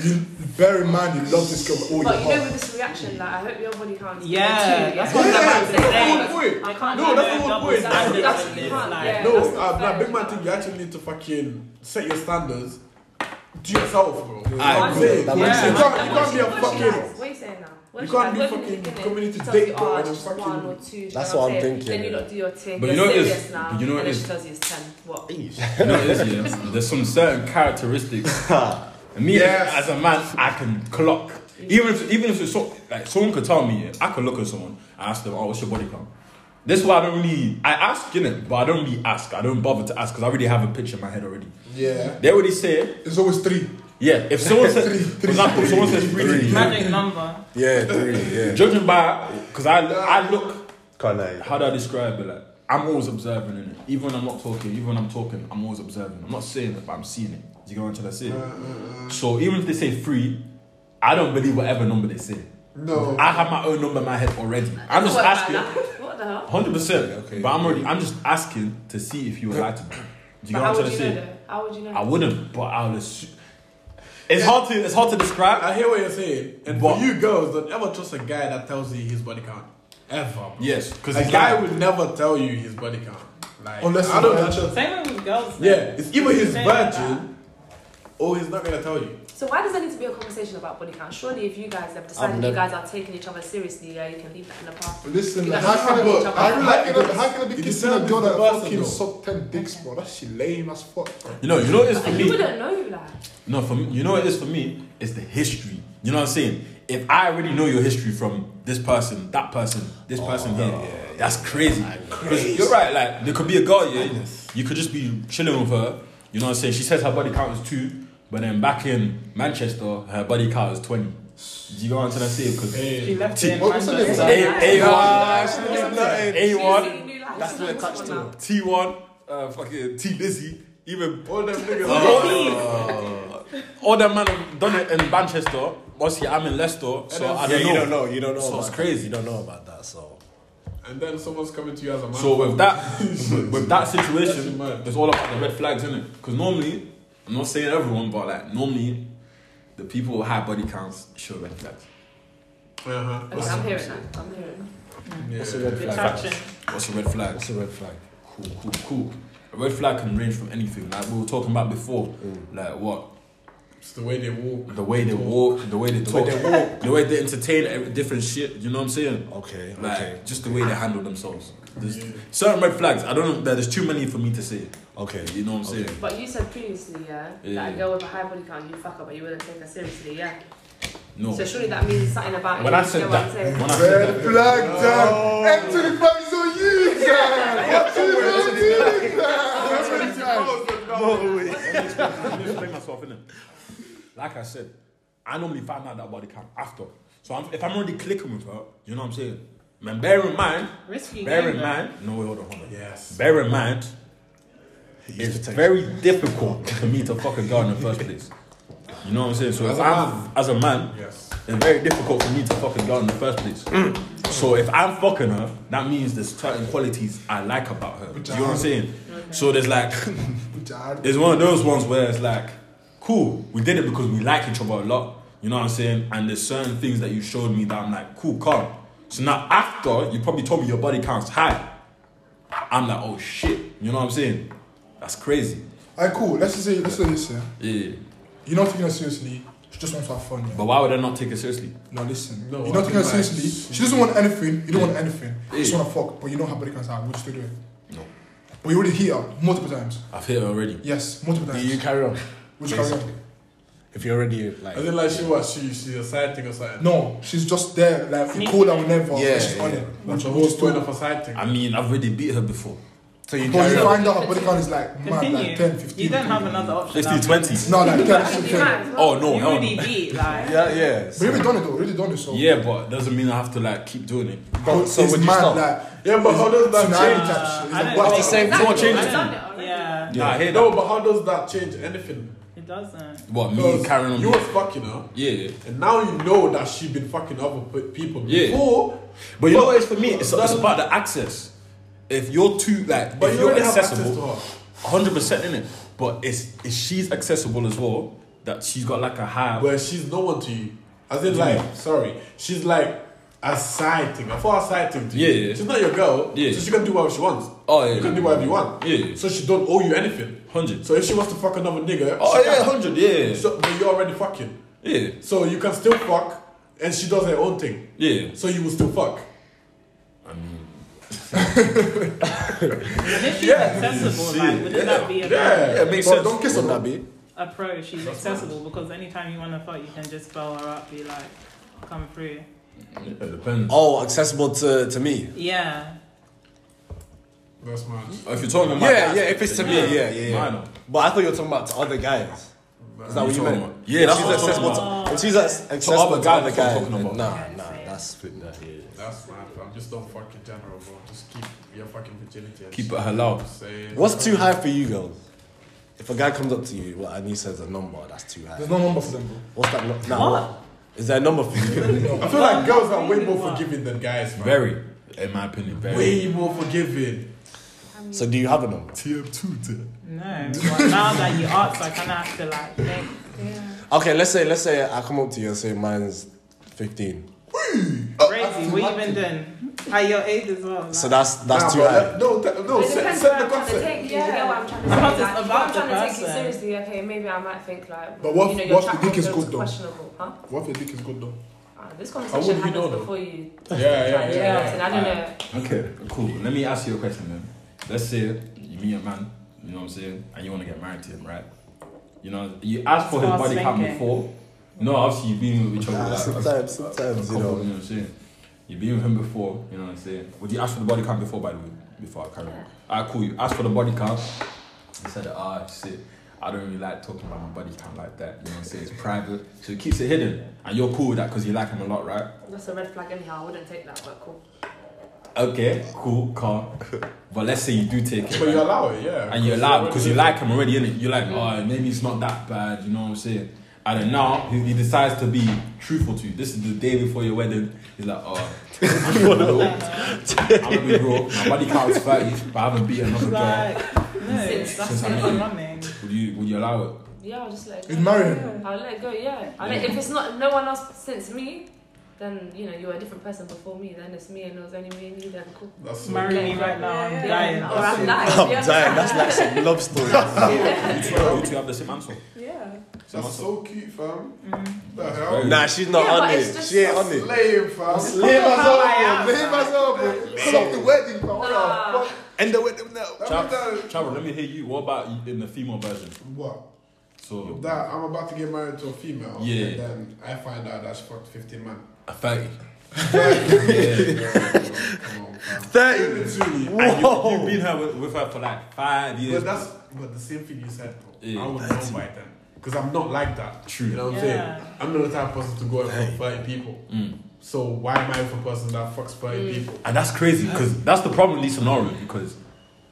Speaker 7: You bear in mind you love this girl with all
Speaker 5: But
Speaker 7: your
Speaker 5: you know,
Speaker 7: heart.
Speaker 5: with this reaction, like, I hope your body can't.
Speaker 9: Yeah, that's what I'm about to say.
Speaker 3: point.
Speaker 6: I can't
Speaker 3: No,
Speaker 6: do
Speaker 3: that's
Speaker 6: a
Speaker 3: the whole
Speaker 6: double
Speaker 3: point.
Speaker 6: standard
Speaker 3: That's- that's-
Speaker 6: in this,
Speaker 3: you
Speaker 6: like-
Speaker 5: can't,
Speaker 3: No,
Speaker 5: That's
Speaker 3: uh,
Speaker 5: not
Speaker 3: nah,
Speaker 5: fair.
Speaker 3: big man thing. You actually need to fucking set your standards to yourself, bro. You know what
Speaker 4: Aye,
Speaker 3: I'm
Speaker 4: cool.
Speaker 3: saying?
Speaker 2: That
Speaker 3: You
Speaker 2: makes
Speaker 3: can't-
Speaker 2: sense.
Speaker 3: you can't be a fucking.
Speaker 5: What are you saying now? What
Speaker 3: You
Speaker 5: should I-
Speaker 3: can't do
Speaker 5: what if in the
Speaker 3: fucking
Speaker 5: beginning
Speaker 3: community
Speaker 5: she tells
Speaker 3: date
Speaker 5: you,
Speaker 3: though,
Speaker 5: oh,
Speaker 3: and
Speaker 5: just
Speaker 3: fucking-
Speaker 5: one or two, you
Speaker 2: That's
Speaker 5: know
Speaker 2: what I'm
Speaker 5: saying?
Speaker 2: thinking,
Speaker 5: Then you
Speaker 2: yeah.
Speaker 5: lot do your thing.
Speaker 4: But
Speaker 5: You're
Speaker 4: you know it is-
Speaker 5: serious now.
Speaker 4: but you know it
Speaker 5: and then
Speaker 4: is-
Speaker 5: she tells you it's ten. What?
Speaker 4: You know what it is, yeah? There's some certain characteristics. And me as as a man, I can clock. Even if even if it's so, like someone could tell me, yeah, I could look at someone and ask them, "Oh, what's your body count?" This is why I don't really I ask in it, but I don't really ask. I don't bother to ask because I already have a picture in my head already.
Speaker 7: Yeah.
Speaker 4: They already say,
Speaker 7: It's always three.
Speaker 4: yeah. If someone says, for example, if someone says three, to you,
Speaker 6: Magic number.
Speaker 2: Yeah, three, yeah.
Speaker 4: judging by because I I look
Speaker 11: Can't lie.
Speaker 4: how do I describe it? Like I'm always observing in it. Even when I'm not talking, even when I'm talking, I'm always observing. I'm not saying it, but I'm seeing it. Do you get what I'm trying to say?
Speaker 5: Mm,
Speaker 4: So even if they say three, I don't believe whatever number they say.
Speaker 7: No.
Speaker 4: I have my own number in my head already. I'm just
Speaker 5: What about
Speaker 4: asking,
Speaker 5: that? What the hell?
Speaker 4: hundred percent.
Speaker 2: okay.
Speaker 4: But I'm already. I'm just asking to see if you would lie to me. Do you
Speaker 5: But
Speaker 4: get what
Speaker 5: how
Speaker 4: I'm
Speaker 5: would
Speaker 4: trying to
Speaker 5: you know?
Speaker 4: say?
Speaker 5: though? How would you know?
Speaker 4: I wouldn't, but I'll assume. It's hard to. It's hard to describe.
Speaker 3: I hear what you're saying, and
Speaker 4: But-
Speaker 3: for you girls, don't ever trust a guy that tells you his body count. Ever. Bro.
Speaker 4: Yes, because
Speaker 3: A guy would never tell you his body count. Like,
Speaker 7: Unless
Speaker 3: I don't
Speaker 7: it's
Speaker 3: trust.
Speaker 6: Same with girls.
Speaker 3: Yeah,
Speaker 6: then.
Speaker 3: it's either his
Speaker 6: Same like
Speaker 3: virgin or he's not gonna tell you.
Speaker 5: So why does there need to be a conversation about body count? Surely, if you guys have
Speaker 2: I've
Speaker 5: decided
Speaker 2: never-
Speaker 5: you guys are taking each other seriously, yeah, you can leave that in the past.
Speaker 7: Listen,
Speaker 5: You guys
Speaker 7: how
Speaker 5: are
Speaker 7: can, I,
Speaker 5: fucking each
Speaker 7: how,
Speaker 5: other.
Speaker 7: can I, how, can I, how can I
Speaker 3: It
Speaker 7: be kissing a
Speaker 3: determines
Speaker 7: girl
Speaker 3: the
Speaker 7: that
Speaker 3: person,
Speaker 7: fucking
Speaker 3: though.
Speaker 7: sucked 10 dicks, bro? That shit lame as fuck, bro.
Speaker 4: You know. You know. It's for
Speaker 5: Like,
Speaker 4: me.
Speaker 5: you wouldn't know, like.
Speaker 4: No, for me, you know what it is for me? It's the history. You know what I'm saying? If I already know your history from this person, that person, this person here, that's crazy. 'Cause You're right, like, there could be a girl, yeah, you could just be chilling with her. You know what I'm saying? She says her body count is two, but then back in Manchester, her body count is 20. You know what I'm trying to say? Because
Speaker 6: She left it in
Speaker 7: What- what's the
Speaker 6: Manchester.
Speaker 7: difference?
Speaker 4: A1,
Speaker 5: She's
Speaker 4: A1,
Speaker 5: singing new lies.
Speaker 2: That's still attached to it.
Speaker 4: T1, uh, fucking T Lizzy, even
Speaker 3: All them niggas.
Speaker 4: all that man have done it in Manchester. Obviously, I'm in Leicester, so I
Speaker 2: yeah,
Speaker 4: don't
Speaker 2: you
Speaker 4: know.
Speaker 2: don't know. You don't know.
Speaker 4: So
Speaker 2: about
Speaker 4: it's
Speaker 2: that.
Speaker 4: crazy.
Speaker 2: You don't know about that. So
Speaker 3: And then someone's coming to you as a man.
Speaker 4: So with that, with that
Speaker 3: That's
Speaker 4: situation,
Speaker 3: mad.
Speaker 4: it's all about the red flags, isn't it? Because normally, I'm not saying everyone, but like normally, the people with high body counts show red flags.
Speaker 3: Uh-huh.
Speaker 5: Okay, I'm hearing that. I'm hearing that.
Speaker 3: Yeah.
Speaker 2: what's a red flag?
Speaker 6: Touching.
Speaker 4: What's a red flag?
Speaker 2: What's a red flag?
Speaker 4: Cool, cool, cool. A red flag can range from anything. Like we were talking about before, like what
Speaker 3: It's the way they walk.
Speaker 4: the way they walk, the way they talk, the way they, entertain every different shit. You know what I'm saying?
Speaker 2: Okay,
Speaker 4: Like
Speaker 2: okay,
Speaker 4: just the way they handle themselves. There's certain red flags. I don't know. There's too many for me to say.
Speaker 2: okay.
Speaker 4: You know what I'm saying?
Speaker 5: But you said previously, yeah,
Speaker 4: Yeah.
Speaker 5: that a girl with a high body count, you fuck her, but you wouldn't take her seriously, yeah.
Speaker 4: No.
Speaker 5: So surely that means something about
Speaker 4: When
Speaker 5: you.
Speaker 4: I
Speaker 5: you
Speaker 4: said
Speaker 5: know
Speaker 4: that,
Speaker 5: what I'm saying?
Speaker 4: when I said
Speaker 7: Red flag, Dan. M25 is on you, Dan. What you doing, Dan?
Speaker 4: that, explain myself innit? Like I said, I normally find out that body count after. So I'm, if I'm already clicking with her, you know what I'm saying? Man, bear in mind,
Speaker 6: Risky
Speaker 4: bear
Speaker 6: game,
Speaker 4: in
Speaker 6: though.
Speaker 4: mind. No, hold on, hold on.
Speaker 3: Yes.
Speaker 4: Bear in mind, it's very difficult for me to fuck a girl in the first place. You know what I'm saying? So
Speaker 3: As
Speaker 4: as
Speaker 3: a
Speaker 4: a
Speaker 3: man.
Speaker 4: man, as a man
Speaker 3: Yes.
Speaker 4: it's very difficult for me to fuck a girl in the first place. So if I'm fucking her, that means there's certain qualities I like about her. Do you know what I'm saying? So there's like,
Speaker 7: Dad.
Speaker 4: it's one of those ones where it's like, cool, we did it because we like each other a lot. You know what I'm saying? And there's certain things that you showed me that I'm like, cool, calm. So now after you probably told me your body count's high, I'm like, oh shit. You know what I'm saying? That's crazy.
Speaker 7: Alright, cool. Let's just say, let's say this, yeah.
Speaker 4: Yeah.
Speaker 7: You're not taking her seriously. She just wants to have fun, yeah.
Speaker 4: But why would I not take it seriously?
Speaker 7: No, listen.
Speaker 3: No,
Speaker 7: you're
Speaker 3: I
Speaker 7: not taking her
Speaker 3: think
Speaker 7: seriously.
Speaker 3: like-
Speaker 7: She doesn't want anything. You don't want anything. You just
Speaker 4: Yeah.
Speaker 7: want to fuck, but you know how body cancer. Would you still do it?
Speaker 4: No.
Speaker 7: But you already hit her multiple times.
Speaker 4: I've hit her already.
Speaker 7: Yes, multiple
Speaker 2: Do
Speaker 7: times.
Speaker 2: you carry on?
Speaker 7: Would you carry
Speaker 2: Basically.
Speaker 7: on?
Speaker 2: If you're already like,
Speaker 3: I think like she was she she's a side thing or something.
Speaker 7: No, she's just there, like you call her whenever.
Speaker 2: Yeah,
Speaker 7: she's on
Speaker 2: yeah.
Speaker 7: it.
Speaker 3: That's the whole
Speaker 7: Would- would you
Speaker 3: point
Speaker 7: still-
Speaker 3: of a side thing.
Speaker 4: I mean, I've already beat her before.
Speaker 2: so you
Speaker 7: Because
Speaker 2: carry
Speaker 7: you
Speaker 2: on.
Speaker 7: find out her body count is like mad,
Speaker 6: Continue.
Speaker 7: like 10, 15.
Speaker 6: you don't have another option.
Speaker 4: 60,
Speaker 6: now.
Speaker 4: 20.
Speaker 7: No, like 10,
Speaker 5: You might
Speaker 7: 15.
Speaker 5: as well.
Speaker 4: Oh no,
Speaker 6: You
Speaker 4: hell
Speaker 6: already
Speaker 4: no.
Speaker 6: beat, like.
Speaker 2: Yeah, yeah.
Speaker 7: We
Speaker 2: So,
Speaker 7: already done it though, we already done it. So,
Speaker 4: Yeah, but doesn't mean I have to like keep doing it.
Speaker 2: but- so
Speaker 7: it's
Speaker 2: would you
Speaker 7: mad,
Speaker 2: stop?
Speaker 7: like
Speaker 3: yeah, but how does that
Speaker 7: tsunami
Speaker 3: change?
Speaker 7: type shit. It's
Speaker 6: I
Speaker 7: like,
Speaker 6: don't
Speaker 7: wow.
Speaker 6: think
Speaker 2: Same
Speaker 5: Exactly,
Speaker 4: Don't change
Speaker 5: I've
Speaker 4: it.
Speaker 5: done it already.
Speaker 6: Yeah,
Speaker 4: Nah, I hear
Speaker 3: No,
Speaker 4: that.
Speaker 3: but how does that change anything?
Speaker 6: it doesn't.
Speaker 4: What me
Speaker 3: Because
Speaker 4: carrying on?
Speaker 3: you
Speaker 4: being-
Speaker 3: was fucking her,
Speaker 4: Yeah,
Speaker 3: and now you know that she been fucking other pe- people
Speaker 4: Yeah.
Speaker 3: before.
Speaker 4: but you know what it's for me. It's, it's
Speaker 3: that's-
Speaker 4: about the access. If you're too like,
Speaker 3: But
Speaker 4: if
Speaker 3: you
Speaker 4: you're
Speaker 3: already have access to
Speaker 4: accessible,
Speaker 3: her.
Speaker 4: hundred percent in it. But it's if she's accessible as well, that she's got like a high.
Speaker 3: where she's no one to you. As in, like, sorry, she's like a a side thing, a far side thing to
Speaker 4: Yeah,
Speaker 3: you.
Speaker 4: yeah.
Speaker 3: She's not your girl,
Speaker 4: Yeah.
Speaker 3: so she can do whatever she wants.
Speaker 4: Oh, yeah.
Speaker 3: You can do whatever you want.
Speaker 4: Yeah, yeah.
Speaker 3: So she don't owe you anything.
Speaker 4: 100.
Speaker 3: So if she wants to fuck another nigga,
Speaker 4: Oh,
Speaker 3: she
Speaker 4: yeah,
Speaker 3: can.
Speaker 4: 100, yeah.
Speaker 3: So, but you're already fucking.
Speaker 4: yeah.
Speaker 3: So you can still fuck, and she does her own thing.
Speaker 4: Yeah.
Speaker 3: So you will still fuck.
Speaker 9: And if she's accessible, like, wouldn't that be a
Speaker 3: Yeah.
Speaker 4: Yeah, it makes
Speaker 7: But
Speaker 4: sense.
Speaker 7: don't kiss her,
Speaker 2: Wouldn't
Speaker 7: though.
Speaker 2: that be?
Speaker 9: a pro? She's accessible because anytime you want to fuck, you can just spell her up, be like, come through.
Speaker 4: It depends.
Speaker 2: Oh, accessible to, to me.
Speaker 9: Yeah.
Speaker 3: That's mad.
Speaker 4: If you're talking about
Speaker 2: Yeah,
Speaker 4: that,
Speaker 2: yeah, if it's to me, yeah, yeah, yeah.
Speaker 4: Minor.
Speaker 2: But I thought you were talking about to other guys. Is that what you meant?
Speaker 4: Yeah,
Speaker 2: If
Speaker 4: that's
Speaker 2: she's
Speaker 4: what I'm talking
Speaker 2: accessible
Speaker 4: about.
Speaker 2: To, if she's ac- accessible
Speaker 4: other
Speaker 2: to other
Speaker 4: guys, that's
Speaker 2: guys,
Speaker 4: what I'm talking
Speaker 2: then
Speaker 4: about.
Speaker 2: nah, nah, that's split that. Yeah.
Speaker 3: That's mad, fam. Just don't fuck in general, bro. Just keep your fucking virginity. and
Speaker 4: Keep
Speaker 3: shit.
Speaker 4: it halal.
Speaker 3: Say-
Speaker 2: What's too high for you girls? If a guy comes up to you well, and he says a number, that's too high.
Speaker 7: There's no number for them, bro.
Speaker 2: What's that? No- nah, what? Is there a number for you?
Speaker 3: I feel like girls are way
Speaker 9: Really
Speaker 3: more
Speaker 9: what?
Speaker 3: forgiving than guys, man.
Speaker 4: Very, in my opinion, very.
Speaker 3: Way more forgiving.
Speaker 2: so do you have a number?
Speaker 9: No. But now that you asked, I kind of have to like think.
Speaker 2: Okay, let's say let's say I come up to you and say mine's fifteen.
Speaker 9: Crazy. What you been doing? At your age as well. Like,
Speaker 2: So that's that's
Speaker 3: Nah,
Speaker 2: too
Speaker 3: bro,
Speaker 2: high.
Speaker 3: let- No, th-
Speaker 7: Oh,
Speaker 3: no,
Speaker 5: It
Speaker 3: set,
Speaker 5: depends
Speaker 3: set
Speaker 5: where
Speaker 3: the
Speaker 5: I'm trying to
Speaker 3: concept.
Speaker 5: take you. You get what I'm trying to
Speaker 9: Because
Speaker 5: say?
Speaker 9: it's
Speaker 5: Like, if
Speaker 9: about
Speaker 5: I'm
Speaker 9: the
Speaker 5: trying to take you
Speaker 9: person.
Speaker 5: seriously, okay, maybe I might think like,
Speaker 7: But what-
Speaker 5: you know, your
Speaker 7: what
Speaker 5: track
Speaker 7: you think is
Speaker 5: record's
Speaker 7: good, though?
Speaker 5: questionable, huh?
Speaker 7: What if the dick is good, though?
Speaker 5: Uh, this conversation
Speaker 3: you
Speaker 5: happens
Speaker 3: know, though?
Speaker 5: before you
Speaker 3: Yeah, yeah,
Speaker 5: try
Speaker 3: yeah.
Speaker 5: and do
Speaker 3: yeah,
Speaker 5: it, and I don't know.
Speaker 4: Okay, cool. Let me ask you a question then. Let's say you meet a man, you know what I'm saying, and you want to get married to him, right? You know, you asked for his
Speaker 9: Fast
Speaker 4: body count
Speaker 9: thinking.
Speaker 4: before. No, obviously you've been with each other
Speaker 2: Nah,
Speaker 4: like
Speaker 2: sometimes-
Speaker 4: a- a
Speaker 2: sometimes, you know.
Speaker 4: couple, You know what I'm saying? You've been with him before, you know what I'm saying? Would you ask for the body count before, by the way? Before I carry on. Alright, cool. You asked for the body count. He said, ah, shit. I don't really like talking about my body count like that. You know what I'm saying? It's private. So he keeps it hidden. And you're cool with that because you like him a lot, right?
Speaker 5: That's a red flag anyhow. I wouldn't take that, but cool.
Speaker 4: Okay, cool, calm. But let's say you do take it.
Speaker 3: But
Speaker 4: right?
Speaker 3: you allow it, yeah.
Speaker 4: and you allow because you
Speaker 3: already-
Speaker 4: like him already, innit? You're like, oh, maybe it's not that bad, you know what I'm saying? And then now he, he decides to be truthful to you. This is the day before your wedding. He's like, oh, I'm gonna be real. I'm gonna be real. My body count is 30, but I haven't beat another girl.
Speaker 9: Like, no, that's
Speaker 4: Since I
Speaker 9: not
Speaker 4: met
Speaker 9: the
Speaker 4: you.
Speaker 9: running.
Speaker 4: Would you would you allow it?
Speaker 5: Yeah, I'll just let it go.
Speaker 7: You'd marry him?
Speaker 5: I'll let it go, yeah. I'll let,
Speaker 4: Yeah.
Speaker 5: if it's not no one else since me, then you know, you're a different person before me, then it's me and it was only me and you, then cool.
Speaker 3: That's so-
Speaker 9: Marry me right now. I'm dying.
Speaker 5: Or I'm dying.
Speaker 2: I'm
Speaker 5: yeah.
Speaker 2: dying. That's like some love story.
Speaker 4: You two, you two have the same answer.
Speaker 6: Yeah.
Speaker 4: Same
Speaker 3: That's
Speaker 4: answer.
Speaker 3: so cute, fam.
Speaker 5: Mm-hmm.
Speaker 3: The hell?
Speaker 2: nah, she's not
Speaker 5: Yeah,
Speaker 2: on
Speaker 5: but
Speaker 2: it.
Speaker 5: it's just-
Speaker 2: She ain't on it.
Speaker 3: Slave, fam.
Speaker 7: Leave us alone, bro. Leave us alone, bro. Stop the wedding, bro. What
Speaker 5: Ah.
Speaker 7: the fuck?
Speaker 2: End the wedding now.
Speaker 4: Chav, Chav, let me hear you. What about you in the female version?
Speaker 3: What?
Speaker 4: So
Speaker 3: That I'm about to get married to a female.
Speaker 4: Yeah.
Speaker 3: And then I find out that she fucked 15 man.
Speaker 4: a thirty.
Speaker 3: Come on, fam.
Speaker 2: Thirty.
Speaker 4: And you, you've been her with, with her for like five years.
Speaker 3: But that's but the same thing you said, bro.
Speaker 4: Yeah.
Speaker 3: I would know by then. Because I'm not like that.
Speaker 4: True.
Speaker 3: You know what I'm
Speaker 9: Yeah.
Speaker 3: saying? I'm not the type of person to go out for 30 people.
Speaker 4: Mm.
Speaker 3: So why am I with a person that fucks 30 people?
Speaker 4: And that's crazy because that's the problem in these scenarios because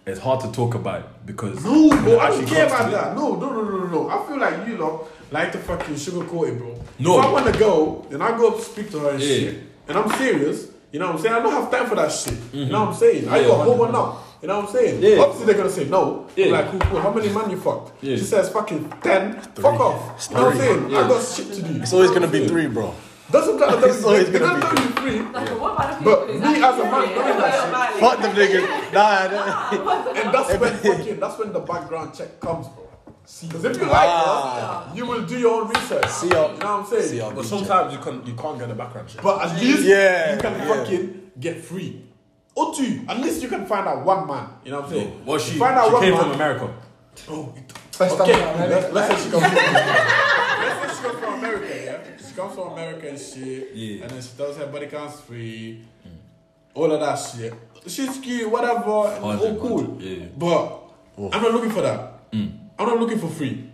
Speaker 4: it's hard to talk about it because
Speaker 3: No,
Speaker 4: when
Speaker 3: bro,
Speaker 4: it
Speaker 3: I don't
Speaker 4: actually
Speaker 3: care
Speaker 4: comes
Speaker 3: about
Speaker 4: to it-
Speaker 3: that. No, no, no, no, no, no. I feel like you lot like to fucking sugarcoat it, bro.
Speaker 4: No.
Speaker 3: If I want to go, then I go up speak to her and
Speaker 4: Yeah.
Speaker 3: shit. And I'm serious. You know what I'm saying? I don't have time for that shit. You
Speaker 4: Mm-hmm.
Speaker 3: know what I'm saying? Are you a hoe or not? You know what I'm saying?
Speaker 4: Yeah.
Speaker 3: Obviously they're gonna say no.
Speaker 4: Yeah.
Speaker 3: I'm Like, cool, cool. How many man you fucked?
Speaker 4: Yeah.
Speaker 3: She says fucking ten. Fuck off. You know what I'm saying? I got shit to do.
Speaker 2: It's always gonna be three, bro.
Speaker 3: That's what kind of
Speaker 2: It's always gonna
Speaker 3: that's
Speaker 2: be-
Speaker 3: not really free.
Speaker 5: Like, what about the people
Speaker 3: But
Speaker 5: who's
Speaker 3: me
Speaker 5: actually
Speaker 3: as a man
Speaker 5: married?
Speaker 3: knowing that shit.
Speaker 5: Like,
Speaker 2: Fuck them niggas. Nah, nah.
Speaker 3: And that's when fucking, that's when the background check comes, bro. Because if you like
Speaker 2: Ah.
Speaker 3: us, you will do your own research.
Speaker 2: See
Speaker 3: you
Speaker 2: your-
Speaker 3: know what I'm saying?
Speaker 2: see your-
Speaker 4: But sometimes you can't you can't get a background check.
Speaker 3: But at least
Speaker 2: Yeah,
Speaker 3: you can
Speaker 2: yeah.
Speaker 3: fucking get free. Or two, at least you can find out one man. You know what I'm saying?
Speaker 4: Well, she,
Speaker 3: You find out
Speaker 4: she
Speaker 3: one
Speaker 4: came
Speaker 3: man.
Speaker 4: from America.
Speaker 3: Oh, it-
Speaker 7: First time
Speaker 3: okay,
Speaker 7: in America.
Speaker 3: let- let's say she comes from Let's say she comes from America, yeah? She comes from America and shit.
Speaker 4: Yeah.
Speaker 3: And then she does her body counts free. All of that shit. She's cute, whatever. and all
Speaker 4: Hundred,
Speaker 3: cool.
Speaker 4: hundred, yeah.
Speaker 3: But I'm not looking for that. I'm not looking for free.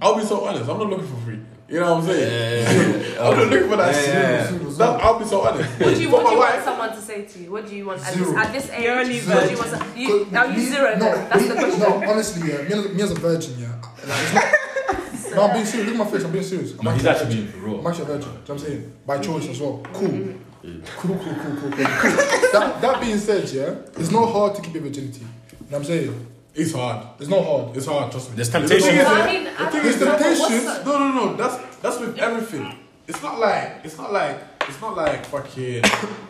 Speaker 3: I'll be so honest, I'm not looking for free. You know what I'm saying? I'm not looking for that shit. That- I'll be so honest.
Speaker 5: What do you,
Speaker 3: For
Speaker 5: what do
Speaker 3: my
Speaker 5: you want
Speaker 3: wife,
Speaker 5: someone to say to you? What do you want at this,
Speaker 7: Zero.
Speaker 5: at this age?
Speaker 9: You're only
Speaker 5: what do you
Speaker 9: virgin.
Speaker 5: want? To, you, now you
Speaker 7: Me-
Speaker 5: zero.
Speaker 7: No,
Speaker 5: then. That's
Speaker 7: me-
Speaker 5: the question.
Speaker 7: No, honestly, yeah. Me, as- me as a virgin, yeah. Like, it's not- no, I'm being serious. Look at my face. I'm being serious. I'm
Speaker 4: No, he's
Speaker 7: a
Speaker 4: actually
Speaker 7: virgin.
Speaker 4: being for real.
Speaker 7: I'm actually a virgin. Do you know what I'm saying? By
Speaker 2: Mm-hmm.
Speaker 7: choice as well. Cool. Cool, cool, cool, cool, cool. that, that being said, yeah, it's not hard to keep your virginity. You know what I'm saying?
Speaker 3: it's hard.
Speaker 7: It's not hard.
Speaker 3: It's hard, trust me.
Speaker 4: There's
Speaker 3: The thing
Speaker 4: temptation.
Speaker 3: is,
Speaker 5: Well, I
Speaker 3: yeah,
Speaker 5: mean, I
Speaker 3: the thing
Speaker 5: don't
Speaker 3: is
Speaker 5: know what's
Speaker 3: temptations.
Speaker 5: the-
Speaker 3: No, no, no. That's that's with everything. It's not like it's not like It's not like fucking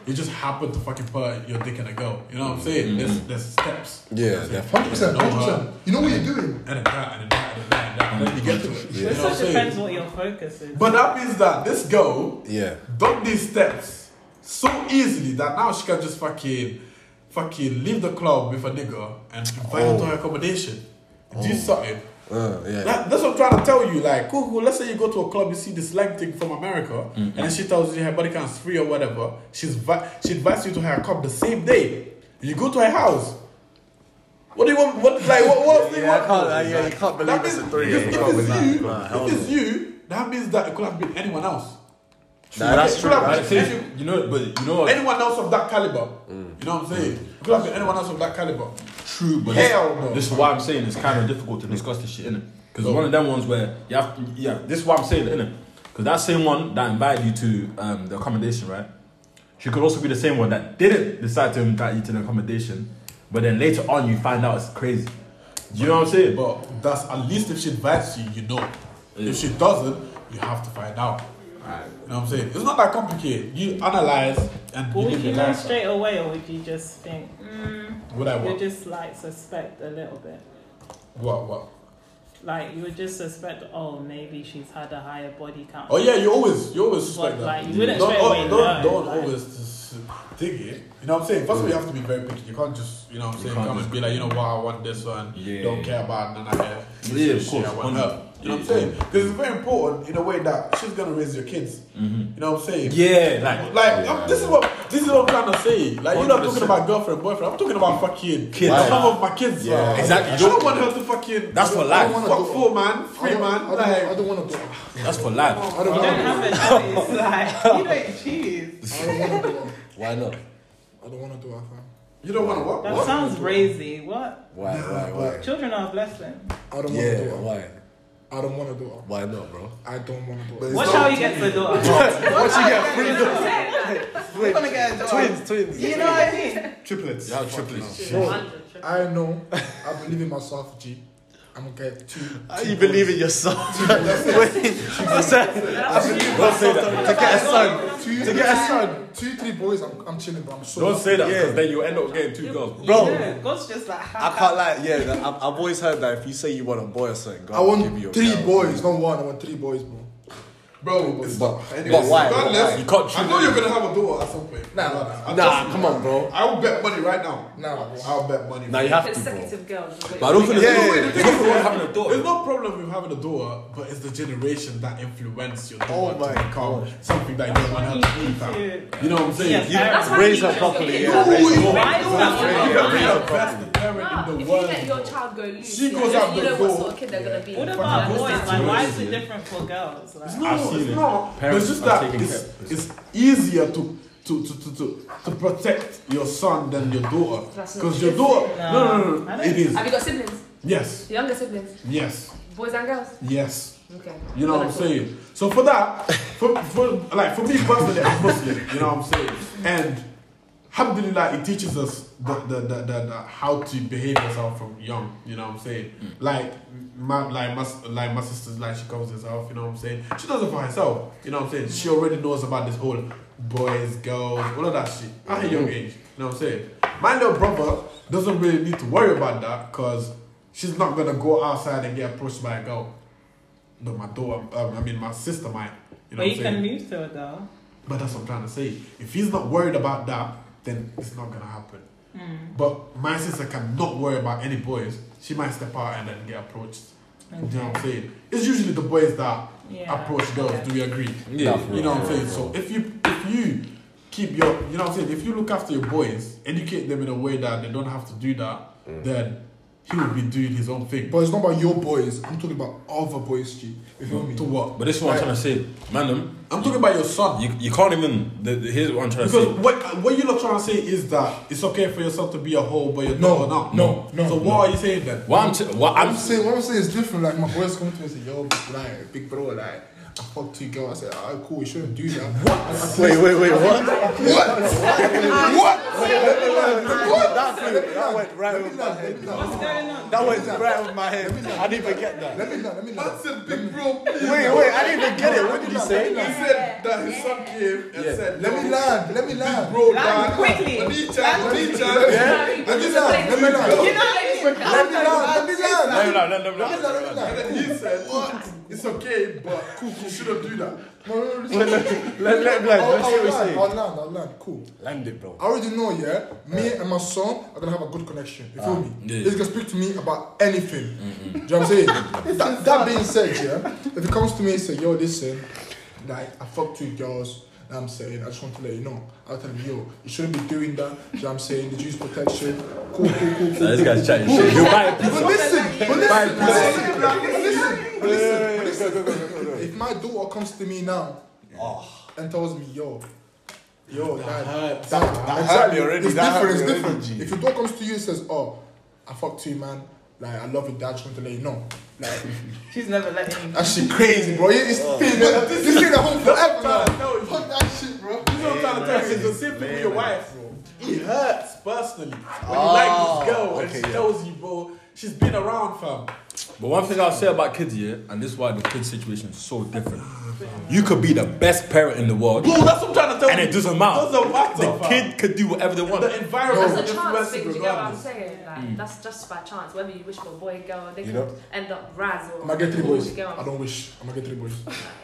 Speaker 3: you just happen to fucking put your dick in a girl. You know what I'm saying? There's there's steps.
Speaker 2: Yeah, definitely.
Speaker 7: Hundred percent, hundred percent. You know what you're doing.
Speaker 3: And then that, and then that, and then that, and that, and then you get to it. You
Speaker 9: It
Speaker 3: know what I'm
Speaker 9: also depends
Speaker 3: saying?
Speaker 9: what your focus is.
Speaker 3: But that means that this girl
Speaker 2: Yeah.
Speaker 3: done these steps so easily that now she can just fucking fucking leave the club with a nigga and invite her to her accommodation. Do something.
Speaker 2: Uh, yeah.
Speaker 3: That, that's what I'm trying to tell you. Like, cool, cool. Let's say you go to a club, you see this leg thing from America,
Speaker 4: Mm-hmm.
Speaker 3: and she tells you her body count's free or whatever. She's vi- she invites you to her club the same day. You go to her house. What do you want? What like what? What thing?
Speaker 2: Yeah, I
Speaker 3: what-
Speaker 2: can't, like, yeah, you can't believe
Speaker 3: That
Speaker 2: it's a
Speaker 3: means-
Speaker 2: three.
Speaker 3: If,
Speaker 2: you
Speaker 3: if
Speaker 2: can't
Speaker 3: it's
Speaker 2: believe
Speaker 3: you,
Speaker 2: Nah, hell
Speaker 3: if it's
Speaker 2: no.
Speaker 3: you, that means that it could have been anyone else.
Speaker 2: Nah, that's
Speaker 3: It
Speaker 2: true.
Speaker 3: could have
Speaker 2: that's
Speaker 3: been
Speaker 2: true.
Speaker 3: any-
Speaker 4: You know, but you know what?
Speaker 3: anyone else of that caliber.
Speaker 2: Mm.
Speaker 3: You know what I'm saying? It could have been anyone else of that caliber.
Speaker 4: True, but
Speaker 3: Hell
Speaker 4: this,
Speaker 3: no.
Speaker 4: this is why I'm saying it's kind of difficult to discuss this shit, innit? Because one of them ones where you have, to, yeah, this is why I'm saying, innit? Because that same one that invited you to um, the accommodation, right? She could also be the same one that didn't decide to invite you to the accommodation, but then later on you find out it's crazy. You know what I'm saying?
Speaker 3: But that's at least if she invites you, you know. If she doesn't, you have to find out. You know what I'm saying? It's not that complicated. You analyze and you
Speaker 9: Would
Speaker 3: live
Speaker 9: you
Speaker 3: your
Speaker 9: know
Speaker 3: life.
Speaker 9: straight away, or would you just think mm,
Speaker 3: Would I
Speaker 9: you
Speaker 3: what?
Speaker 9: just like suspect a little bit?
Speaker 3: What? What?
Speaker 9: Like you would just suspect, oh, maybe she's had a higher body count.
Speaker 3: Oh yeah, you always you always
Speaker 9: But,
Speaker 3: suspect
Speaker 9: like,
Speaker 3: that.
Speaker 9: you wouldn't
Speaker 3: don't
Speaker 9: straight away
Speaker 3: don't, don't,
Speaker 9: know, like-
Speaker 3: always s- dig it. You know what I'm saying? First of all, you have to be very picky. You can't just you know what I'm saying
Speaker 4: can't
Speaker 3: come and
Speaker 4: just-
Speaker 3: be like you know what I want this one.
Speaker 4: Yeah.
Speaker 3: Don't care about none of that.
Speaker 4: Yeah, of
Speaker 3: Shit,
Speaker 4: course,
Speaker 3: I want
Speaker 4: hundred.
Speaker 3: her. You know what I'm
Speaker 4: Yeah.
Speaker 3: saying? Because it's very important in a way that she's gonna raise your kids. You know what I'm saying?
Speaker 4: Mm-hmm. yeah, like,
Speaker 3: Like I'm, this is what this is what I'm trying to say. Like you're not
Speaker 4: 100%.
Speaker 3: talking about girlfriend, boyfriend. I'm talking about fucking
Speaker 4: Kids.
Speaker 3: Like, some of my kids.
Speaker 2: Yeah.
Speaker 3: Yeah,
Speaker 4: Exactly.
Speaker 3: You don't want her to fucking.
Speaker 4: that's for
Speaker 7: I don't
Speaker 4: life.
Speaker 7: wanna
Speaker 3: fuck
Speaker 7: go-
Speaker 3: four man,
Speaker 7: I
Speaker 3: three
Speaker 7: don't-
Speaker 3: man.
Speaker 7: I
Speaker 3: Like
Speaker 7: don't- I don't want to go.
Speaker 4: That's for life.
Speaker 7: I don't
Speaker 9: You don't
Speaker 7: want
Speaker 9: have a choice. Like you don't choose.
Speaker 7: to. I don't want to do.
Speaker 2: Why not?
Speaker 7: I don't want to do. I can't.
Speaker 3: you don't want to what?
Speaker 9: That
Speaker 3: What?
Speaker 9: sounds crazy. What?
Speaker 2: Why? Why? Why?
Speaker 9: Children are a blessing.
Speaker 7: I don't want to
Speaker 2: Yeah.
Speaker 7: do.
Speaker 2: Why?
Speaker 7: I don't want to do.
Speaker 2: Why not, bro?
Speaker 7: I don't want to do.
Speaker 9: Watch how he gets the daughter.
Speaker 2: Once you get three
Speaker 9: We're gonna get a daughter.
Speaker 2: twins, twins.
Speaker 9: You know what I mean?
Speaker 11: Triplets.
Speaker 2: Yeah, triplets.
Speaker 7: I know. I believe in myself, G. I'm gonna get two.
Speaker 2: You believe in yourself? I said, I believe myself to get a son.
Speaker 7: Two,
Speaker 2: To get a son,
Speaker 7: two, three boys. I'm, I'm chilling, but I'm so.
Speaker 4: Don't say that,
Speaker 2: Yeah.
Speaker 4: because then you end up getting two girls.
Speaker 2: bro.
Speaker 9: Yeah, God's just like.
Speaker 2: I can't lie. Yeah, that, I've, I've always heard that if you say you want a boy or something, God
Speaker 7: I
Speaker 2: will give
Speaker 7: want
Speaker 2: you a
Speaker 7: three
Speaker 2: girl.
Speaker 7: boys, not one. I want three boys, bro.
Speaker 3: Bro, it's
Speaker 2: But, but
Speaker 3: Anyways,
Speaker 2: why? But
Speaker 3: regardless,
Speaker 2: why?
Speaker 4: You
Speaker 3: I
Speaker 4: can't choose.
Speaker 3: know you're gonna have a daughter at some point.
Speaker 7: Nah,
Speaker 2: Nah,
Speaker 3: I trust
Speaker 2: come
Speaker 3: you.
Speaker 2: on, bro.
Speaker 3: I will bet money right now.
Speaker 7: Nah,
Speaker 3: I'll bet money.
Speaker 2: Now you have to, bro.
Speaker 5: Consecutive girls. is what
Speaker 2: But I don't
Speaker 5: you're
Speaker 2: think
Speaker 5: doing.
Speaker 2: it's-
Speaker 3: Wait, the thing is,
Speaker 4: having a daughter.
Speaker 3: There's no problem with having a daughter, but it's the generation that influence your daughter
Speaker 2: Oh my
Speaker 3: to become something that you don't want her to become. You know what I'm saying?
Speaker 9: Yes,
Speaker 2: You
Speaker 9: parents-
Speaker 5: That's why
Speaker 2: raise
Speaker 5: you
Speaker 2: her
Speaker 5: just-
Speaker 2: properly.
Speaker 5: you
Speaker 2: Yeah, raise her properly.
Speaker 9: Why is that?
Speaker 3: You're the best parent in
Speaker 5: Nah, Ah, if
Speaker 3: the
Speaker 5: you
Speaker 3: world.
Speaker 5: let your child go loose,
Speaker 3: She
Speaker 5: yeah,
Speaker 3: goes
Speaker 5: you
Speaker 3: out the
Speaker 5: know what
Speaker 3: door.
Speaker 5: sort of kid they're gonna be.
Speaker 9: What about
Speaker 5: You
Speaker 9: boys?
Speaker 5: understand?
Speaker 9: Like, why is it different for girls? Like,
Speaker 3: No,
Speaker 4: I've
Speaker 3: it's
Speaker 4: seen it.
Speaker 3: not. But
Speaker 4: Parents
Speaker 3: it's just
Speaker 4: are
Speaker 3: that
Speaker 4: taking
Speaker 3: it's,
Speaker 4: care of
Speaker 3: it's easier to to, to, to, to to protect your son than your daughter.
Speaker 5: That's not
Speaker 3: Because your daughter. No, no, no. no,
Speaker 9: I don't-
Speaker 3: It is.
Speaker 5: Have you got siblings?
Speaker 3: Yes,
Speaker 5: Younger siblings?
Speaker 3: yes,
Speaker 5: Boys and girls?
Speaker 3: yes.
Speaker 5: Okay.
Speaker 3: You know what I'm saying? So for that, for, for like for me personally, I'm Muslim. You know what I'm saying? And alhamdulillah, it teaches us the, the, the, the, the how to behave yourself from young. You know what I'm saying? Like my like my s- like my sister's like she covers herself. You know what I'm saying? She does it for herself. You know what I'm saying? She already knows about this whole boys, girls, all of that shit at a young age. You know what I'm saying? My little brother doesn't really need to worry about that because she's not gonna go outside and get approached by a girl. But my daughter, um, I mean my sister might. You know
Speaker 9: but
Speaker 3: what
Speaker 9: you
Speaker 3: I'm
Speaker 9: can
Speaker 3: saying?
Speaker 9: move to it though.
Speaker 3: But that's what I'm trying to say. If he's not worried about that, then it's not gonna happen. But my sister cannot worry about any boys. She might step out and then get approached. You know what I'm saying? It's usually the boys that
Speaker 9: Yeah.
Speaker 3: approach girls. Do we agree?
Speaker 4: Yeah.
Speaker 3: You know what I'm saying? So if you if you keep your you know what I'm saying, if you look after your boys, educate them in a way that they don't have to do that,
Speaker 4: Mm.
Speaker 3: then he will be doing his own thing.
Speaker 7: But it's not about your boys. I'm talking about other boys, G. You feel me?
Speaker 3: to what?
Speaker 4: But this is what I'm trying to say, man. them,
Speaker 3: I'm talking about your son.
Speaker 4: You, you can't even. The, the, here's what I'm trying to
Speaker 3: Because
Speaker 4: say.
Speaker 3: what what you're not trying to say is that it's okay for yourself to be a hoe, but you're
Speaker 7: No,
Speaker 3: not.
Speaker 7: no, no,
Speaker 3: So what
Speaker 7: no.
Speaker 3: are you saying then?
Speaker 4: What I'm, t- what
Speaker 7: I'm
Speaker 4: I'm
Speaker 7: saying, what I'm saying is different. Like my boys come to me and say, "Yo, like big bro, like I fucked two girls. I said, all right, cool, we shouldn't do that.
Speaker 2: Wait, wait, wait, what?
Speaker 7: That went right over my head. What's going on?
Speaker 2: That went right over my head. I didn't even get that.
Speaker 7: Let me know, let me know.
Speaker 3: That's a big bro.
Speaker 2: Wait, wait, I didn't even get it. What did you
Speaker 3: He
Speaker 2: say?
Speaker 3: said that his son came and said,
Speaker 7: Let me land, let me land.
Speaker 3: Bro,
Speaker 6: Land
Speaker 3: dad,
Speaker 6: quickly.
Speaker 3: Anicha,
Speaker 6: Land
Speaker 3: Anicha.
Speaker 7: Yeah. Let me land, let me land.
Speaker 6: You know what
Speaker 7: Let me land, let me
Speaker 4: No,
Speaker 7: land.
Speaker 4: no, no, no,
Speaker 7: Let me
Speaker 4: no.
Speaker 7: land, let me land.
Speaker 3: And then he said, what? It's okay, but cool, cool, shouldn't do that.
Speaker 7: No, no, no,
Speaker 2: Let,
Speaker 7: listen.
Speaker 2: let, let, let, let,
Speaker 7: I'll,
Speaker 2: let's see what
Speaker 7: I'll
Speaker 2: you
Speaker 7: land,
Speaker 2: say.
Speaker 7: I'll land, I'll land, cool.
Speaker 2: Land it, bro.
Speaker 7: I already know, yeah, me and my son are gonna have a good connection. You feel me?
Speaker 4: yeah.
Speaker 7: He's gonna speak to me about anything. Do you know what I'm saying? that, that being said, yeah, if he comes to me and say, yo, listen, like, I fucked two girls, and I'm saying, I just want to let you know. I'll tell him, yo, you shouldn't be doing that. Do you know what I'm saying? The juice protection. Cool, cool, cool, cool.
Speaker 4: Nah, This
Speaker 7: cool.
Speaker 4: guy's chatting shit. You buy it.
Speaker 7: But listen, but listen, but listen, but listen, but listen, but listen. If my daughter comes to me now
Speaker 2: Ah.
Speaker 7: and tells me, yo, yo, dad, that, that
Speaker 2: hurt me already,
Speaker 7: It's
Speaker 2: that hurt
Speaker 7: different, it's
Speaker 2: me already,
Speaker 7: different.
Speaker 2: G.
Speaker 7: If your daughter comes to you and says, oh, I fucked you, man. Like, I love you, dad. Just want to let you know. Like,
Speaker 9: She's never let him.
Speaker 7: that shit crazy, bro. It's
Speaker 2: Oh.
Speaker 7: been, this been at home forever now.
Speaker 3: No,
Speaker 7: Fuck that shit, bro.
Speaker 3: This is what I'm trying to tell you. It's the same thing with your wife, bro. It hurts personally when
Speaker 7: Ah,
Speaker 3: you like this girl and she tells you, bro, she's been around, fam.
Speaker 4: But one thing I'll say about kids, yeah, and this is why the kid situation is so different. You could be the best parent in the world,
Speaker 3: Bro, that's what I'm trying to tell
Speaker 4: and
Speaker 3: you.
Speaker 4: it doesn't matter.
Speaker 3: Doesn't matter,
Speaker 4: The
Speaker 3: fam.
Speaker 4: kid could do whatever they want.
Speaker 3: The environment
Speaker 5: That's a chance
Speaker 3: influences
Speaker 5: thing, do you get what I'm
Speaker 3: regardless.
Speaker 5: saying? Like,
Speaker 3: Hmm.
Speaker 5: That's just by chance. Whether you wish for a boy, girl, they
Speaker 2: You
Speaker 5: could
Speaker 2: know?
Speaker 5: end up raz or.
Speaker 7: I'm gonna get three
Speaker 5: Do you
Speaker 7: boys.
Speaker 5: get what
Speaker 7: I
Speaker 5: I'm
Speaker 7: don't wish. I'm gonna get three boys.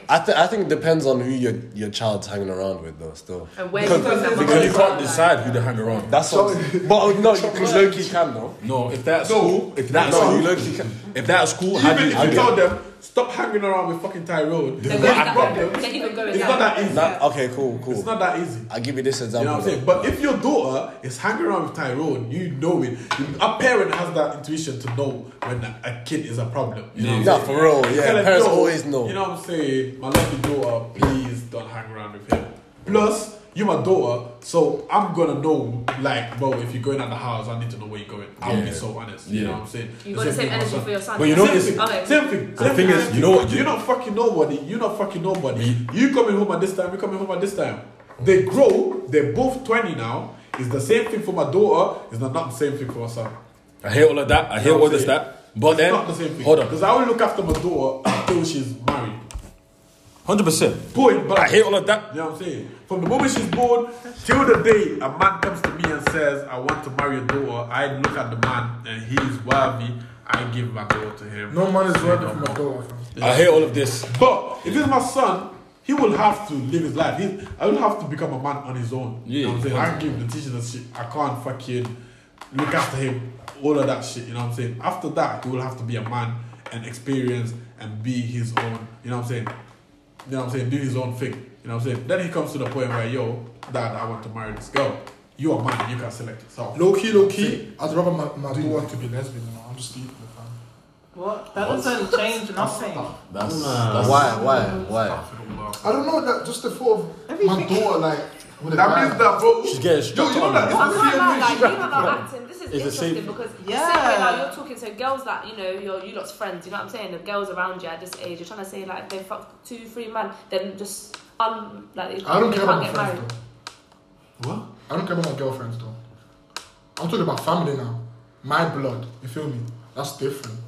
Speaker 2: I, th- I think it depends on who your, your child's hanging around with, though, still.
Speaker 5: And where
Speaker 4: Because,
Speaker 5: you put them
Speaker 4: because you
Speaker 5: on.
Speaker 4: can't decide who to hang around.
Speaker 2: That's what But no, because Loki can, though.
Speaker 4: No, if that's school, if that's
Speaker 2: No, you
Speaker 4: school,
Speaker 2: Loki can.
Speaker 4: if that's school, how do
Speaker 3: Even
Speaker 4: you
Speaker 3: if you
Speaker 4: do that?
Speaker 3: tell them, stop hanging around with fucking Tyrone.
Speaker 5: They're
Speaker 3: It's
Speaker 5: going
Speaker 3: not a
Speaker 5: that way.
Speaker 3: problem.
Speaker 5: They're even going
Speaker 3: It's not
Speaker 5: that
Speaker 3: that easy.
Speaker 2: That, okay, cool, cool.
Speaker 3: It's not that easy.
Speaker 2: I'll give you this
Speaker 3: You
Speaker 2: example.
Speaker 3: know what I'm saying? But if your daughter is hanging around with Tyrone, you know it. A parent has that intuition to know when a a kid is a problem. You know what I'm
Speaker 2: Yeah.
Speaker 3: saying?
Speaker 2: Nah, for real,
Speaker 3: You
Speaker 2: yeah,
Speaker 3: tell her,
Speaker 2: parents
Speaker 3: "Yo,
Speaker 2: always know."
Speaker 3: You know what I'm saying? My lovely daughter, please don't hang around with him. Plus, you're my daughter, so I'm gonna know, like, bro, if you're going out the house, I need to know where you're going. I'll be
Speaker 4: Yeah.
Speaker 3: so honest. You know
Speaker 4: Yeah.
Speaker 3: what I'm saying?
Speaker 5: You've got the same
Speaker 3: thing with my
Speaker 5: energy
Speaker 3: son.
Speaker 5: for your son.
Speaker 4: But you know
Speaker 3: Same
Speaker 4: it's-
Speaker 3: thing.
Speaker 5: Okay.
Speaker 3: Same thing.
Speaker 4: The
Speaker 3: same
Speaker 4: thing is,
Speaker 3: same
Speaker 4: you know what-
Speaker 3: You're not fucking nobody. You're not fucking nobody. You coming home at this time. You coming home at this time. They grow. They're both twenty now. It's the same thing for my daughter. It's not, not the same thing for her son.
Speaker 4: I hear all of that. I hear all of that. But
Speaker 3: It's
Speaker 4: then,
Speaker 3: not the same thing.
Speaker 4: hold on,
Speaker 3: Because I will look after my daughter until she's married.
Speaker 4: hundred percent.
Speaker 3: Point. But
Speaker 4: I hear all of that.
Speaker 3: You know what I'm saying? From the moment she's born till the day a man comes to me and says, I want to marry a daughter, I look at the man and he's worthy. I give my daughter to him.
Speaker 7: No man is
Speaker 3: Say
Speaker 7: worthy
Speaker 3: no
Speaker 7: for
Speaker 3: more.
Speaker 7: my daughter.
Speaker 4: I hear all of this.
Speaker 3: But if it's my son, he will have to live his life. He, I will have to become a man on his own. You know what I'm saying? I can't give him the teaching and shit. I can't fucking look after him, all of that shit. You know what I'm saying? After that, he will have to be a man and experience and be his own. You know what I'm saying? You know what I'm saying? Do his own thing. You know what I'm saying? Then he comes to the point where, yo, dad, I want to marry this girl. You are a man, you can select yourself.
Speaker 7: Low key, low key, I'd rather my, my daughter to be lesbian. You know? I'm just leaving the family.
Speaker 9: What? That doesn't change nothing.
Speaker 4: That's
Speaker 2: Why, why, why?
Speaker 7: I don't know, like, just the thought of my daughter, like, with a
Speaker 3: That
Speaker 7: guy.
Speaker 3: means that, bro.
Speaker 4: she's getting
Speaker 3: Yo,
Speaker 4: strapped
Speaker 3: you know
Speaker 4: on.
Speaker 3: that
Speaker 5: I'm
Speaker 3: it's the
Speaker 5: not
Speaker 3: same
Speaker 5: about
Speaker 3: thing.
Speaker 5: like you know about acting. This is
Speaker 4: It's the same-
Speaker 5: interesting because the same way
Speaker 9: Yeah.
Speaker 5: now you're talking to girls that you know your you lot's friends. You know what I'm saying? The girls around you at this age, you're trying to say like if they fuck two, three men, then just um like they,
Speaker 7: I don't
Speaker 5: they
Speaker 7: care
Speaker 5: can't
Speaker 7: about my
Speaker 5: get
Speaker 7: friends,
Speaker 5: married.
Speaker 7: though.
Speaker 3: What?
Speaker 7: I don't care about my girlfriends though. I'm talking about family now. My blood, you feel me? That's different.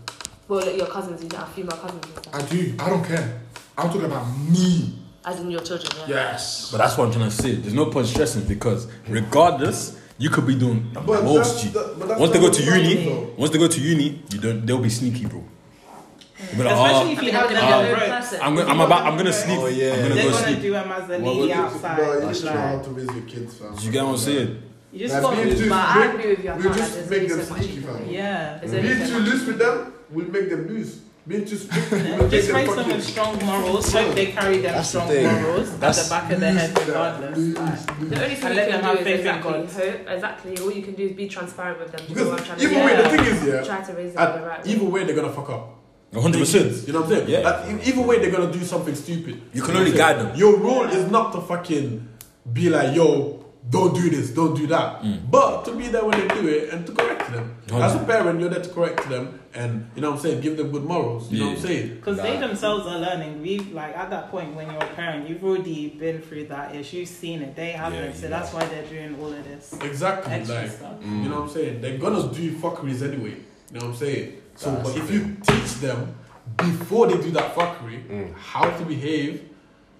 Speaker 5: Well, like your cousins, you know, female cousins and stuff.
Speaker 7: I do. I don't care. I'm talking about me.
Speaker 5: As in your children, yeah.
Speaker 7: Yes.
Speaker 4: But that's what I'm trying to say. There's no point stressing because regardless, you could be doing the
Speaker 3: But
Speaker 4: most.
Speaker 3: that's-
Speaker 4: G.
Speaker 3: that- but that's
Speaker 4: once they
Speaker 3: not
Speaker 4: go to
Speaker 3: the problem,
Speaker 4: uni,
Speaker 3: though.
Speaker 4: once they go to uni, you don't. They'll be sneaky, bro. They'll be
Speaker 9: Especially if
Speaker 4: like,
Speaker 5: I
Speaker 9: you
Speaker 5: mean,
Speaker 9: have
Speaker 5: having
Speaker 9: them
Speaker 5: them
Speaker 9: on the
Speaker 5: their own
Speaker 9: road.
Speaker 5: person.
Speaker 4: "Oh, I'm, gonna, I'm about. I'm gonna sneak.
Speaker 2: Oh, yeah.
Speaker 4: I'm gonna
Speaker 9: They're
Speaker 4: go
Speaker 9: gonna
Speaker 4: sneak.
Speaker 9: do him as a lady outside.
Speaker 3: you should know how
Speaker 9: Like,
Speaker 3: to raise your kids, fam.
Speaker 4: You get what I'm saying?
Speaker 9: you just
Speaker 3: Like,
Speaker 9: got
Speaker 3: we
Speaker 9: to
Speaker 3: just
Speaker 9: be
Speaker 5: I agree with you, I
Speaker 3: We
Speaker 5: can't
Speaker 3: just
Speaker 5: like
Speaker 3: make
Speaker 5: this,
Speaker 3: them
Speaker 5: it's so much
Speaker 3: sneaky,
Speaker 5: cheaper.
Speaker 3: fam.
Speaker 9: Yeah.
Speaker 5: Is
Speaker 3: Being too
Speaker 5: anything
Speaker 3: loose with them will make them loose. Being too strict will make
Speaker 9: Just
Speaker 3: them
Speaker 9: raise them
Speaker 3: fucking.
Speaker 9: with strong morals. Hope they carry them
Speaker 2: That's the
Speaker 9: strong
Speaker 2: thing.
Speaker 9: morals
Speaker 2: That's-
Speaker 9: at the back of their head, regardless.
Speaker 5: The only
Speaker 9: And
Speaker 5: thing you
Speaker 9: let
Speaker 5: can
Speaker 9: them
Speaker 5: do
Speaker 9: have
Speaker 5: is
Speaker 9: faith in
Speaker 5: exactly
Speaker 9: God.
Speaker 5: hope. Exactly. All you can do is be transparent with them. Do you know what I'm trying
Speaker 3: Because
Speaker 5: to
Speaker 3: even way,
Speaker 5: say?
Speaker 3: the thing is, yeah,
Speaker 5: Try to raise them
Speaker 3: at-
Speaker 5: the right way.
Speaker 3: either way they're gonna fuck up.
Speaker 4: 100. percent
Speaker 3: You know what I'm saying?
Speaker 4: Yeah.
Speaker 3: At- e- either way they're gonna do something stupid.
Speaker 4: You can only guide them.
Speaker 3: Your role is not to fucking be like, yo, don't do this, don't do that. But to be there when they do it and to correct them. As a parent, you're there to correct them and you know what I'm saying, give them good morals. You know what I'm saying?
Speaker 6: Because they themselves are learning. We like at that point when you're a parent, you've already been through that issue, you've seen it. They haven't, so that's why they're doing all of this
Speaker 3: Exactly.
Speaker 6: extra
Speaker 3: like
Speaker 6: stuff.
Speaker 3: you know what I'm saying? They're gonna do fuckeries anyway. You know what I'm saying? So but if you teach them before they do that fuckery how to behave,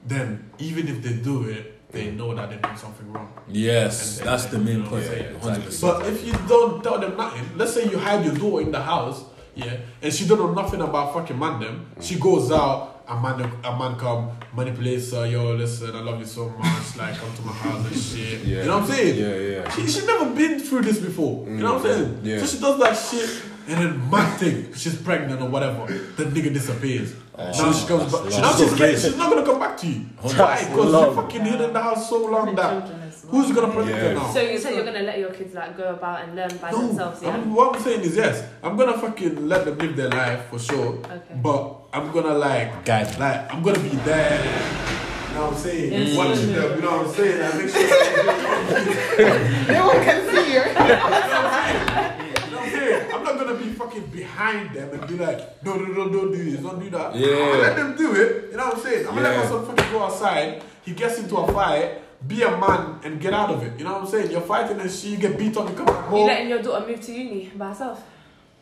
Speaker 3: then even if they do it, they know that they're doing something wrong.
Speaker 4: Yes,
Speaker 3: And-
Speaker 4: that's
Speaker 3: and-
Speaker 4: the main
Speaker 3: yeah,
Speaker 4: point.
Speaker 3: yeah,
Speaker 4: 100%.
Speaker 3: But if you don't tell them nothing, let's say you hide your door in the house, yeah, and she don't know nothing about fucking man them. She goes out, a man, a man come manipulates her. Yo, listen, I love you so much. Like, come to my house and shit. You know what I'm saying?
Speaker 2: Yeah, yeah.
Speaker 3: She, she never been through this before. You know what I'm saying?
Speaker 2: Yeah.
Speaker 3: So she does that shit, and then mad thing, she's pregnant or whatever. The nigga disappears.
Speaker 2: Oh,
Speaker 3: now she comes back. Now she's, like, she's not gonna come back to you. Why? Because you fucking hid in the house so long that
Speaker 6: Children as well.
Speaker 3: who's gonna protect
Speaker 2: Yeah.
Speaker 3: her now?
Speaker 5: So you said you're gonna let your kids like go about and learn by
Speaker 3: no,
Speaker 5: themselves, yeah?
Speaker 3: I'm, what I'm saying is yes, I'm gonna fucking let them live their life for sure.
Speaker 5: Okay.
Speaker 3: But I'm gonna like,
Speaker 4: Guide them.
Speaker 3: like I'm gonna be there. You know what I'm saying?
Speaker 5: Mm.
Speaker 3: Watching them. You know what I'm saying? I make sure.
Speaker 14: No one can see you.
Speaker 3: You know what I'm saying? I'm not gonna be fucking behind them and be like, no, no, no, don't do this, don't do that.
Speaker 4: Yeah.
Speaker 3: I'm gonna let them do it. You know what I'm saying? I'm gonna
Speaker 4: Yeah.
Speaker 3: let myself fucking go outside. He gets into a fight, be a man and get out of it. You know what I'm saying? You're fighting and shit, you get beat up, you come back
Speaker 5: You
Speaker 3: home.
Speaker 5: letting your daughter move to uni by herself?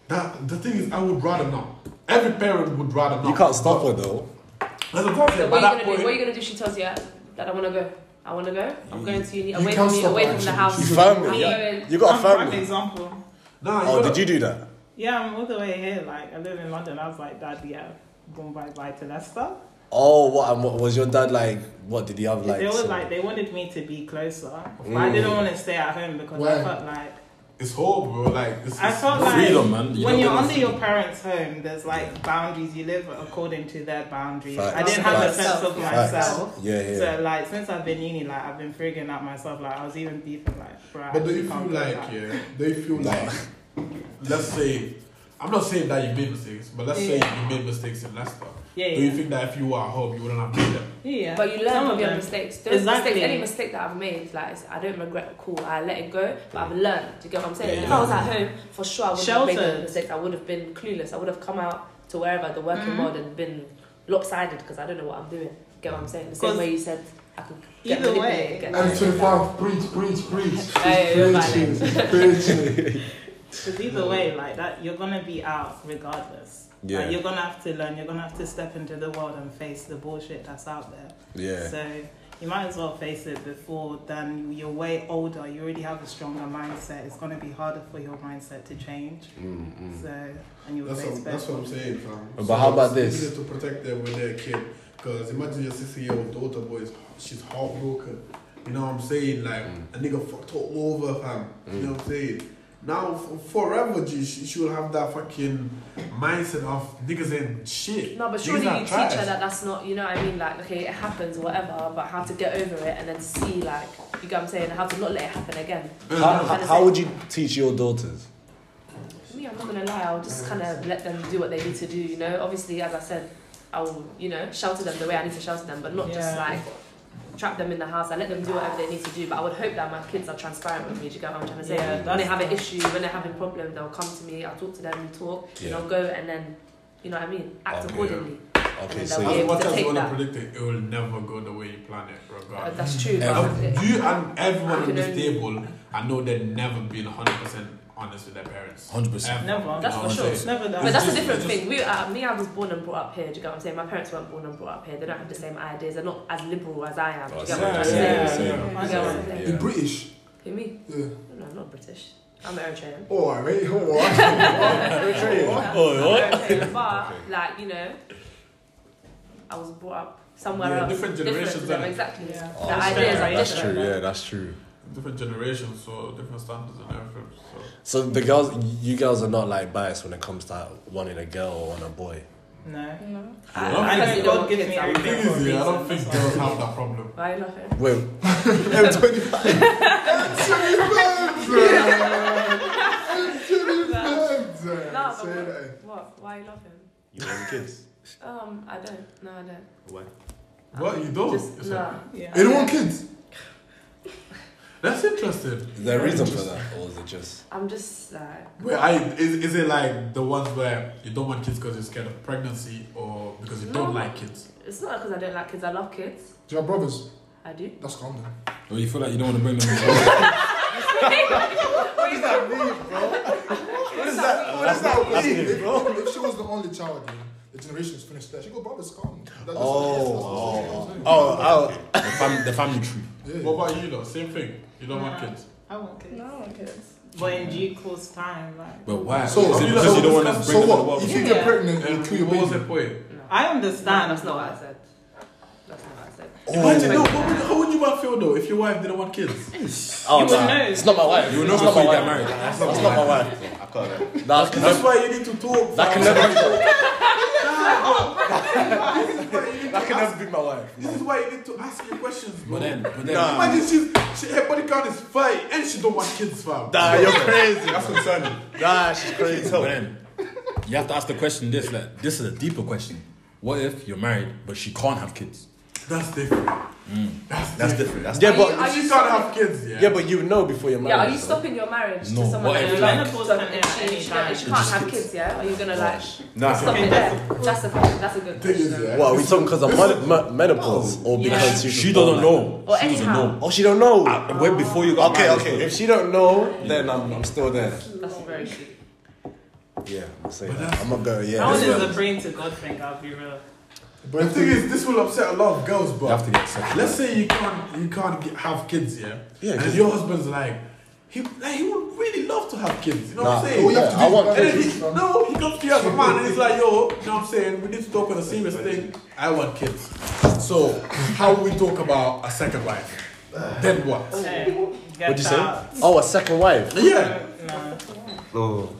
Speaker 3: That, the thing is, I would rather not. Every parent would rather not.
Speaker 2: You can't stop her though.
Speaker 3: That's the problem. By
Speaker 5: So what are
Speaker 3: that
Speaker 5: you gonna
Speaker 3: point,
Speaker 5: do? What are you gonna do? She tells you yeah, that I wanna go. I wanna go. I'm going to uni.
Speaker 7: You
Speaker 5: Away
Speaker 7: can't
Speaker 5: from me.
Speaker 7: stop
Speaker 5: Away
Speaker 7: her,
Speaker 5: from the
Speaker 7: actually.
Speaker 5: house.
Speaker 7: She's
Speaker 5: I'm
Speaker 2: Family.
Speaker 5: going.
Speaker 2: You got a
Speaker 6: I'm prime
Speaker 2: family.
Speaker 6: example.
Speaker 3: nah, you
Speaker 2: Oh,
Speaker 3: gotta-
Speaker 2: did you do that?
Speaker 6: Yeah, I'm all the way here. Like I live in London. I was like, Dad, yeah, going bye bye to that stuff.
Speaker 2: Oh, what, and what was your dad like? What did he have like? Mm.
Speaker 6: they were
Speaker 2: some-
Speaker 6: like, they wanted me to be closer, but I didn't want to stay at home because
Speaker 7: Why?
Speaker 6: I felt like
Speaker 3: It's horrible. Like it's,
Speaker 6: I felt like
Speaker 4: freedom, man. You
Speaker 6: when
Speaker 4: don't
Speaker 6: you're
Speaker 4: get
Speaker 6: under your parents' home, there's like boundaries. You live according to their boundaries. I
Speaker 2: Facts.
Speaker 6: didn't have
Speaker 2: Facts.
Speaker 6: a sense of
Speaker 2: Facts.
Speaker 6: myself.
Speaker 2: Yeah, yeah.
Speaker 6: So like since I've been uni, like I've been figuring out myself. Like I was even beefing like, bro.
Speaker 3: But do you feel like, yeah, do you feel like, let's say, I'm not saying that you made mistakes, but let's say
Speaker 6: Yeah.
Speaker 3: you made mistakes in Leicester.
Speaker 6: Yeah,
Speaker 3: Do you
Speaker 6: yeah.
Speaker 3: think that if you were at home, you wouldn't have made them?
Speaker 6: yeah.
Speaker 5: But you
Speaker 6: Some
Speaker 5: learn
Speaker 6: of
Speaker 5: from your
Speaker 6: them.
Speaker 5: mistakes. Those
Speaker 6: Exactly.
Speaker 5: mistakes, any mistake that I've made, like it's- I don't regret. Cool, I let it go, but I've learned. Do you get what I'm saying? If I was at home, for sure I would have made those
Speaker 6: Sheltered.
Speaker 5: mistakes. I would have been clueless. I would have come out to wherever the working
Speaker 6: Mm-hmm.
Speaker 5: world and been lopsided because I don't know what I'm doing. Get what I'm saying? The same
Speaker 6: 'Cause
Speaker 5: way you said I could. Get
Speaker 6: either way,
Speaker 5: manipulated and get
Speaker 7: M25, preach, preach, preach.
Speaker 5: Hey, you're
Speaker 7: Preach, preach.
Speaker 6: Because either way, like that, you're gonna be out regardless.
Speaker 2: Yeah.
Speaker 6: Like, you're gonna have to learn. You're gonna have to step into the world and face the bullshit that's out there.
Speaker 2: Yeah.
Speaker 6: So you might as well face it before then you're way older. You already have a stronger mindset. It's gonna be harder for your mindset to change.
Speaker 2: Mm,
Speaker 6: So and you'll
Speaker 3: That's
Speaker 6: face
Speaker 3: what, that's
Speaker 6: both.
Speaker 3: what I'm saying, fam.
Speaker 2: But how about this?
Speaker 3: You need to protect them when they're a kid. Because imagine your 60 year old daughter, boy, is- she's heartbroken. You know what I'm saying? Like,
Speaker 2: Mm.
Speaker 3: a nigga fucked her over, fam. You know what I'm saying? Now, f- forever, G, she, she will have that fucking mindset of niggas ain't shit.
Speaker 5: No, but
Speaker 3: Niggas
Speaker 5: surely you
Speaker 3: are
Speaker 5: teach
Speaker 3: trash.
Speaker 5: her that that's not, you know what I mean? Like, okay, it happens, whatever, but how to get over it and then see, like, you get what I'm saying? How to not let it happen again.
Speaker 2: How, how, how would you teach your daughters?
Speaker 5: Me, I'm not gonna lie, I'll just kind of let them do what they need to do, you know? Obviously, as I said, I will, you know, shelter them the way I need to shelter them, but not just
Speaker 6: Yeah.
Speaker 5: like trap them in the house. I let them do whatever they need to do, but I would hope that my kids are transparent with me. Do you get what I'm trying to say?
Speaker 6: Yeah,
Speaker 5: when they
Speaker 6: that's
Speaker 5: have an
Speaker 6: nice.
Speaker 5: issue, when they're having problems, they'll come to me, I'll talk to them, we talk, and I'll go and then, you know what I mean? Act
Speaker 2: Okay.
Speaker 5: accordingly.
Speaker 2: Okay,
Speaker 5: And
Speaker 2: so
Speaker 5: they'll be
Speaker 3: As
Speaker 5: able
Speaker 3: much
Speaker 5: to
Speaker 3: as you
Speaker 5: take
Speaker 3: want to
Speaker 5: that.
Speaker 3: predict it, it will never go the way you plan it,
Speaker 5: Uh,
Speaker 3: regardless.
Speaker 5: That's true.
Speaker 3: Um,
Speaker 5: but-
Speaker 3: you and everyone on
Speaker 5: Can
Speaker 3: this
Speaker 5: only-
Speaker 3: table, I know they've never been 100% honest with their parents.
Speaker 4: 100%.
Speaker 3: Ever.
Speaker 6: Never.
Speaker 5: That's for
Speaker 3: I'm
Speaker 5: sure.
Speaker 3: saying.
Speaker 6: Never
Speaker 5: But
Speaker 6: that.
Speaker 5: that's a
Speaker 3: It's just-
Speaker 5: different
Speaker 3: it's just-
Speaker 5: thing. We, uh, me, I was born and brought up here. Do you get what I'm saying? My parents weren't born and brought up here. They don't have the same ideas. They're not as liberal as I am. Do you get
Speaker 3: Oh,
Speaker 5: what I'm
Speaker 6: same,
Speaker 5: saying?
Speaker 6: same,
Speaker 5: Do you get what I'm saying?
Speaker 7: You're British.
Speaker 5: Who me?
Speaker 7: Yeah.
Speaker 5: No, I'm not British. I'm Eritrean.
Speaker 7: Oh, I mean, oh, I-
Speaker 5: I'm Eritrean, but like you know, I was brought up somewhere
Speaker 3: Yeah,
Speaker 5: else.
Speaker 3: different
Speaker 5: to
Speaker 3: generations, Oh,
Speaker 5: them,
Speaker 3: innit?
Speaker 5: exactly.
Speaker 6: Yeah.
Speaker 5: The ideas are
Speaker 2: Oh, that's
Speaker 5: different.
Speaker 2: true. Yeah, that's true.
Speaker 3: Different generations, so different standards and everything. So.
Speaker 2: So the girls, you girls are not like biased when it comes to wanting a girl or wanting a boy.
Speaker 6: No.
Speaker 5: I,
Speaker 3: don't
Speaker 6: I
Speaker 3: think
Speaker 6: know
Speaker 3: you
Speaker 6: God gives me
Speaker 3: The thing
Speaker 6: everything for a
Speaker 3: is, yeah, I don't
Speaker 6: reason,
Speaker 3: think
Speaker 6: that's
Speaker 3: girls have that problem.
Speaker 5: Why are you laughing?
Speaker 2: Wait,
Speaker 5: No,
Speaker 7: Say
Speaker 5: but
Speaker 7: that.
Speaker 5: what, what? Why are you laughing?
Speaker 15: You want kids?
Speaker 5: Um, I don't. No, I don't.
Speaker 15: Why?
Speaker 3: What? You don't?
Speaker 5: Just
Speaker 3: It's
Speaker 5: no.
Speaker 3: like-
Speaker 6: why. Yeah.
Speaker 7: Anyone kids?
Speaker 3: That's interesting.
Speaker 2: Is there a reason for that, or is it just?
Speaker 5: I'm just like.
Speaker 3: Wait, I, is, is it like the ones where you don't want kids because you're scared of pregnancy or because you don't
Speaker 5: No.
Speaker 3: like kids?
Speaker 5: It's not because I don't like kids. I love kids.
Speaker 7: Do you have brothers?
Speaker 5: I do.
Speaker 7: That's calm then.
Speaker 4: Well, you feel like you don't want to bring them. along.
Speaker 7: What is that? What is that? If, if she was the only child, yeah, the generation's finished there. She go, brothers, calm. That- that's-
Speaker 2: Oh,
Speaker 7: that's- that's- that's- that's- that's- that's-
Speaker 2: oh,
Speaker 7: that's-
Speaker 2: oh.
Speaker 4: the, fam- the family tree.
Speaker 3: What about you though? Same thing. You don't want kids.
Speaker 6: I want kids.
Speaker 16: No, kids.
Speaker 6: But in due course time, like
Speaker 4: But why?
Speaker 7: So-
Speaker 4: is it because you don't want to
Speaker 7: that's-
Speaker 4: bring
Speaker 7: So
Speaker 4: them to the
Speaker 7: what?
Speaker 4: world?
Speaker 7: If you get
Speaker 6: Yeah.
Speaker 7: pregnant, you
Speaker 3: And
Speaker 7: kill your
Speaker 3: what was the
Speaker 7: baby.
Speaker 3: point?
Speaker 6: I
Speaker 5: No,
Speaker 6: understand.
Speaker 5: that's not what I said. That's not what I said.
Speaker 3: Imagine,
Speaker 7: Oh.
Speaker 3: no, what would, how would you want to feel though if your wife didn't want kids?
Speaker 2: Oh,
Speaker 6: You would
Speaker 2: nah.
Speaker 6: know.
Speaker 2: It's not my wife.
Speaker 4: You
Speaker 2: It's
Speaker 4: know
Speaker 2: not my
Speaker 4: before you get
Speaker 2: wife.
Speaker 4: married.
Speaker 2: That's not my wife.
Speaker 11: I can't. lie.
Speaker 2: That's,
Speaker 4: That's why you need to talk.
Speaker 2: that can
Speaker 4: fam.
Speaker 2: never. that can never be my wife.
Speaker 3: This is why you need to ask your questions.
Speaker 4: But
Speaker 3: Bro.
Speaker 4: then, but then,
Speaker 2: Nah.
Speaker 3: Imagine she's, she, her body count is five and she don't want kids, fam.
Speaker 2: Nah, you're crazy.
Speaker 11: That's concerning.
Speaker 2: Nah, she's crazy.
Speaker 4: but then, you have to ask the question. This like this is a deeper question. What if you're married but she can't have kids?
Speaker 3: That's different. That's,
Speaker 11: That's
Speaker 3: different.
Speaker 11: different. That's
Speaker 2: Yeah,
Speaker 5: Are you-
Speaker 2: but
Speaker 5: are
Speaker 3: She can't have kids, yeah.
Speaker 2: yeah, but you know before you're married.
Speaker 5: Yeah, are you
Speaker 2: so-
Speaker 5: stopping your marriage
Speaker 4: No,
Speaker 5: to someone
Speaker 4: what
Speaker 5: that
Speaker 4: if
Speaker 5: you
Speaker 4: like-
Speaker 5: like?
Speaker 6: Menopause
Speaker 5: So
Speaker 6: can end at
Speaker 5: if she,
Speaker 6: any
Speaker 5: she,
Speaker 6: time.
Speaker 5: can't- she can't have kids, yeah? Are you gonna like
Speaker 11: Nah.
Speaker 5: stop it there? That's a question. That's a good question.
Speaker 2: What are we talking because of mon- mon- menopause or because
Speaker 4: She,
Speaker 2: she's
Speaker 4: she
Speaker 2: just born
Speaker 4: doesn't
Speaker 2: like-
Speaker 4: know.
Speaker 5: Or
Speaker 4: she doesn't
Speaker 5: anyhow.
Speaker 4: know.
Speaker 2: Oh, she don't know.
Speaker 4: Uh, Way before you got
Speaker 2: okay,
Speaker 4: married.
Speaker 2: okay. If she don't know, then I'm, I'm still there.
Speaker 5: That's very true.
Speaker 2: Yeah, I'm saying that. I'm not going. Yeah.
Speaker 6: I was
Speaker 2: this
Speaker 6: just
Speaker 2: one.
Speaker 6: a brain to God thing. I'll be real.
Speaker 3: But the thing is, this will upset a lot of girls, bro.
Speaker 4: You have to get sex.
Speaker 3: Let's say you can't, you can't get, have kids, yeah.
Speaker 2: Yeah,
Speaker 3: And
Speaker 2: 'cause-
Speaker 3: your husband's like, he, like, he would really love to have kids. You know
Speaker 2: Nah,
Speaker 3: what I'm
Speaker 2: all
Speaker 3: saying?
Speaker 2: you have to do I is want
Speaker 3: And then
Speaker 2: kids.
Speaker 3: he- no, he comes to you as a man and he's like, yo, you know what I'm saying? We need to talk on a serious thing. I want kids. So how will we talk about a second wife? Then what?
Speaker 6: Hey, get
Speaker 2: What'd you say?
Speaker 6: out.
Speaker 2: Oh, a second wife.
Speaker 3: Yeah.
Speaker 6: No.
Speaker 11: Oh.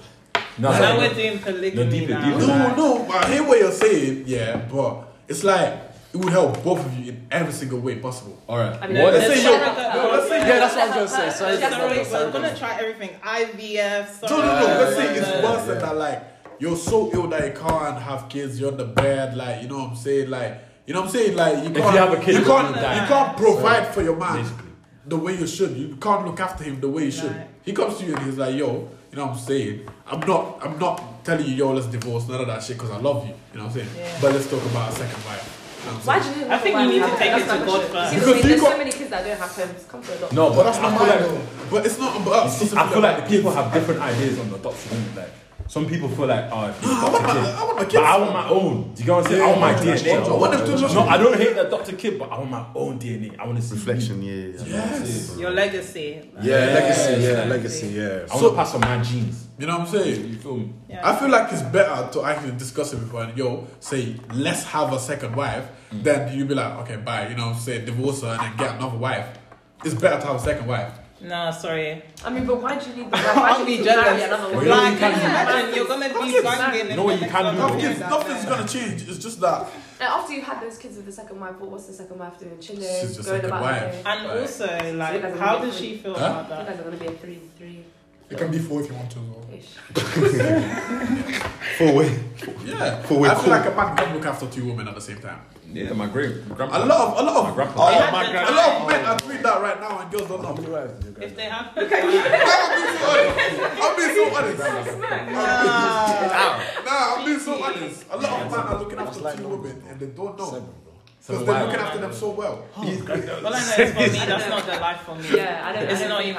Speaker 4: No,
Speaker 6: Now
Speaker 4: no,
Speaker 6: we're doing polygamy
Speaker 4: No, deeper,
Speaker 6: now.
Speaker 3: No,
Speaker 4: deeper.
Speaker 6: like-
Speaker 3: no, I hear what you're saying, yeah, but it's like it would help both of you in every single way possible.
Speaker 6: Uh,
Speaker 4: All right.
Speaker 5: I mean,
Speaker 4: What
Speaker 5: let's
Speaker 4: if
Speaker 5: say
Speaker 6: you're-
Speaker 5: let's say
Speaker 2: Yeah, that's what I was gonna say. So
Speaker 6: Sorry,
Speaker 2: it's-
Speaker 6: we're gonna try everything. IVF.
Speaker 3: No, no, no. Let's say
Speaker 6: surgery,
Speaker 3: it's
Speaker 6: uh,
Speaker 3: worse than that. Like you're so ill that you can't have kids. You're on the bed. Like you know what I'm saying. Like you know what I'm saying. Like you can't.
Speaker 4: you have a kid,
Speaker 3: you
Speaker 4: you're
Speaker 3: can't.
Speaker 4: gonna die.
Speaker 3: You can't provide for your man
Speaker 4: basically.
Speaker 3: the way you should. You can't look after him the way you should.
Speaker 6: Right.
Speaker 3: He comes to you and he's like, "Yo, you know what I'm saying. I'm not. I'm not telling you, yo, let's divorce. None of that shit. Because I love you. You know what I'm saying.
Speaker 6: Yeah.
Speaker 3: But let's talk about a second wife. You know what I'm
Speaker 5: Why
Speaker 3: saying?
Speaker 5: do you
Speaker 6: I think you need to take it to God first.
Speaker 5: Because
Speaker 3: Because
Speaker 5: there's
Speaker 3: you
Speaker 5: so
Speaker 3: got-
Speaker 5: many kids that don't have homes. Come to a doctor.
Speaker 4: No,
Speaker 7: But
Speaker 4: but
Speaker 7: that's
Speaker 4: I
Speaker 7: not
Speaker 4: feel
Speaker 7: mine
Speaker 4: like
Speaker 7: though.
Speaker 3: But it's not about
Speaker 4: You
Speaker 3: us.
Speaker 4: see, I feel like the people have different ideas on adoption. innit? Like some people feel like, oh, if you
Speaker 3: I
Speaker 4: adopt
Speaker 3: want
Speaker 4: a
Speaker 3: my-
Speaker 4: kid,
Speaker 3: I want my
Speaker 4: but
Speaker 3: kids.
Speaker 4: I want my own. Do you get what I'm saying? I want my
Speaker 3: yeah,
Speaker 4: DNA.
Speaker 3: yeah. I want them to-
Speaker 4: no, I don't hate the adopted kid, but I want my own DNA. I want to see
Speaker 11: Reflection, yeah. yeah, yeah.
Speaker 3: Yes.
Speaker 6: Your legacy. like-
Speaker 2: Yeah, legacy. Yeah,
Speaker 6: Yeah.
Speaker 2: legacy. Yeah.
Speaker 4: I want to pass on my genes.
Speaker 3: You know what I'm saying.
Speaker 4: You feel me?
Speaker 6: Yeah.
Speaker 3: I feel like it's better to actually discuss it before and yo say let's have a second wife than you be like okay bye you know say divorce her and then get another wife. It's better to have a second wife.
Speaker 6: No, sorry.
Speaker 5: I mean, but why do you need the
Speaker 6: I'll
Speaker 5: Why do
Speaker 6: be
Speaker 5: you marry
Speaker 6: jealous.
Speaker 5: another
Speaker 6: Like,
Speaker 5: woman?
Speaker 6: man, you're gonna be banging.
Speaker 4: No, you can't do
Speaker 3: Nothing- nothing's gonna change. It's just that
Speaker 5: And after you had those kids with the second wife, what was the second wife doing? Chilling,
Speaker 3: She's the
Speaker 5: going
Speaker 3: second
Speaker 5: about
Speaker 3: wife.
Speaker 5: her day?
Speaker 6: And also,
Speaker 5: like,
Speaker 6: like,
Speaker 5: that's
Speaker 6: how
Speaker 5: really
Speaker 6: does she
Speaker 5: funny.
Speaker 6: feel
Speaker 3: Huh?
Speaker 6: about
Speaker 5: You
Speaker 6: that?
Speaker 5: guys are gonna be a three, three.
Speaker 7: It can be four if you want to. as well.
Speaker 5: Ish.
Speaker 11: Full way.
Speaker 3: yeah,
Speaker 11: Cool, we're
Speaker 3: I feel
Speaker 11: cool.
Speaker 3: like a man can look after two women at the same time.
Speaker 4: Yeah, my great my grandpa.
Speaker 3: A lot of a lot
Speaker 4: My
Speaker 3: of
Speaker 4: grandpa.
Speaker 3: a
Speaker 6: They
Speaker 3: lot
Speaker 6: had
Speaker 3: of,
Speaker 6: the
Speaker 3: a lot
Speaker 6: time.
Speaker 3: of men are doing that right now and girls don't know. I'm being
Speaker 6: If they have,
Speaker 3: so honest. I'm being so honest. Nah, I'm being so
Speaker 6: Really?
Speaker 3: honest. A lot of men are looking after two women and they don't know because
Speaker 4: why-
Speaker 3: they're looking after them so well.
Speaker 6: well, I know it's for me. That's not the life for me.
Speaker 5: Yeah, I don't. I
Speaker 6: It's
Speaker 5: don't
Speaker 6: not
Speaker 5: think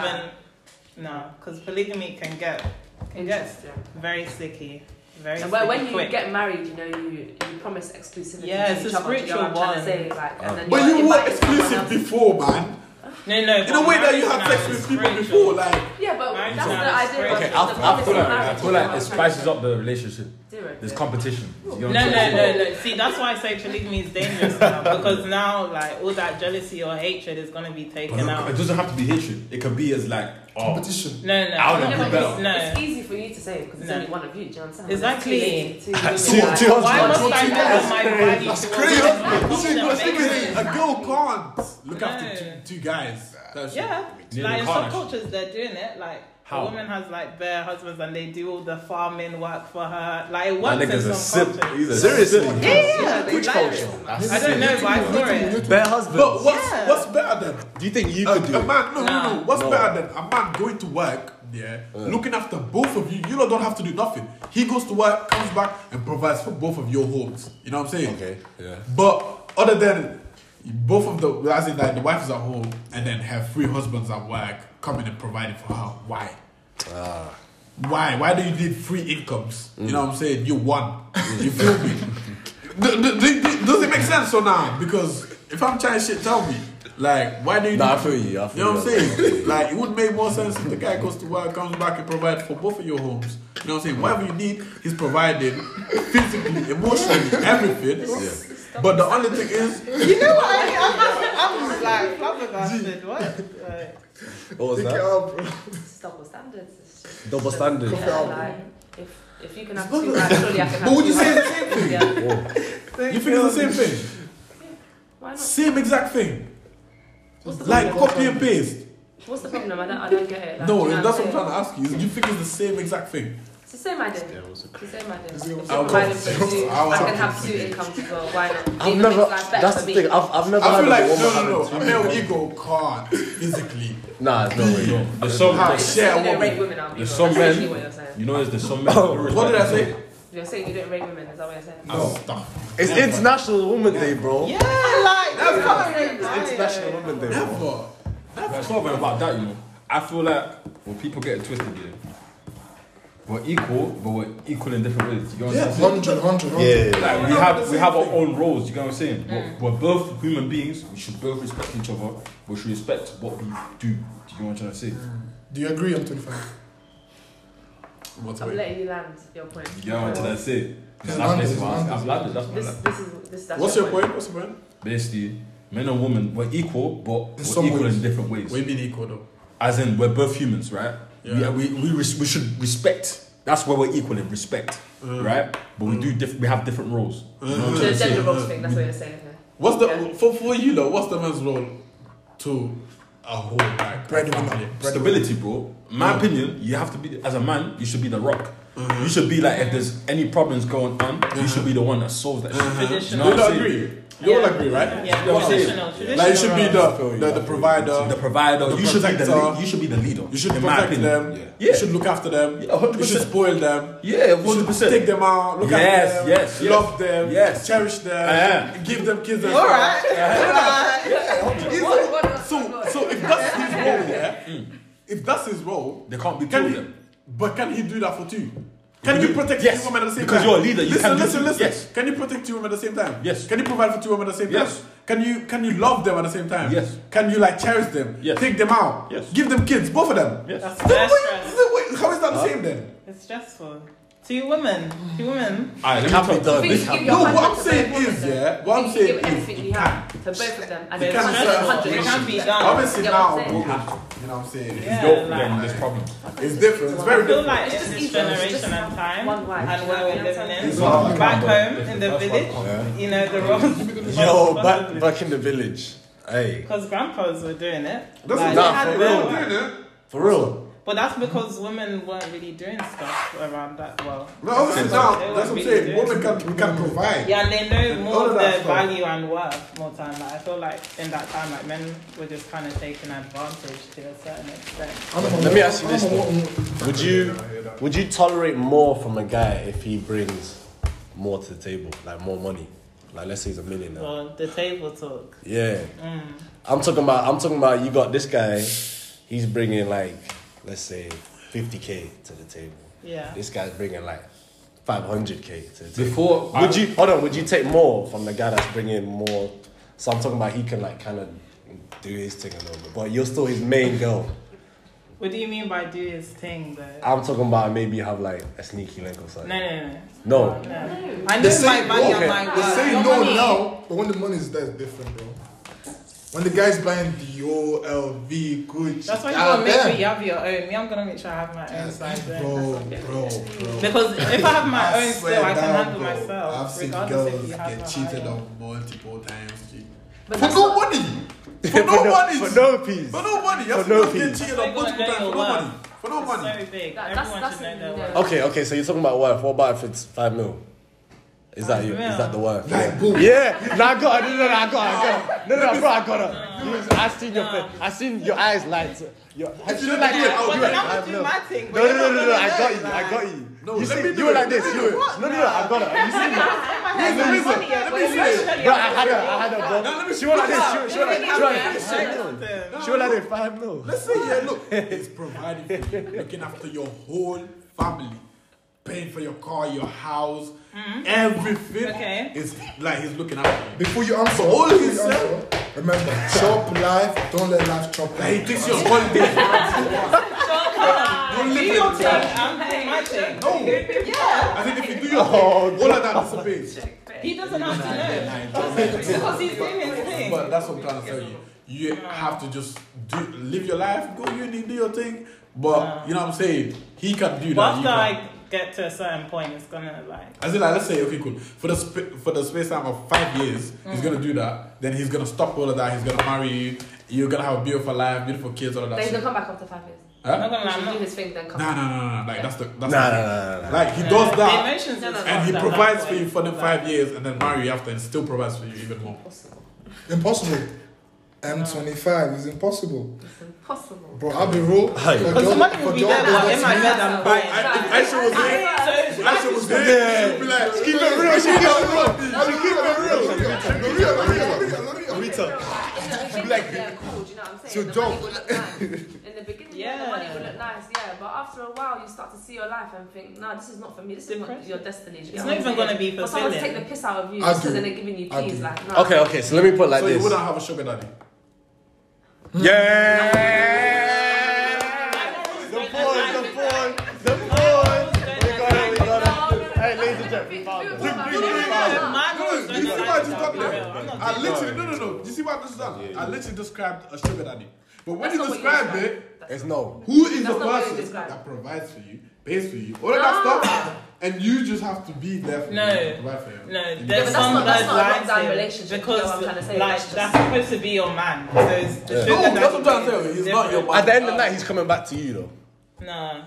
Speaker 6: even. No, because polygamy can get
Speaker 5: that.
Speaker 6: can get
Speaker 5: Interesting.
Speaker 6: very sticky. Very.
Speaker 5: And when, when
Speaker 6: sticky
Speaker 5: you
Speaker 6: quick.
Speaker 5: get married, you know, you, you promise exclusivity
Speaker 6: Yeah, it's
Speaker 5: to
Speaker 6: a
Speaker 5: each other. do You know
Speaker 6: spiritual
Speaker 5: what I'm trying to
Speaker 6: bond.
Speaker 5: say? Like, and then
Speaker 3: But
Speaker 5: you're
Speaker 3: you were
Speaker 5: inviting someone
Speaker 3: exclusive
Speaker 5: else.
Speaker 3: before, man.
Speaker 6: no, no.
Speaker 3: In a way that you had sex with people before, like
Speaker 5: Yeah, but
Speaker 6: Marriage
Speaker 5: that's
Speaker 6: is
Speaker 5: the
Speaker 6: not
Speaker 5: idea.
Speaker 6: spiritual.
Speaker 4: Okay, I,
Speaker 5: of the
Speaker 4: I feel like I
Speaker 5: marriage
Speaker 4: feel like
Speaker 5: is what
Speaker 4: it
Speaker 5: I'm trying to
Speaker 4: spices up the relationship.
Speaker 5: do it.
Speaker 4: There's competition. Do you get
Speaker 6: No,
Speaker 4: what
Speaker 6: no,
Speaker 4: I'm saying?
Speaker 6: no, no. See, that's why I say polygamy is dangerous now because now, like, all that jealousy or hatred is gonna be
Speaker 4: But
Speaker 6: taken
Speaker 4: look,
Speaker 6: out.
Speaker 4: it doesn't have to be hatred. It could be as like oh,
Speaker 7: Competition.
Speaker 6: No, no.
Speaker 4: I'll
Speaker 5: Yeah,
Speaker 4: never
Speaker 5: but
Speaker 4: be
Speaker 5: it's,
Speaker 4: better.
Speaker 6: No.
Speaker 5: it's easy for you to say because it's
Speaker 6: No.
Speaker 5: only one of you. Do you understand?
Speaker 6: Exactly.
Speaker 5: It's too late, too
Speaker 2: Two-
Speaker 5: late.
Speaker 2: two
Speaker 6: Why
Speaker 2: husbands.
Speaker 6: must I lower my value? That's
Speaker 3: See, 'cause the thing is, a girl can't look
Speaker 6: No.
Speaker 3: after two, two guys. That's
Speaker 6: Yeah.
Speaker 4: Near
Speaker 6: like
Speaker 4: the
Speaker 6: in
Speaker 4: car
Speaker 6: some
Speaker 4: now.
Speaker 6: cultures, they're doing it. Like
Speaker 4: How?
Speaker 6: a woman has like bare husbands, and they do all the farming work for her. Like it
Speaker 4: That
Speaker 6: works in
Speaker 4: nigga's a
Speaker 6: some
Speaker 4: sip.
Speaker 6: cultures.
Speaker 4: He's a
Speaker 2: Seriously?
Speaker 4: sip.
Speaker 6: Yeah, yeah, they
Speaker 2: Which
Speaker 6: like
Speaker 2: culture?
Speaker 6: it. I don't know, but I saw it.
Speaker 2: Bare husbands.
Speaker 3: But what's
Speaker 6: Yeah.
Speaker 3: what's better than
Speaker 2: do you think you
Speaker 3: a,
Speaker 2: could do
Speaker 3: a
Speaker 2: it?
Speaker 3: man? No, no, no. What's better than a man going to work? Yeah, looking after both of you. You lot don't have to do nothing. He goes to work, comes back, and provides for both of your homes. You know what I'm saying?
Speaker 2: Okay, yeah.
Speaker 3: But other than both of the, as in like the wife is at home, and then her three husbands at work coming and providing for her. Why?
Speaker 2: Ah.
Speaker 3: Why? Why do you need three incomes?
Speaker 2: Mm.
Speaker 3: You know what I'm saying? You one. You feel me? Do- do- do- do- Does it make sense or not? Because if I'm trying shit, tell me. Like, why do you
Speaker 2: Nah, I
Speaker 3: need-
Speaker 2: feel you, I feel
Speaker 3: you know what
Speaker 2: you.
Speaker 3: I'm saying? like, it would make more sense if the guy goes to work, comes back, and provides for both of your homes. You know what I'm saying? Whatever you need, he's providing physically, emotionally, everything. But the only thing is,
Speaker 6: You know what I mean? I'm, I'm like flabbergasted. What? Like,
Speaker 2: What was
Speaker 7: Pick it
Speaker 2: that?
Speaker 7: up, bro.
Speaker 5: It's double standards. It's just,
Speaker 2: Double
Speaker 5: it's
Speaker 2: standards.
Speaker 5: just- Yeah,
Speaker 7: Coffee
Speaker 5: like, if, if you can have two, like, surely I can have
Speaker 3: but would you
Speaker 5: two,
Speaker 3: say
Speaker 5: like,
Speaker 3: the same thing?
Speaker 5: yeah.
Speaker 3: You think it's the same thing?
Speaker 5: Why not?
Speaker 3: Same exact thing.
Speaker 5: What's the
Speaker 3: Like
Speaker 5: problem?
Speaker 3: copy and paste.
Speaker 5: What's the problem? I don't, I don't get it. Like,
Speaker 3: No,
Speaker 5: you know
Speaker 3: that's what I'm
Speaker 5: saying?
Speaker 3: trying to ask you. You think it's the same exact thing?
Speaker 5: It's the same idea. It's the same idea. If you
Speaker 3: I'll
Speaker 5: combine
Speaker 3: go-
Speaker 5: them two,
Speaker 3: I'll-
Speaker 5: I can have two incomes as well. Why not?
Speaker 2: I've
Speaker 5: Even
Speaker 2: never.
Speaker 5: if it's, like, better
Speaker 2: That's
Speaker 5: for
Speaker 2: the
Speaker 5: me.
Speaker 2: thing. I've, I've never
Speaker 3: I
Speaker 2: had a
Speaker 3: feel like
Speaker 2: woman.
Speaker 3: no, no, no. A male ego can't physically
Speaker 2: Nah, it's not
Speaker 3: be
Speaker 2: real.
Speaker 4: There's some
Speaker 3: how
Speaker 4: men.
Speaker 3: share
Speaker 5: you
Speaker 3: a
Speaker 5: don't rate
Speaker 3: woman.
Speaker 5: women, I'll be
Speaker 4: There's
Speaker 5: honest.
Speaker 4: some
Speaker 5: That's actually what
Speaker 4: men.
Speaker 5: you're saying.
Speaker 4: You know, there's the some men. What
Speaker 3: did I say?
Speaker 5: You're saying you don't rate women, is that what you're saying?
Speaker 2: It's International Woman Day, bro.
Speaker 6: yeah, like you can't really buy
Speaker 2: It's
Speaker 6: it.
Speaker 2: International Women Day, bro.
Speaker 3: Never.
Speaker 4: It's not even about that, you know. I feel like when people get it twisted, yeah, we're equal, but we're equal in different ways. You know what I'm saying?
Speaker 7: 100, 100, 100.
Speaker 2: Yeah.
Speaker 4: Like we have we have our own roles. You know what I'm saying?
Speaker 6: Mm.
Speaker 4: We're, we're both human beings. We should both respect each other. We should respect what we do. Do you know what I'm trying to say?
Speaker 7: Do you agree? I'm 25.
Speaker 3: What's
Speaker 5: I'm
Speaker 3: wait?
Speaker 5: letting you land your point.
Speaker 4: You know what I'm trying to say? That's
Speaker 7: Landed,
Speaker 4: basically what I- I've
Speaker 7: landed.
Speaker 4: landed. That's my
Speaker 5: This,
Speaker 4: life.
Speaker 5: this is this. That's
Speaker 3: What's your point? What's your point?
Speaker 4: Basically, men and women we're equal, but
Speaker 7: In
Speaker 4: we're
Speaker 7: some
Speaker 4: equal
Speaker 7: ways.
Speaker 4: in different ways.
Speaker 3: We mean equal though.
Speaker 4: As in, we're both humans, right?
Speaker 3: Yeah.
Speaker 4: We, we, we, res- we should respect. That's where we're equal in respect,
Speaker 3: Mm.
Speaker 4: right? But we do diff- we have different roles. You know what I'm
Speaker 5: The
Speaker 4: trying to say?
Speaker 5: gender roles thing. That's what you're saying here.
Speaker 3: What's the
Speaker 5: Yeah.
Speaker 3: for for you though? What's the man's role to a whole like
Speaker 7: Breadwinner.
Speaker 3: family?
Speaker 4: Stability, bro.
Speaker 3: Mm.
Speaker 4: My opinion, you have to be as a man. You should be the rock.
Speaker 3: Mm-hmm.
Speaker 4: You should be like if there's any problems going on, you should be the one that solves that. Shit. You
Speaker 3: You
Speaker 4: know what
Speaker 3: all
Speaker 4: I'm
Speaker 3: Mm-hmm.
Speaker 4: saying?
Speaker 3: agree. You all
Speaker 6: Yeah.
Speaker 3: agree, right?
Speaker 6: Yeah,
Speaker 4: what I'm saying?
Speaker 6: traditional, traditional.
Speaker 3: Like you should be
Speaker 6: roles.
Speaker 3: the the, the provider.
Speaker 4: The provider.
Speaker 3: The
Speaker 4: you should be the
Speaker 3: protector.
Speaker 4: lead- you should be the leader.
Speaker 3: you should
Speaker 4: in my
Speaker 3: protect
Speaker 4: opinion.
Speaker 3: them.
Speaker 4: Yeah.
Speaker 3: You should look after them.
Speaker 4: Yeah, 100%.
Speaker 3: You should spoil them.
Speaker 4: yeah,
Speaker 3: You should
Speaker 4: hundred percent.
Speaker 3: Take them out. Look
Speaker 4: Yes,
Speaker 3: after them.
Speaker 4: yes, yes.
Speaker 3: Love them.
Speaker 4: Yes.
Speaker 3: Cherish them.
Speaker 4: Yeah.
Speaker 3: Give them kids. and
Speaker 6: All
Speaker 3: stuff.
Speaker 6: right. All right.
Speaker 5: What- what- what-
Speaker 3: So,
Speaker 5: what-
Speaker 3: so if that's his role, yeah,
Speaker 4: Hmm.
Speaker 3: if that's his role,
Speaker 4: They can't be
Speaker 3: can
Speaker 4: killed
Speaker 3: he,
Speaker 4: them.
Speaker 3: But can he do that for two? Can you protect
Speaker 4: Yes.
Speaker 3: two women at the same
Speaker 4: Because
Speaker 3: time?
Speaker 4: you're a leader, you
Speaker 3: listen,
Speaker 4: can do
Speaker 3: listen,
Speaker 4: two.
Speaker 3: listen.
Speaker 4: Yes.
Speaker 3: Can you protect two women at the same time?
Speaker 4: Yes.
Speaker 3: Can you provide for two women at the same time?
Speaker 4: Yes.
Speaker 3: Can you can you love them at the same time?
Speaker 4: Yes.
Speaker 3: Can you like cherish them?
Speaker 4: Yes.
Speaker 3: Take them out.
Speaker 4: Yes.
Speaker 3: Give them kids, both of them.
Speaker 4: Yes.
Speaker 6: That's
Speaker 3: Then
Speaker 6: very
Speaker 3: wait,
Speaker 6: stressful.
Speaker 3: then wait, how is that the same then?
Speaker 6: It's stressful. Two women. Two women.
Speaker 4: Alright, let me
Speaker 2: Can't be
Speaker 4: talk-
Speaker 2: done.
Speaker 5: Think you
Speaker 2: Can't
Speaker 5: give
Speaker 2: be-
Speaker 5: your
Speaker 3: No, what
Speaker 5: 100%
Speaker 3: I'm saying
Speaker 5: to both
Speaker 3: is,
Speaker 5: of them.
Speaker 3: yeah, what I'm saying
Speaker 5: Think you give
Speaker 3: is
Speaker 5: everything you
Speaker 3: you
Speaker 5: have to both of them, and
Speaker 3: You
Speaker 5: then
Speaker 3: can't
Speaker 5: it's
Speaker 3: serve
Speaker 5: 100. It can't be done.
Speaker 3: Obviously
Speaker 5: You get what
Speaker 3: now,
Speaker 5: I'm saying?
Speaker 3: women, you know what I'm saying?
Speaker 6: Yeah,
Speaker 4: Go,
Speaker 6: like-
Speaker 4: then there's problems.
Speaker 3: It's different. It's very
Speaker 6: I feel
Speaker 3: different.
Speaker 6: like
Speaker 5: It's
Speaker 6: in this
Speaker 5: just even- it's
Speaker 6: generation
Speaker 5: just
Speaker 6: and time
Speaker 5: one wife.
Speaker 6: and where we're living
Speaker 5: It's just
Speaker 6: in, back home in the village, you know, the roles.
Speaker 2: Yo, back back in the village. Hey,
Speaker 6: Because grandpas were doing it.
Speaker 3: That's
Speaker 6: Like,
Speaker 2: not
Speaker 6: they had
Speaker 2: for
Speaker 6: their
Speaker 2: real.
Speaker 6: work.
Speaker 2: for real.
Speaker 6: But that's because women weren't really doing stuff around that well.
Speaker 3: No, obviously now, that's what I'm saying. Women can, we can provide.
Speaker 6: Yeah, and they
Speaker 3: all
Speaker 6: know more
Speaker 3: of
Speaker 6: of
Speaker 3: that
Speaker 6: their
Speaker 3: stuff.
Speaker 6: value and worth more time. Like I feel like in that time, like men were just kind of taken advantage to a certain extent.
Speaker 7: I'm a-
Speaker 2: Let me ask you
Speaker 7: I'm
Speaker 2: this
Speaker 7: a-
Speaker 2: though. Would you would you tolerate more from a guy if he brings more to the table, like more money? Like let's say he's a millionaire.
Speaker 6: Or the table talk.
Speaker 2: Yeah. I'm talking about. I'm talking about. You got this guy. He's bringing like, let's say, 50k to the table.
Speaker 6: Yeah.
Speaker 2: This guy's bringing like 500k to the table.
Speaker 4: Before
Speaker 2: would you hold on? Would you take more from the guy that's bringing more? So I'm talking about he can like kind of do his thing a little bit, but you're still his main girl.
Speaker 6: What do you mean by do his thing though?
Speaker 2: I'm talking about maybe have like a sneaky link or something.
Speaker 6: No, no, no.
Speaker 2: No.
Speaker 6: no. I know my
Speaker 7: They say,
Speaker 6: value
Speaker 2: okay,
Speaker 6: and my
Speaker 7: they
Speaker 6: worth.
Speaker 7: say
Speaker 6: Your
Speaker 7: no
Speaker 6: money-
Speaker 7: now, but when the money is there, it's different, bro. When the guy's buying Dior, LV, Gucci,
Speaker 6: That's why you
Speaker 7: ah,
Speaker 6: gotta make sure
Speaker 7: damn.
Speaker 6: you have your own. Me, I'm gonna make sure I have my own size then.
Speaker 7: Bro, bro, bro.
Speaker 6: Because if I have my
Speaker 7: I
Speaker 6: own
Speaker 7: swear
Speaker 6: still, I can
Speaker 7: down,
Speaker 6: handle
Speaker 7: bro.
Speaker 6: myself.
Speaker 7: I've seen
Speaker 6: regardless if
Speaker 7: girls
Speaker 6: you have
Speaker 7: get
Speaker 6: my
Speaker 7: cheated
Speaker 6: value.
Speaker 7: on multiple times. G.
Speaker 5: But
Speaker 7: For
Speaker 5: that's not-
Speaker 7: good money.
Speaker 3: For no money.
Speaker 2: For no peas.
Speaker 3: For no money. That's
Speaker 2: For no
Speaker 3: what get
Speaker 2: peas.
Speaker 3: cheated
Speaker 6: They
Speaker 3: on
Speaker 6: gotta
Speaker 3: multiple
Speaker 6: know
Speaker 3: times for
Speaker 6: your
Speaker 3: no
Speaker 6: worth.
Speaker 3: money. For no
Speaker 6: It's
Speaker 3: money.
Speaker 6: very big.
Speaker 5: That- that's-
Speaker 6: Everyone
Speaker 5: that's
Speaker 6: should
Speaker 5: what
Speaker 6: know
Speaker 5: you
Speaker 6: their
Speaker 5: know.
Speaker 6: worth.
Speaker 2: Okay, okay, so you're talking about worth. What about if it's five mil? Is that you? Is
Speaker 6: mil.
Speaker 2: that the worth?
Speaker 7: Like, boom.
Speaker 2: Yeah, no, I got her. No, no, no, I got her. I got her. No, no, no, bro, I got her. You, I seen your face. I seen your eyes light. Your, she
Speaker 3: don't
Speaker 2: like,
Speaker 3: do it,
Speaker 2: you
Speaker 3: I'll
Speaker 6: But
Speaker 2: were
Speaker 6: then
Speaker 2: like,
Speaker 6: I'm
Speaker 2: five
Speaker 6: gonna do
Speaker 2: mil.
Speaker 6: my thing.
Speaker 2: No, no, no, no, no, I got you. I got you. you
Speaker 3: let
Speaker 2: see,
Speaker 3: me do
Speaker 2: you were
Speaker 3: it.
Speaker 2: like this. You were. No, no, no, I got her. You see, bro, I had her. I had her, bro. she was like this. She, was- she was like, she was like this. She was like this. Five mil.
Speaker 3: Let's say, yeah, look,
Speaker 6: Mm-hmm.
Speaker 3: it's providing for you, looking after your whole family, paying for your car, your house, everything.
Speaker 6: Okay.
Speaker 3: It's like he's looking after you.
Speaker 7: Before you answer,
Speaker 3: all
Speaker 7: before
Speaker 3: he
Speaker 7: you
Speaker 3: said-
Speaker 7: answer, remember, chop life, don't let life chop
Speaker 3: Like he
Speaker 7: life.
Speaker 3: takes your holiday.
Speaker 6: Do your thing. I'm doing my thing.
Speaker 3: No. I think if you do your
Speaker 2: Oh,
Speaker 3: thing, all of that dissipates.
Speaker 6: He doesn't have to know because he's doing his thing.
Speaker 3: But that's what I'm trying to tell you. You have to just do live your life, go uni, do your thing. But you know what I'm saying? He can do that.
Speaker 6: But
Speaker 3: you
Speaker 6: after
Speaker 3: can't.
Speaker 6: I get to a certain point, it's gonna like.
Speaker 3: As in, like, let's say, okay, cool. For the sp- for the space time of five years, he's gonna do that. Then he's gonna stop all of that. He's gonna marry you. You're gonna have a beautiful life, beautiful kids, all of that.
Speaker 5: Then he's
Speaker 3: Shit.
Speaker 5: gonna come back after five years.
Speaker 6: I'm
Speaker 3: Huh?
Speaker 6: not gonna lie,
Speaker 5: He
Speaker 6: I'm
Speaker 5: should do
Speaker 6: not.
Speaker 5: his thing, then come.
Speaker 3: Nah, nah, nah, nah. Like that's the that's
Speaker 2: Nah,
Speaker 3: the
Speaker 2: nah,
Speaker 3: thing.
Speaker 2: nah, nah, nah.
Speaker 3: Like he does
Speaker 6: The
Speaker 3: that,
Speaker 6: emotions
Speaker 5: And
Speaker 6: is
Speaker 3: and he
Speaker 6: fucked up,
Speaker 3: provides
Speaker 6: that's
Speaker 3: for
Speaker 6: why
Speaker 3: you for them
Speaker 6: it's
Speaker 3: five years, and then marry you after, and still provides for you even more.
Speaker 7: Impossible. M25 is impossible.
Speaker 5: It's impossible.
Speaker 7: Bro, I'll be real.
Speaker 2: Hey.
Speaker 7: For
Speaker 6: Because the
Speaker 7: girl-
Speaker 6: money will
Speaker 7: for
Speaker 6: be
Speaker 7: girl
Speaker 6: there,
Speaker 7: does
Speaker 6: like, in
Speaker 7: not
Speaker 6: my
Speaker 7: see-
Speaker 6: head, I'm
Speaker 3: But
Speaker 6: buying.
Speaker 3: I, if Aisha was there,
Speaker 6: So,
Speaker 3: if Aisha was there, she'd be like,
Speaker 2: Keep it real. She keep it real. She keep it real.
Speaker 5: Like, yeah, cool, do you know what I'm saying? the
Speaker 7: So
Speaker 5: money will look nice. In the beginning, yeah, the money will look nice, yeah. But after a while, you start to see your life and think, no, this is not for me. This is not
Speaker 6: Depression.
Speaker 5: your destiny. do you
Speaker 6: It's
Speaker 5: get what
Speaker 6: not
Speaker 5: I'm
Speaker 6: even
Speaker 5: saying?
Speaker 6: gonna be
Speaker 5: For someone to
Speaker 6: fulfilling.
Speaker 5: take the piss out of you
Speaker 7: I
Speaker 5: just
Speaker 7: do.
Speaker 5: because then they're giving you
Speaker 7: I
Speaker 5: keys,
Speaker 7: do.
Speaker 5: like, no.
Speaker 2: Okay, okay. So let me put it like
Speaker 3: so you
Speaker 2: this.
Speaker 3: wouldn't have a sugar daddy.
Speaker 2: Yeah. The boys, the boys, the boys. We got it. We got it. Hey, ladies and gentlemen, we found it.
Speaker 3: You see what I just got there?
Speaker 6: I'm not
Speaker 3: I literally no no no. You see what I just done? I literally described a sugar daddy. But when you
Speaker 5: not what you
Speaker 3: describe
Speaker 5: described.
Speaker 3: it,
Speaker 2: It's no.
Speaker 3: Who is
Speaker 5: That's
Speaker 3: the
Speaker 5: not what you
Speaker 3: person
Speaker 5: described.
Speaker 3: that provides for you, pays for you, all of that stuff, and you just have to be there for
Speaker 6: Ah. No.
Speaker 3: him, and provide for him.
Speaker 6: No,
Speaker 5: Yeah,
Speaker 6: there's
Speaker 5: but that's
Speaker 6: some
Speaker 5: not- that's
Speaker 6: blurred
Speaker 5: not a
Speaker 6: lines
Speaker 5: lockdown
Speaker 6: here
Speaker 5: relationship, you know
Speaker 6: because
Speaker 5: what I'm trying to say,
Speaker 6: like
Speaker 5: that's just-
Speaker 6: that's supposed to be your man. So it's the sugar
Speaker 3: No, that's what I'm trying to
Speaker 6: daddy
Speaker 3: tell you. He's
Speaker 6: is
Speaker 3: not your
Speaker 6: different.
Speaker 3: man.
Speaker 2: At the end of the night, he's coming back to you though.
Speaker 6: No,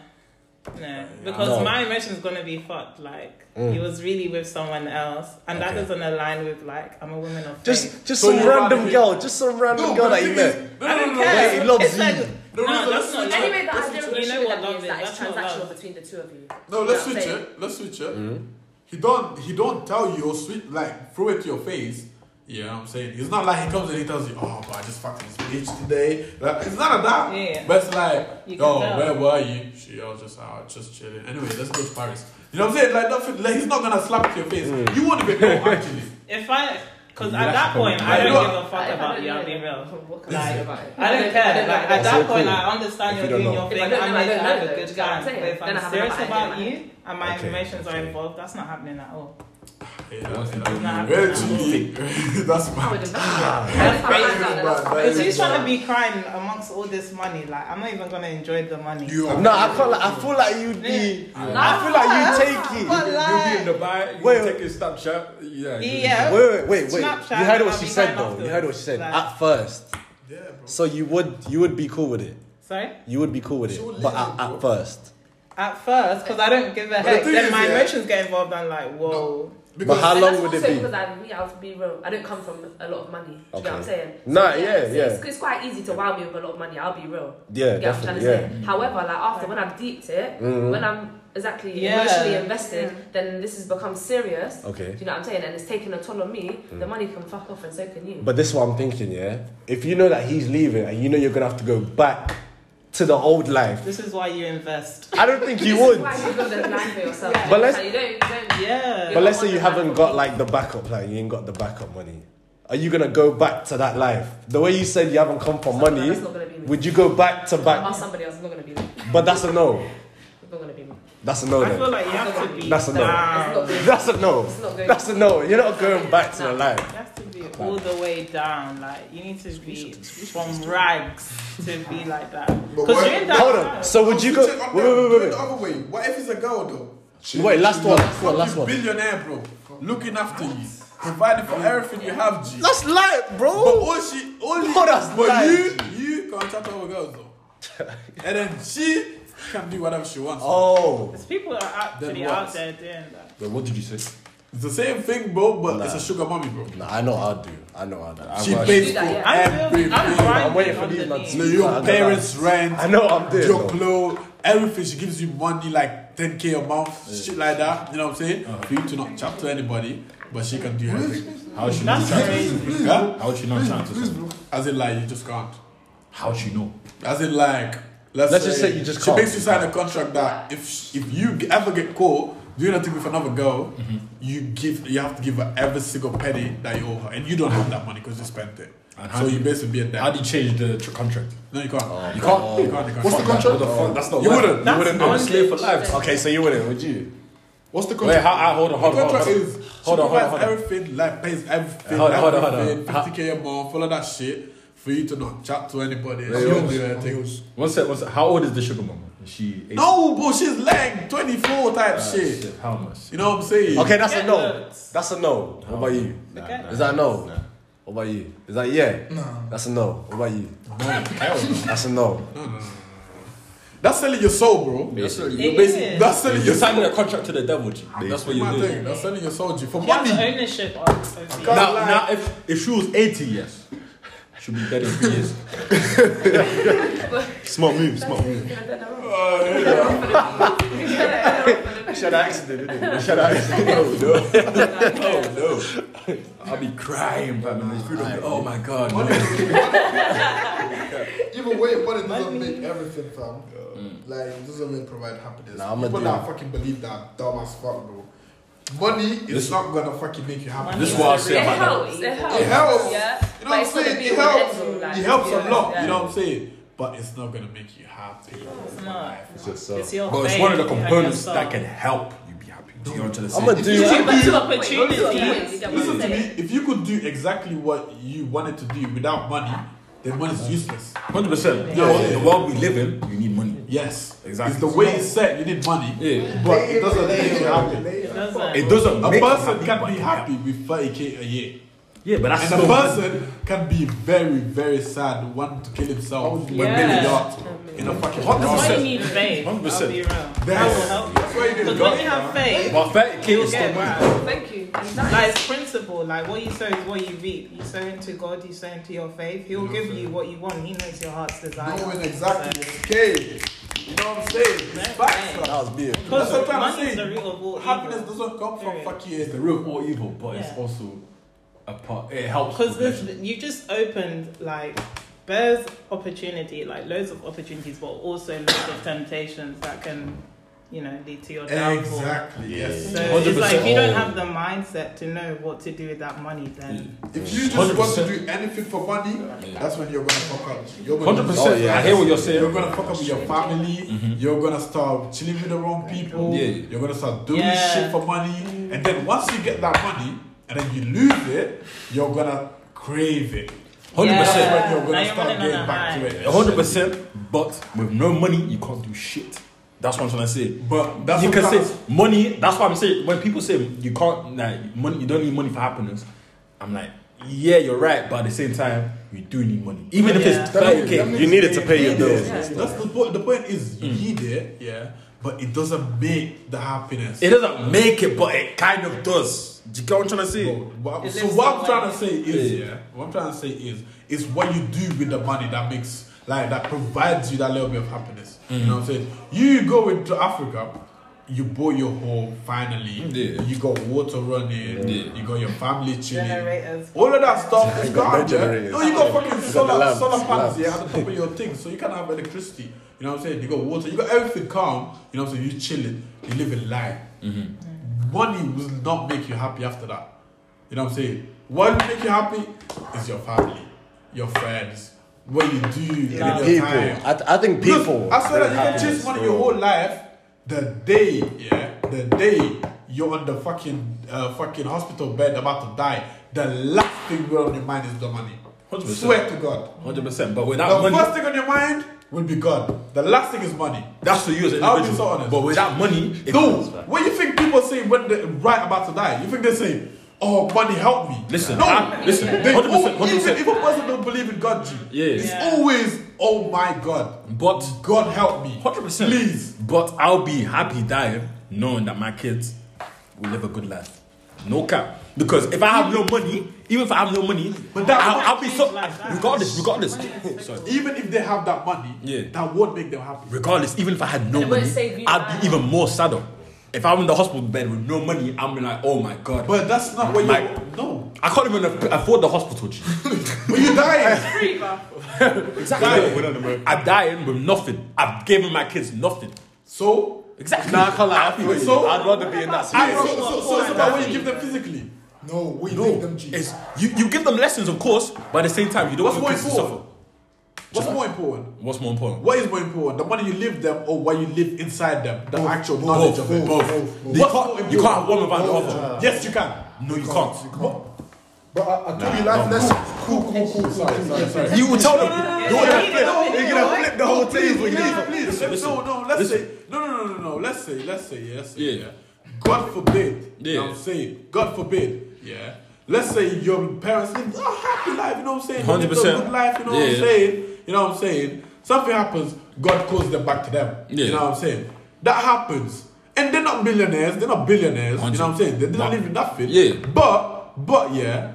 Speaker 6: no, because
Speaker 2: No. Mm.
Speaker 6: my emotion's gonna be fucked. Like he was really with someone else, and that
Speaker 2: Okay.
Speaker 6: doesn't align with like I'm a woman of faith.
Speaker 2: Just, just
Speaker 3: So
Speaker 2: some
Speaker 3: you're
Speaker 2: random
Speaker 3: right.
Speaker 2: girl, just some random
Speaker 3: No,
Speaker 2: girl
Speaker 3: but
Speaker 2: that
Speaker 3: the
Speaker 2: you
Speaker 3: thing
Speaker 2: met.
Speaker 3: is-
Speaker 6: I
Speaker 3: No,
Speaker 6: don't
Speaker 3: no, no.
Speaker 6: care.
Speaker 2: Wait, he loves
Speaker 6: it's
Speaker 2: you.
Speaker 6: like,
Speaker 3: The
Speaker 6: no,
Speaker 3: reason-
Speaker 6: that's not.
Speaker 3: Anyway,
Speaker 5: Anyway, the idea
Speaker 6: You
Speaker 5: of a
Speaker 6: know
Speaker 5: sugar
Speaker 6: what
Speaker 5: daddy
Speaker 6: love
Speaker 5: is
Speaker 6: is.
Speaker 5: that it's
Speaker 6: That's what
Speaker 5: transactional
Speaker 6: love.
Speaker 5: between the two of you.
Speaker 3: No,
Speaker 5: You
Speaker 3: let's
Speaker 5: know what
Speaker 3: switch
Speaker 5: I'm saying?
Speaker 3: it. Let's switch it.
Speaker 2: Hmm?
Speaker 3: He don't he don't tell you or switch like throw it to your face. Yeah, I'm saying it's not like he comes and he tells you, oh, but I just fucked this bitch today. Like, it's not that.
Speaker 6: Yeah.
Speaker 3: But it's like,
Speaker 6: You can
Speaker 3: oh,
Speaker 6: tell.
Speaker 3: where were you? She, I was just out, just chilling. Anyway, let's go to Paris. You know what I'm saying? Like, nothing, like he's not gonna slap it to your face.
Speaker 2: Hmm.
Speaker 3: You won't even know actually.
Speaker 6: If I, because
Speaker 2: You
Speaker 6: at that
Speaker 2: actually
Speaker 6: point
Speaker 2: come-
Speaker 6: I
Speaker 3: You
Speaker 6: don't
Speaker 3: know
Speaker 6: give a fuck
Speaker 5: I- I
Speaker 6: about
Speaker 5: don't
Speaker 6: you.
Speaker 5: know.
Speaker 6: I'll be real.
Speaker 5: What can I say about it?
Speaker 6: I don't care. Like at
Speaker 5: If
Speaker 6: that
Speaker 2: That's
Speaker 6: point,
Speaker 2: cool.
Speaker 6: I understand
Speaker 2: If
Speaker 6: you're
Speaker 2: you don't
Speaker 6: doing
Speaker 2: know.
Speaker 6: your
Speaker 5: If I
Speaker 6: thing.
Speaker 5: don't
Speaker 6: I'm
Speaker 5: know, I
Speaker 6: here to
Speaker 5: don't
Speaker 6: have
Speaker 5: know,
Speaker 6: a
Speaker 5: though.
Speaker 6: good
Speaker 5: That's
Speaker 6: time.
Speaker 5: what I'm
Speaker 6: But
Speaker 5: saying.
Speaker 6: if
Speaker 5: Then I
Speaker 6: I'm
Speaker 5: have no
Speaker 6: serious
Speaker 5: idea,
Speaker 6: about
Speaker 5: like-
Speaker 6: you and my
Speaker 2: Okay,
Speaker 6: emotions are
Speaker 2: okay.
Speaker 6: involved, that's not happening at all.
Speaker 3: Yeah, that's
Speaker 6: It's not happening.
Speaker 3: Very
Speaker 6: at all.
Speaker 3: cheeky. That's
Speaker 5: I would
Speaker 3: mad.
Speaker 5: invest in it. That's how I
Speaker 3: Very
Speaker 5: found
Speaker 3: bad,
Speaker 5: out.
Speaker 3: very
Speaker 6: Because
Speaker 3: bad.
Speaker 6: he's trying to be crying amongst all this money. Like, I'm not even going to enjoy the money.
Speaker 7: You are.
Speaker 2: No, I can't. Like, I feel like you'd be.
Speaker 5: Ah.
Speaker 2: I feel like you take it.
Speaker 6: But
Speaker 4: You'll be
Speaker 6: like,
Speaker 4: in Dubai, you
Speaker 2: Wait,
Speaker 4: take
Speaker 2: wait.
Speaker 4: your Snapchat. Yeah. you-
Speaker 6: yeah.
Speaker 2: Wait, wait, wait, wait.
Speaker 6: Snapchat,
Speaker 2: You heard what
Speaker 6: I'll
Speaker 2: she
Speaker 6: be
Speaker 2: said
Speaker 6: going
Speaker 2: though. You heard what she said
Speaker 6: afterwards.
Speaker 2: at first.
Speaker 3: Yeah, bro.
Speaker 2: So you would, you would be cool with it.
Speaker 6: Sorry?
Speaker 2: You would be cool with it, but at, at first.
Speaker 6: At first, because I don't give a
Speaker 3: the
Speaker 6: heck.
Speaker 3: thing
Speaker 6: Then
Speaker 3: is,
Speaker 6: my
Speaker 3: yeah.
Speaker 6: emotions get involved. I'm like, whoa.
Speaker 2: But how
Speaker 5: And that's
Speaker 2: long would it
Speaker 5: also
Speaker 2: be?
Speaker 5: Because I, me, I'll be real. I don't come from a lot of money. Do you
Speaker 2: Okay.
Speaker 5: know what I'm saying?
Speaker 2: Nah, yeah,
Speaker 5: it's,
Speaker 2: yeah.
Speaker 5: It's, it's quite easy to wow me with a lot of money. I'll be real.
Speaker 2: Yeah, Mm-hmm.
Speaker 5: You get what I'm trying to
Speaker 2: definitely,
Speaker 5: say? However, like after when I've deeped it, when I'm exactly
Speaker 6: Yeah.
Speaker 5: emotionally invested, then this has become serious.
Speaker 2: Okay. Mm.
Speaker 5: Do you know what I'm saying? And it's taking a toll on me. The money can fuck off, and so can you.
Speaker 2: But this is what I'm thinking, yeah? If you know that he's leaving and you know you're gonna have to go back to the old life,
Speaker 6: This is why you invest.
Speaker 2: I don't think you
Speaker 5: This is
Speaker 2: would.
Speaker 5: why you build a plan for yourself.
Speaker 2: But let's-
Speaker 5: Like, you don't, you don't,
Speaker 6: Yeah.
Speaker 2: But let's say you haven't got like the backup plan, you ain't got the backup money. Are you gonna go back to that life? The way you said you haven't come for
Speaker 5: Something
Speaker 2: money,
Speaker 5: that's not gonna be me. Uh-huh.
Speaker 2: would you go back to
Speaker 5: Ask
Speaker 2: back?
Speaker 5: somebody else. It's not gonna be me.
Speaker 2: But that's a no.
Speaker 5: It's not gonna be me.
Speaker 2: That's a no
Speaker 6: I feel
Speaker 2: then.
Speaker 6: like you have to be.
Speaker 2: That's a no.
Speaker 5: It's not
Speaker 6: down.
Speaker 5: gonna be me.
Speaker 2: That's a no.
Speaker 5: It's not going-
Speaker 2: That's a no. You're not going back to the
Speaker 5: No.
Speaker 2: life.
Speaker 6: You have to be all the way down. Like, you need to be from rags to be like that. Because you're in that.
Speaker 2: Hold on. So would you go?
Speaker 3: Check up
Speaker 2: Wait,
Speaker 3: there.
Speaker 2: wait,
Speaker 3: Do it
Speaker 2: wait,
Speaker 3: The other way. What if it's a girl though?
Speaker 2: wait. Wait, last one, last one, last
Speaker 3: Fucking
Speaker 2: one.
Speaker 3: Billionaire, bro. Looking after you. providing for everything you have, G.
Speaker 2: That's light, bro.
Speaker 3: But all she, all you,
Speaker 2: Oh, that's
Speaker 3: but
Speaker 2: light,
Speaker 3: you, you contract over girls though, and then she can do whatever she wants.
Speaker 2: Oh.
Speaker 9: Because people are actually
Speaker 3: Then what?
Speaker 9: out there doing that.
Speaker 4: Wait, what did you say?
Speaker 3: It's the same thing, bro, but it's a sugar mommy, bro.
Speaker 2: Nah, I know I'll do. I know I'll do.
Speaker 3: She
Speaker 4: I've-
Speaker 3: pays
Speaker 5: do
Speaker 3: for
Speaker 5: that, yeah.
Speaker 9: I'm,
Speaker 3: everything.
Speaker 9: still, I'm grinding
Speaker 2: waiting for
Speaker 9: on
Speaker 2: these
Speaker 9: the
Speaker 2: nuts.
Speaker 9: knee.
Speaker 3: No, your
Speaker 2: I know
Speaker 3: parents' rent,
Speaker 2: I know I'm there.
Speaker 3: your
Speaker 2: though.
Speaker 3: clothes, everything. She gives you money like 10k a month, shit like that. You know what I'm saying?
Speaker 2: Uh-huh.
Speaker 3: For you to not chat to anybody, but she can do her thing.
Speaker 4: How would she know?
Speaker 9: That's
Speaker 4: the chances?
Speaker 9: crazy.
Speaker 3: Huh?
Speaker 4: How would she know? the chances?
Speaker 3: As in, like, you just can't.
Speaker 4: How would she know?
Speaker 3: As in, like, let's,
Speaker 2: Let's just say you just
Speaker 3: she
Speaker 2: can't.
Speaker 3: makes you sign a contract that if sh- if you g- ever get caught doing anything with another girl,
Speaker 4: Mm-hmm.
Speaker 3: you give you have to give her every single penny that you owe her, and you don't have that money because you spent it.
Speaker 4: And how
Speaker 3: so
Speaker 4: do
Speaker 3: you
Speaker 4: you-
Speaker 3: basically be a debt.
Speaker 4: How do you change the tr- contract?
Speaker 3: no, you can't.
Speaker 4: You Oh, can't.
Speaker 3: You can't. You can't.
Speaker 7: What's the contract?
Speaker 4: What the fuck? That's not
Speaker 3: You
Speaker 4: life.
Speaker 3: wouldn't.
Speaker 9: That's
Speaker 4: You wouldn't.
Speaker 9: bondage.
Speaker 4: slave for life.
Speaker 2: Okay, so you wouldn't, would you?
Speaker 7: What's the
Speaker 4: Wait,
Speaker 7: contract?
Speaker 4: how, how, hold on, hold on, hold
Speaker 3: contract
Speaker 4: on.
Speaker 3: is
Speaker 4: Hold
Speaker 3: she
Speaker 4: on, hold on,
Speaker 3: provides
Speaker 4: hold on.
Speaker 3: everything, like pays everything,
Speaker 4: Hold on, hold on, hold on.
Speaker 3: everything,
Speaker 4: Ha-
Speaker 3: 50k a month, all of that shit, for you to not chat to anybody. and she
Speaker 4: Wait,
Speaker 3: don't do anything.
Speaker 4: One sec, one sec. How old is the sugar mama? Is she 18?
Speaker 3: No, bro, she's like 24 type shit.
Speaker 4: Ah, Shit, How much?
Speaker 3: You know what I'm saying?
Speaker 2: Okay, that's a
Speaker 9: Get
Speaker 2: no.
Speaker 9: loads.
Speaker 2: That's a no. What about you?
Speaker 9: Forget
Speaker 2: Is that a no? What about you? Is that yeah? No. That's a no. What about you? That's a no.
Speaker 3: That's selling your soul, bro.
Speaker 4: That's what
Speaker 9: It is.
Speaker 3: That's selling
Speaker 4: You're
Speaker 3: your soul.
Speaker 4: signing a contract to the devil, G. That's what
Speaker 3: My
Speaker 4: you're
Speaker 3: thing,
Speaker 4: doing.
Speaker 3: That's selling your soul, G. For
Speaker 9: She has
Speaker 3: money.
Speaker 9: ownership on Sophie.
Speaker 3: Can't
Speaker 4: Now,
Speaker 3: lie.
Speaker 4: now if, if she was 80, yes. She'd be dead in three years.
Speaker 11: Smart move, smart
Speaker 2: Oh,
Speaker 11: move.
Speaker 2: Shut accident, didn't it? Shut
Speaker 4: I'll be crying, fam. and if you don't- Oh my god. no.
Speaker 7: Either way, but it doesn't make everything, fam. Like, it doesn't really provide happiness.
Speaker 2: Nah, I'ma
Speaker 7: People
Speaker 2: do-
Speaker 7: that fucking believe that are dumb as fuck, bro. Money is not gonna fucking make you happy.
Speaker 4: This is what I say
Speaker 5: It
Speaker 4: about that.
Speaker 5: helps. It helps.
Speaker 3: It helps.
Speaker 5: Yeah.
Speaker 3: You know what I'm saying? It helps. It helps a lot. You know what I'm saying? But it's not gonna make you happy.
Speaker 9: It's
Speaker 2: just
Speaker 3: uh,
Speaker 2: so-
Speaker 9: your
Speaker 4: But it's
Speaker 9: faith
Speaker 4: one of the
Speaker 9: and
Speaker 4: components
Speaker 9: yourself.
Speaker 4: that can help you be happy. Do you know what I'm
Speaker 2: I'ma
Speaker 4: trying to say?
Speaker 2: do
Speaker 9: But two opportunities.
Speaker 3: Listen to me. If you could do exactly what you wanted to do without money, then money's useless.
Speaker 4: 100%.
Speaker 3: Yeah, yeah,
Speaker 4: The
Speaker 3: yeah.
Speaker 4: world we live in, you need money.
Speaker 3: Yes,
Speaker 4: Exactly.
Speaker 3: It's the way it's set. You need money,
Speaker 4: Yeah.
Speaker 3: but it doesn't make you happy.
Speaker 9: It doesn't.
Speaker 4: It doesn't
Speaker 3: A
Speaker 4: make you
Speaker 3: person
Speaker 4: happy, but
Speaker 3: can be
Speaker 4: it
Speaker 3: happy with 30k a year,
Speaker 4: Yeah, but that's
Speaker 3: and a
Speaker 4: still-
Speaker 3: person can be very, very sad, wanting to kill himself when
Speaker 9: Oh, Yeah.
Speaker 3: in a yacht in a fucking
Speaker 4: Hundred
Speaker 9: That's why
Speaker 3: yacht.
Speaker 9: you need faith. I'll
Speaker 4: 100%.
Speaker 9: be real. That will
Speaker 3: That's-
Speaker 9: help you.
Speaker 3: why you need
Speaker 9: Because
Speaker 3: God,
Speaker 9: when you have faith,
Speaker 4: But 30k
Speaker 9: you'll
Speaker 4: is
Speaker 9: get
Speaker 4: still
Speaker 9: right.
Speaker 5: Thank you.
Speaker 9: Like it's principle. Like what you sow is what you reap. You sow into God. You sow into your faith. He'll give you what you want. He knows your heart's desire.
Speaker 3: Knowing exactly what's okay. You know what I'm saying? It's facts,
Speaker 9: Right.
Speaker 3: man.
Speaker 2: was beer.
Speaker 3: That's
Speaker 9: Because
Speaker 3: what I'm
Speaker 9: money is
Speaker 3: saying.
Speaker 9: the root of all
Speaker 3: Happiness
Speaker 9: evil.
Speaker 3: doesn't come from
Speaker 9: Period.
Speaker 4: the
Speaker 3: fucking.
Speaker 4: root or evil, but it's
Speaker 9: Yeah.
Speaker 4: also a part. It helps.
Speaker 9: Because
Speaker 4: with
Speaker 9: this, you just opened like there's opportunity, like loads of opportunities, but also loads of temptations that can, you know, lead to your downfall.
Speaker 3: Exactly. Yes.
Speaker 9: So it's like if you don't have the mindset to know what to do with that money, then
Speaker 3: If you just want to do anything for money, that's when you're gonna fuck up. You're gonna
Speaker 4: Hundred percent.
Speaker 2: Oh, yeah.
Speaker 4: I hear what you're
Speaker 3: You're
Speaker 4: saying. Mm-hmm.
Speaker 3: gonna fuck up with your family. You're gonna start chilling with the wrong people.
Speaker 4: Yeah.
Speaker 3: You're gonna start doing
Speaker 9: Yeah.
Speaker 3: shit for money. And then once you get that money, and then you lose it, you're gonna crave it.
Speaker 4: Hundred
Speaker 9: Yeah.
Speaker 3: That's
Speaker 4: percent.
Speaker 3: when you're
Speaker 9: Now
Speaker 3: gonna
Speaker 9: you're
Speaker 3: start
Speaker 9: running on
Speaker 3: getting
Speaker 9: a
Speaker 3: back to
Speaker 9: high.
Speaker 3: it.
Speaker 4: Hundred percent. But with no money, you can't do shit. That's what I'm trying to say.
Speaker 3: But that's
Speaker 4: you
Speaker 3: what
Speaker 4: can
Speaker 3: I'm-
Speaker 4: say money. That's what I'm saying. When people say you can't like money, you don't need money for happiness. I'm like, yeah, you're right. But at the same time, you do need money, even if
Speaker 9: Yeah.
Speaker 4: it's thirty k.
Speaker 2: You needed to pay your bills.
Speaker 3: Yeah. That's the point. The point is
Speaker 4: Mm.
Speaker 3: you need it, yeah, but it doesn't make the happiness.
Speaker 4: It doesn't make it, but it kind of does. Do you get what I'm trying to say?
Speaker 3: So what,
Speaker 9: It
Speaker 3: so
Speaker 9: lives
Speaker 3: what
Speaker 9: the
Speaker 3: I'm trying to
Speaker 9: way.
Speaker 3: say is,
Speaker 4: Yeah.
Speaker 3: yeah. what I'm trying to say is, it's what you do with the money that makes, like, that provides you that little bit of happiness. You know what I'm saying? You go into Africa, you bought your home finally.
Speaker 4: Yeah.
Speaker 3: You got water running.
Speaker 4: Yeah.
Speaker 3: You got your family chilling.
Speaker 9: generators.
Speaker 3: All of that stuff is
Speaker 2: got no
Speaker 3: gone. yeah?
Speaker 2: generators.
Speaker 3: No, you got fucking solar
Speaker 2: lamps,
Speaker 3: solar panels
Speaker 2: lamps.
Speaker 3: yeah, at the top of your thing, so you can have electricity. You know what I'm saying? You got water, you got everything calm. You know what I'm saying? You chilling, you live in life. Money will not make you happy after that. You know what I'm saying? What will make you happy is your family, your friends, what you do
Speaker 9: Yeah.
Speaker 3: in your
Speaker 2: People.
Speaker 3: time.
Speaker 2: I, th- I think
Speaker 3: Because
Speaker 2: people.
Speaker 3: I said that
Speaker 2: bring
Speaker 3: you can
Speaker 2: happiness,
Speaker 3: chase money
Speaker 2: bro.
Speaker 3: your whole life. The day, yeah, the day you're on the fucking uh, fucking hospital bed about to die, the last thing will on your mind is the money.
Speaker 4: 100%.
Speaker 3: Swear to God.
Speaker 4: Hundred percent. But without
Speaker 3: The
Speaker 4: money,
Speaker 3: first thing on your mind will be God. The last thing is money.
Speaker 4: that's for you as an
Speaker 3: I'll be
Speaker 4: individual.
Speaker 3: so honest.
Speaker 4: but without money, it
Speaker 3: Dude, what you think people say when they're right about to die? You think they say, oh, money help me.
Speaker 4: Listen,
Speaker 3: no,
Speaker 4: I- listen,
Speaker 3: They
Speaker 4: 100%,
Speaker 3: all- even
Speaker 4: 100%.
Speaker 3: if a person don't believe in God, G,
Speaker 4: Yeah.
Speaker 3: it's
Speaker 9: Yeah.
Speaker 3: always, oh my God,
Speaker 4: But
Speaker 3: God help me.
Speaker 4: hundred percent,
Speaker 3: Please.
Speaker 4: But I'll be happy dying knowing that my kids will live a good life. No cap. Because if I have no money, even if I have no money, but
Speaker 3: that-
Speaker 4: I'll, I'll be so.
Speaker 9: Like that.
Speaker 4: Regardless, regardless, sorry,
Speaker 3: Even if they have that money,
Speaker 4: Yeah.
Speaker 3: that won't make them happy.
Speaker 4: regardless, even if I had no
Speaker 5: It wouldn't
Speaker 4: money,
Speaker 5: save you
Speaker 4: I'd
Speaker 5: life.
Speaker 4: be even more sadder. If I'm in the hospital bed with no money, I'm like, oh my god.
Speaker 3: But that's not what you.
Speaker 4: Like-
Speaker 3: no.
Speaker 4: I can't even aff- afford the hospital. G.
Speaker 3: But you're dying.
Speaker 6: Free, bruv.
Speaker 4: Exactly. I'm dying with nothing. I've given my kids nothing.
Speaker 3: so,
Speaker 4: Exactly.
Speaker 2: Nah, I can't lie. I feel
Speaker 3: Wait,
Speaker 2: you.
Speaker 3: so-
Speaker 2: I'd rather be in that
Speaker 3: I, so,
Speaker 2: situation.
Speaker 3: so, so it's about what you give them physically.
Speaker 7: No, we
Speaker 4: No,
Speaker 7: make them G.
Speaker 4: it's, you, you give them lessons, of course, but at the same time, you don't
Speaker 3: What's
Speaker 4: want
Speaker 3: more
Speaker 4: your kids to suffer.
Speaker 3: important? What's more important?
Speaker 4: What's more important?
Speaker 3: What is more important? The money you live them or what you live inside them? The actual knowledge of it.
Speaker 4: both.
Speaker 7: both, both.
Speaker 4: You, can't, you can't have one without the other.
Speaker 3: Yes, you can.
Speaker 4: No, you can't.
Speaker 7: But I, I told you life lesson. Cool, cool, cool. Sorry, sorry, sorry.
Speaker 4: You will tell them.
Speaker 2: You're gonna flip. You're gonna flip the whole thing when you
Speaker 3: Yeah,
Speaker 2: leave.
Speaker 3: please.
Speaker 4: Listen,
Speaker 3: Let's-
Speaker 4: listen.
Speaker 3: no, no, let's
Speaker 4: Listen.
Speaker 3: say no, no, no, no, no. Let's say, let's say, yeah, let's say,
Speaker 4: Yeah.
Speaker 3: yeah. God forbid.
Speaker 4: Yeah.
Speaker 3: You know what I'm saying, God forbid. Yeah. Let's say your parents live a happy life. You know what I'm saying? They live a
Speaker 4: 100%.
Speaker 3: Good life. You know what
Speaker 4: Yeah.
Speaker 3: I'm saying? You know what I'm saying? Something happens. God calls them back to them.
Speaker 4: Yeah.
Speaker 3: You know what I'm saying? That happens, and they're not millionaires. They're not billionaires. You know what I'm saying? They didn't
Speaker 4: But-
Speaker 3: live in nothing.
Speaker 4: Yeah.
Speaker 3: But but yeah.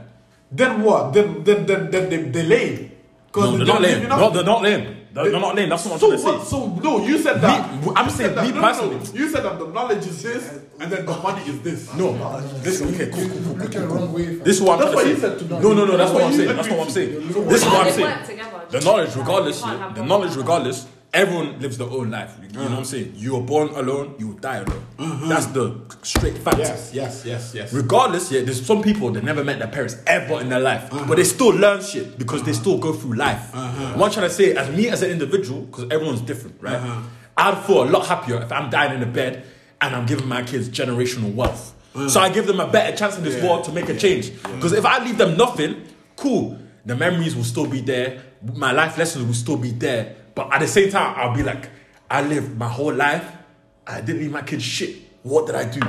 Speaker 3: Then what? Then then then, then they they lame. 'Cause
Speaker 4: No,
Speaker 3: they
Speaker 4: they're
Speaker 3: don't
Speaker 4: not
Speaker 3: live
Speaker 4: lame.
Speaker 3: in
Speaker 4: No,
Speaker 3: nothing.
Speaker 4: they're not lame. They're they're not lame. That's what I'm
Speaker 3: So
Speaker 4: trying to
Speaker 3: what?
Speaker 4: say.
Speaker 3: So no, you said that.
Speaker 4: Me- I'm
Speaker 3: You
Speaker 4: saying
Speaker 3: said that.
Speaker 4: me
Speaker 3: No, no, no.
Speaker 4: personally.
Speaker 3: You said that the knowledge is this, and then the money is this.
Speaker 4: No, listen, okay, cool, cool, cool.
Speaker 7: Look at the wrong way. fam.
Speaker 4: This is what I'm
Speaker 3: That's what
Speaker 4: trying
Speaker 3: you said
Speaker 4: to
Speaker 3: to
Speaker 4: say.
Speaker 3: me.
Speaker 4: No, no, no, that's
Speaker 3: That's
Speaker 4: what
Speaker 3: what
Speaker 4: I'm
Speaker 3: you
Speaker 4: saying. That's
Speaker 3: agreed
Speaker 4: what
Speaker 3: to.
Speaker 4: I'm saying. This is what I'm
Speaker 5: They
Speaker 4: saying.
Speaker 5: work together.
Speaker 4: The knowledge,
Speaker 5: Like,
Speaker 4: regardless,
Speaker 5: you can't have
Speaker 4: the
Speaker 5: both.
Speaker 4: knowledge, regardless, everyone lives their own life. You know what I'm saying? You are born alone, you will die alone. That's the straight fact.
Speaker 3: Yes, yes, yes, yes.
Speaker 4: Regardless, yeah, there's some people that never met their parents ever in their life, but they still learn shit because they still go through life.
Speaker 3: Uh-huh.
Speaker 4: What I'm trying to say, as me as an individual, because everyone's different, right?
Speaker 3: Uh-huh.
Speaker 4: I'd feel a lot happier if I'm dying in a bed and I'm giving my kids generational wealth.
Speaker 3: Uh-huh.
Speaker 4: So I give them a better chance in this world to make a change. Because if I leave them nothing, cool, the memories will still be there, my life lessons will still be there. But at the same time, I'll be like, I lived my whole life I didn't leave my kids shit. What did I do?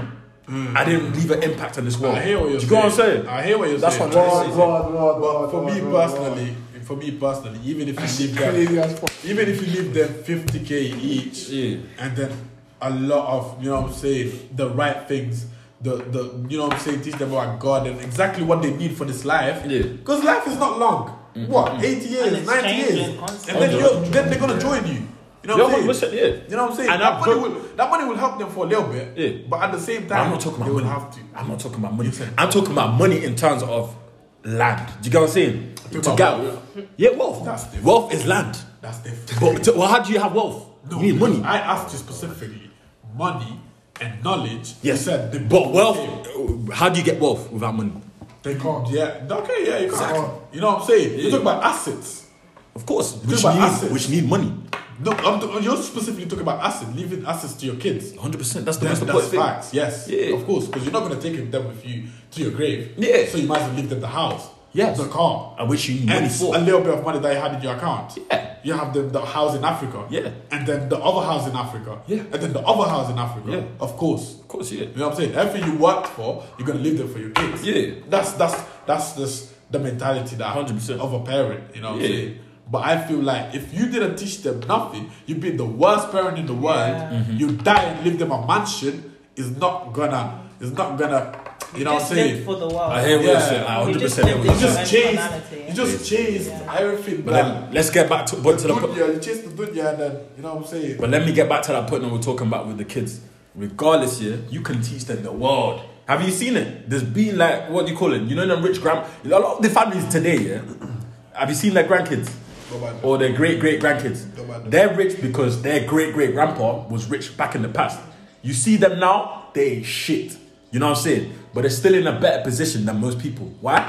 Speaker 4: I didn't leave an impact on this world.
Speaker 3: Mm. I hear what you're
Speaker 4: do you
Speaker 3: saying.
Speaker 4: get what I'm saying?
Speaker 3: I hear what you're
Speaker 4: That's
Speaker 3: saying.
Speaker 4: what I'm trying to
Speaker 7: Rod,
Speaker 4: say.
Speaker 7: Rod, Rod,
Speaker 3: But
Speaker 7: Rod,
Speaker 3: for me
Speaker 7: Rod, Rod,
Speaker 3: personally, for me personally, even if you leave
Speaker 7: Rod. Crazy
Speaker 3: them,
Speaker 7: as fuck.
Speaker 3: even if you leave them 50k each,
Speaker 4: Yeah.
Speaker 3: and then a lot of you know what I'm saying, the right things. The, the you know what I'm saying teach them about God and exactly what they need for this life
Speaker 4: Yeah. Mm-hmm.
Speaker 3: because life is not long what 80 years
Speaker 9: And it's
Speaker 3: 90 years
Speaker 9: changing
Speaker 3: and then,
Speaker 9: constantly.
Speaker 3: you're, then they're gonna join you you know
Speaker 4: Yeah,
Speaker 3: what I'm saying
Speaker 4: 100%, yeah.
Speaker 3: You know what I'm saying?
Speaker 4: And
Speaker 3: that,
Speaker 4: I've
Speaker 3: money
Speaker 4: heard-
Speaker 3: will, that money will help them for a little bit,
Speaker 4: Yeah.
Speaker 3: but at the same
Speaker 4: But
Speaker 3: time,
Speaker 4: I'm not talking
Speaker 3: they
Speaker 4: about
Speaker 3: will
Speaker 4: money.
Speaker 3: have to.
Speaker 4: I'm not talking about money. I'm talking about money in terms of land. Do you get what I'm saying? To
Speaker 3: about
Speaker 4: get
Speaker 3: wealth.
Speaker 4: yeah, wealth.
Speaker 3: That's different.
Speaker 4: Wealth is land.
Speaker 3: That's different.
Speaker 4: But to- well, how do you have wealth?
Speaker 3: No,
Speaker 4: you need money.
Speaker 3: I asked you specifically money and knowledge.
Speaker 4: yes,
Speaker 3: You said the
Speaker 4: but wealth. uh, How do you get wealth without money?
Speaker 3: They can't. Yeah. Okay, yeah, you can't. You know what I'm saying?
Speaker 4: Yeah.
Speaker 3: You talk about assets.
Speaker 4: Of course, which
Speaker 3: about
Speaker 4: need
Speaker 3: assets.
Speaker 4: which need money.
Speaker 3: No, I'm t- you're specifically talking about assets, leaving assets to your kids.
Speaker 4: 100. percent That's the
Speaker 3: Then
Speaker 4: most
Speaker 3: that's
Speaker 4: important thing.
Speaker 3: facts, yes.
Speaker 4: Yeah.
Speaker 3: Of course, because you're not going to take them with you to your grave.
Speaker 4: Yeah.
Speaker 3: So you might as well leave them the house,
Speaker 4: Yes.
Speaker 3: the car,
Speaker 4: And which you need money
Speaker 3: and
Speaker 4: for.
Speaker 3: a little bit of money that you had in your account.
Speaker 4: Yeah.
Speaker 3: You have the, the house in Africa.
Speaker 4: Yeah.
Speaker 3: And then the other house in Africa.
Speaker 4: Yeah.
Speaker 3: And then the other house in Africa.
Speaker 4: Yeah.
Speaker 3: Of course.
Speaker 4: Of course, yeah.
Speaker 3: You know what I'm saying? Everything you worked for, you're gonna leave them for your kids.
Speaker 4: Yeah.
Speaker 3: That's that's that's just the mentality that
Speaker 4: 100%.
Speaker 3: of a parent. You know what
Speaker 4: Yeah.
Speaker 3: I'm saying? But I feel like if you didn't teach them nothing, you'd be the worst parent in the world.
Speaker 4: Mm-hmm.
Speaker 3: You die and leave them a mansion. Is not gonna. It's not gonna. You know what I'm
Speaker 9: Just
Speaker 3: saying?
Speaker 9: live for the world.
Speaker 4: I hear what you're
Speaker 3: Yeah.
Speaker 4: saying. I
Speaker 9: We
Speaker 4: 100
Speaker 9: just
Speaker 4: percent hear what
Speaker 9: did
Speaker 4: you're
Speaker 3: You
Speaker 4: saying.
Speaker 3: just chased.
Speaker 9: Personality.
Speaker 3: You just chased everything.
Speaker 4: But
Speaker 3: down.
Speaker 4: then let's get back to but to the po-
Speaker 3: Dunya, you chase the dunya and then, you know what I'm saying?
Speaker 4: but let me get back to that point that we're talking about with the kids. Regardless, yeah, you can teach them the world. Have you seen it? There's been like what do you call it? You know them rich grand a lot of the families today, yeah. Have you seen their grandkids? Or their great great grandkids? They're rich because their great great grandpa was rich back in the past. You see them now, they ain't shit. You know what I'm saying? But they're still in a better position than most people. Why?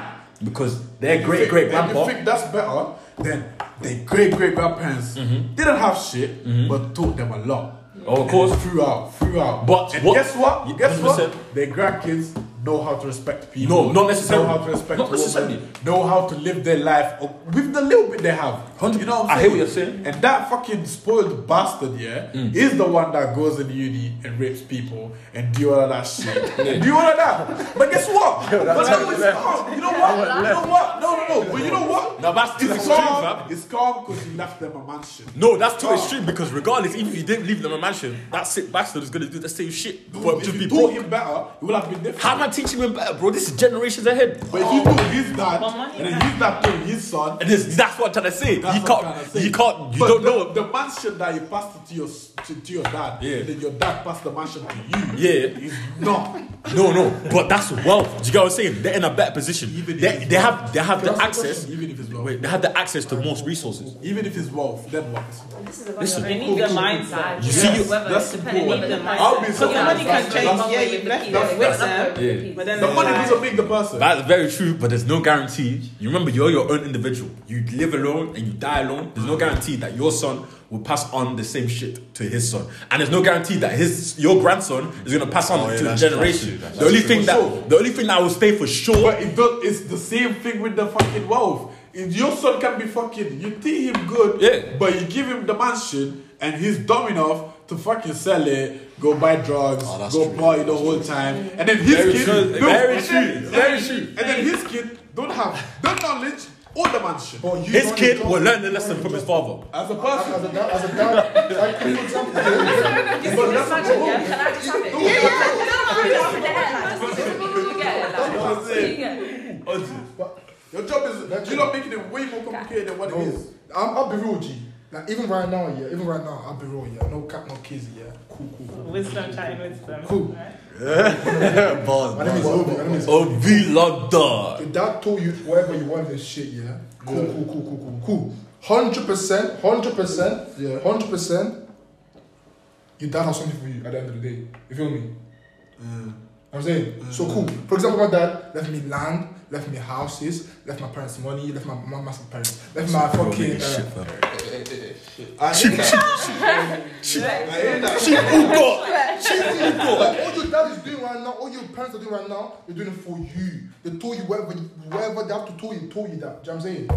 Speaker 4: Because their great
Speaker 3: Think-
Speaker 4: great
Speaker 3: and
Speaker 4: grandpa
Speaker 3: You think that's better than their great great grandparents didn't have shit, but taught them a lot.
Speaker 4: Mm-hmm. Oh, of course.
Speaker 3: And throughout, throughout.
Speaker 4: But
Speaker 3: and
Speaker 4: what-
Speaker 3: guess what?
Speaker 4: you-
Speaker 3: Guess what?
Speaker 4: 100%.
Speaker 3: Their grandkids know how to respect people.
Speaker 4: No, not necessarily.
Speaker 3: Know how to respect
Speaker 4: Not
Speaker 3: women,
Speaker 4: necessarily.
Speaker 3: know how to live their life with the little bit they have.
Speaker 4: 100
Speaker 3: You know what
Speaker 4: I
Speaker 3: I'm saying?
Speaker 4: hear what you're saying. Mm.
Speaker 3: And that fucking spoiled bastard, yeah, is the one that goes in uni and rapes people and do all of that shit. Do all of that. But guess what? but no, it's calm. You know what? You know what? No, no, no. But you know what?
Speaker 4: Now that's too
Speaker 3: It's
Speaker 4: extreme,
Speaker 3: calm.
Speaker 4: fam.
Speaker 3: It's calm because you left them a mansion.
Speaker 4: No, that's
Speaker 3: Ah.
Speaker 4: too extreme because regardless, even if you didn't leave them a mansion, that sick bastard is gonna do the same shit, but
Speaker 3: if
Speaker 4: just
Speaker 3: you
Speaker 4: be
Speaker 3: taught
Speaker 4: broke.
Speaker 3: him better, he would have been different.
Speaker 4: How am I teaching him better, bro? This is generations ahead.
Speaker 3: But if you do his dad,
Speaker 9: But money
Speaker 3: and then his dad told his son,
Speaker 4: And this, that's what I'm trying to say.
Speaker 3: that's
Speaker 4: you
Speaker 3: what I'm trying
Speaker 4: can't,
Speaker 3: to say.
Speaker 4: you can't, you
Speaker 3: But
Speaker 4: don't
Speaker 3: the,
Speaker 4: know.
Speaker 3: the mansion that you passed it to your s- to, to your dad.
Speaker 4: Yeah.
Speaker 3: and then your dad passed the mansion to you.
Speaker 4: Yeah.
Speaker 3: is not.
Speaker 4: No, no, but that's wealth. Do you get what I'm saying? They're in a better position.
Speaker 3: Even if
Speaker 4: they,
Speaker 3: it's
Speaker 4: they have, they have
Speaker 3: Can I
Speaker 4: the
Speaker 3: ask a
Speaker 4: access.
Speaker 3: question? even if it's wealth,
Speaker 4: Wait, they have the access to most resources.
Speaker 3: even if it's wealth, then what?
Speaker 5: This is about
Speaker 4: Listen,
Speaker 5: your
Speaker 9: They
Speaker 5: own
Speaker 9: need the
Speaker 5: culture
Speaker 9: mindset.
Speaker 5: inside.
Speaker 4: You see, you-
Speaker 5: whether
Speaker 3: that's
Speaker 5: depending
Speaker 3: cool.
Speaker 5: on the mindset.
Speaker 3: I'll be so
Speaker 5: Yeah,
Speaker 3: money can
Speaker 5: that's-
Speaker 3: change.
Speaker 5: that's-
Speaker 9: Yeah, you've left them
Speaker 5: that's-
Speaker 9: with
Speaker 5: that's-
Speaker 9: them.
Speaker 5: that's-
Speaker 9: But then
Speaker 3: The
Speaker 9: it's
Speaker 3: money
Speaker 9: like-
Speaker 3: doesn't make the person.
Speaker 4: That's very true, but there's no guarantee. You remember, you're your own individual. You live alone and you die alone. There's no guarantee that your son will pass on the same shit to his son, and there's no guarantee that his your grandson is gonna pass on
Speaker 2: Oh, yeah,
Speaker 4: to the
Speaker 2: that's-
Speaker 4: generation.
Speaker 2: that's true,
Speaker 4: the only
Speaker 2: that's
Speaker 4: thing
Speaker 2: true.
Speaker 4: that
Speaker 3: For sure.
Speaker 4: the only thing that will stay for sure.
Speaker 3: But it does, it's the same thing with the fucking wealth. If your son can be fucking, you treat him good,
Speaker 4: Yeah.
Speaker 3: but you give him the mansion and he's dumb enough to fucking sell it, go buy drugs,
Speaker 2: Oh, that's
Speaker 3: go
Speaker 2: true.
Speaker 3: party the whole time, and then his
Speaker 4: Very
Speaker 3: kid,
Speaker 4: true.
Speaker 3: don't-
Speaker 4: Very
Speaker 3: and
Speaker 4: true.
Speaker 3: then-
Speaker 4: Very
Speaker 3: and
Speaker 4: true.
Speaker 3: then- and then his kid don't have that knowledge or the mansion.
Speaker 7: But Oh, you
Speaker 4: his
Speaker 7: don't
Speaker 4: kid
Speaker 7: enjoy-
Speaker 4: will learn the lesson from his father.
Speaker 3: As a
Speaker 7: As
Speaker 3: person,
Speaker 7: a dad, as a dad, like, for example,
Speaker 5: Just give me this magic, yeah? Can I just have it? You get it, like, you get it.
Speaker 3: your job is you're not making it way more complicated than what it
Speaker 7: No,
Speaker 3: is.
Speaker 7: I'm, I'll be real, G. Like even right now, yeah, even right now, I'll be real, yeah. No cap, no kids, yeah. Cool, cool, cool.
Speaker 9: Wisdom chatting wisdom.
Speaker 7: Cool.
Speaker 9: right?
Speaker 7: My name is Obi. My name is.
Speaker 4: Obi Lada.
Speaker 7: If that told you whatever you want in this shit, yeah. Cool, cool, cool, cool, cool, cool. Hundred percent, hundred percent, yeah, hundred percent. Your dad has something for you at the end of the day. You feel me? I'm saying so cool. For example, my dad left me land, left me houses, left my parents money, left my my massive parents, left my fucking. Uh, I hate that. I hate that.
Speaker 4: Chief Uko.
Speaker 7: Like, all your dad is doing right now, all your parents are doing right now, they're doing it for you. They told you whatever, whatever they have to tell you, told you that. Do you know what I'm saying?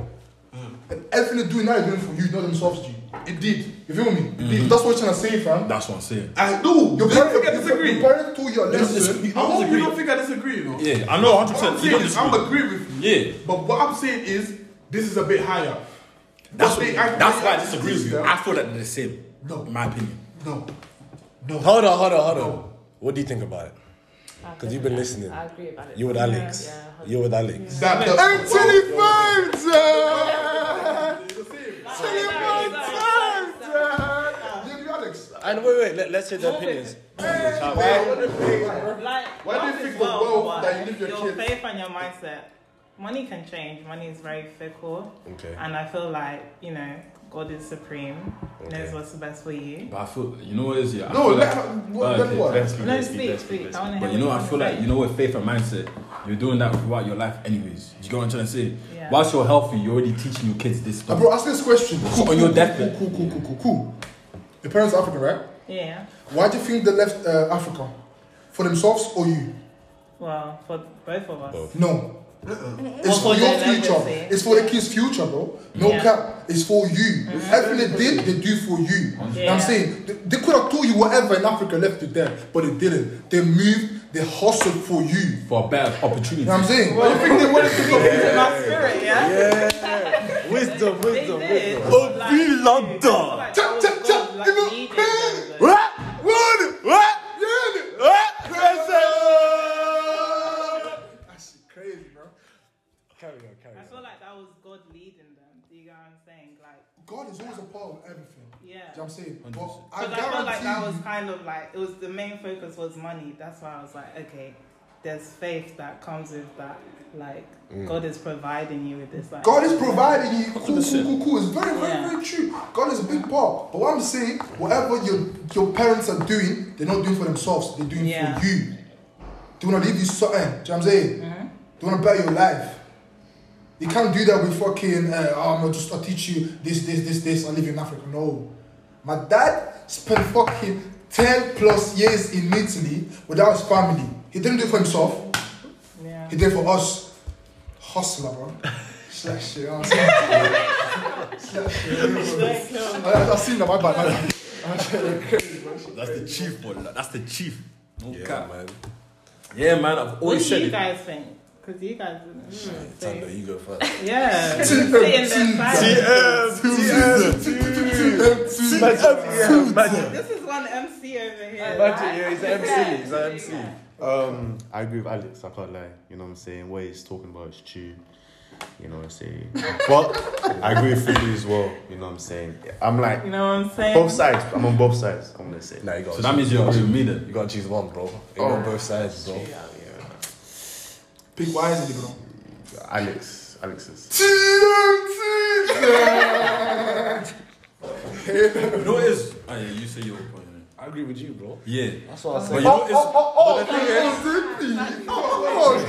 Speaker 3: Hmm.
Speaker 7: And everything they're doing now, they're doing it for you, not themselves, G. Indeed. You feel me? Indeed. That's what you're trying to say, fam.
Speaker 4: That's what I'm saying.
Speaker 3: Hmm. I do.
Speaker 7: Your
Speaker 3: You
Speaker 7: parents,
Speaker 3: think I
Speaker 7: your, your,
Speaker 3: disagree?
Speaker 7: your parents told you a lesson.
Speaker 3: I hope you don't think I disagree. You know.
Speaker 4: Yeah, I know
Speaker 3: What I'm
Speaker 4: 100%. You
Speaker 3: saying
Speaker 4: don't
Speaker 3: is
Speaker 4: disagree.
Speaker 3: I'm agree with you.
Speaker 4: Yeah.
Speaker 3: But what I'm saying is, this is a bit higher.
Speaker 4: That's,
Speaker 3: But they- I-
Speaker 4: that's
Speaker 3: they-
Speaker 4: why I disagree with you. I feel that they're the same.
Speaker 7: No.
Speaker 4: In my opinion.
Speaker 7: No.
Speaker 2: Hold on, hold on, hold on. What do you think about it? Because you've been listening.
Speaker 5: I agree about it.
Speaker 2: You're with Alex.
Speaker 5: Yeah, yeah.
Speaker 2: You're with Alex.
Speaker 3: That, that,
Speaker 7: Anthony Burns!
Speaker 2: And wait, wait, let, let's hear the opinions.
Speaker 9: Like,
Speaker 3: Why do you
Speaker 9: love
Speaker 3: think
Speaker 9: is
Speaker 3: the
Speaker 9: wealth,
Speaker 3: world
Speaker 9: but
Speaker 3: that you leave your kids-
Speaker 9: faith and your mindset. Money can change. Money is very fickle.
Speaker 2: Okay.
Speaker 9: And I feel like you know God is supreme. Knows what's best for you.
Speaker 4: But I feel, you know what it is, yeah? I
Speaker 7: No,
Speaker 4: feel
Speaker 7: let
Speaker 4: like-
Speaker 7: her. What,
Speaker 4: Oh,
Speaker 7: then
Speaker 4: okay,
Speaker 7: what?
Speaker 9: No, speak, speak. I want to hear.
Speaker 4: But you know,
Speaker 9: what
Speaker 4: I feel
Speaker 9: wanna
Speaker 4: like,
Speaker 9: say.
Speaker 4: you know what, faith and mindset, you're doing that throughout your life, anyways. You get what I'm trying to say?
Speaker 9: Yeah.
Speaker 4: Whilst you're healthy, you're already teaching your kids this
Speaker 7: Uh,
Speaker 4: stuff.
Speaker 7: bro, ask this question. Cool,
Speaker 4: on your
Speaker 7: cool,
Speaker 4: deathbed.
Speaker 7: Cool, cool, cool, cool, cool. Your parents are African, right?
Speaker 9: Yeah.
Speaker 7: Why do you think they left uh, Africa? For themselves or you?
Speaker 9: Well, for both of us.
Speaker 7: No.
Speaker 9: Well,
Speaker 7: It's
Speaker 9: for
Speaker 7: for your
Speaker 9: their
Speaker 7: future.
Speaker 9: legacy.
Speaker 7: It's for the kids' future, bro. No
Speaker 9: Yeah.
Speaker 7: cap. It's for you. Everything they did, they do for you. You know what I'm
Speaker 9: Yeah.
Speaker 7: saying they, they could have told you whatever in Africa left to them, but they didn't. They moved. They hustled for you. You
Speaker 4: For a better opportunity.
Speaker 7: know what I'm saying?
Speaker 9: Well, you think they wanted to go my spirit, yeah?
Speaker 2: Wisdom,
Speaker 9: They
Speaker 2: wisdom,
Speaker 9: did.
Speaker 2: wisdom.
Speaker 9: Like,
Speaker 4: Obi Lada.
Speaker 9: it's like
Speaker 7: Tap,
Speaker 9: God-
Speaker 7: tap,
Speaker 9: God,
Speaker 7: tap,
Speaker 9: like,
Speaker 7: give me-
Speaker 9: needed them, but-
Speaker 4: What? What? What? What?
Speaker 7: That's crazy, bro.
Speaker 2: Carry on, carry
Speaker 9: I
Speaker 2: on.
Speaker 9: feel like that was God leading them. Do you get what I'm saying? Like,
Speaker 7: God is always a part of everything. Do
Speaker 9: yeah.
Speaker 7: you know what I'm saying? But I
Speaker 9: Because I, felt like that was
Speaker 7: guarantee.
Speaker 9: kind of like it was the main focus was money. That's why I was like, okay, there's faith that comes with that. Like God is providing you with this. Like
Speaker 7: God is providing you. Cool, cool, cool, cool. It's very, very,
Speaker 9: Yeah.
Speaker 7: very true. God is a big part. But what I'm saying, whatever your your parents are doing, they're not doing for themselves. They're doing
Speaker 9: Yeah.
Speaker 7: for you. They want to leave you something. Do you know what I'm saying? They want to better your life. You can't do that with fucking, uh, oh, I'm gonna just, I'll teach you this, this, this, this, I live in Africa. No. My dad spent fucking 10 plus years in Italy without his family. He didn't do it for himself. he did for us. Hustler, bro. Slack shit. I'm saying. Slack shit. I, I seen that. My bad. My bad. I'm actually crazy, bro.
Speaker 4: That's the chief, bro. That's the chief. No
Speaker 2: Yeah,
Speaker 4: cap.
Speaker 2: man.
Speaker 4: Yeah, man. I've
Speaker 9: What
Speaker 4: always
Speaker 9: do
Speaker 4: said
Speaker 9: you
Speaker 4: it.
Speaker 9: guys think? Because you guys didn't. Mm,
Speaker 2: Tando,
Speaker 9: so-
Speaker 2: you go first.
Speaker 9: yeah. Sitting there silent. This is one MC over here.
Speaker 11: Imagine, yeah, he's an MC. He's an MC. Um, I agree with Alex. I can't lie. You know what I'm saying? What he's talking about is true. You know what I'm saying? But I agree with Philly as well. You know what I'm saying? I'm like
Speaker 9: You know what I'm saying?
Speaker 11: both sides. I'm on both sides. I'm gonna say.
Speaker 2: Nah, you got.
Speaker 4: So that means you agree with me then.
Speaker 2: you got to choose one, bro. You got both sides, bro.
Speaker 7: Pick wisely, bro.
Speaker 11: Alex. Alex is.
Speaker 4: You know what it is? Oh, yeah, you say your point.
Speaker 2: I agree with you, bro.
Speaker 4: Yeah.
Speaker 2: That's what I
Speaker 4: But
Speaker 2: said.
Speaker 4: you
Speaker 3: oh,
Speaker 4: know it's.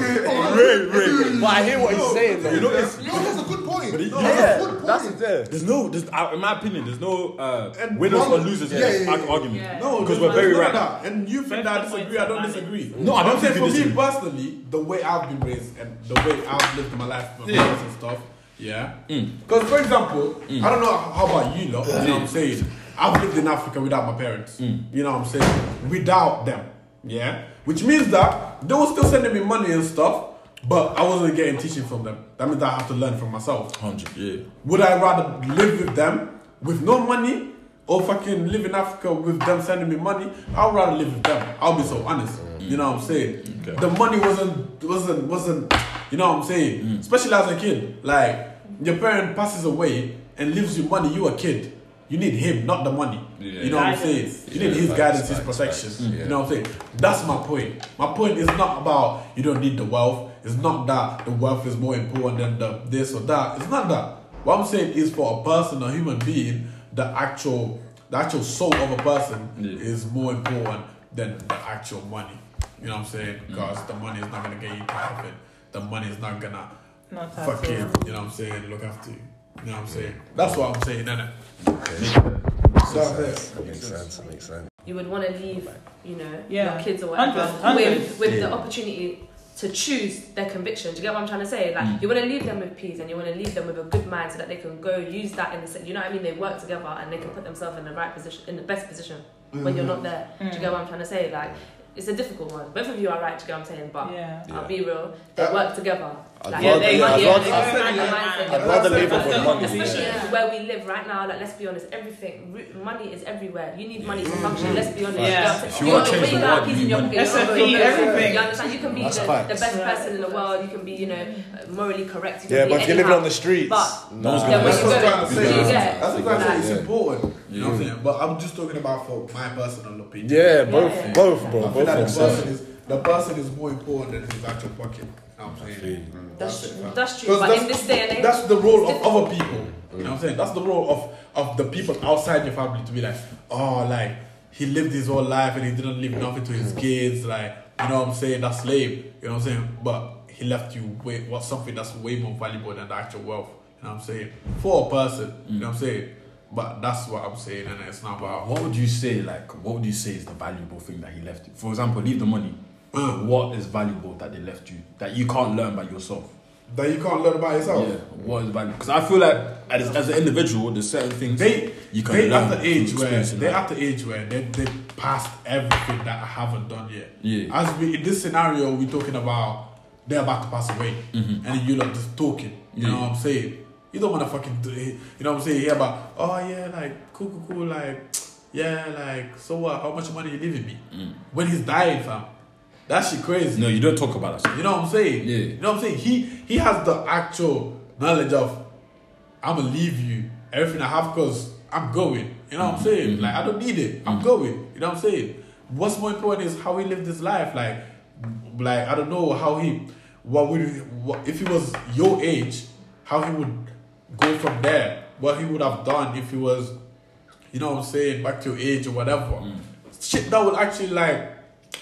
Speaker 2: Ray, Ray. But I hear what he's saying, though.
Speaker 4: You know it's.
Speaker 7: Yo, that's a good point.
Speaker 4: it-
Speaker 7: No,
Speaker 4: yeah,
Speaker 7: that's a good point.
Speaker 2: That's it there.
Speaker 4: There's no, there's, uh, in my opinion, there's no uh, winners or losers in
Speaker 7: Yeah,
Speaker 4: this
Speaker 7: yeah, yeah.
Speaker 4: arg- argument.
Speaker 5: Yeah.
Speaker 4: No, because we're very right.
Speaker 3: And you think that I disagree, I don't disagree.
Speaker 4: No, I don't
Speaker 3: I'm saying
Speaker 4: think
Speaker 3: for me
Speaker 4: you disagree.
Speaker 3: personally, the way I've been raised and the way I've lived my life my
Speaker 4: Yeah. Mm.
Speaker 3: parents and stuff, yeah. Because for example, I don't know how about you lot, you know what I'm saying? I've lived in Africa without my parents.
Speaker 4: Mm.
Speaker 3: You know what I'm saying? Without them. Yeah? Which means that they were still sending me money and stuff, but I wasn't getting teaching from them. That means I have to learn from myself.
Speaker 4: Hundred, yeah.
Speaker 3: Would I rather live with them with no money or fucking live in Africa with them sending me money? I'd rather live with them. I'll be so honest. You know what I'm saying?
Speaker 4: Mm. Okay.
Speaker 3: The money wasn't wasn't wasn't you know what I'm saying?
Speaker 4: Mm.
Speaker 3: Especially as a kid. Like your parent passes away and leaves you money, you a kid. You need him, not the money.
Speaker 4: Yeah.
Speaker 3: You know what I'm saying?
Speaker 9: Guidance.
Speaker 3: You need his
Speaker 2: facts,
Speaker 3: guidance, his
Speaker 2: facts,
Speaker 3: protection.
Speaker 2: facts.
Speaker 3: You know what I'm saying? That's my point. My point is not about you don't need the wealth. It's not that the wealth is more important than the this or that. It's not that. What I'm saying is for a person, a human being, the actual the actual soul of a person
Speaker 4: Yeah.
Speaker 3: is more important than the actual money. You know what I'm saying?
Speaker 2: Mm.
Speaker 3: Because the money is not gonna get you to heaven. The money is not gonna
Speaker 9: Not at
Speaker 3: fucking you
Speaker 9: all.
Speaker 3: know what I'm saying, look after you. You know what I'm saying? That's what I'm saying, innit?
Speaker 7: That's it.
Speaker 2: Makes sense. Makes sense.
Speaker 5: you would want to leave, you know,
Speaker 9: Yeah.
Speaker 5: your kids or whatever
Speaker 9: Hundred, hundred.
Speaker 5: with, with the opportunity to choose their conviction. Do you get what I'm trying to say? Like,
Speaker 9: Mm.
Speaker 5: you want to leave them with peace and you want to leave them with a good mind so that they can go use that in the, se- you know what I mean? They work together and they can put themselves in the right position, in the best position when you're
Speaker 9: Mm.
Speaker 5: not there. Do you get what I'm trying to say? Like, it's a difficult one. Both of you are right, do you get what I'm saying? But
Speaker 9: Yeah.
Speaker 5: I'll be real, they work together. Like,
Speaker 9: rather-
Speaker 5: they-
Speaker 9: I'd
Speaker 5: yeah,
Speaker 9: rather-
Speaker 5: they
Speaker 9: I'd
Speaker 5: like the mindset, they
Speaker 2: I'd rather live
Speaker 9: with
Speaker 2: with money.
Speaker 5: especially
Speaker 2: Yeah.
Speaker 5: where we live right now. Like, let's be honest, everything ru- money is everywhere. You need money to function. Let's be honest.
Speaker 9: Yeah.
Speaker 5: Girls,
Speaker 4: If you wanna
Speaker 5: you're-
Speaker 4: change
Speaker 5: when
Speaker 4: the
Speaker 5: you got
Speaker 4: world,
Speaker 5: peas
Speaker 4: you
Speaker 5: in your
Speaker 4: need
Speaker 9: money.
Speaker 5: pocket, you're not
Speaker 9: SFE,
Speaker 5: broke.
Speaker 9: everything.
Speaker 5: You understand? You can be
Speaker 2: That's
Speaker 5: the,
Speaker 2: facts.
Speaker 5: the best
Speaker 9: Right.
Speaker 5: person in the world. You can be, you know, morally correct. You can
Speaker 2: Yeah,
Speaker 5: be
Speaker 2: but if you're living
Speaker 5: anyhow.
Speaker 2: on the streets,
Speaker 5: But
Speaker 2: no
Speaker 4: one's
Speaker 5: then
Speaker 4: gonna
Speaker 5: when
Speaker 3: That's
Speaker 5: you
Speaker 3: what I'm
Speaker 5: go,
Speaker 3: trying to say.
Speaker 5: do you get?
Speaker 3: That's what I'm trying to say.
Speaker 2: Yeah.
Speaker 3: It's important. You know what I'm saying? But I'm just talking about for my personal opinion.
Speaker 2: Yeah, both,
Speaker 5: Yeah.
Speaker 2: both, bro,
Speaker 3: I
Speaker 2: both
Speaker 3: feel like
Speaker 2: of
Speaker 3: the
Speaker 2: them.
Speaker 3: person is the person is more important than his actual pocket. You know what I'm saying?
Speaker 5: That's,
Speaker 3: it, man.
Speaker 5: that's true.
Speaker 3: Because
Speaker 5: But in this day and age,
Speaker 3: that's the role
Speaker 5: it's
Speaker 3: of other people. You know what I'm saying? That's the role of of the people outside your family to be like, oh, like he lived his whole life and he didn't leave nothing to his kids. Like you know what I'm saying? That's lame. You know what I'm saying? But he left you way what something that's way more valuable than the actual wealth. You know what I'm saying? For a person. You know what I'm saying? But that's what I'm saying, and it's not about
Speaker 4: What would you say? Like, what would you say is the valuable thing that he left? you? For example, leave the money. What is valuable that they left you that you can't learn by yourself?
Speaker 3: that you can't learn about yourself.
Speaker 4: Yeah, what is valuable? Because I feel like as, as an individual, there's certain things
Speaker 3: They
Speaker 4: you can
Speaker 3: they
Speaker 4: learn
Speaker 3: at the
Speaker 4: from
Speaker 3: age where
Speaker 4: experience in
Speaker 3: they
Speaker 4: life.
Speaker 3: at the age where they they passed everything that I haven't done yet.
Speaker 4: Yeah.
Speaker 3: As we in this scenario, we're talking about they're about to pass away, and you lot just talking. You know
Speaker 4: Mm-hmm. Yeah.
Speaker 3: what I'm saying? You don't want to fucking do it. You know what I'm saying? Hear about oh yeah, like cool, cool, cool, like yeah, like so what? How much money you leaving me?
Speaker 4: Mm.
Speaker 3: When he's dying, fam, that shit crazy.
Speaker 4: No, you don't talk about that. shit.
Speaker 3: You know what I'm saying?
Speaker 4: Yeah.
Speaker 3: You know what I'm saying? He he has the actual knowledge of I'ma leave you everything I have because I'm going. You know what I'm saying? Like I don't need it. I'm going. You know what I'm saying? What's more important is how he lived his life. Like like I don't know how he what would he- what, if he was your age, how he would go from there. What he would have done if he was you know what I'm saying, back to your age or whatever. Shit that will actually like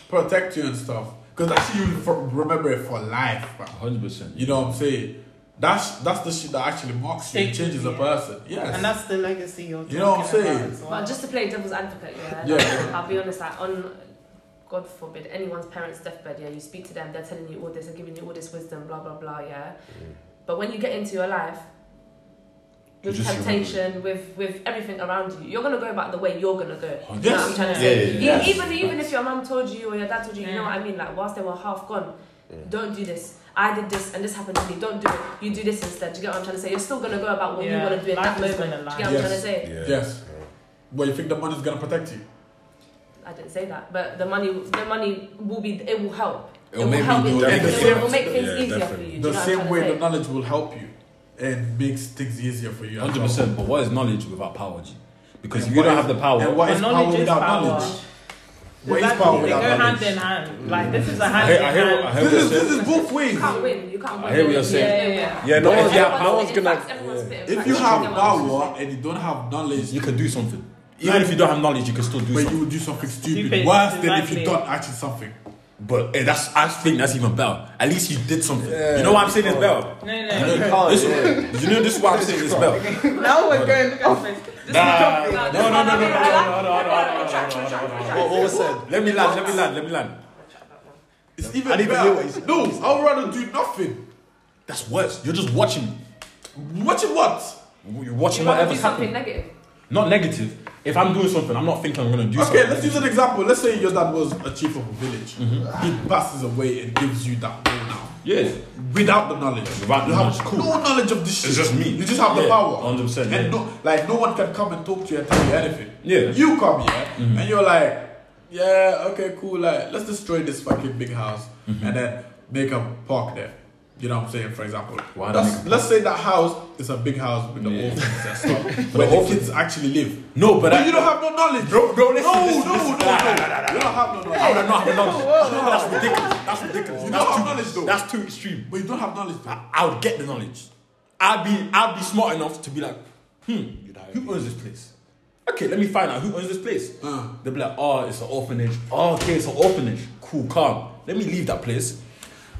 Speaker 3: protect you and stuff. Because actually you for, remember it for life, bro.
Speaker 4: 100%.
Speaker 3: You know what I'm saying? That's that's the shit that actually marks you,
Speaker 9: Shapes you,
Speaker 3: changes a
Speaker 9: yeah.
Speaker 3: person. Yes.
Speaker 9: And that's the legacy you're
Speaker 3: You know what I'm
Speaker 9: talking about
Speaker 3: saying?
Speaker 9: as well.
Speaker 5: But just to play devil's advocate, yeah.
Speaker 3: Yeah.
Speaker 5: I'll be honest, like on God forbid, anyone's parents' deathbed, yeah, you speak to them, they're telling you all this, they're giving you all this wisdom, blah, blah, blah, yeah.
Speaker 4: Mm.
Speaker 5: But when you get into your life, with
Speaker 4: just
Speaker 5: temptation, with with everything around you, you're gonna go about the way you're gonna go.
Speaker 4: Hundred
Speaker 5: You know what I'm trying to
Speaker 4: percent.
Speaker 5: say?
Speaker 4: Oh, Yeah,
Speaker 5: E-
Speaker 4: yeah, yeah.
Speaker 5: Even even if your mum told you or your dad told you, you know what I mean. Like whilst they were half gone, don't do this. I did this and this happened to me. Don't do it. You do this instead. Do you get what I'm trying to say? You're still gonna go about what
Speaker 6: Yeah,
Speaker 5: you wanna do in
Speaker 6: life
Speaker 5: that
Speaker 6: is
Speaker 5: moment. Do you get
Speaker 6: gonna
Speaker 5: what
Speaker 6: lie.
Speaker 5: I'm trying to
Speaker 3: Yes.
Speaker 5: say?
Speaker 3: Yes. Well, you think the money's gonna protect you?
Speaker 5: I didn't say that, but the money the money will be it will help.
Speaker 4: It'll
Speaker 5: it will
Speaker 4: make me
Speaker 5: help.
Speaker 4: do
Speaker 5: It,
Speaker 4: it.
Speaker 5: it, will- it will make
Speaker 4: Yeah,
Speaker 5: things easier
Speaker 4: definitely.
Speaker 5: for you. Do
Speaker 3: The
Speaker 5: you know
Speaker 3: same
Speaker 5: what I'm
Speaker 3: way
Speaker 5: trying
Speaker 3: the
Speaker 5: to say?
Speaker 3: knowledge will help you and makes things easier for you. as
Speaker 4: Hundred
Speaker 3: well.
Speaker 4: percent. But what is knowledge without power, G? Because
Speaker 3: And
Speaker 4: if you
Speaker 3: what
Speaker 4: don't
Speaker 3: Oh. is-
Speaker 4: have the power,
Speaker 3: And what
Speaker 6: But
Speaker 3: is power
Speaker 6: knowledge is
Speaker 3: without
Speaker 6: power.
Speaker 3: knowledge? What is
Speaker 6: Exactly,
Speaker 3: power
Speaker 6: they
Speaker 3: without
Speaker 6: go hand
Speaker 3: knowledge?
Speaker 6: in hand. Like this is a
Speaker 4: I
Speaker 6: hand
Speaker 4: hear,
Speaker 6: in
Speaker 4: I hear,
Speaker 6: hand.
Speaker 4: I hear
Speaker 3: This
Speaker 4: what you're
Speaker 3: is, this
Speaker 4: saying.
Speaker 3: is both ways.
Speaker 5: You can't win. You can't win.
Speaker 4: hear what you're
Speaker 5: Yeah,
Speaker 4: saying.
Speaker 5: yeah,
Speaker 17: Yeah, no
Speaker 5: yeah.
Speaker 17: one's
Speaker 5: Everyone's
Speaker 17: gonna, no
Speaker 5: in
Speaker 17: one's gonna.
Speaker 5: fact, everyone's fit in
Speaker 3: If
Speaker 5: fact.
Speaker 3: you
Speaker 5: Do
Speaker 3: have
Speaker 5: get what I'm trying to
Speaker 3: power and you don't have knowledge,
Speaker 4: You can do something. Even if you don't have knowledge, you can still do
Speaker 3: but
Speaker 4: something.
Speaker 3: you will do something stupid,
Speaker 6: Stupid,
Speaker 3: worse than if
Speaker 6: exactly.
Speaker 3: you don't action something.
Speaker 4: But eh, that's I think that's even better. At least you did something. You know what I'm saying
Speaker 3: Oh.
Speaker 4: is better.
Speaker 6: No,
Speaker 4: You
Speaker 6: no.
Speaker 4: know, this, you know this is what I'm saying is better.
Speaker 18: Now we're going. Look at this.
Speaker 4: Nah,
Speaker 5: say?
Speaker 4: no, no, no, no, no, no, no, no, no.
Speaker 5: Retract, retract, retract.
Speaker 17: What was said?
Speaker 4: Let me land. Let me land. Let me land.
Speaker 3: It's even
Speaker 17: I didn't even hear what
Speaker 3: better.
Speaker 17: you said.
Speaker 3: no, I would rather do nothing.
Speaker 4: That's worse. You're just watching.
Speaker 3: Watching what?
Speaker 4: You're watching
Speaker 5: You want to do
Speaker 4: whatever's
Speaker 5: something
Speaker 4: happening.
Speaker 5: negative.
Speaker 4: Not negative. If I'm doing something, I'm not thinking I'm gonna do
Speaker 3: Okay,
Speaker 4: something.
Speaker 3: let's use an example. Let's say your dad was a chief of a village.
Speaker 4: Mm-hmm.
Speaker 3: He passes away and gives you that role now.
Speaker 4: Yeah.
Speaker 3: Without the knowledge.
Speaker 4: Without
Speaker 3: you
Speaker 4: the
Speaker 3: have
Speaker 4: knowledge, cool.
Speaker 3: no knowledge of this shit.
Speaker 4: It's just me.
Speaker 3: You just have the
Speaker 4: Yeah,
Speaker 3: power.
Speaker 4: 100%,
Speaker 3: And
Speaker 4: yeah.
Speaker 3: no, like, no one can come and talk to you and tell you anything.
Speaker 4: Yeah. Mm-hmm.
Speaker 3: You come here and you're like, yeah, okay, cool. Like, let's destroy this fucking big house
Speaker 4: Mm-hmm.
Speaker 3: and then make a park there. You know what I'm saying? For example,
Speaker 4: Why
Speaker 3: That's-
Speaker 4: not make a
Speaker 3: let's say that house is a big house with the orphans and stuff, where the kids actually live.
Speaker 4: No, but, I,
Speaker 3: But you don't have no knowledge, bro.
Speaker 4: bro, listen,
Speaker 3: no,
Speaker 4: listen,
Speaker 3: no,
Speaker 4: listen.
Speaker 3: no,
Speaker 4: Nah,
Speaker 3: no.
Speaker 4: nah, nah, nah,
Speaker 3: You don't have no
Speaker 4: I
Speaker 3: knowledge.
Speaker 4: would not have knowledge. That's ridiculous. That's ridiculous.
Speaker 3: You
Speaker 4: That's
Speaker 3: don't
Speaker 4: too-
Speaker 3: have knowledge, though.
Speaker 4: That's too extreme.
Speaker 3: But you don't have knowledge, though.
Speaker 4: I, I would get the knowledge. I'd be I'd be smart enough to be like, hmm, who owns this place? Okay, let me find out who owns this place. They'll be like, oh, it's an orphanage. Oh, okay, it's an orphanage. Cool, calm. Let me leave that place.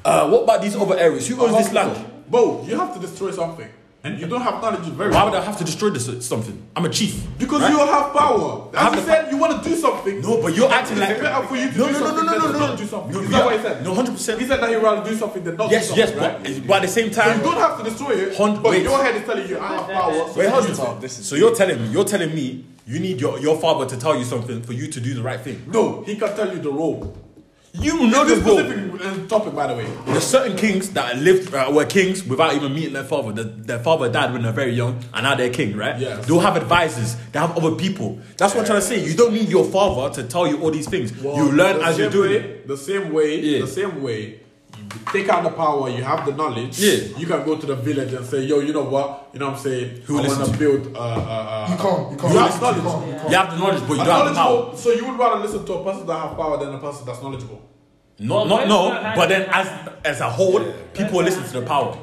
Speaker 4: Uh, what about these other areas? Who owns this land?
Speaker 3: Bro, you have to destroy something. And you don't have knowledge, you're very
Speaker 4: Why would I have to destroy this something? I'm a chief.
Speaker 3: Because you have power. As
Speaker 4: have
Speaker 3: you
Speaker 4: the
Speaker 3: said, you want to do something.
Speaker 4: No, but you're acting like
Speaker 3: It's better for you to
Speaker 4: no,
Speaker 3: do
Speaker 4: no, no, no,
Speaker 3: something
Speaker 4: no,
Speaker 3: than
Speaker 4: no,
Speaker 3: to
Speaker 4: no,
Speaker 3: not do something.
Speaker 4: No,
Speaker 3: Is
Speaker 4: you
Speaker 3: that
Speaker 4: are-
Speaker 3: what he said?
Speaker 4: No, hundred
Speaker 3: He
Speaker 4: percent.
Speaker 3: said that he'd rather do something than not
Speaker 4: Yes,
Speaker 3: do
Speaker 4: yes,
Speaker 3: something.
Speaker 4: but,
Speaker 3: right?
Speaker 4: but at the same time,
Speaker 3: You don't have to destroy it,
Speaker 4: Hun-
Speaker 3: but
Speaker 4: wait.
Speaker 3: your head is telling you, I have power.
Speaker 4: Wait, how's
Speaker 17: This is-
Speaker 4: this?
Speaker 17: this is-
Speaker 4: so you're telling me, you're telling me, you need your, your father to tell you something for you to do the right thing.
Speaker 3: No, he can tell you the role.
Speaker 4: You know the
Speaker 3: This
Speaker 4: rule.
Speaker 3: specific uh, topic, by the way.
Speaker 4: There's certain kings that lived uh, were kings without even meeting their father. The, their father died when they're very young, and now they're king, right?
Speaker 3: Yes.
Speaker 4: They'll have advisors. They have other people. That's what I'm trying to say. You don't need your father to tell you all these things. you learn
Speaker 3: The
Speaker 4: as you
Speaker 3: same
Speaker 4: do
Speaker 3: way-
Speaker 4: it.
Speaker 3: The same way,
Speaker 4: Yeah.
Speaker 3: the same way. You take out the power, you have the knowledge.
Speaker 4: Yeah.
Speaker 3: You can go to the village and say, "Yo, you know what? You know what I'm saying?
Speaker 4: Who
Speaker 3: I
Speaker 4: listen
Speaker 3: want
Speaker 4: to
Speaker 3: to build." Uh, uh, uh,
Speaker 7: You can't. You can't.
Speaker 3: You have knowledge.
Speaker 7: You can't, you can't.
Speaker 4: You have the knowledge, but you
Speaker 3: A
Speaker 4: don't have the power.
Speaker 3: knowledgeable- So you would rather listen to a person that have power than a person that's knowledgeable.
Speaker 4: No,
Speaker 6: Well,
Speaker 4: no, no.
Speaker 6: both are
Speaker 4: But then, as
Speaker 6: hand in
Speaker 4: as a whole, people listen to the power.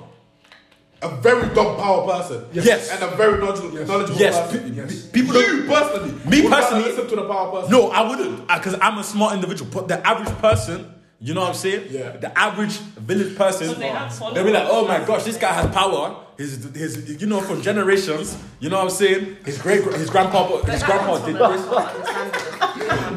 Speaker 3: A very dumb power person.
Speaker 4: Yes.
Speaker 3: And a very knowledgeable, knowledgeable
Speaker 4: Yes,
Speaker 3: person.
Speaker 4: pe- people don't.
Speaker 3: You personally.
Speaker 4: Me
Speaker 3: would rather
Speaker 4: personally-
Speaker 3: listen to the power person.
Speaker 4: No, I wouldn't, because I'm a smart individual. But the average person, you know what I'm saying?
Speaker 3: Yeah.
Speaker 4: The average village person,
Speaker 6: they have followers.
Speaker 4: they'll be like, "Oh my gosh, this guy has power. His, his, you know, from generations. You know what I'm saying? His great, his grandpa, his
Speaker 5: That
Speaker 4: grandpa
Speaker 5: comes
Speaker 4: did
Speaker 5: from a
Speaker 4: this.
Speaker 5: lack of understanding.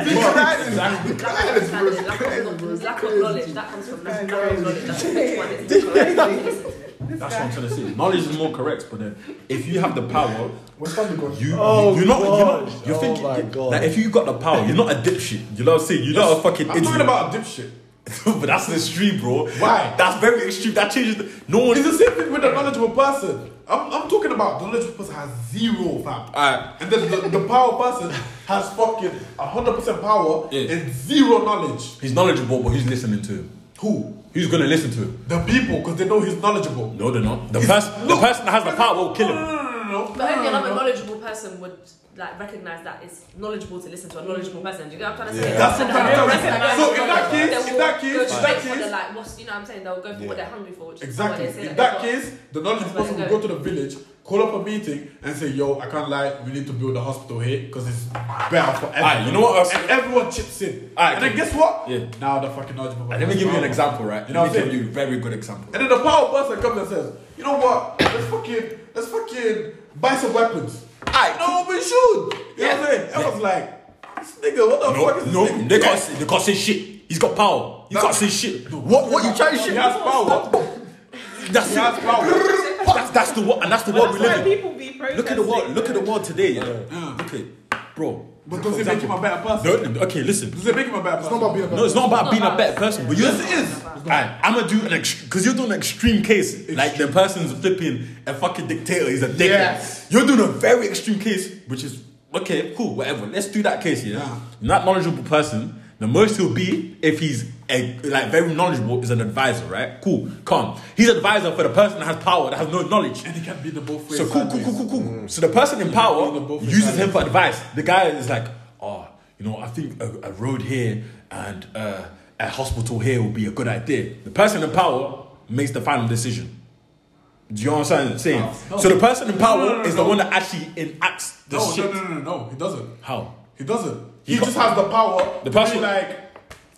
Speaker 4: Exactly.
Speaker 5: Lack of understanding, lack of- Lack of knowledge. That comes from lack of knowledge. That's which one is incorrect.
Speaker 4: That's what I'm trying to say. Knowledge is more correct, but then if you have the power,
Speaker 7: What's that because
Speaker 4: you,
Speaker 17: Oh
Speaker 4: you you're not, you're not, you're
Speaker 17: gosh.
Speaker 4: thinking.
Speaker 17: Oh my God.
Speaker 4: Like if you got the power, you're not a dipshit. You know what I'm saying? You're not a fucking.
Speaker 3: I'm talking
Speaker 4: idiot.
Speaker 3: about a dipshit.
Speaker 4: but that's an extreme, bro.
Speaker 3: Why?
Speaker 4: That's very extreme. That changes. The, no one.
Speaker 3: It's the same thing with a knowledgeable person. I'm, I'm talking about the knowledgeable person has zero fam.
Speaker 4: Alright.
Speaker 3: And then the, the power person has fucking 100% power
Speaker 4: Yeah.
Speaker 3: and zero knowledge.
Speaker 4: He's knowledgeable, but who's listening to him?
Speaker 3: Who?
Speaker 4: Who's gonna listen to him?
Speaker 3: The people, because they know he's knowledgeable.
Speaker 4: No, they're not. The person, the person that has the power will kill
Speaker 3: No,
Speaker 4: him.
Speaker 3: no, no, no, no.
Speaker 5: But only another knowledgeable person would like recognize that it's knowledgeable to listen to a knowledgeable person. Do you get what I'm trying to say?
Speaker 3: That's
Speaker 5: So
Speaker 3: what I'm
Speaker 5: they'll
Speaker 3: trying to say.
Speaker 5: recognize
Speaker 3: So
Speaker 5: it's
Speaker 3: in that
Speaker 5: knowledgeable.
Speaker 3: case-
Speaker 5: They
Speaker 3: in that
Speaker 5: will
Speaker 3: case-
Speaker 5: go
Speaker 3: in that
Speaker 5: straight for the,
Speaker 3: case-
Speaker 5: like what's you know what I'm saying they'll go for what they're hungry for. Which is
Speaker 3: Exactly.
Speaker 5: What they say
Speaker 3: In
Speaker 5: they've
Speaker 3: that
Speaker 5: got.
Speaker 3: case, the knowledgeable
Speaker 5: That's
Speaker 3: person
Speaker 5: where
Speaker 3: will go
Speaker 5: they
Speaker 3: to the village, call up a meeting, and say, "Yo, I can't lie. We need to build a hospital here because it's better for everyone."
Speaker 4: Aight, you know what else-
Speaker 3: And everyone chips in.
Speaker 4: Aight,
Speaker 3: and then
Speaker 4: okay.
Speaker 3: guess what?
Speaker 4: Yeah.
Speaker 3: Now the fucking knowledgeable.
Speaker 4: And let me
Speaker 3: person
Speaker 4: give you an
Speaker 3: power.
Speaker 4: example, right?
Speaker 3: You know
Speaker 4: let
Speaker 3: what
Speaker 4: me
Speaker 3: I'm
Speaker 4: give
Speaker 3: saying?
Speaker 4: you a very good example.
Speaker 3: And then the power person comes and says, "You know what? Let's fucking let's fucking buy some weapons."
Speaker 4: Aight.
Speaker 3: No, we should. You know what I'm saying?
Speaker 4: Yeah.
Speaker 3: Everyone's like, This nigga, what the fuck is this
Speaker 4: No,
Speaker 3: nigga?
Speaker 4: they can't say, they can't say shit. He's got power. You can't say shit. What what you trying to
Speaker 3: He
Speaker 4: shit?
Speaker 3: has power.
Speaker 4: That's
Speaker 3: He
Speaker 4: it.
Speaker 3: has power.
Speaker 4: That's that's the world and that's the world we
Speaker 6: That's why
Speaker 4: live in.
Speaker 6: people be protesting.
Speaker 4: Look at the world. Look at the world today. Yeah. Look at, bro.
Speaker 3: But does it make him a better person?
Speaker 4: No, okay, listen.
Speaker 3: Does it make him a better person?
Speaker 7: It's not about being a
Speaker 4: No, it's not about being a better person, but you
Speaker 3: Yes, it is.
Speaker 4: Alright, I'm gonna do an extreme because you're doing an extreme case. Like the person's flipping a fucking dictator. He's a dictator.
Speaker 3: Yes.
Speaker 4: You're doing a very extreme case, which is okay, cool, whatever. Let's do that case. Yeah,
Speaker 3: Yeah.
Speaker 4: not knowledgeable person. The most he'll be if he's a, like very knowledgeable is an advisor, right? Cool, calm. He's advisor for the person that has power that has no knowledge.
Speaker 3: And he can be the both ways.
Speaker 4: So cool, cool,
Speaker 3: sideways.
Speaker 4: cool, cool, cool. So the person in
Speaker 3: They're
Speaker 4: power
Speaker 3: both
Speaker 4: uses
Speaker 3: sideways.
Speaker 4: him for advice. The guy is like, oh, you know, I think a, a road here and uh, a hospital here would be a good idea. The person in power makes the final decision. Do you understand what I'm saying? So the person in power
Speaker 3: No, no, no,
Speaker 4: is
Speaker 3: no.
Speaker 4: the one that actually enacts the
Speaker 3: No,
Speaker 4: shit.
Speaker 3: no, no, no, no. He doesn't.
Speaker 4: How?
Speaker 3: He doesn't. He,
Speaker 4: He
Speaker 3: just
Speaker 4: got-
Speaker 3: has the power. to be
Speaker 4: The person-
Speaker 3: like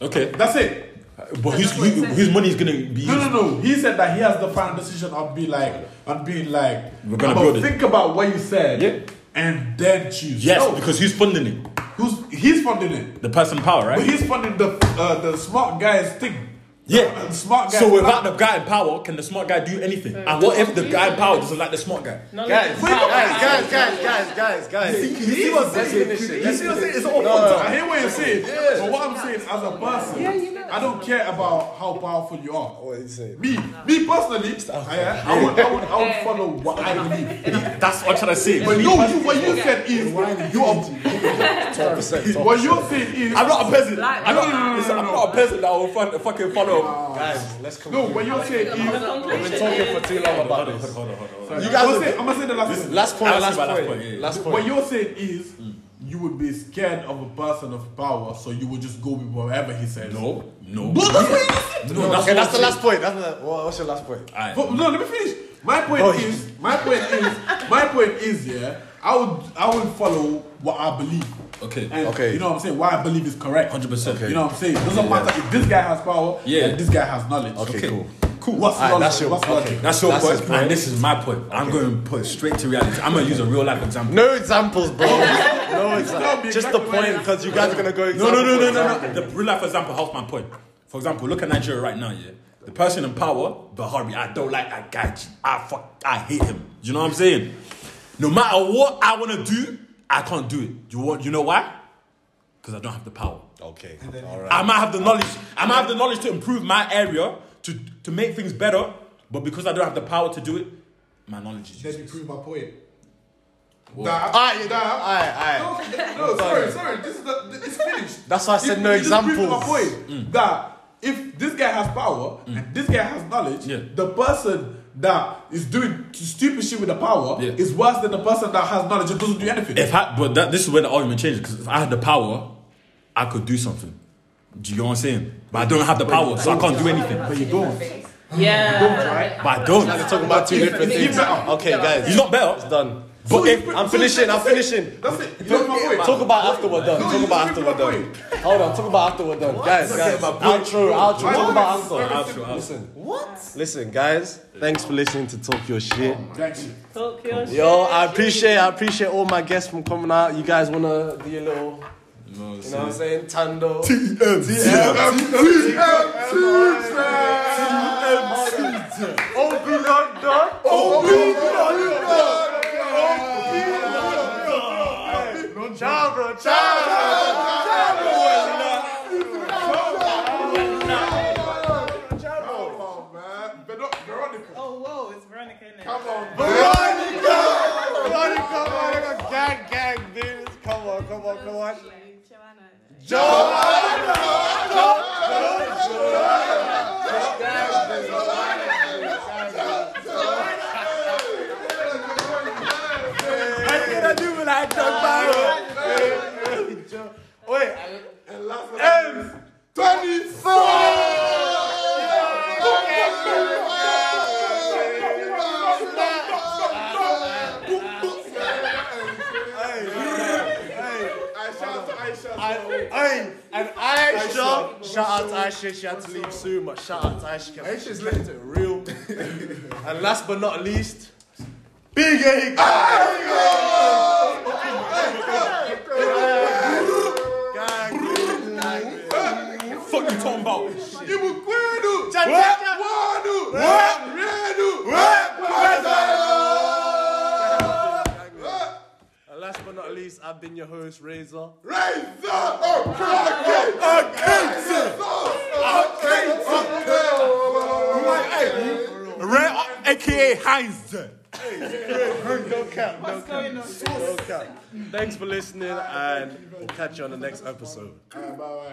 Speaker 4: Okay,
Speaker 3: that's it.
Speaker 4: but whose
Speaker 5: what it
Speaker 4: who,
Speaker 5: says.
Speaker 4: whose money is gonna be used?
Speaker 3: No, no, no. He said that he has the final decision of be like and being like.
Speaker 4: We're gonna
Speaker 3: "But
Speaker 4: build it."
Speaker 3: Think about what you said.
Speaker 4: Yeah.
Speaker 3: And then choose.
Speaker 4: Yes,
Speaker 3: No,
Speaker 4: because who's funding it?
Speaker 3: who's he's funding it?
Speaker 4: The person in power, right?
Speaker 3: But he's funding the uh, the smart guy's thing.
Speaker 4: Yeah.
Speaker 3: The uh, smart guy.
Speaker 4: So without the guy in power, can the smart guy do anything? And what if the guy in power doesn't like the smart guy?
Speaker 11: Guys, guys, guys, guys, guys, guys.
Speaker 3: he was saying this shit.
Speaker 11: You see what I'm saying? It's all
Speaker 3: I hear what you're saying, but what I'm saying as a person, I don't care about how powerful you are.
Speaker 7: What you say?
Speaker 3: Me, me personally, I, I, would, I would, I would follow what I believe.
Speaker 4: That's what I'm trying to say.
Speaker 3: But no, you, what you said is you are.
Speaker 7: Twelve percent.
Speaker 3: What you're saying is
Speaker 4: I'm not a peasant. I'm not,
Speaker 5: No, no, no,
Speaker 4: listen, I'm not a peasant that will fun, fucking follow.
Speaker 11: Guys, let's come.
Speaker 3: no. What you're saying
Speaker 5: The
Speaker 3: is.
Speaker 5: conclusion
Speaker 11: Talking for
Speaker 5: is
Speaker 11: too long about this.
Speaker 3: You guys, I'm
Speaker 11: guys are-
Speaker 3: gonna say, I'm gonna say the last. thing.
Speaker 11: Last point.
Speaker 4: I'll
Speaker 11: Last
Speaker 4: see my last
Speaker 11: point.
Speaker 4: point, yeah, yeah.
Speaker 11: Last
Speaker 3: What
Speaker 11: point. Mm.
Speaker 3: you're saying is you would be scared of a person of power, so you would just go with whatever he says.
Speaker 4: No, no.
Speaker 11: No, that's, okay, that's the last point. That's the, what- what's your last point?
Speaker 3: But no, let me finish. My point
Speaker 11: Oh, yeah.
Speaker 3: is, my point is, my point is, yeah, I would, I would follow what I believe.
Speaker 4: Okay.
Speaker 3: And
Speaker 11: Okay.
Speaker 3: You know what I'm saying? What I believe is correct.
Speaker 4: 100%.
Speaker 3: You know what I'm saying? Doesn't matter if this guy has power.
Speaker 4: Yeah.
Speaker 3: then this guy has knowledge.
Speaker 11: Okay, cool.
Speaker 3: Cool. What's
Speaker 11: Alright,
Speaker 3: logic?
Speaker 11: that's your-
Speaker 3: What's
Speaker 11: okay.
Speaker 3: logic?
Speaker 4: That's your
Speaker 11: That's
Speaker 4: point,
Speaker 11: his point.
Speaker 4: and this is my point. I'm going to put it straight to reality. I'm going to use a real life example.
Speaker 11: No examples, bro. no
Speaker 3: Tell me
Speaker 11: examples. Just the
Speaker 3: exactly what it
Speaker 11: point,
Speaker 3: is.
Speaker 11: because you guys are gonna go.
Speaker 4: No, no, no, no,
Speaker 11: example for
Speaker 4: no, no. The real life example helps my point. For example, look at Nigeria right now, yeah. The person in power, Buhari, I don't like that guy. I fuck, I hate him. You know what I'm saying? No matter what I want to do, I can't do it. You want, you know why? Because I don't have the power.
Speaker 11: Okay. All right.
Speaker 4: I might have the knowledge. I might have the knowledge to improve my area to to make things better, but because I don't have the power to do it, my knowledge is
Speaker 3: Let me
Speaker 4: useless.
Speaker 3: prove my point.
Speaker 11: Alright, alright, alright.
Speaker 3: No, sorry, sorry. This is the, th- it's finished.
Speaker 11: That's why I said
Speaker 3: It-
Speaker 11: no
Speaker 3: it just proves My
Speaker 11: examples.
Speaker 3: point that if this guy has power and this guy has knowledge,
Speaker 4: Yeah.
Speaker 3: the person that is doing stupid shit with the power
Speaker 4: Yeah.
Speaker 3: is worse than the person that has knowledge and doesn't do anything.
Speaker 4: If I, but that, this is where the argument changes because if I had the power, I could do something. Do you know what I'm saying? But I don't have the power, so I can't do anything. But you don't.
Speaker 5: Yeah.
Speaker 4: But I don't.
Speaker 11: We're talking about two different
Speaker 3: Leave
Speaker 11: things.
Speaker 3: that out.
Speaker 11: Okay, guys.
Speaker 4: He's not better.
Speaker 11: done.
Speaker 4: But if
Speaker 11: I'm finishing. I'm finishing.
Speaker 3: That's it. You know my point.
Speaker 11: Talk about after we're done.
Speaker 3: No,
Speaker 11: Talk
Speaker 3: you
Speaker 11: about
Speaker 3: just
Speaker 11: after
Speaker 3: proved
Speaker 11: we're
Speaker 3: my
Speaker 11: done. Hold on. Talk about after we're done, guys. Guys, outro, outro. Talk about after.
Speaker 2: Listen,
Speaker 11: Listen, guys. Thanks for listening to Talk Your Shit.
Speaker 3: Thank you.
Speaker 9: Talk your shit.
Speaker 11: Yo, I appreciate, I appreciate all my guests from coming out. You guys wanna do your little, you know what I'm saying, Tando. OB London. OB London. Ciao, bro. Ciao.
Speaker 3: Come on, man. Ver- Veronica.
Speaker 9: Oh, whoa, it's Veronica in
Speaker 3: Come on,
Speaker 11: Veronica, Veronica, gang, gang, dudes. Come on, come on, come on. Wait. I, I, and Aisha, shout out to Aisha, she had to leave soon, but shout out to Aisha. Aisha's left it real. and last but not least, Big A.
Speaker 4: out.
Speaker 3: Ibukwenu,
Speaker 2: What?
Speaker 3: Wanu,
Speaker 2: What?
Speaker 3: Renu,
Speaker 2: And last but not least, I've been your host, Razor.
Speaker 4: AKA Heinz.
Speaker 2: Don't count, don't count,
Speaker 9: going on?
Speaker 2: don't count. Thanks for listening, and we'll catch you on the next episode.